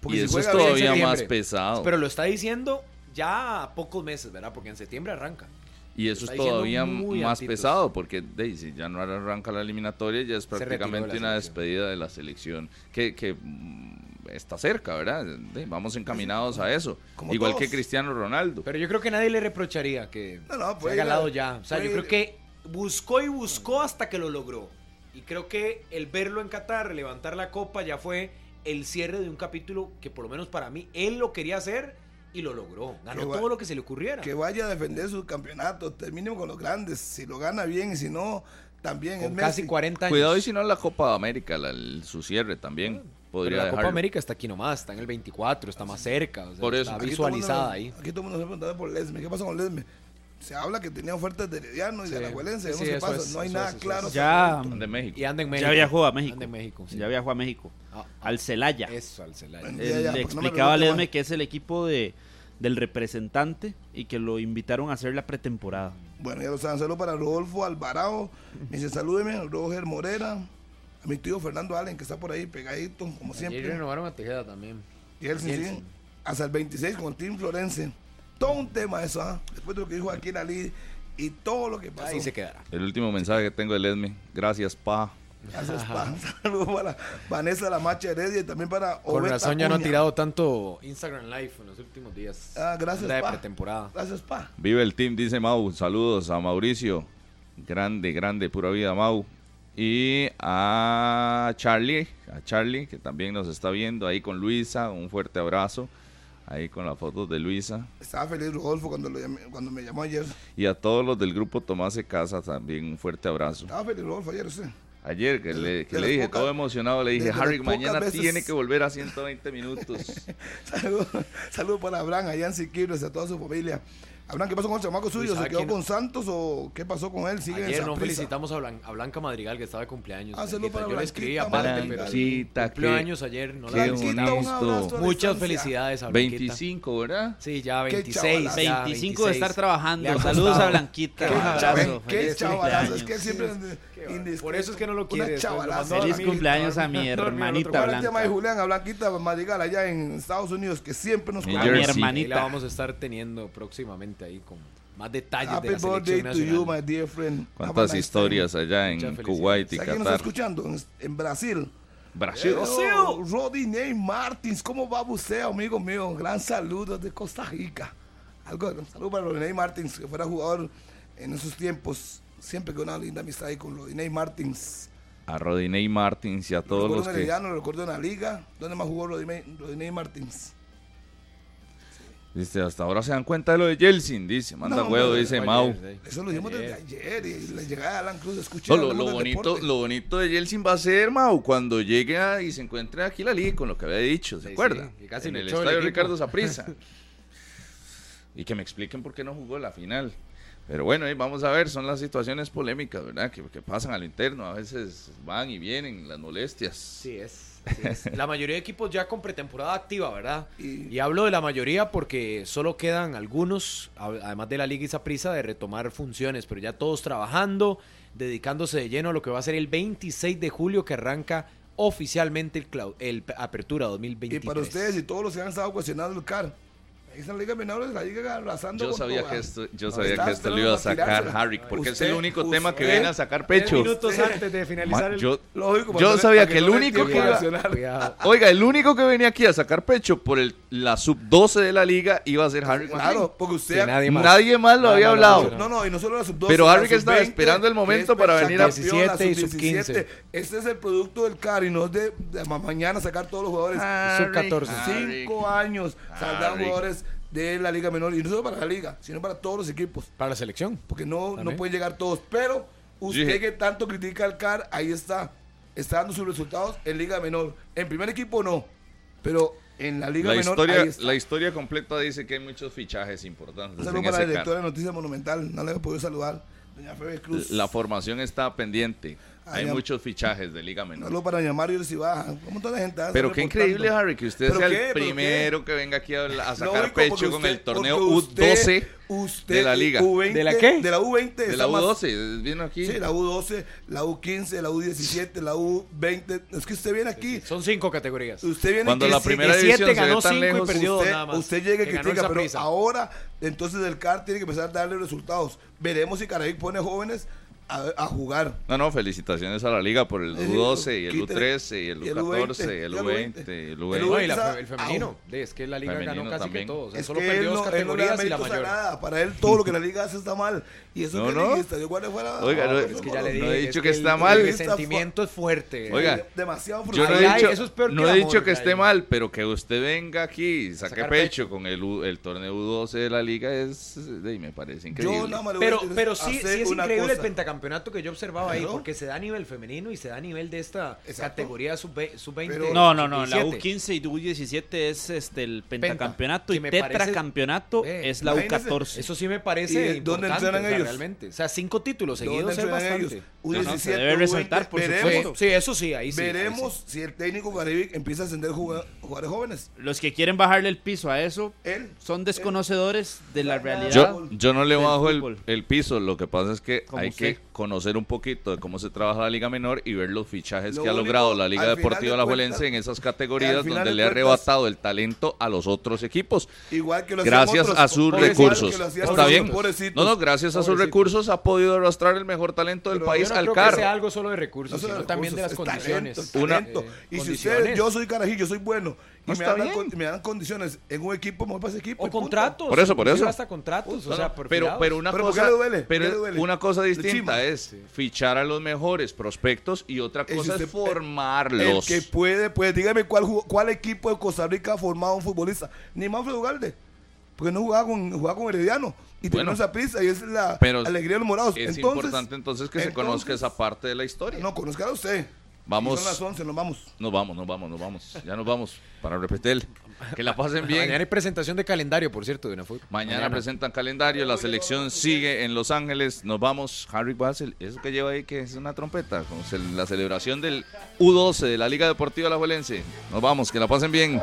[SPEAKER 2] Porque
[SPEAKER 5] y
[SPEAKER 2] si
[SPEAKER 5] eso es
[SPEAKER 2] juega bien,
[SPEAKER 5] Pues todavía
[SPEAKER 4] septiembre.
[SPEAKER 5] más pesado.
[SPEAKER 4] Pero lo está diciendo ya a pocos meses, ¿verdad? Porque en septiembre arranca.
[SPEAKER 5] y eso
[SPEAKER 4] está
[SPEAKER 5] es
[SPEAKER 4] diciendo
[SPEAKER 5] todavía
[SPEAKER 4] muy
[SPEAKER 5] más
[SPEAKER 4] altitos.
[SPEAKER 5] pesado porque Daisy ya no arranca la eliminatoria, ya es
[SPEAKER 4] retiró de la
[SPEAKER 5] prácticamente una
[SPEAKER 4] selección.
[SPEAKER 5] despedida de la selección que, que, mm, está cerca, ¿verdad? De- Vamos encaminados a eso.
[SPEAKER 2] Como
[SPEAKER 5] Igual
[SPEAKER 2] todos.
[SPEAKER 5] que Cristiano Ronaldo.
[SPEAKER 4] Pero yo creo que nadie le reprocharía que
[SPEAKER 2] No, no,
[SPEAKER 4] se
[SPEAKER 2] puede
[SPEAKER 4] haya
[SPEAKER 2] ir a-
[SPEAKER 4] ganado ya. O sea, yo
[SPEAKER 2] puede
[SPEAKER 4] creo
[SPEAKER 2] ir.
[SPEAKER 4] que buscó y buscó hasta que lo logró. Y creo que el verlo en Qatar, levantar la copa, ya fue el cierre de un capítulo que por lo menos para mí él lo quería hacer y lo logró. Ganó
[SPEAKER 2] Que va-
[SPEAKER 4] todo lo que se le ocurriera.
[SPEAKER 2] Que vaya a defender su campeonato. Termine con los grandes. Si lo gana bien y si no, también.
[SPEAKER 4] Con
[SPEAKER 2] es
[SPEAKER 4] casi
[SPEAKER 2] Messi.
[SPEAKER 4] 40 años.
[SPEAKER 5] Cuidado y si no la Copa América, la- el- su cierre también.
[SPEAKER 4] Pero
[SPEAKER 5] Podría
[SPEAKER 4] la Copa
[SPEAKER 5] dejarlo.
[SPEAKER 4] América está aquí nomás, está en el 24, está más cerca, o sea,
[SPEAKER 5] Por eso.
[SPEAKER 4] está
[SPEAKER 2] Aquí todo el mundo
[SPEAKER 4] visualizada
[SPEAKER 2] nos-
[SPEAKER 4] ahí.
[SPEAKER 2] Aquí todo el mundo se preguntaba por Lesme. ¿Qué pasa con Lesme? Se habla que tenía ofertas de Herediano y
[SPEAKER 4] Sí.
[SPEAKER 2] de Alajuelense.
[SPEAKER 4] Sí,
[SPEAKER 2] Vemos
[SPEAKER 4] sí,
[SPEAKER 2] qué
[SPEAKER 4] eso
[SPEAKER 2] pasa.
[SPEAKER 4] es,
[SPEAKER 2] no hay
[SPEAKER 4] eso
[SPEAKER 2] nada
[SPEAKER 4] es, eso
[SPEAKER 2] claro.
[SPEAKER 4] es.
[SPEAKER 3] Ya,
[SPEAKER 5] De México.
[SPEAKER 4] Y anda en México.
[SPEAKER 3] ya viajó a México.
[SPEAKER 4] Anda en México, sí.
[SPEAKER 3] Ya viajó a México.
[SPEAKER 4] Ah,
[SPEAKER 3] Al Celaya.
[SPEAKER 4] Eso, al Celaya.
[SPEAKER 2] Bueno,
[SPEAKER 3] Eh,
[SPEAKER 2] Ya, ya,
[SPEAKER 3] le
[SPEAKER 2] porque no me
[SPEAKER 3] explicaba a
[SPEAKER 2] pregunte
[SPEAKER 3] Ledesma
[SPEAKER 2] más.
[SPEAKER 3] que es el equipo de, del representante y que lo invitaron a hacer la pretemporada.
[SPEAKER 2] Bueno, ya lo saben. Saludos para Rodolfo Alvarado. Me dice salúdeme. Roger Morera. A mi tío Fernando Allen, que está por ahí pegadito, como
[SPEAKER 4] Ayer
[SPEAKER 2] siempre.
[SPEAKER 4] renovaron a Tejeda también.
[SPEAKER 2] Y él sí, sí. Hasta el 26 con Tim Florense. Todo un tema eso, ¿ah? Después de lo que dijo aquí la Lid y todo lo que pasó.
[SPEAKER 4] Ahí se quedará.
[SPEAKER 5] El último mensaje que tengo de Lesme. Gracias, pa.
[SPEAKER 2] Gracias, pa. *laughs* Saludos para Vanessa La Macha Heredia y también para
[SPEAKER 4] Con
[SPEAKER 2] Obed
[SPEAKER 4] razón ya no han
[SPEAKER 2] Acuña.
[SPEAKER 4] tirado tanto Instagram Live en los últimos días.
[SPEAKER 2] Ah, gracias,
[SPEAKER 4] Anda de
[SPEAKER 2] pa.
[SPEAKER 4] pretemporada.
[SPEAKER 2] Gracias, pa.
[SPEAKER 5] Vive el team, dice Mau. Saludos a Mauricio. Grande, grande, pura vida, Mau. Y a Charlie, a Charlie, que también nos está viendo ahí con Luisa. Un fuerte abrazo. Ahí con las fotos de Luisa.
[SPEAKER 2] Estaba feliz Rodolfo cuando, lo llamé- cuando me llamó ayer.
[SPEAKER 5] Y a todos los del grupo Tomás de Casa también un fuerte abrazo.
[SPEAKER 2] Estaba feliz Rodolfo ayer, sí. *laughs*
[SPEAKER 5] Ayer que le, que
[SPEAKER 2] de
[SPEAKER 5] le
[SPEAKER 2] las
[SPEAKER 5] dije,
[SPEAKER 2] pocas-
[SPEAKER 5] todo emocionado, le
[SPEAKER 2] de-
[SPEAKER 5] dije,
[SPEAKER 2] de las
[SPEAKER 5] Harry,
[SPEAKER 2] pocas
[SPEAKER 5] mañana
[SPEAKER 2] veces-
[SPEAKER 5] tiene que volver a 120 minutos.
[SPEAKER 2] Saludos saludos para Abraham, allá en Siquirres, a toda su familia. Abraham, ¿qué pasó con el chamaco suyo? ¿Se
[SPEAKER 4] Pues, ¿sabe
[SPEAKER 2] quedó
[SPEAKER 4] quién?
[SPEAKER 2] con Santos o qué pasó con él? Sigue en
[SPEAKER 4] Ayer
[SPEAKER 2] esa
[SPEAKER 4] no
[SPEAKER 2] prisa.
[SPEAKER 4] felicitamos a, Blan- a Blanca Madrigal que estaba de cumpleaños.
[SPEAKER 2] Ah, saludo
[SPEAKER 4] Blanquita.
[SPEAKER 2] para
[SPEAKER 4] Yo le escribí
[SPEAKER 2] Blanquita
[SPEAKER 4] aparte, pero
[SPEAKER 5] Madrigal.
[SPEAKER 4] cumplió años ayer, no la
[SPEAKER 5] qué
[SPEAKER 4] felicitamos.
[SPEAKER 2] Blanquita, un
[SPEAKER 5] bonito.
[SPEAKER 2] abrazo a *laughs* la
[SPEAKER 4] Muchas
[SPEAKER 2] distancia.
[SPEAKER 4] felicidades a Blanquita.
[SPEAKER 5] 25, ¿verdad?
[SPEAKER 4] Sí, ya
[SPEAKER 2] Qué
[SPEAKER 4] 26.
[SPEAKER 2] chavalazo.
[SPEAKER 4] ya,
[SPEAKER 8] 25 de estar
[SPEAKER 4] 26.
[SPEAKER 8] trabajando.
[SPEAKER 4] Le ha
[SPEAKER 8] Saludos
[SPEAKER 4] costado.
[SPEAKER 8] a Blanquita.
[SPEAKER 2] Qué
[SPEAKER 8] Un abrazo.
[SPEAKER 2] chaval- Qué
[SPEAKER 8] Feliz
[SPEAKER 2] chavalazo,
[SPEAKER 8] cumpleaños.
[SPEAKER 2] es que siempre indiscreto.
[SPEAKER 4] Por eso es que no lo
[SPEAKER 2] Una
[SPEAKER 4] quiere, después lo
[SPEAKER 2] chavalazo.
[SPEAKER 4] mandó a la
[SPEAKER 2] Ahora,
[SPEAKER 3] Feliz
[SPEAKER 4] mil.
[SPEAKER 3] cumpleaños
[SPEAKER 4] *laughs*
[SPEAKER 3] a mi
[SPEAKER 4] Dormido el otro
[SPEAKER 2] ahora
[SPEAKER 3] hermanita
[SPEAKER 2] el tema de
[SPEAKER 3] Blanca.
[SPEAKER 2] Julián, a Blanquita Madrigal allá en Estados Unidos, que siempre nos
[SPEAKER 5] New
[SPEAKER 3] A
[SPEAKER 2] cuenta.
[SPEAKER 3] mi
[SPEAKER 5] Jersey.
[SPEAKER 4] Ahí la
[SPEAKER 3] hermanita.
[SPEAKER 4] vamos a estar teniendo próximamente ahí con más detalles
[SPEAKER 2] Happy
[SPEAKER 4] de la
[SPEAKER 2] birthday
[SPEAKER 4] selección
[SPEAKER 2] to you, my
[SPEAKER 4] nacional.
[SPEAKER 2] dear friend. Have a
[SPEAKER 5] ¿Cuántas
[SPEAKER 2] nice
[SPEAKER 5] historias allá
[SPEAKER 4] Muchas
[SPEAKER 5] en
[SPEAKER 4] felicidades.
[SPEAKER 5] Kuwait y
[SPEAKER 2] time. ¿Sabes quién nos está
[SPEAKER 5] Qatar?
[SPEAKER 2] escuchando? En, en Brasil.
[SPEAKER 5] Brasil.
[SPEAKER 2] Brasil. Rodinei Martins, ¿cómo va usted, amigo mío? Un gran saludo de Costa Rica. Algo, un saludo para Rodinei Martins, que fuera jugador en esos tiempos. Siempre que una linda amistad ahí con Rodinei Martins.
[SPEAKER 5] A Rodinei Martins y a
[SPEAKER 2] Lo
[SPEAKER 5] todos
[SPEAKER 2] recuerdo
[SPEAKER 5] los
[SPEAKER 2] en
[SPEAKER 5] que...
[SPEAKER 2] Herediano, lo recuerdo en la liga. ¿Dónde más jugó Rodinei, Rodinei Martins?
[SPEAKER 5] Dice, hasta ahora se dan cuenta de lo de Jelsin, dice. Manda
[SPEAKER 2] No,
[SPEAKER 5] huevo,
[SPEAKER 2] hombre,
[SPEAKER 5] dice
[SPEAKER 4] Ayer,
[SPEAKER 5] Mau.
[SPEAKER 4] sí.
[SPEAKER 2] Eso lo dijimos desde ayer y la llegada de Alan Cruz. Escuché
[SPEAKER 5] No, lo,
[SPEAKER 2] hablamos
[SPEAKER 5] lo
[SPEAKER 2] del
[SPEAKER 5] bonito,
[SPEAKER 2] deporte.
[SPEAKER 5] lo bonito de Jelsin va a ser, Mau, cuando llegue a- y se encuentre aquí la liga con lo que había dicho, ¿se
[SPEAKER 4] Sí,
[SPEAKER 5] acuerda?
[SPEAKER 4] sí, que casi
[SPEAKER 5] en
[SPEAKER 4] lo
[SPEAKER 5] el
[SPEAKER 4] echó el
[SPEAKER 5] estadio
[SPEAKER 4] equipo. *laughs*
[SPEAKER 5] Ricardo Zaprisa. y que me expliquen por qué no jugó la final. Pero bueno, ahí vamos a ver, son las situaciones polémicas, ¿verdad? Que, que pasan a lo interno, a veces van y vienen las molestias.
[SPEAKER 4] Sí es, sí es. La mayoría de equipos ya con pretemporada activa, ¿verdad?
[SPEAKER 2] Y-
[SPEAKER 4] Y, hablo de la mayoría porque solo quedan algunos, a- además de la Liga y prisa de retomar funciones, pero ya todos trabajando, dedicándose de lleno a lo que va a ser el 26 de julio que arranca oficialmente el, clau- el Apertura
[SPEAKER 2] Y
[SPEAKER 4] 2023.
[SPEAKER 2] para ustedes y todos los que han estado cuestionando el CAR, hay esa Liga Menores la llega arrasando.
[SPEAKER 5] Yo
[SPEAKER 2] con
[SPEAKER 5] sabía
[SPEAKER 2] Tobán.
[SPEAKER 5] que esto, yo
[SPEAKER 2] No,
[SPEAKER 5] sabía
[SPEAKER 2] está,
[SPEAKER 5] que
[SPEAKER 2] usted
[SPEAKER 5] esto
[SPEAKER 2] no
[SPEAKER 5] lo iba a
[SPEAKER 2] va tirar,
[SPEAKER 5] sacar
[SPEAKER 2] será.
[SPEAKER 5] Harry, porque es
[SPEAKER 2] Usted-
[SPEAKER 5] el único tema que
[SPEAKER 2] usted-
[SPEAKER 5] viene a sacar
[SPEAKER 4] Tres
[SPEAKER 5] pecho.
[SPEAKER 4] minutos antes de finalizar
[SPEAKER 5] Ma-
[SPEAKER 4] el...
[SPEAKER 5] yo,
[SPEAKER 2] Lógico, para
[SPEAKER 5] yo
[SPEAKER 2] no le-
[SPEAKER 5] sabía
[SPEAKER 2] para
[SPEAKER 5] que el
[SPEAKER 2] no le
[SPEAKER 5] único
[SPEAKER 2] tiemble
[SPEAKER 5] que iba-
[SPEAKER 2] Nacional.
[SPEAKER 4] Cuidado.
[SPEAKER 5] oiga, el único que venía aquí a sacar pecho por el, la sub-12 de la liga iba a ser Harry.
[SPEAKER 2] Claro, porque usted.
[SPEAKER 4] Sí, nadie
[SPEAKER 5] Maguire.
[SPEAKER 4] más.
[SPEAKER 5] Nadie más lo
[SPEAKER 4] Nada
[SPEAKER 5] había
[SPEAKER 4] más lo
[SPEAKER 5] hablado.
[SPEAKER 4] mencionó.
[SPEAKER 2] No, no, y no solo la sub-12.
[SPEAKER 5] Pero
[SPEAKER 2] la
[SPEAKER 5] Harry que estaba
[SPEAKER 2] sub-20,
[SPEAKER 5] esperando el momento
[SPEAKER 2] que es
[SPEAKER 5] para
[SPEAKER 2] la
[SPEAKER 5] venir a-
[SPEAKER 2] campeona, la
[SPEAKER 4] 17 y sub-
[SPEAKER 2] 17. Este es el producto del CAR y no es de, de ma- mañana sacar todos los jugadores.
[SPEAKER 5] Ah,
[SPEAKER 4] Son 14.
[SPEAKER 5] Harry.
[SPEAKER 2] Cinco años saldrán
[SPEAKER 5] Harry.
[SPEAKER 2] jugadores de la Liga Menor. Y no solo para la Liga, sino para todos los equipos.
[SPEAKER 4] Para la selección.
[SPEAKER 2] Porque no, no
[SPEAKER 4] También.
[SPEAKER 2] pueden llegar todos. Pero usted
[SPEAKER 5] Dije-
[SPEAKER 2] que tanto critica al CAR, ahí está. Está dando sus resultados en Liga Menor. En primer equipo no. Pero en la Liga
[SPEAKER 5] La
[SPEAKER 2] Menor.
[SPEAKER 5] historia,
[SPEAKER 2] ahí está.
[SPEAKER 5] la historia completa dice que hay muchos fichajes importantes.
[SPEAKER 2] Un saludo
[SPEAKER 5] en
[SPEAKER 2] para la
[SPEAKER 5] ese
[SPEAKER 2] directora
[SPEAKER 5] cargo.
[SPEAKER 2] de Noticias Monumental. No le he podido saludar. Doña Febe Cruz.
[SPEAKER 5] La formación está pendiente. Hay
[SPEAKER 2] Allá-
[SPEAKER 5] muchos fichajes de Liga Menor.
[SPEAKER 2] Solo para llamar y ver si baja. Un montón de gente hace
[SPEAKER 5] Pero qué
[SPEAKER 2] reportando.
[SPEAKER 5] increíble, Harry, que usted
[SPEAKER 2] ¿Pero
[SPEAKER 5] sea
[SPEAKER 2] qué?
[SPEAKER 5] el
[SPEAKER 2] ¿Pero qué?
[SPEAKER 5] primero que venga aquí a, hablar- a sacar
[SPEAKER 2] Lógico,
[SPEAKER 5] pecho
[SPEAKER 2] porque
[SPEAKER 5] con
[SPEAKER 2] usted-
[SPEAKER 5] el torneo
[SPEAKER 2] porque
[SPEAKER 5] U12
[SPEAKER 2] usted
[SPEAKER 5] de la
[SPEAKER 2] y
[SPEAKER 5] liga.
[SPEAKER 2] U20
[SPEAKER 4] ¿De la qué?
[SPEAKER 2] De la U20.
[SPEAKER 5] de
[SPEAKER 2] está
[SPEAKER 5] la
[SPEAKER 2] más-
[SPEAKER 5] U12. Vino aquí.
[SPEAKER 2] Sí, la U12, la U15, la U17, la U20. Es que usted viene aquí.
[SPEAKER 4] Son cinco categorías.
[SPEAKER 2] Usted viene
[SPEAKER 5] Cuando
[SPEAKER 2] que
[SPEAKER 5] la
[SPEAKER 2] sí,
[SPEAKER 5] primera
[SPEAKER 4] de siete
[SPEAKER 5] división se
[SPEAKER 4] ganó
[SPEAKER 5] ve tan
[SPEAKER 4] cinco y
[SPEAKER 5] lejos.
[SPEAKER 4] perdió.
[SPEAKER 2] usted,
[SPEAKER 4] nada más.
[SPEAKER 2] usted llega y
[SPEAKER 4] Que ganó
[SPEAKER 2] critica,
[SPEAKER 4] el
[SPEAKER 2] pero
[SPEAKER 4] Saprissa.
[SPEAKER 2] ahora entonces el CAR tiene que empezar a darle resultados. Veremos si Caraí pone jóvenes a, a jugar.
[SPEAKER 5] No, no, felicitaciones a la liga por el
[SPEAKER 2] Sí,
[SPEAKER 5] U12 y el
[SPEAKER 2] quítele.
[SPEAKER 5] U13 y el
[SPEAKER 2] Y el
[SPEAKER 5] U14 y el
[SPEAKER 2] U20,
[SPEAKER 5] U20 y el
[SPEAKER 2] el
[SPEAKER 4] No,
[SPEAKER 5] U20.
[SPEAKER 4] y la fe- el
[SPEAKER 2] Esa-
[SPEAKER 4] femenino. Es que la liga
[SPEAKER 5] Femenino
[SPEAKER 4] ganó casi
[SPEAKER 5] también.
[SPEAKER 4] que todo. O sea,
[SPEAKER 2] Es
[SPEAKER 4] solo
[SPEAKER 2] que él
[SPEAKER 4] perdió dos
[SPEAKER 2] no- él no le da
[SPEAKER 4] categorías y la
[SPEAKER 2] méritos a
[SPEAKER 4] mayor.
[SPEAKER 2] nada. Para él todo lo que la liga hace está mal. Y eso
[SPEAKER 5] No,
[SPEAKER 2] que
[SPEAKER 5] no.
[SPEAKER 2] el estadio Guardia fuera.
[SPEAKER 5] Oiga,
[SPEAKER 2] no,
[SPEAKER 5] no,
[SPEAKER 2] eso
[SPEAKER 5] es
[SPEAKER 4] Es que
[SPEAKER 2] no
[SPEAKER 4] ya
[SPEAKER 2] lo-
[SPEAKER 4] le
[SPEAKER 5] No
[SPEAKER 4] dije.
[SPEAKER 5] he dicho
[SPEAKER 4] es
[SPEAKER 5] que
[SPEAKER 4] el-
[SPEAKER 5] está mal.
[SPEAKER 4] El sentimiento es fuerte.
[SPEAKER 5] Oiga,
[SPEAKER 2] demasiado
[SPEAKER 5] Yo no
[SPEAKER 2] frustrante.
[SPEAKER 5] he
[SPEAKER 4] Ay, ay,
[SPEAKER 5] dicho,
[SPEAKER 4] eso es peor que
[SPEAKER 5] no
[SPEAKER 4] el
[SPEAKER 5] he
[SPEAKER 4] amor,
[SPEAKER 5] dicho que esté
[SPEAKER 4] Gael.
[SPEAKER 5] mal, pero que usted venga aquí y saque
[SPEAKER 4] sacar
[SPEAKER 5] pecho con el, U- el torneo U12 de la liga es, de ahí me parece increíble.
[SPEAKER 2] Yo nada más le voy a
[SPEAKER 4] Pero,
[SPEAKER 2] decir
[SPEAKER 4] pero sí,
[SPEAKER 2] hacer
[SPEAKER 4] sí es
[SPEAKER 2] una
[SPEAKER 4] increíble el
[SPEAKER 2] cosa.
[SPEAKER 4] pentacampeonato que yo observaba ahí,
[SPEAKER 2] Claro.
[SPEAKER 4] porque se da a nivel femenino y se da a nivel de esta
[SPEAKER 2] Exacto.
[SPEAKER 4] categoría sub-20.
[SPEAKER 2] Pero-
[SPEAKER 3] No, no, no. La
[SPEAKER 4] 17.
[SPEAKER 3] U15 y U17 es este, el pentacampeonato
[SPEAKER 4] que
[SPEAKER 3] y
[SPEAKER 4] me parece-
[SPEAKER 3] tetracampeonato
[SPEAKER 4] Eh,
[SPEAKER 3] es la
[SPEAKER 2] imagínense,
[SPEAKER 3] U14.
[SPEAKER 4] Eso sí me
[SPEAKER 2] ¿Y
[SPEAKER 4] parece
[SPEAKER 2] dónde
[SPEAKER 4] importante,
[SPEAKER 2] entrenan
[SPEAKER 4] o sea,
[SPEAKER 2] ellos?
[SPEAKER 4] realmente. O sea, cinco títulos
[SPEAKER 2] ¿Dónde
[SPEAKER 4] seguidos es
[SPEAKER 2] entrenan
[SPEAKER 4] bastante.
[SPEAKER 2] ellos?
[SPEAKER 3] No, no, se
[SPEAKER 2] U17,
[SPEAKER 3] debe resaltar, por
[SPEAKER 2] veremos-
[SPEAKER 4] Sí, sí, eso sí, ahí sí. ahí sí.
[SPEAKER 2] Veremos si el técnico Garevic empieza a ascender juga- jugadores jóvenes.
[SPEAKER 3] Los que quieren bajarle el piso a eso
[SPEAKER 2] Él.
[SPEAKER 3] son desconocedores de la realidad.
[SPEAKER 5] Yo, yo no le
[SPEAKER 3] del
[SPEAKER 5] bajo el,
[SPEAKER 3] fútbol.
[SPEAKER 5] el piso, lo que pasa es que
[SPEAKER 3] Como
[SPEAKER 5] hay
[SPEAKER 3] usted.
[SPEAKER 5] que conocer un poquito de cómo se trabaja la Liga Menor y ver los fichajes
[SPEAKER 2] Lo
[SPEAKER 5] que ha
[SPEAKER 2] único,
[SPEAKER 5] logrado la Liga
[SPEAKER 2] al final
[SPEAKER 5] Deportiva
[SPEAKER 2] de
[SPEAKER 5] Alajuelense
[SPEAKER 2] cuentas-
[SPEAKER 5] en esas
[SPEAKER 2] al
[SPEAKER 5] categorías
[SPEAKER 2] final
[SPEAKER 5] donde
[SPEAKER 2] de
[SPEAKER 5] le ha
[SPEAKER 2] cuentas-
[SPEAKER 5] arrebatado el talento a los otros equipos.
[SPEAKER 2] Igual que lo hacían
[SPEAKER 5] Gracias
[SPEAKER 2] otros,
[SPEAKER 5] a sus
[SPEAKER 2] pobrecitos,
[SPEAKER 5] recursos.
[SPEAKER 2] que lo hacían
[SPEAKER 5] Está
[SPEAKER 2] otros,
[SPEAKER 5] bien.
[SPEAKER 2] pobrecitos.
[SPEAKER 5] No, no, gracias a sus
[SPEAKER 4] Pobrecitos.
[SPEAKER 5] recursos ha podido arrastrar el mejor talento del
[SPEAKER 2] Pero
[SPEAKER 5] país
[SPEAKER 4] Yo no
[SPEAKER 5] al
[SPEAKER 4] creo
[SPEAKER 5] carro.
[SPEAKER 4] que sea algo solo de recursos,
[SPEAKER 2] No solo
[SPEAKER 4] sino
[SPEAKER 2] de
[SPEAKER 4] también de las
[SPEAKER 2] recursos, es
[SPEAKER 4] condiciones.
[SPEAKER 2] talento, talento.
[SPEAKER 4] Eh,
[SPEAKER 2] y si
[SPEAKER 4] condiciones.
[SPEAKER 2] ustedes, yo soy carajillo, soy bueno, y me
[SPEAKER 5] está
[SPEAKER 2] dan,
[SPEAKER 5] bien.
[SPEAKER 2] con- me dan condiciones en un equipo, me voy para ese equipo. y
[SPEAKER 4] O
[SPEAKER 2] Pues punto.
[SPEAKER 4] contratos.
[SPEAKER 5] Por eso, por
[SPEAKER 4] inclusive
[SPEAKER 5] eso.
[SPEAKER 4] Hasta contratos, o
[SPEAKER 5] No,
[SPEAKER 4] sea,
[SPEAKER 5] no, pero, pero una
[SPEAKER 2] Pero ¿por qué
[SPEAKER 5] cosa
[SPEAKER 2] le duele?
[SPEAKER 5] pero
[SPEAKER 2] ¿Por qué le duele?
[SPEAKER 5] una cosa
[SPEAKER 2] Le
[SPEAKER 5] distinta
[SPEAKER 2] chima.
[SPEAKER 5] es fichar a los mejores prospectos y otra
[SPEAKER 2] si
[SPEAKER 5] cosa
[SPEAKER 2] usted-
[SPEAKER 5] es formarlos.
[SPEAKER 2] El que puede, puede. Dígame cuál, jugó- cuál equipo de Costa Rica ha formado un futbolista. Ni Manfred Ugalde. Porque no jugaba con, jugaba con Herediano. Y
[SPEAKER 5] Bueno,
[SPEAKER 2] terminó esa prisa y esa es la
[SPEAKER 5] pero
[SPEAKER 2] alegría de los morados.
[SPEAKER 5] es
[SPEAKER 2] entonces,
[SPEAKER 5] importante entonces que se conozca
[SPEAKER 2] entonces-
[SPEAKER 5] esa parte de la historia.
[SPEAKER 2] No, conozca a usted.
[SPEAKER 5] Vamos.
[SPEAKER 2] Son las 11, nos vamos.
[SPEAKER 5] Nos vamos, nos vamos, nos vamos. Ya nos vamos para repetir. Que la pasen bien.
[SPEAKER 4] Mañana hay presentación de calendario, por cierto, de una fútbol.
[SPEAKER 5] Mañana presentan calendario, la selección sigue en Los Ángeles, nos vamos, Harry Basel, eso que lleva ahí que es una trompeta, como se- la celebración del U12 de la Liga Deportiva Alajuelense. Nos vamos, que la pasen bien.